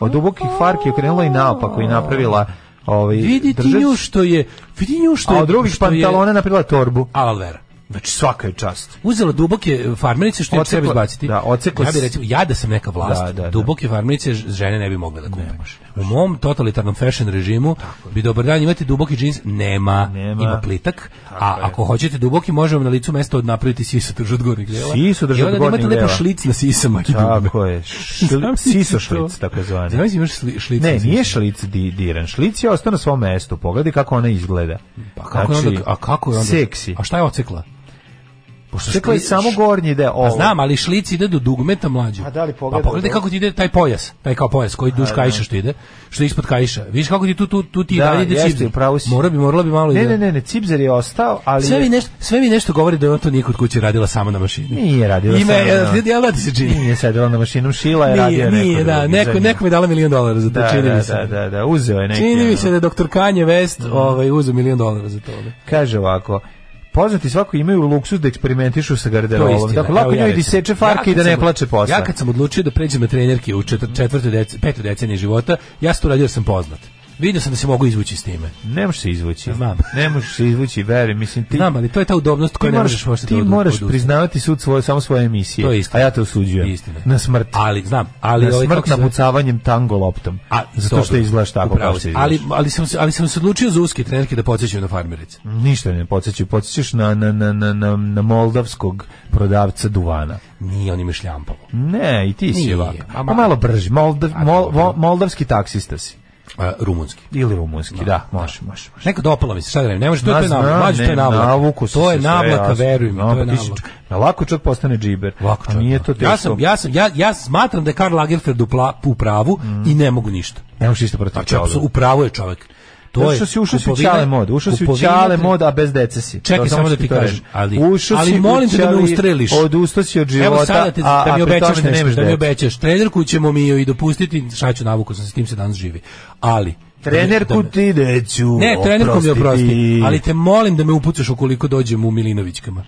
Speaker 5: od dubokih farki okrenula i naopako i napravila ovaj,
Speaker 6: Vidi ti
Speaker 5: držeć-
Speaker 6: nju što je, vidi nju što
Speaker 5: a
Speaker 6: je...
Speaker 5: od drugih
Speaker 6: što je-
Speaker 5: pantalona napravila torbu.
Speaker 6: Alan Vera.
Speaker 5: Znači svaka je čast.
Speaker 6: Uzela duboke farmerice što je
Speaker 5: Odsekla-
Speaker 6: treba izbaciti.
Speaker 5: da, odsekla
Speaker 6: ja bi
Speaker 5: s-
Speaker 6: recimo, ja da sam neka vlast,
Speaker 5: Da, da, da.
Speaker 6: duboke farmerice ž- žene ne bi mogle da kupe. U mom totalitarnom fashion režimu bi dobar dan imati duboki džins, nema,
Speaker 5: Nema.
Speaker 6: ima plitak, a ako hoćete duboki možemo na licu mesta od napraviti sisu drž od gornjeg dela.
Speaker 5: Sisu drž
Speaker 6: I
Speaker 5: od
Speaker 6: onda da
Speaker 5: gornjeg
Speaker 6: imate lepo
Speaker 5: dela.
Speaker 6: šlic na sisama.
Speaker 5: Tako je. Šli- Siso šlic, tako zvani.
Speaker 6: Znači imaš sli- šlic na
Speaker 5: Ne,
Speaker 6: sisama.
Speaker 5: nije šlic di, diran. Šlic je ostao na svom mestu. Pogledaj kako ona izgleda.
Speaker 6: Pa kako je onda, a kako je onda?
Speaker 5: Znači, Seksi.
Speaker 6: A šta je ocekla? Pošto
Speaker 5: Čekla je
Speaker 6: šli-
Speaker 5: samo gornji deo.
Speaker 6: Pa
Speaker 5: ovo.
Speaker 6: znam, ali šlic ide do dugmeta mlađe.
Speaker 5: A da li pogledaj
Speaker 6: Pa pogledaj
Speaker 5: ovo?
Speaker 6: kako ti ide taj pojas, taj kao pojas koji duž kajša što ide, što je ispod kajša. Vidiš kako ti tu tu tu ti
Speaker 5: Da,
Speaker 6: dalje ide
Speaker 5: jeste,
Speaker 6: cipzer.
Speaker 5: upravo si.
Speaker 6: Mora bi moralo bi malo
Speaker 5: Ne,
Speaker 6: ide.
Speaker 5: ne, ne, ne, Cipzer je ostao, ali...
Speaker 6: Sve
Speaker 5: je-
Speaker 6: mi nešto, sve mi nešto govori da je on to nije kod kuće radila samo na mašini.
Speaker 5: Nije radila
Speaker 6: Ima, e,
Speaker 5: sama,
Speaker 6: ja,
Speaker 5: da.
Speaker 6: ja, ja, ti se čini.
Speaker 5: Nije sedela na mašinom šila, je radio
Speaker 6: Nije, nije,
Speaker 5: neko
Speaker 6: da,
Speaker 5: drugi za
Speaker 6: neko,
Speaker 5: nju.
Speaker 6: neko mi je dala milion dolara za to,
Speaker 5: da,
Speaker 6: čini
Speaker 5: da,
Speaker 6: mi se.
Speaker 5: da, da, da, uzeo je neki.
Speaker 6: Čini mi se
Speaker 5: ono. Mm.
Speaker 6: da je doktor Kanje West ovaj, uzeo milion dolara za to. da.
Speaker 5: Kaže ovako, poznati svako imaju luksuz da eksperimentišu sa
Speaker 6: To je
Speaker 5: garderobom.
Speaker 6: istina.
Speaker 5: Dakle, lako
Speaker 6: Evo, ja
Speaker 5: njoj da
Speaker 6: recimo.
Speaker 5: seče farke
Speaker 6: Ja
Speaker 5: i da
Speaker 6: kad
Speaker 5: ne
Speaker 6: sam-
Speaker 5: plače posle.
Speaker 6: Ja kad sam odlučio da pređem na trenerke u četvr, četvrtoj deci, petoj deceniji života, ja sam to uradio jer sam poznat. Vidio sam da se mogu izvući s time.
Speaker 5: Ne možeš se izvući.
Speaker 6: Znam.
Speaker 5: Ne možeš se izvući, veri, mislim ti.
Speaker 6: Znam, ali to je ta udobnost
Speaker 5: Ti
Speaker 6: koju ne
Speaker 5: moraš,
Speaker 6: možeš pošto
Speaker 5: ti moraš priznavati sud svoje, samo svoje emisije.
Speaker 6: To je istina.
Speaker 5: A ja te osuđujem.
Speaker 6: Istina.
Speaker 5: Na smrt.
Speaker 6: Ali, znam, ali...
Speaker 5: na
Speaker 6: ovaj,
Speaker 5: smrt
Speaker 6: kako se zove?
Speaker 5: napucavanjem tango loptom.
Speaker 6: A,
Speaker 5: zato
Speaker 6: dobro,
Speaker 5: što izgledaš tako
Speaker 6: upravo
Speaker 5: kao što
Speaker 6: si.
Speaker 5: izgledaš.
Speaker 6: Ali, ali, sam, se- ali sam se odlučio za uske trenerke da podsjećaju na farmerice.
Speaker 5: Ništa ne podsjećaju. Podsjećaš na, na, na, na, na, na moldavskog prodavca duvana.
Speaker 6: Nije, oni mi šljampavo.
Speaker 5: Ne, i ti si
Speaker 6: Nije,
Speaker 5: ovako.
Speaker 6: a
Speaker 5: A
Speaker 6: malo.
Speaker 5: malo brži. Moldav,
Speaker 6: A,
Speaker 5: mol,
Speaker 6: dobro.
Speaker 5: vo- moldavski taksista si.
Speaker 6: A, rumunski.
Speaker 5: Ili rumunski, da, može, može. može.
Speaker 6: Neka dopala mi se, šta da radim, ne može, to
Speaker 5: Ma,
Speaker 6: je to je navlaka,
Speaker 5: znam,
Speaker 6: mlađe, to
Speaker 5: ne,
Speaker 6: je navlaka,
Speaker 5: navuku si
Speaker 6: to je
Speaker 5: se sve,
Speaker 6: navlaka,
Speaker 5: jasno.
Speaker 6: verujem,
Speaker 5: No,
Speaker 6: to je
Speaker 5: pa ti si-
Speaker 6: navlaka.
Speaker 5: Na lako čovjek postane džiber.
Speaker 6: Lako
Speaker 5: A
Speaker 6: čovjek,
Speaker 5: nije
Speaker 6: da.
Speaker 5: to teško.
Speaker 6: Ja sam, ja sam, ja, ja smatram da je Karl Lagerfeld u, pla, u pravu i ne mogu ništa.
Speaker 5: Ne možeš isto protiv
Speaker 6: Znači, apsu- u
Speaker 5: toga.
Speaker 6: pravu je čovjek. To je
Speaker 5: Ušao si, ušao si u
Speaker 6: kupovina-
Speaker 5: čale mod, ušao si u
Speaker 6: kupovina-
Speaker 5: čale mod, a bez dece si.
Speaker 6: Čekaj,
Speaker 5: To
Speaker 6: samo
Speaker 5: ću
Speaker 6: da ti
Speaker 5: to
Speaker 6: kažem,
Speaker 5: reći.
Speaker 6: ali-
Speaker 5: Ušao
Speaker 6: ali
Speaker 5: si u
Speaker 6: molim te da me
Speaker 5: ćale-
Speaker 6: ustreliš.
Speaker 5: Odustao si od života,
Speaker 6: Evo sada te,
Speaker 5: a,
Speaker 6: da mi
Speaker 5: a pri
Speaker 6: obećaš
Speaker 5: tome
Speaker 6: nešto,
Speaker 5: nemaš
Speaker 6: da mi
Speaker 5: dece.
Speaker 6: obećaš. Trenerku ćemo mi joj i dopustiti, šta ću navuku sam, s tim se danas živi. Ali... da mi- da
Speaker 5: Trenerku
Speaker 6: me-
Speaker 5: ti neću
Speaker 6: Ne, trenerkom mi oprosti,
Speaker 5: oprostiti.
Speaker 6: ali te molim da me upucaš ukoliko dođem u Milinovićkama.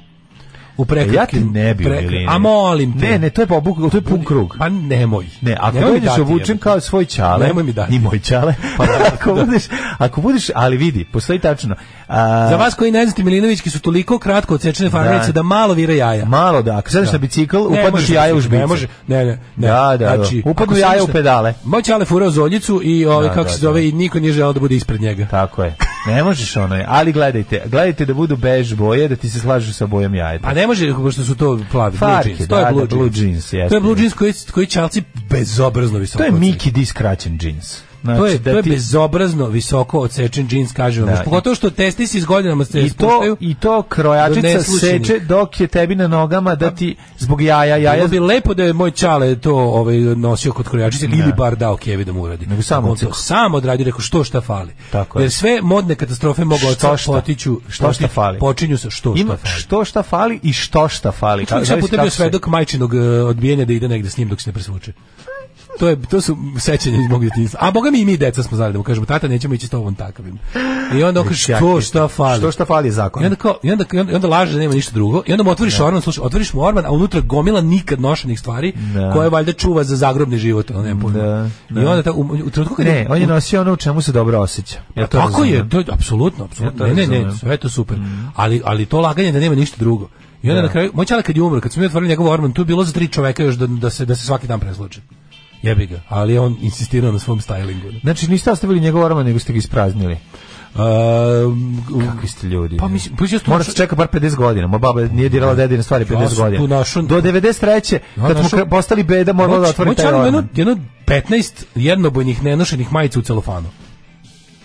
Speaker 6: U prekratkim.
Speaker 5: E, Ja ti ne bi u
Speaker 6: prekra-
Speaker 5: Milinović.
Speaker 6: A molim te.
Speaker 5: Ne, ne, to je pobuk, to je pun krug.
Speaker 6: Pa nemoj.
Speaker 5: Ne, ako
Speaker 6: Nemoj mi
Speaker 5: budeš
Speaker 6: dati,
Speaker 5: obučen
Speaker 6: jebote.
Speaker 5: kao svoj čale,
Speaker 6: Nemoj mi dati. Pa
Speaker 5: i moj čale, ako, budeš, ako budeš, ali vidi, postoji tačno, a,
Speaker 6: Za vas koji ne znate, Milinovićki su toliko kratko odsečene farmerice da.
Speaker 5: Da.
Speaker 6: malo vire jaja.
Speaker 5: malo da, ako sedeš na bicikl, upadneš
Speaker 6: može
Speaker 5: jaja u
Speaker 6: biti,
Speaker 5: žbice.
Speaker 6: Ne može, ne, ne. ne. Znači,
Speaker 5: Da, da, da. Upadnu
Speaker 6: ako se
Speaker 5: jaja u
Speaker 6: ništa-
Speaker 5: pedale.
Speaker 6: Moj čale furao zoljicu i ovaj,
Speaker 5: Da,
Speaker 6: kako
Speaker 5: da,
Speaker 6: se zove,
Speaker 5: da.
Speaker 6: i niko nije želeo da bude ispred njega.
Speaker 5: Tako je. Ne možeš ono, je, ali gledajte, gledajte da budu bež boje, da ti se slažu sa bojom jajeta.
Speaker 6: Pa ne može, pošto su to plavi, blue
Speaker 5: Farke,
Speaker 6: jeans. To
Speaker 5: da,
Speaker 6: je
Speaker 5: da,
Speaker 6: blue,
Speaker 5: blue
Speaker 6: jeans.
Speaker 5: jeans, jeste.
Speaker 6: to je blue jeans koji, koji čalci bezobrazno visoko
Speaker 5: to je
Speaker 6: odseču.
Speaker 5: Mickey D skraćen džins. Znači,
Speaker 6: to je,
Speaker 5: da
Speaker 6: to je
Speaker 5: ti-
Speaker 6: bezobrazno visoko odsečen džins, kažem vam. Znači,
Speaker 5: Da,
Speaker 6: Pogotovo što testisi s godinama se
Speaker 5: I to,
Speaker 6: spuštaju.
Speaker 5: I to
Speaker 6: Do
Speaker 5: krojačica
Speaker 6: neslućenih.
Speaker 5: seče dok je tebi na nogama da ti zbog jaja,
Speaker 6: Bilo
Speaker 5: jaja
Speaker 6: bi lepo da je moj čale to ovaj nosio kod krojačice ili bar dao Kevi da mu uradi.
Speaker 5: Nego sam
Speaker 6: on to
Speaker 5: odsekao.
Speaker 6: sam odradi, rekao što šta fali.
Speaker 5: Tako je.
Speaker 6: Jer sve modne katastrofe mogu
Speaker 5: Što
Speaker 6: oca
Speaker 5: šta?
Speaker 6: potiću,
Speaker 5: Što šta fali?
Speaker 6: Počinju sa što
Speaker 5: ima
Speaker 6: šta fali.
Speaker 5: što šta fali i što šta fali.
Speaker 6: Čovjek
Speaker 5: Kako-
Speaker 6: sam puta bio
Speaker 5: kako se-
Speaker 6: svedok majčinog e, odbijanja da ide negde s njim dok se ne presvuče. To, je, to su sećanja iz mog djetinjstva. A boga mi i mi deca smo znali da mu kažemo, tata nećemo ići s tobom takavim. I onda on kaže, što šta fali?
Speaker 5: Što šta fali je zakon.
Speaker 6: I onda, kao, i, onda, i onda, i onda laže da nema ništa drugo. I onda mu otvoriš orman, slušaj, otvoriš mu orman, a unutra gomila nikad nošenih stvari
Speaker 5: Da.
Speaker 6: koje valjda čuva za zagrobni život, ono nema pojma.
Speaker 5: Da, da.
Speaker 6: I onda tako, u, u trenutku kad
Speaker 5: Ne, on je
Speaker 6: u-
Speaker 5: nosio ono u čemu se dobro osjeća. Ja to
Speaker 6: tako je,
Speaker 5: razumem.
Speaker 6: to je apsolutno, apsolutno.
Speaker 5: Ja to Mm.
Speaker 6: ne, ne, ne,
Speaker 5: razumem.
Speaker 6: sve je to super. Ali ali to laganje da nema ništa drugo. I onda na kraju, moj čale kad je umro, kad smo mi otvorili njegov orman, tu je bilo za tri čoveka još da, da se da se svaki dan presluče. jebi ga, ali je on insistirao na svom stylingu. Um,
Speaker 5: Znači niste ostavili njegov orman, nego ste ga ispraznili.
Speaker 6: Uh,
Speaker 5: Kakvi ste ljudi?
Speaker 6: Pa mislim, pa ja sam tu
Speaker 5: Mora
Speaker 6: našao-
Speaker 5: se čeka bar 50 godina. Moja baba nije dirala dedine stvari 50
Speaker 6: Ja sam tu
Speaker 5: godina.
Speaker 6: našao-
Speaker 5: Do 93. kad smo
Speaker 6: našao-
Speaker 5: kre- postali beda, morala Pa da
Speaker 6: Moj-
Speaker 5: otvori
Speaker 6: moj
Speaker 5: taj
Speaker 6: čar ima
Speaker 5: orman.
Speaker 6: ono jedno, jedno 15 jednobojnih nenošenih majica u celofanu.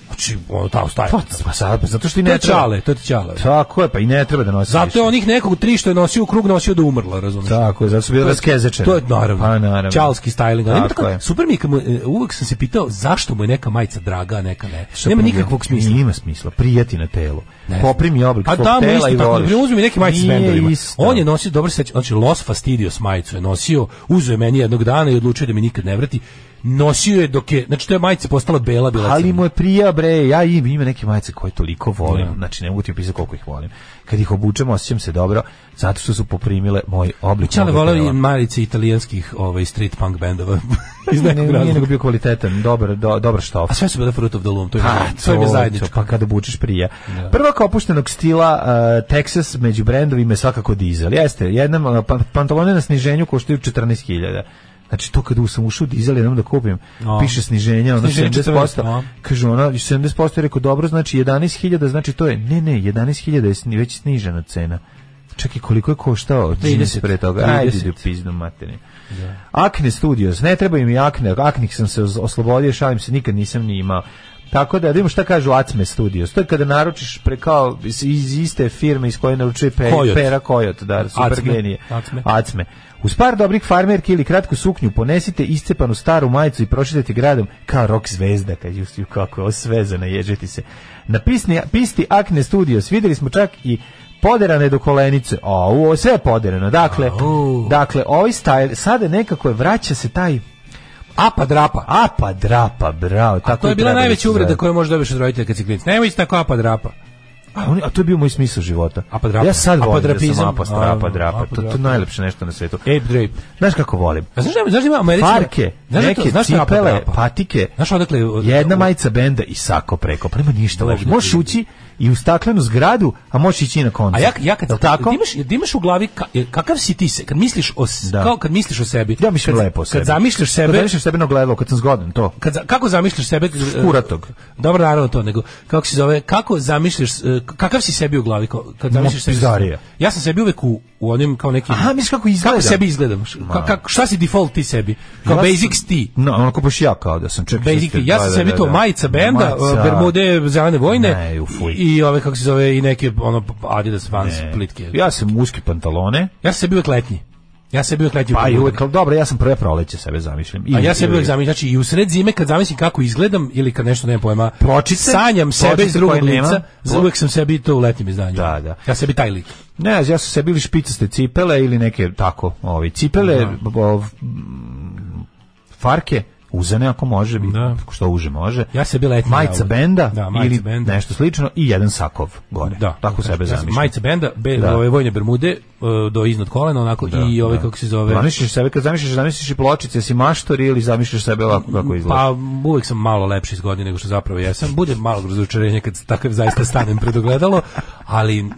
Speaker 6: Znači, ono, ta ostaje.
Speaker 5: Pa, pa sad, pa zato što i
Speaker 6: to je
Speaker 5: ne treba.
Speaker 6: čale, to je čale.
Speaker 5: Tako je, pa i ne treba da nosi
Speaker 6: Zato
Speaker 5: više.
Speaker 6: je onih nekog tri što je nosio u krug nosio da umrla, razumiješ?
Speaker 5: Tako je, zato su bile
Speaker 6: To je-
Speaker 5: raskezečene.
Speaker 6: To je naravno.
Speaker 5: Pa naravno.
Speaker 6: Čalski styling. Ali
Speaker 5: Tako
Speaker 6: ima tako-
Speaker 5: je.
Speaker 6: super mi je, kad mu, e, uvek sam se pitao zašto mu je neka majica draga, a neka ne. Nema
Speaker 5: Prije-
Speaker 6: nikakvog smisla.
Speaker 5: Ima smisla, prijati na telo.
Speaker 6: Ne znam.
Speaker 5: Poprimi oblik
Speaker 6: A
Speaker 5: svog
Speaker 6: da, mu
Speaker 5: tela
Speaker 6: isto
Speaker 5: i
Speaker 6: tako,
Speaker 5: voliš.
Speaker 6: ne uzmi neki majicu s
Speaker 5: Nije
Speaker 6: vendorima.
Speaker 5: isto.
Speaker 6: On je nosio, dobro se sećam, znači Los Fastidios majicu je nosio, uzeo je meni jednog dana i odlučio da mi nikad ne vrati. Nosio je dok je, znači to je majica postala bela, bila
Speaker 5: Ali
Speaker 6: crna.
Speaker 5: mu je prija bre, ja im ima neke majice koje toliko volim, znači ne mogu ti opisati koliko ih volim. Kad ih obučem osjećam se dobro, zato što su poprimile moj oblik.
Speaker 6: Čale
Speaker 5: moga
Speaker 6: voleo
Speaker 5: tela.
Speaker 6: i majice italijanskih ovaj, street punk bendova iz
Speaker 5: Ne,
Speaker 6: nekog
Speaker 5: nije
Speaker 6: razloga.
Speaker 5: nego bio kvalitetan, dobar, do, dobar štof.
Speaker 6: A sve su bile Fruit of the Loom, to im je,
Speaker 5: Pa,
Speaker 6: to im je zajedničko.
Speaker 5: Pa kada bučeš prija. Prva kao opuštenog stila uh, Texas među brendovima je svakako dizel. Jeste, jedna uh, pan- pantalone na sniženju koštaju 14.000. Znači to kada sam ušao u dizel jednom da kupim,
Speaker 6: No.
Speaker 5: piše sniženje, ono
Speaker 6: Sniženje
Speaker 5: 70%.
Speaker 6: 14, no.
Speaker 5: Kažu ono, 70% je rekao, dobro, znači 11.000, znači to je, ne, ne, 11.000 je sni- već snižena cena. Čekaj, koliko je koštao? 30
Speaker 6: 30,
Speaker 5: pre toga. Ajde,
Speaker 6: 30.
Speaker 5: idu pizdu materinu. Akne Studios, ne trebaju mi akne, aknih sam se oz- oslobodio, šalim se, nikad nisam ni imao. Tako da, da vidimo šta kažu Acme Studios. To je kada naručiš prekao iz, iz iste firme iz koje naručuje pe,
Speaker 6: Coyote.
Speaker 5: Pera Coyote, da, super
Speaker 6: Acme,
Speaker 5: genije.
Speaker 6: Acme.
Speaker 5: Acme. Uz par dobrih farmerki ili kratku suknju ponesite iscepanu staru majicu i prošetajte gradom kao rok zvezda, kad ju ju kako je osvezana, ježiti se. Na pisni, pisti Akne Studios videli smo čak i poderane do kolenice. O, ovo sve je poderano. Dakle,
Speaker 6: Au.
Speaker 5: dakle, ovaj style, sada nekako je, vraća se taj pa
Speaker 6: Apa drapa.
Speaker 5: apa drapa, bravo. Tako
Speaker 6: To je
Speaker 5: i
Speaker 6: bila
Speaker 5: treba da se
Speaker 6: najveća
Speaker 5: zove.
Speaker 6: uvreda koju možeš dobiti od roditelja kad si klinac. Nemoj ići tako apa drapa.
Speaker 5: A, on, a to je bio moj smisao života.
Speaker 6: Apadrapa.
Speaker 5: Ja sad volim da sam
Speaker 6: Apadrapizam.
Speaker 5: apastra,
Speaker 6: A,
Speaker 5: apadrapa. To, to je
Speaker 6: apadrapa.
Speaker 5: najlepše nešto na svetu.
Speaker 6: Ape drape.
Speaker 5: Znaš kako volim?
Speaker 6: A znaš da znaš da ima Americi?
Speaker 5: Farke, neke cipele, patike,
Speaker 6: Znaš odakle je-
Speaker 5: jedna majica benda i sako preko. Pa nema ništa
Speaker 6: Dobro,
Speaker 5: lepše. Možeš ući i u staklenu zgradu, a možeš ići i na
Speaker 6: A
Speaker 5: koncert.
Speaker 6: ja, ja kad
Speaker 5: Jel tako?
Speaker 6: ti imaš, ti imaš u glavi ka, kakav si ti se, kad misliš o s-
Speaker 5: Da.
Speaker 6: kao kad misliš o sebi.
Speaker 5: Ja mislim
Speaker 6: kad,
Speaker 5: lepo o sebi.
Speaker 6: Kad zamišljaš
Speaker 5: Kad
Speaker 6: sebe,
Speaker 5: zamišljaš sebe na ogledalo, kad sam zgodan, to.
Speaker 6: kad, za- kako zamišljaš sebe? e,
Speaker 5: Kuratog.
Speaker 6: Dobro, naravno to, nego kako se zove, kako zamišljaš, e, kakav si sebi u glavi kao- kad zamišljaš sebe?
Speaker 5: pizdarija.
Speaker 6: Ja sam sebi uvek u, u onim kao nekim...
Speaker 5: Aha, misliš kako izgledam?
Speaker 6: Kako sebi izgledam? Š- Ka, kako- šta si default ti sebi? Kao
Speaker 5: Ja sam-
Speaker 6: basics ti.
Speaker 5: No, onako baš ja kao da sam čekaj.
Speaker 6: Basic,
Speaker 5: sad ste-
Speaker 6: ja sam
Speaker 5: da,
Speaker 6: sebi
Speaker 5: da,
Speaker 6: to
Speaker 5: da.
Speaker 6: majica benda, e,
Speaker 5: Majica.
Speaker 6: bermude, zelene vojne
Speaker 5: Ne, u fuj.
Speaker 6: i ove kako se zove i neke ono Adidas Vans plitke. Ja,
Speaker 5: Ja sam uski pantalone.
Speaker 6: sam sebi uvek letnji. Ja sam sebi uvek letnji. u
Speaker 5: Pa i
Speaker 6: bermudama.
Speaker 5: uvek, ali dobro, ja sam prve proleće sebe zamišljam.
Speaker 6: A
Speaker 5: Ili-
Speaker 6: ja sebi
Speaker 5: ili-
Speaker 6: uvek zamislim, znači i u sred zime kad zamislim kako izgledam ili kad nešto nema pojma,
Speaker 5: Pločice,
Speaker 6: sanjam sebe
Speaker 5: pločice
Speaker 6: iz drugog
Speaker 5: koje nema.
Speaker 6: lica, za uvek sam sebi to u letnjem izdanju.
Speaker 5: Da, da.
Speaker 6: Ja sebi taj lik.
Speaker 5: Ne, ja sam sebi ili špicaste cipele ili neke tako, ovi, cipele, b- ov, mm, farke, uzene ako može, bi,
Speaker 6: Da.
Speaker 5: što uže može.
Speaker 6: Ja sebi letnji.
Speaker 5: majica
Speaker 6: ja,
Speaker 5: benda
Speaker 6: da, majica
Speaker 5: ili
Speaker 6: benda.
Speaker 5: nešto slično i jedan sakov gore.
Speaker 6: Da,
Speaker 5: tako sebe
Speaker 6: ja sam
Speaker 5: zamišljam.
Speaker 6: Majica benda, be,
Speaker 5: Da.
Speaker 6: ove vojne bermude e, do iznad kolena onako i ove kako se zove.
Speaker 5: Zamišljaš sebe, kad zamišljaš, zamišljaš i pločice, si maštor ili zamišljaš sebe ovako kako izgleda.
Speaker 6: Pa uvek sam malo lepši iz godine nego što zapravo jesam. Bude malo razočarenje kad takav zaista stanem pred ogledalo, ali mm,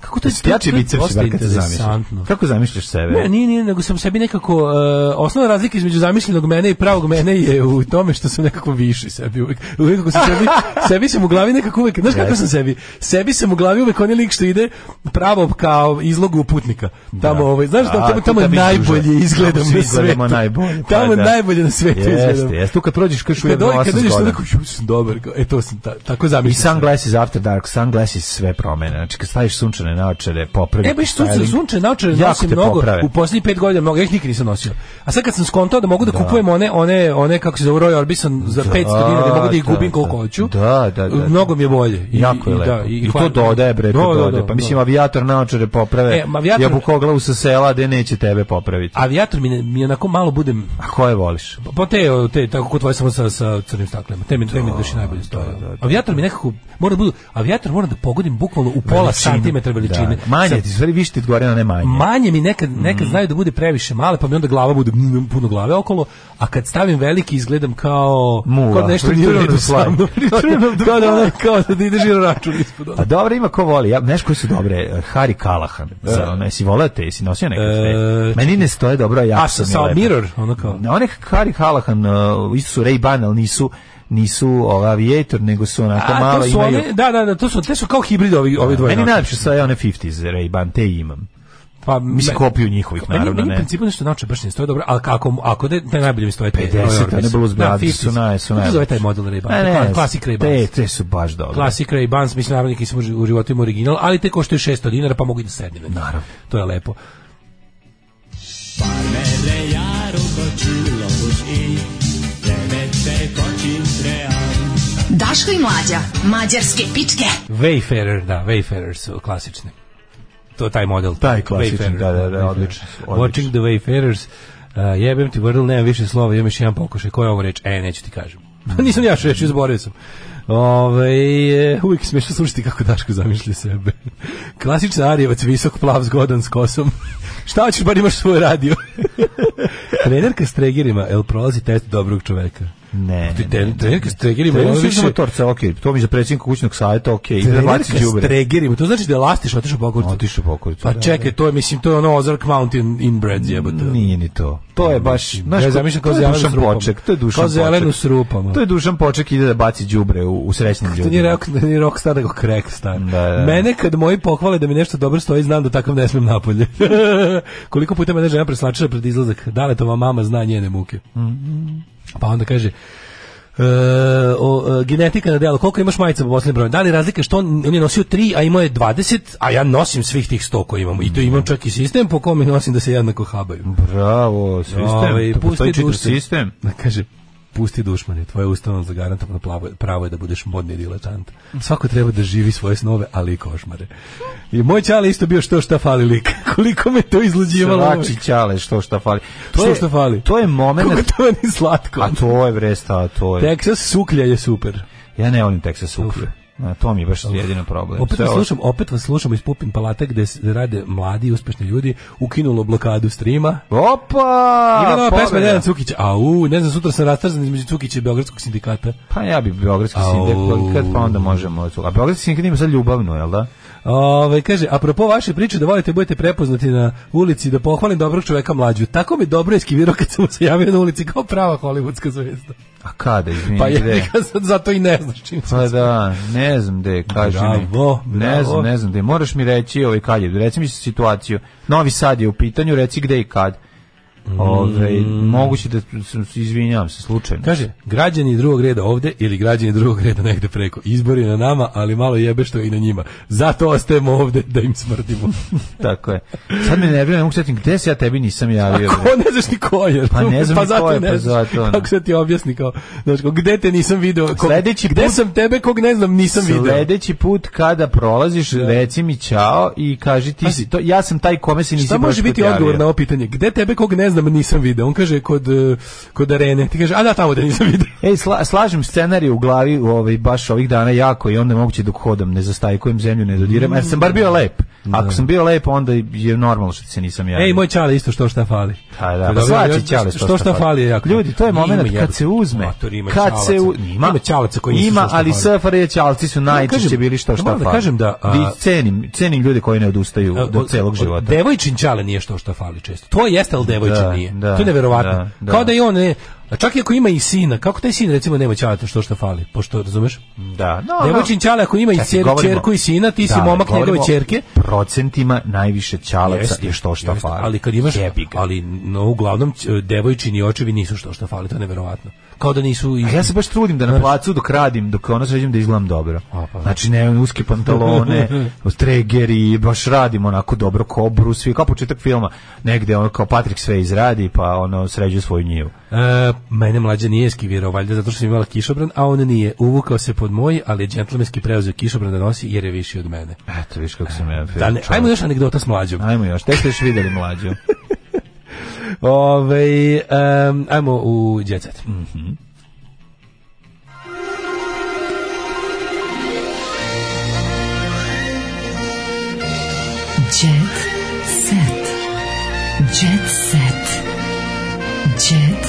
Speaker 6: kako to je to-
Speaker 5: Jači
Speaker 6: to je
Speaker 5: biceps
Speaker 6: dosta
Speaker 5: bar kad se zamišljaš.
Speaker 6: interesantno.
Speaker 5: Kako zamišljaš sebe?
Speaker 6: Ne, nije, nije, nego sam sebi nekako, e, osnovna razlika između zamišljenog mene i pravog mene je u tome što sam nekako viši sebi uvek. Uvek kako sam sebi, sebi sam u glavi nekako uvek, znaš kako sam sebi? Sebi sam u glavi uvek onaj lik što ide pravo kao izlogu putnika. Tamo, ovaj, znaš,
Speaker 5: A,
Speaker 6: tamo, tamo,
Speaker 5: tu
Speaker 6: tamo
Speaker 5: tebi
Speaker 6: najbolje
Speaker 5: duže.
Speaker 6: izgledam
Speaker 5: Tamo svi
Speaker 6: na
Speaker 5: izgledamo
Speaker 6: svetu.
Speaker 5: najbolje, pa
Speaker 6: Tamo
Speaker 5: da.
Speaker 6: najbolje na svetu izgledam.
Speaker 5: Jeste, jeste. Tu kad prođeš kršu
Speaker 6: Kad
Speaker 5: jedno
Speaker 6: dođe,
Speaker 5: osam
Speaker 6: kad dođeš, to
Speaker 5: zgodan.
Speaker 6: tako, "Ju, sam dobar, kao, e, to sam ta, tako
Speaker 5: I
Speaker 6: zamišljam.
Speaker 5: sunglasses after dark, sunglasses sve promene. Znači kad staviš sunčane naočare, popravi.
Speaker 6: E, baš sunce,
Speaker 5: styling.
Speaker 6: sunce naočare
Speaker 5: pa Jako
Speaker 6: nosim
Speaker 5: te
Speaker 6: mnogo,
Speaker 5: poprave.
Speaker 6: u posljednjih pet godina mnogo, ja ih nikad nisam nosio. A sad kad sam skontao da mogu da, kupujem one, one, one kako se zove Roy Orbison za 500 dinara, da mogu da ih
Speaker 5: da,
Speaker 6: gubim
Speaker 5: da.
Speaker 6: koliko hoću.
Speaker 5: Da, da, da.
Speaker 6: Mnogo mi je bolje. I,
Speaker 5: jako je
Speaker 6: i,
Speaker 5: lepo.
Speaker 6: da,
Speaker 5: I, to
Speaker 6: hvala-
Speaker 5: dodaje bre, to
Speaker 6: Da, da,
Speaker 5: dodaje.
Speaker 6: da,
Speaker 5: pa
Speaker 6: da.
Speaker 5: mislim avijator naočare poprave.
Speaker 6: E, ma avijator-
Speaker 5: Jabukoglavu sa sela gde neće tebe popraviti. A,
Speaker 6: Avijator mi, ne- mi onako malo budem
Speaker 5: koje voliš?
Speaker 6: Pa te, o, te tako kod tvoje samo sa, sa crnim staklima. Te mi, te mi baš i najbolje stoje. Avijator mi nekako, mora da budu, avijator mora da pogodim bukvalno u pola
Speaker 5: Veličinu.
Speaker 6: santimetra veličine.
Speaker 5: Manje,
Speaker 6: Sad-
Speaker 5: ti stvari više ti odgovara na ne manje.
Speaker 6: Manje mi nekad,
Speaker 5: Mm.
Speaker 6: nekad znaju da bude previše male, pa mi onda glava bude mm, puno glave okolo, a kad stavim veliki izgledam kao...
Speaker 5: Mula.
Speaker 6: Kao da nešto nije u
Speaker 5: Return of
Speaker 6: redu
Speaker 5: the
Speaker 6: sa
Speaker 5: Fly.
Speaker 6: mnom.
Speaker 5: Return of the
Speaker 6: Kao da, ono- kao da ide žiro račun ispod. ono.
Speaker 5: Pa dobro, ima ko voli. Ja, znaš koje su dobre? Eh, Harry Callahan. Za,
Speaker 6: E.
Speaker 5: one, si voleo te, si nosio neke te?
Speaker 6: E.
Speaker 5: Meni ne stoje dobro, ja
Speaker 6: A, sa, sa mirror, ono kao...
Speaker 5: Na one Harry Callahan, eh, isto su Ray-Ban, ali nisu nisu ovaj aviator, nego su onako
Speaker 6: A,
Speaker 5: malo
Speaker 6: to su
Speaker 5: imaju...
Speaker 6: one, da, da, da, to su, te su kao hibrid ovi, ovi dvoje.
Speaker 5: Meni
Speaker 6: naočara.
Speaker 5: najlepše su one 50s Ray-Ban, te imam.
Speaker 6: pa,
Speaker 5: Mislim,
Speaker 6: me-
Speaker 5: kopiju njihovih,
Speaker 6: Meni,
Speaker 5: naravno,
Speaker 6: meni u
Speaker 5: ne.
Speaker 6: principu nešto naoče baš ne stoje dobro, ali kako, ako ne, ne najbolje mi stoje te.
Speaker 5: 50, one Blues Brothers su naj, su naj.
Speaker 6: Kako se zove taj model Ray-Ban?
Speaker 5: Ne, ne,
Speaker 6: Klasik Ray-Ban.
Speaker 5: Te, te su baš dobre.
Speaker 6: Classic Ray Bans, mislim naravno nisam u ži- u životu imao original, ali te koštaju 600 dinara pa mogu i da sednem. Naravno. To je lepo.
Speaker 4: Daško i Mlađa, mađarske pičke.
Speaker 6: Wayfarer, da, Wayfarer su klasične. To je taj model.
Speaker 5: Taj klasični, da, da, da,
Speaker 6: Wayfarer.
Speaker 5: odlični su, odlični.
Speaker 6: Watching the Wayfarers. Uh, jebem ti Wordle, nemam više slova, imam još jedan pokušaj. Koja je ovo reč? E, neću ti kažem.
Speaker 5: Mm.
Speaker 6: Nisam ja što reći, zaboravio sam. Ove, e, uvijek je smiješno slušati kako Daško zamišlja sebe. Klasičan Arijevac, visok, plav, zgodan, s kosom. Šta hoćeš, bar imaš svoj radio. Trenerka s tregerima, el prolazi test dobrog čoveka?
Speaker 5: Ne, ne, ne.
Speaker 6: Ten- Trenerka s tregerima,
Speaker 5: Trenerka
Speaker 6: ono
Speaker 5: s
Speaker 6: više...
Speaker 5: motorca, okej, to mi za predsjednika kućnog savjeta, okej, i da baci
Speaker 6: Trenerka s
Speaker 5: đubre.
Speaker 6: tregerima, to znači da je lastiš, otišao po kurcu.
Speaker 5: Otišao po kurcu,
Speaker 6: Pa
Speaker 5: da,
Speaker 6: čekaj, to je, mislim, to je ono Ozark Mountain inbred jebote.
Speaker 5: Nije ni to. To je baš,
Speaker 6: ja
Speaker 5: ko-
Speaker 6: zamišljam kao
Speaker 5: to je
Speaker 6: zelenu
Speaker 5: Dušan
Speaker 6: s rupama.
Speaker 5: Poček, to je Dušan
Speaker 6: Kao zelenu
Speaker 5: Poček.
Speaker 6: s rupama.
Speaker 5: To je Dušan Poček ide da baci đubre u, u srećnim
Speaker 6: To nije,
Speaker 5: ljudima.
Speaker 6: rock, to nije rockstar, nego crackstar.
Speaker 5: Da, da, da.
Speaker 6: Mene kad moji pohvale da mi nešto dobro stoji, znam da takav ne smem napolje. Koliko puta mene žena preslačila pred izlazak, da li to mama zna njene muke.
Speaker 5: Mm-hmm.
Speaker 6: Pa onda kaže, e, o, e, genetika na delu, koliko imaš majica po posljednjem broju? Da li je razlika što on, on je nosio 3, a imao je 20, a ja nosim svih tih 100 koje imam. I to imam čak i sistem po kome nosim da se jednako habaju.
Speaker 5: Bravo, sistem.
Speaker 6: Ovaj,
Speaker 5: to Pa postoji
Speaker 6: pusti
Speaker 5: čitav
Speaker 6: dušman.
Speaker 5: sistem.
Speaker 6: Da kaže, pusti dušmane, tvoje ustavno zagarantovano plavo, pravo je da budeš modni diletant. Svako treba da živi svoje snove, ali i košmare. I moj čale isto bio što šta fali lik. Koliko me to izluđivalo. ovaj.
Speaker 5: Svači ćale, što šta fali.
Speaker 6: ono- Što
Speaker 5: je-
Speaker 6: šta fali?
Speaker 5: To je moment...
Speaker 6: Kako to ni slatko.
Speaker 5: A to je vresta, a to je...
Speaker 6: Texas suklja je super.
Speaker 5: Ja ne volim Texas Uklju. Na to mi je baš jedino problem.
Speaker 6: Opet
Speaker 5: Sve
Speaker 6: vas
Speaker 5: ovo-
Speaker 6: slušam, opet vas slušam iz Pupin palate gde se rade mladi i uspešni ljudi, ukinulo blokadu streama.
Speaker 5: Opa!
Speaker 6: Ima nova pesma
Speaker 5: povreda.
Speaker 6: Nenad Cukića. Au, ne znam, sutra sam rastrzan između Cukića i Beogradskog sindikata.
Speaker 5: Pa ja bi Beogradski
Speaker 6: Au.
Speaker 5: sindikat, pa onda možemo. A Beogradski sindikat ima sad ljubavnu, jel da?
Speaker 6: Ove, kaže, apropo vaše priče da volite budete prepoznati na ulici da pohvalim dobrog čoveka mlađu. Tako mi dobro eskivirao kad sam mu se javio na ulici kao prava hollywoodska zvezda.
Speaker 5: A kada, izvini,
Speaker 6: Pa
Speaker 5: gde?
Speaker 6: je sad zato i ne znaš čim sam.
Speaker 5: Pa da, ne znam gde, kaži mi.
Speaker 6: Bravo,
Speaker 5: Ne
Speaker 6: bravo.
Speaker 5: znam, ne znam gde. Moraš mi reći ovaj kad je. Reci mi situaciju. Novi Sad je u pitanju, reci gde i kad. Ove,
Speaker 6: Mm.
Speaker 5: moguće da sam se izvinjavam se slučajno.
Speaker 6: Kaže, građani drugog reda ovde ili građani drugog reda negde preko. Izbor je na nama, ali malo jebe što je i na njima. Zato ostajemo ovde da im smrdimo.
Speaker 5: Tako je. Sad me nervira, ne mogu setim gde se ja tebi nisam javio.
Speaker 6: Ko ne znaš ni ko je.
Speaker 5: Pa ne znam ni
Speaker 6: zato
Speaker 5: ko je,
Speaker 6: ne
Speaker 5: pa
Speaker 6: znaš.
Speaker 5: zato, ne.
Speaker 6: Kako se ti objasni kao, znaš, kao, gde te nisam video, kog,
Speaker 5: Sledeći
Speaker 6: gde
Speaker 5: put-
Speaker 6: sam tebe, kog ne znam, nisam video.
Speaker 5: Sledeći put kada prolaziš, reci mi čao i kaži ti si to. Ja sam taj kome se nisi
Speaker 6: Šta
Speaker 5: prošli
Speaker 6: može biti
Speaker 5: put javio.
Speaker 6: odgovor na ovo pitanje? Gde tebe kog ne znam nisam video? On kaže kod eh, kod arene. Ti kaže a da tamo da nisam video.
Speaker 5: Ej, sla, slažem scenarij u glavi u ovaj, baš ovih dana jako i onda je moguće dok hodam, ne zastajkujem zemlju, ne dodiram, jer sam bar bio lep. Ako sam bio lep, onda je normalno što se nisam javio.
Speaker 6: Ej moj čale isto što šta fali.
Speaker 5: Pa da,
Speaker 6: To je
Speaker 5: pa
Speaker 6: dobro,
Speaker 5: svači
Speaker 6: ja-
Speaker 5: ćale
Speaker 6: što šta fali je jako.
Speaker 5: Ljudi, to je
Speaker 6: Ima
Speaker 5: moment
Speaker 6: jebote,
Speaker 5: kad se uzme.
Speaker 6: mater, ima
Speaker 5: kad se u,
Speaker 6: ćalaca. Ima ćalaca koji nisu
Speaker 5: Ima,
Speaker 6: što šta
Speaker 5: ali
Speaker 6: fali.
Speaker 5: SFRJ ćalci su najčešće
Speaker 6: kažem-
Speaker 5: bili što šta
Speaker 6: moram
Speaker 5: fali.
Speaker 6: da kažem da, a-
Speaker 5: Vi cenim, cenim ljude koji ne odustaju
Speaker 6: A,
Speaker 5: do
Speaker 6: od-
Speaker 5: celog
Speaker 6: od
Speaker 5: života.
Speaker 6: Devojčin čale nije što šta fali često. To jeste, ali devojčin
Speaker 5: Da,
Speaker 6: nije.
Speaker 5: da,
Speaker 6: to je neverovatno.
Speaker 5: da, da.
Speaker 6: Kao da i on ne, a čak i ako ima i sina, kako taj sin recimo nema ćaleta što šta fali, pošto razumeš?
Speaker 5: Da, no, no.
Speaker 6: Devojčin čale ako ima i
Speaker 5: Čekaj,
Speaker 6: ćer,
Speaker 5: govorimo-
Speaker 6: ćerku i sina, ti si
Speaker 5: Da,
Speaker 6: momak
Speaker 5: govorimo
Speaker 6: njegove ćerke.
Speaker 5: o Procentima najviše ćalaca je što šta
Speaker 6: jeste,
Speaker 5: fali.
Speaker 6: Ali kad imaš,
Speaker 5: Jebi ga.
Speaker 6: ali no, uglavnom ć- devojčini očevi nisu što što fali, to je neverovatno. Kao da nisu i
Speaker 5: A ja se baš trudim da na placu dok radim, dok ono sređem da izgledam dobro.
Speaker 6: A, pa da.
Speaker 5: Znači, ne, uske pantalone, tregeri, baš radim onako dobro kobru, svi, kao početak filma, negde ono kao Patrick sve izradi, pa ono sređuje svoju njivu.
Speaker 6: E, mene mlađa nije eskivirao, valjda zato što sam imala kišobran, a on nije. Uvukao se pod moj, ali je džentlmenski preuzeo kišobran da nosi jer je viši od mene.
Speaker 5: Eto, viš kako sam ja.
Speaker 6: Da, ne, ajmo još anegdota s mlađom.
Speaker 5: Ajmo još, tek ste još videli mlađu.
Speaker 6: Ove, em, ajmo u djecet.
Speaker 4: Jet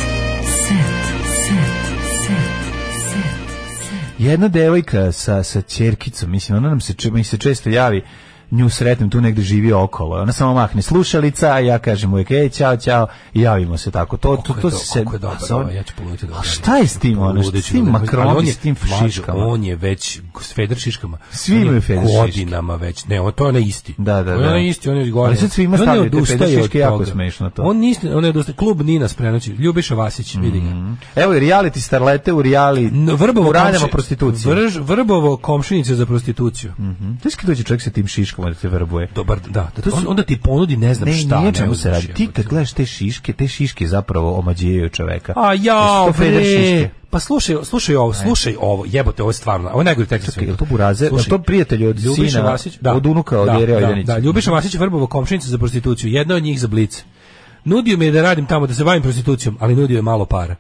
Speaker 4: set. set, set, set.
Speaker 5: Jedna devojka sa, sa čerkicom, mislim, ona nam se, če- mi se često javi, nju sretnem tu negde živi okolo. Ona samo mahne slušalica, a ja kažem uvijek, ej, čao, čao, i javimo se tako. To, to, to,
Speaker 6: Kako je
Speaker 5: se...
Speaker 6: kako je dobro,
Speaker 5: a sa-
Speaker 6: ovo, ja ću poluditi dobro.
Speaker 5: A šta je s tim, ono,
Speaker 6: Poludit
Speaker 5: s
Speaker 6: ću,
Speaker 5: tim
Speaker 6: poludit ću. Ali on
Speaker 5: makronom,
Speaker 6: je-
Speaker 5: s tim
Speaker 6: mlađo,
Speaker 5: šiškama?
Speaker 6: On je već, s feder šiškama.
Speaker 5: Svi
Speaker 6: On je
Speaker 5: imaju feder šiške.
Speaker 6: Godinama već, ne, on, to je onaj isti.
Speaker 5: Da, da,
Speaker 6: On je
Speaker 5: da.
Speaker 6: onaj isti, on je gore.
Speaker 5: Ali sad svi ima
Speaker 6: I on ne
Speaker 5: stavljaju te
Speaker 6: odustaje
Speaker 5: feder
Speaker 6: od
Speaker 5: šiške, jako
Speaker 6: toga.
Speaker 5: smešno to.
Speaker 6: On, niste, on je odustaje, klub Ninas prenoći, Ljubiša Vasić, vidi ga.
Speaker 5: Evo i reality starlete u reali...
Speaker 6: No, Vrbovo
Speaker 5: u radama
Speaker 6: komši-
Speaker 5: prostitucije.
Speaker 6: Vrž, vrbovo komšinice za prostituciju.
Speaker 5: Mhm. Znaš kad dođe čovjek sa tim šiškama da te vrbuje?
Speaker 6: Dobar, da. da on, onda ti ponudi ne znam
Speaker 5: Ne,
Speaker 6: šta.
Speaker 5: nije čemu se
Speaker 6: znaš,
Speaker 5: radi. Ti
Speaker 6: jebote.
Speaker 5: kad gledaš te šiške, te šiške zapravo omađijaju čoveka.
Speaker 6: A
Speaker 5: Jesu
Speaker 6: Pa ja,
Speaker 5: to feder šiške?
Speaker 6: Pa slušaj, slušaj ovo, slušaj ovo. Jebote, ovo je stvarno. Ovo je najgori tekst. na
Speaker 5: Čekaj, jel
Speaker 6: svijetu.
Speaker 5: to burazer?
Speaker 6: Slušaj,
Speaker 5: Jel to prijatelj od
Speaker 6: Ljubiša
Speaker 5: sina,
Speaker 6: Vasić, da,
Speaker 5: od unuka, od
Speaker 6: da,
Speaker 5: Jere
Speaker 6: da,
Speaker 5: Ojdanića?
Speaker 6: da, Ljubiša Vasić je Vrbova komšinica za prostituciju, jedna od njih za blic. Nudio mi je da radim tamo, da se bavim prostitucijom, ali nudio je malo para.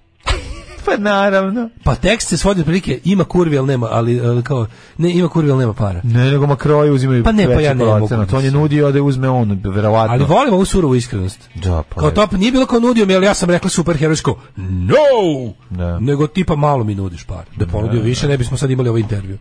Speaker 5: Pa naravno.
Speaker 6: Pa tekst se svodi prilike, ima kurvi, ali nema, ali, ali kao, ne, ima kurvi, ali nema para.
Speaker 5: Ne, nego makroji uzimaju
Speaker 6: Pa ne, pa
Speaker 5: veći
Speaker 6: ja ne
Speaker 5: procenat.
Speaker 6: mogu, mislim.
Speaker 5: On je nudio da je uzme on, verovatno.
Speaker 6: Ali volim ovu surovu iskrenost.
Speaker 5: Da, pa
Speaker 6: Kao
Speaker 5: je.
Speaker 6: top, nije bilo kao nudio mi, ali ja sam rekla super herojsko, no!
Speaker 5: Da.
Speaker 6: Nego tipa malo mi nudiš par. Da je ponudio više, ne bismo sad imali ovaj intervju.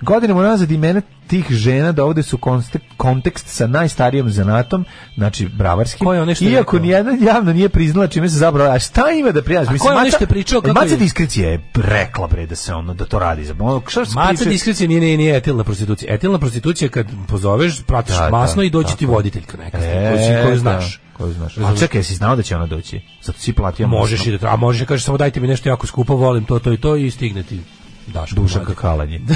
Speaker 5: Godinama nazad imena tih žena dovode su konste- kontekst sa najstarijim zanatom, znači bravarskim.
Speaker 6: Ko je onaj što je
Speaker 5: Iako
Speaker 6: rekao?
Speaker 5: nijedna javno nije priznala čime se zabrala. A šta ima da prijaš?
Speaker 6: ko je onaj što je pričao kako
Speaker 5: Maca
Speaker 6: je-
Speaker 5: diskrecija je rekla bre da se ono da to radi za ono šta se
Speaker 6: Maca
Speaker 5: priča-
Speaker 6: diskrecija nije, nije, nije etilna prostitucija. Etilna prostitucija je kad pozoveš, pratiš
Speaker 5: Da,
Speaker 6: masno
Speaker 5: da,
Speaker 6: i dođe
Speaker 5: tako
Speaker 6: ti voditeljka neka, koju, si-
Speaker 5: E,
Speaker 6: koju
Speaker 5: da,
Speaker 6: znaš.
Speaker 5: koju znaš. A
Speaker 6: Razumeš?
Speaker 5: čekaj, jesi znao da će ona doći? Zato si platio.
Speaker 6: Možeš i da tra- a možeš da kažeš samo dajte mi nešto jako skupo, volim to, to i to i stigne ti daš
Speaker 5: duša
Speaker 6: komad.
Speaker 5: kakalanje.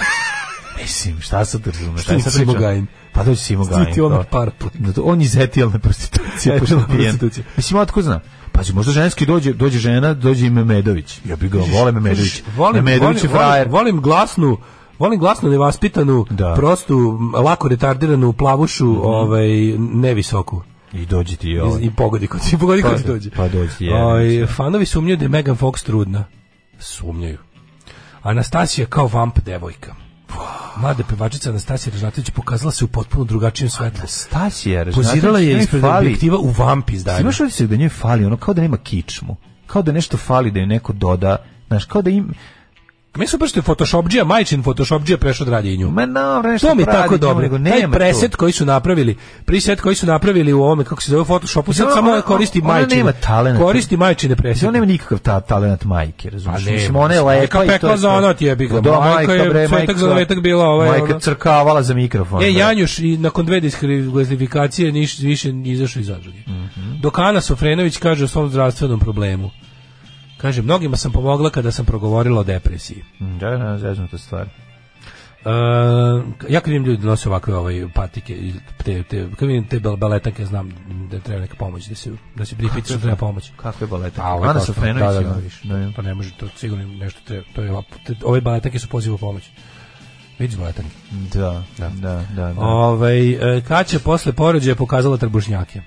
Speaker 5: Mislim, šta sad razumeš?
Speaker 6: Šta je
Speaker 5: sad
Speaker 6: Simo
Speaker 5: pričam?
Speaker 6: Gajin?
Speaker 5: Pa dođe Simo
Speaker 6: Stići
Speaker 5: Gajin.
Speaker 6: ono
Speaker 5: to.
Speaker 6: par puta.
Speaker 5: Da to- on iz etilne prostitucije. pošto je
Speaker 6: Etilna
Speaker 5: pijen.
Speaker 6: prostitucija.
Speaker 5: Mislim, otko znam. Pazi, Pa možda ženski dođe, dođe žena, dođe i Memedović. Ja bih ga, vole Memedović.
Speaker 6: Volim,
Speaker 5: Memedović je
Speaker 6: volim,
Speaker 5: frajer.
Speaker 6: volim, volim glasnu Volim glasnu, nevaspitanu,
Speaker 5: Da. Mhm.
Speaker 6: prostu, m, lako retardiranu plavušu, ovaj, nevisoku.
Speaker 5: I dođe ti i
Speaker 6: I-
Speaker 5: ovaj.
Speaker 6: I pogodi kod ti, pogodi
Speaker 5: Pa-
Speaker 6: kod ti dođe.
Speaker 5: pa dođe, je,
Speaker 6: Ovaj, fanovi sumnjaju da je Megan Fox trudna. Sumnjaju. Anastasija kao vamp devojka. Mlada pevačica Anastasija Režnatović pokazala se u potpuno drugačijem svetlu.
Speaker 5: Stasija, znaš,
Speaker 6: Pozirala je
Speaker 5: njoj
Speaker 6: ispred
Speaker 5: fali-
Speaker 6: objektiva u vamp izdanju.
Speaker 5: Imaš se da njoj fali, ono kao da nema kičmu. Kao da nešto fali, da joj neko doda. Znaš, kao da im...
Speaker 6: Meni su pršte Photoshopđija, majčin Photoshopđija prešao da radi i nju.
Speaker 5: Ma no, nešto
Speaker 6: To mi je
Speaker 5: pravi,
Speaker 6: tako
Speaker 5: tamo nego
Speaker 6: dobro. Taj
Speaker 5: nema tu.
Speaker 6: preset koji su napravili, preset koji su napravili u ovome, kako se zove, u Photoshopu, sad
Speaker 5: Ona-
Speaker 6: samo
Speaker 5: ona-
Speaker 6: koristi
Speaker 5: ona
Speaker 6: majčine.
Speaker 5: nema talenata.
Speaker 6: Koristi majčine presete.
Speaker 5: Mislim, ona nema nikakav ta, talent majke, razumiješ?
Speaker 6: A ne,
Speaker 5: Mislim, ona je
Speaker 6: majka
Speaker 5: lepa i to je
Speaker 6: pekla
Speaker 5: to.
Speaker 6: za ono ti jebi ga.
Speaker 5: Da,
Speaker 6: Majka je
Speaker 5: bre,
Speaker 6: cvetak za dovetak bila, ovo je
Speaker 5: Majka
Speaker 6: ono.
Speaker 5: crkavala za mikrofon.
Speaker 6: E,
Speaker 5: bre.
Speaker 6: Janjuš i nakon dve diskvalifikacije niš, više nije izašao iz zadruge.
Speaker 5: Mhm.
Speaker 6: Dok Ana Sofrenović kaže o svom zdravstvenom problemu. Kaže, mnogima sam pomogla kada sam progovorila o depresiji.
Speaker 5: Da, da, zeznute stvari.
Speaker 6: E, ja kad vidim ljudi da nose ovakve ovaj, patike, i te, te, kad vidim te bal- baletanke, znam da treba neka pomoć, da se, da se pripiti što treba pomoć.
Speaker 5: Kakve balete?
Speaker 6: ovo je
Speaker 5: Ana
Speaker 6: kao što-
Speaker 5: Sofrenović
Speaker 6: da, da,
Speaker 5: ima.
Speaker 6: da, više.
Speaker 5: Da, da.
Speaker 6: Pa ne može, to sigurno nešto treba. To je, lap- te- ove baletanke su poziv u pomoć. Vidiš baletanke?
Speaker 5: pa, Da, da, da, da.
Speaker 6: Ovaj e, Kaća posle porođaja pokazala trbušnjake.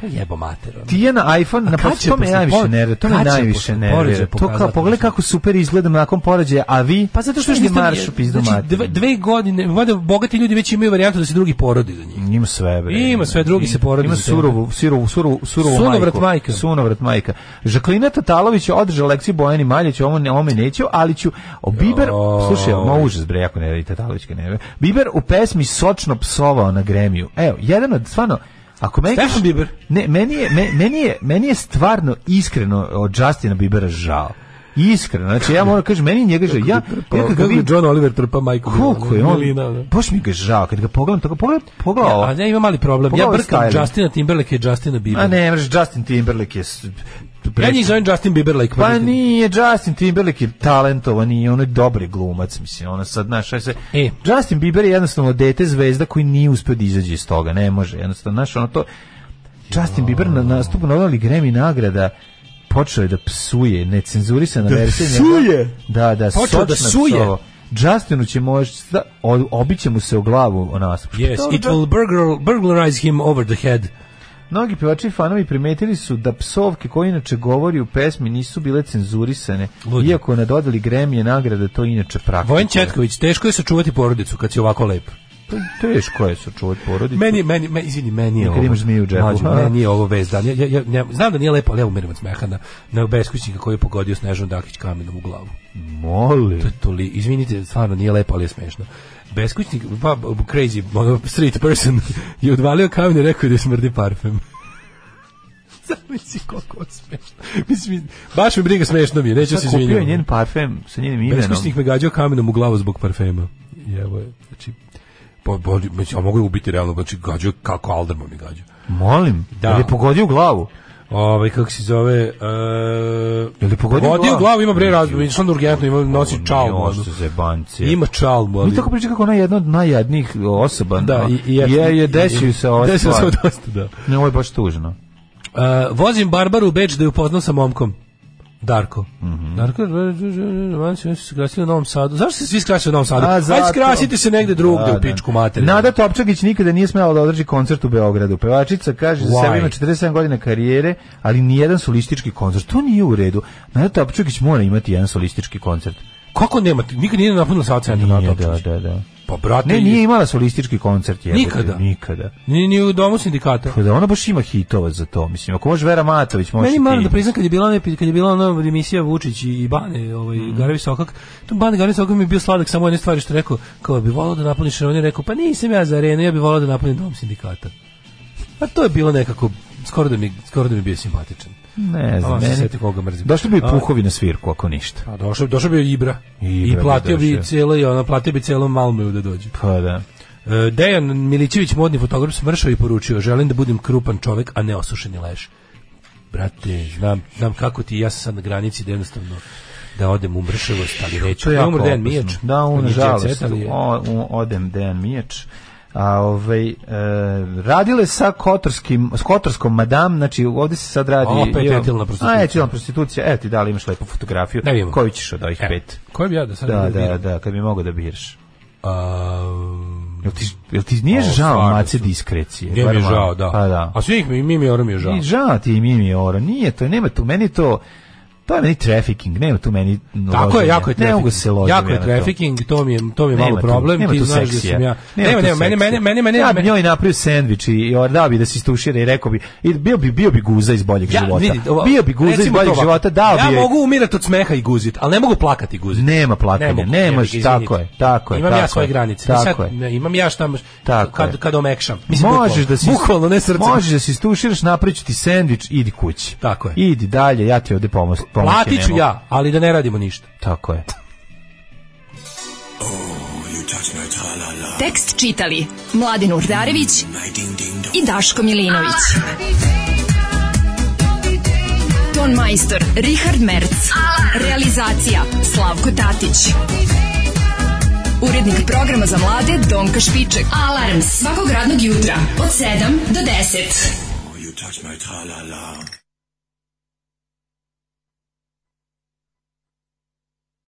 Speaker 6: Pa jebo mater. ono.
Speaker 5: Ti je na iPhone, na
Speaker 6: kad
Speaker 5: posle,
Speaker 6: će
Speaker 5: to me
Speaker 6: posle
Speaker 5: najviše
Speaker 6: por-
Speaker 5: nervira, to me
Speaker 6: kad će
Speaker 5: najviše
Speaker 6: posle
Speaker 5: nervira.
Speaker 6: porođaja
Speaker 5: To kao,
Speaker 6: pokazati?
Speaker 5: pogledaj kako super izgledam nakon porođaja, a vi?
Speaker 6: Pa zato što
Speaker 5: Idi
Speaker 6: još niste
Speaker 5: marš u pizdu
Speaker 6: znači,
Speaker 5: materinu.
Speaker 6: dve, dve godine, valjda bogati ljudi već imaju varijantu da se drugi porodi za njih.
Speaker 5: Ima sve, bre.
Speaker 6: Ima sve, drugi se porodi
Speaker 5: Ima
Speaker 6: za tebe.
Speaker 5: surovu, surovu, surovu, surovu
Speaker 6: Sunovrat
Speaker 5: majku.
Speaker 6: majka.
Speaker 5: Sunovrat majka. Žaklina Tatalović održa lekciju Bojani Maljeću, ovo, ne, ovo me neću, ali ću... O, Biber,
Speaker 6: Joj.
Speaker 5: slušaj, ma užas, bre, jako ne radi Tatalović, kad ne radi. Biber u pesmi sočno psovao na gremiju. Evo, jedan od, stvarno, Ako meni
Speaker 6: Stefan
Speaker 5: kažeš-
Speaker 6: Biber.
Speaker 5: Ne, meni je, me- meni je, meni je stvarno iskreno od Justina Bibera žao. Iskreno, znači ja moram kažem, meni je njega žao. Ja, ja kad ga
Speaker 6: Pa kako
Speaker 5: vidim,
Speaker 6: John Oliver trpa majku.
Speaker 5: koliko je
Speaker 6: Milana,
Speaker 5: on,
Speaker 6: Milina, da.
Speaker 5: baš mi ga je žao, kad ga pogledam, tako pogledam, pogledam
Speaker 6: Ja,
Speaker 5: ovo.
Speaker 6: Pa, a ja imam mali problem. Ja
Speaker 5: Pa, Pogledaj
Speaker 6: brkam
Speaker 5: styling.
Speaker 6: Justina Timberlake i Justina Bieber.
Speaker 5: A ne, mreš, Justin Timberlake je... s-
Speaker 6: Ja njih zovem Justin Bieberlake.
Speaker 5: Pa
Speaker 6: mrzite me.
Speaker 5: nije, Justin Timberlake je talentovan i on je dobri glumac, mislim, ona sad, znaš, aj se...
Speaker 6: E.
Speaker 5: Justin Bieber je jednostavno dete zvezda koji nije uspio da izađe iz toga, ne može, jednostavno, znaš, ono to... Justin Bieber na nastupu na ovali Grammy nagrada počeo je da psuje, necenzurisana da verzija. njegova-
Speaker 6: psuje?
Speaker 5: Da, da,
Speaker 6: Počeo da
Speaker 5: sočna
Speaker 6: suje?
Speaker 5: psova. Justinu će možda, o- obiće mu se o glavu o nastupu.
Speaker 6: Yes,
Speaker 5: Što je
Speaker 6: it will burglar, burglarize him over the head.
Speaker 5: Mnogi pevači i fanovi primetili su da psovke koje inače govori u pesmi nisu bile cenzurisane,
Speaker 6: Ludi.
Speaker 5: iako na dodali Grammy nagrade to inače praktikuje.
Speaker 6: Vojen Četković, teško je sačuvati porodicu kad si ovako lep.
Speaker 5: To je Pa, teško je sačuvati porodicu.
Speaker 6: Meni, meni, meni, izvini, meni je
Speaker 5: Nikad
Speaker 6: ovo.
Speaker 5: imaš zmiju u džepu.
Speaker 6: Mlađo,
Speaker 5: Ha?
Speaker 6: meni je ovo vez dan. Ja, ja, ja, ja, znam da nije lepo, ali ja umirim od smeha na, na beskućnika koji je pogodio Snežan Dakić kamenom u glavu. Pa
Speaker 5: Molim.
Speaker 6: To je toli, izvinite, stvarno nije lepo, ali je smešno. Beskućnik, pa, crazy, ono, street person, je odvalio kamen i rekao da smrdi parfem. Zamisli koliko je smešno. Mislim, baš mi briga smešno mi je, neću se
Speaker 5: Sad Kupio je
Speaker 6: izvinjati.
Speaker 5: njen ono. parfem sa njenim imenom.
Speaker 6: Beskućnik me gađao kamenom u glavu zbog parfema. I evo je, znači, po, po, mislim, a mogu je ubiti realno, znači gađao je kako Alderman mi gađao.
Speaker 5: Molim.
Speaker 6: Da.
Speaker 5: Da. Je pogodio u glavu.
Speaker 6: Ovaj kako se zove, e,
Speaker 5: Je li pogodio
Speaker 6: glavu?
Speaker 5: glavu?
Speaker 6: glavu ima bre razboj, išao na urgentno, ima nosi čalmu. ono.
Speaker 5: Što se banci.
Speaker 6: Ima čalmu, ali
Speaker 5: Mi tako priča kako ona je jedna od najjadnijih osoba.
Speaker 6: da,
Speaker 5: no.
Speaker 6: i, i
Speaker 5: je, je desio se ova
Speaker 6: Desio se
Speaker 5: stvar.
Speaker 6: ovo dosta, da.
Speaker 5: Ne, ovo je baš tužno.
Speaker 6: E, vozim Barbaru u Beč da ju upoznao sa momkom. Darko. Mm
Speaker 5: Mhm.
Speaker 6: -hmm. Darko, oni su e, se skrasili u Novom Sadu. Zašto se svi skrasili u Novom Sadu?
Speaker 5: A,
Speaker 6: Ajde
Speaker 5: zato-
Speaker 6: skrasite se negde drugde u pičku materinu.
Speaker 5: Nada Topčagić nikada nije smela da održi koncert u Beogradu. Pevačica kaže za
Speaker 6: Why?
Speaker 5: sebe ima 47 godina karijere, ali nijedan solistički koncert. To nije u redu. Nada Topčagić mora imati jedan solistički koncert.
Speaker 6: Kako nema? Nikad nije napunila sad centar na
Speaker 5: Nije,
Speaker 6: to.
Speaker 5: da, da, da.
Speaker 6: Pa brate,
Speaker 5: Ne, nije imala solistički koncert. Jebote,
Speaker 6: Nikada.
Speaker 5: Nikada.
Speaker 6: Ni, ni u domu sindikata.
Speaker 5: Pa da ona baš ima hitova za to. Mislim, ako može Vera Matović, može
Speaker 6: Meni
Speaker 5: i
Speaker 6: moram
Speaker 5: ti.
Speaker 6: da priznam kad je bila ona kad je bila ona emisija Vučić i Bane, ovaj
Speaker 5: Mhm.
Speaker 6: mm. Garavi Sokak, tu Bane Garavi Sokak mi je bio sladak samo jedne stvari što je rekao, kao bi volao da napuni Šaroni, rekao pa nisam ja za arenu, ja bih volao da napunim dom sindikata. A to je bilo nekako skoro da mi skoro da mi je bio simpatičan.
Speaker 5: Ne znam,
Speaker 6: Ona se
Speaker 5: meni...
Speaker 6: sjeti koga mrzim.
Speaker 5: Došli Pa bi Pa
Speaker 6: A.
Speaker 5: puhovi na svirku, ako ništa.
Speaker 6: A došao došao bio Ibra.
Speaker 5: Ibra
Speaker 6: I
Speaker 5: bi
Speaker 6: platio bi
Speaker 5: došao.
Speaker 6: celo i ona platio bi celo Malmeu da dođe.
Speaker 5: Pa da.
Speaker 6: E, Dejan Milićević, modni fotograf, smršao i poručio, želim da budem krupan čovek, a ne osušeni leš. Brate, znam, znam kako ti, ja sam sad na granici da jednostavno da odem u mršavost, ali neću.
Speaker 5: To je
Speaker 6: Ja
Speaker 5: jako
Speaker 6: umr Dejan
Speaker 5: opasno.
Speaker 6: Mijač.
Speaker 5: Da,
Speaker 6: on
Speaker 5: on,
Speaker 6: je jet
Speaker 5: nažalost,
Speaker 6: set, ali je-
Speaker 5: o- o- odem Dejan Mijač. A ovaj e, radile sa kotorskim s kotorskom madam, znači ovde se sad radi
Speaker 6: A, opet
Speaker 5: i-
Speaker 6: etilna prostitucija.
Speaker 5: A etilna prostitucija. Evo ti da li imaš lepu fotografiju?
Speaker 6: Da vidimo.
Speaker 5: Koju ćeš od ovih
Speaker 6: E,
Speaker 5: pet?
Speaker 6: Koje bi ja da sad
Speaker 5: Da,
Speaker 6: ne
Speaker 5: da,
Speaker 6: biram?
Speaker 5: da, kad bi mogao da biraš.
Speaker 6: A,
Speaker 5: Jel ti, jel ti nije
Speaker 6: O,
Speaker 5: žao
Speaker 6: stvarno
Speaker 5: mace
Speaker 6: su.
Speaker 5: diskrecije?
Speaker 6: Gdje mi je
Speaker 5: Bar malo.
Speaker 6: žao, da.
Speaker 5: Pa da.
Speaker 6: A svih mi, mi mi Oro mi je žao.
Speaker 5: I žao ti je i Mimi Oro. Nije to, nema tu, meni to, to je meni trafficking, nema tu meni
Speaker 6: Tako je,
Speaker 5: loženja.
Speaker 6: jako je
Speaker 5: Ne mogu
Speaker 6: trafficking.
Speaker 5: se ložiti.
Speaker 6: jako je trafficking, to mi je to mi je malo
Speaker 5: Nema tu-
Speaker 6: problem,
Speaker 5: nema
Speaker 6: ti
Speaker 5: tu
Speaker 6: znaš da
Speaker 5: seksija.
Speaker 6: sam ja.
Speaker 5: Nema
Speaker 6: Nema,
Speaker 5: tu
Speaker 6: nema, mene mene
Speaker 5: seksija.
Speaker 6: mene mene
Speaker 5: ja
Speaker 6: mene-
Speaker 5: bi njoj napravio sendvič i i dao bi da se istušira i rekao bi i bio bi bio bi guza iz boljeg
Speaker 6: Ja,
Speaker 5: života.
Speaker 6: vidi, ovo-
Speaker 5: bio bi guza iz
Speaker 6: recimo
Speaker 5: boljeg
Speaker 6: to ovako,
Speaker 5: života, dao bi.
Speaker 6: Ja
Speaker 5: je-
Speaker 6: mogu umirati od smeha i guzit, ali ne mogu plakati i guzit.
Speaker 5: Nema
Speaker 6: Ne
Speaker 5: plakanja,
Speaker 6: mogu,
Speaker 5: nemaš,
Speaker 6: jebi ga,
Speaker 5: tako je,
Speaker 6: izvinite.
Speaker 5: tako je.
Speaker 6: Imam
Speaker 5: tako
Speaker 6: ja svoje
Speaker 5: je,
Speaker 6: granice.
Speaker 5: Tako
Speaker 6: Tako sad,
Speaker 5: je.
Speaker 6: ne, imam ja šta moš-
Speaker 5: Tako
Speaker 6: kad,
Speaker 5: je.
Speaker 6: kad omekšam. Mislim,
Speaker 5: Možeš
Speaker 6: bukvalno.
Speaker 5: da si
Speaker 6: Bukvalno, ne srce.
Speaker 5: Možeš da se istuširaš, napraviću ti sendvič, idi kući.
Speaker 6: Tako je.
Speaker 5: Idi dalje, ja ti ovde pomoć pomoći
Speaker 6: Platit
Speaker 5: ne
Speaker 6: ću
Speaker 5: mogu.
Speaker 6: ja, ali da ne radimo ništa.
Speaker 5: Tako je.
Speaker 4: Tekst čitali Mladin Urdarević i Daško Milinović. Ton majstor Richard Merc. Realizacija Slavko Tatić. Urednik programa za mlade Donka Špiček. Alarms svakog radnog jutra od 7 do 10.
Speaker 3: Oh, You touch my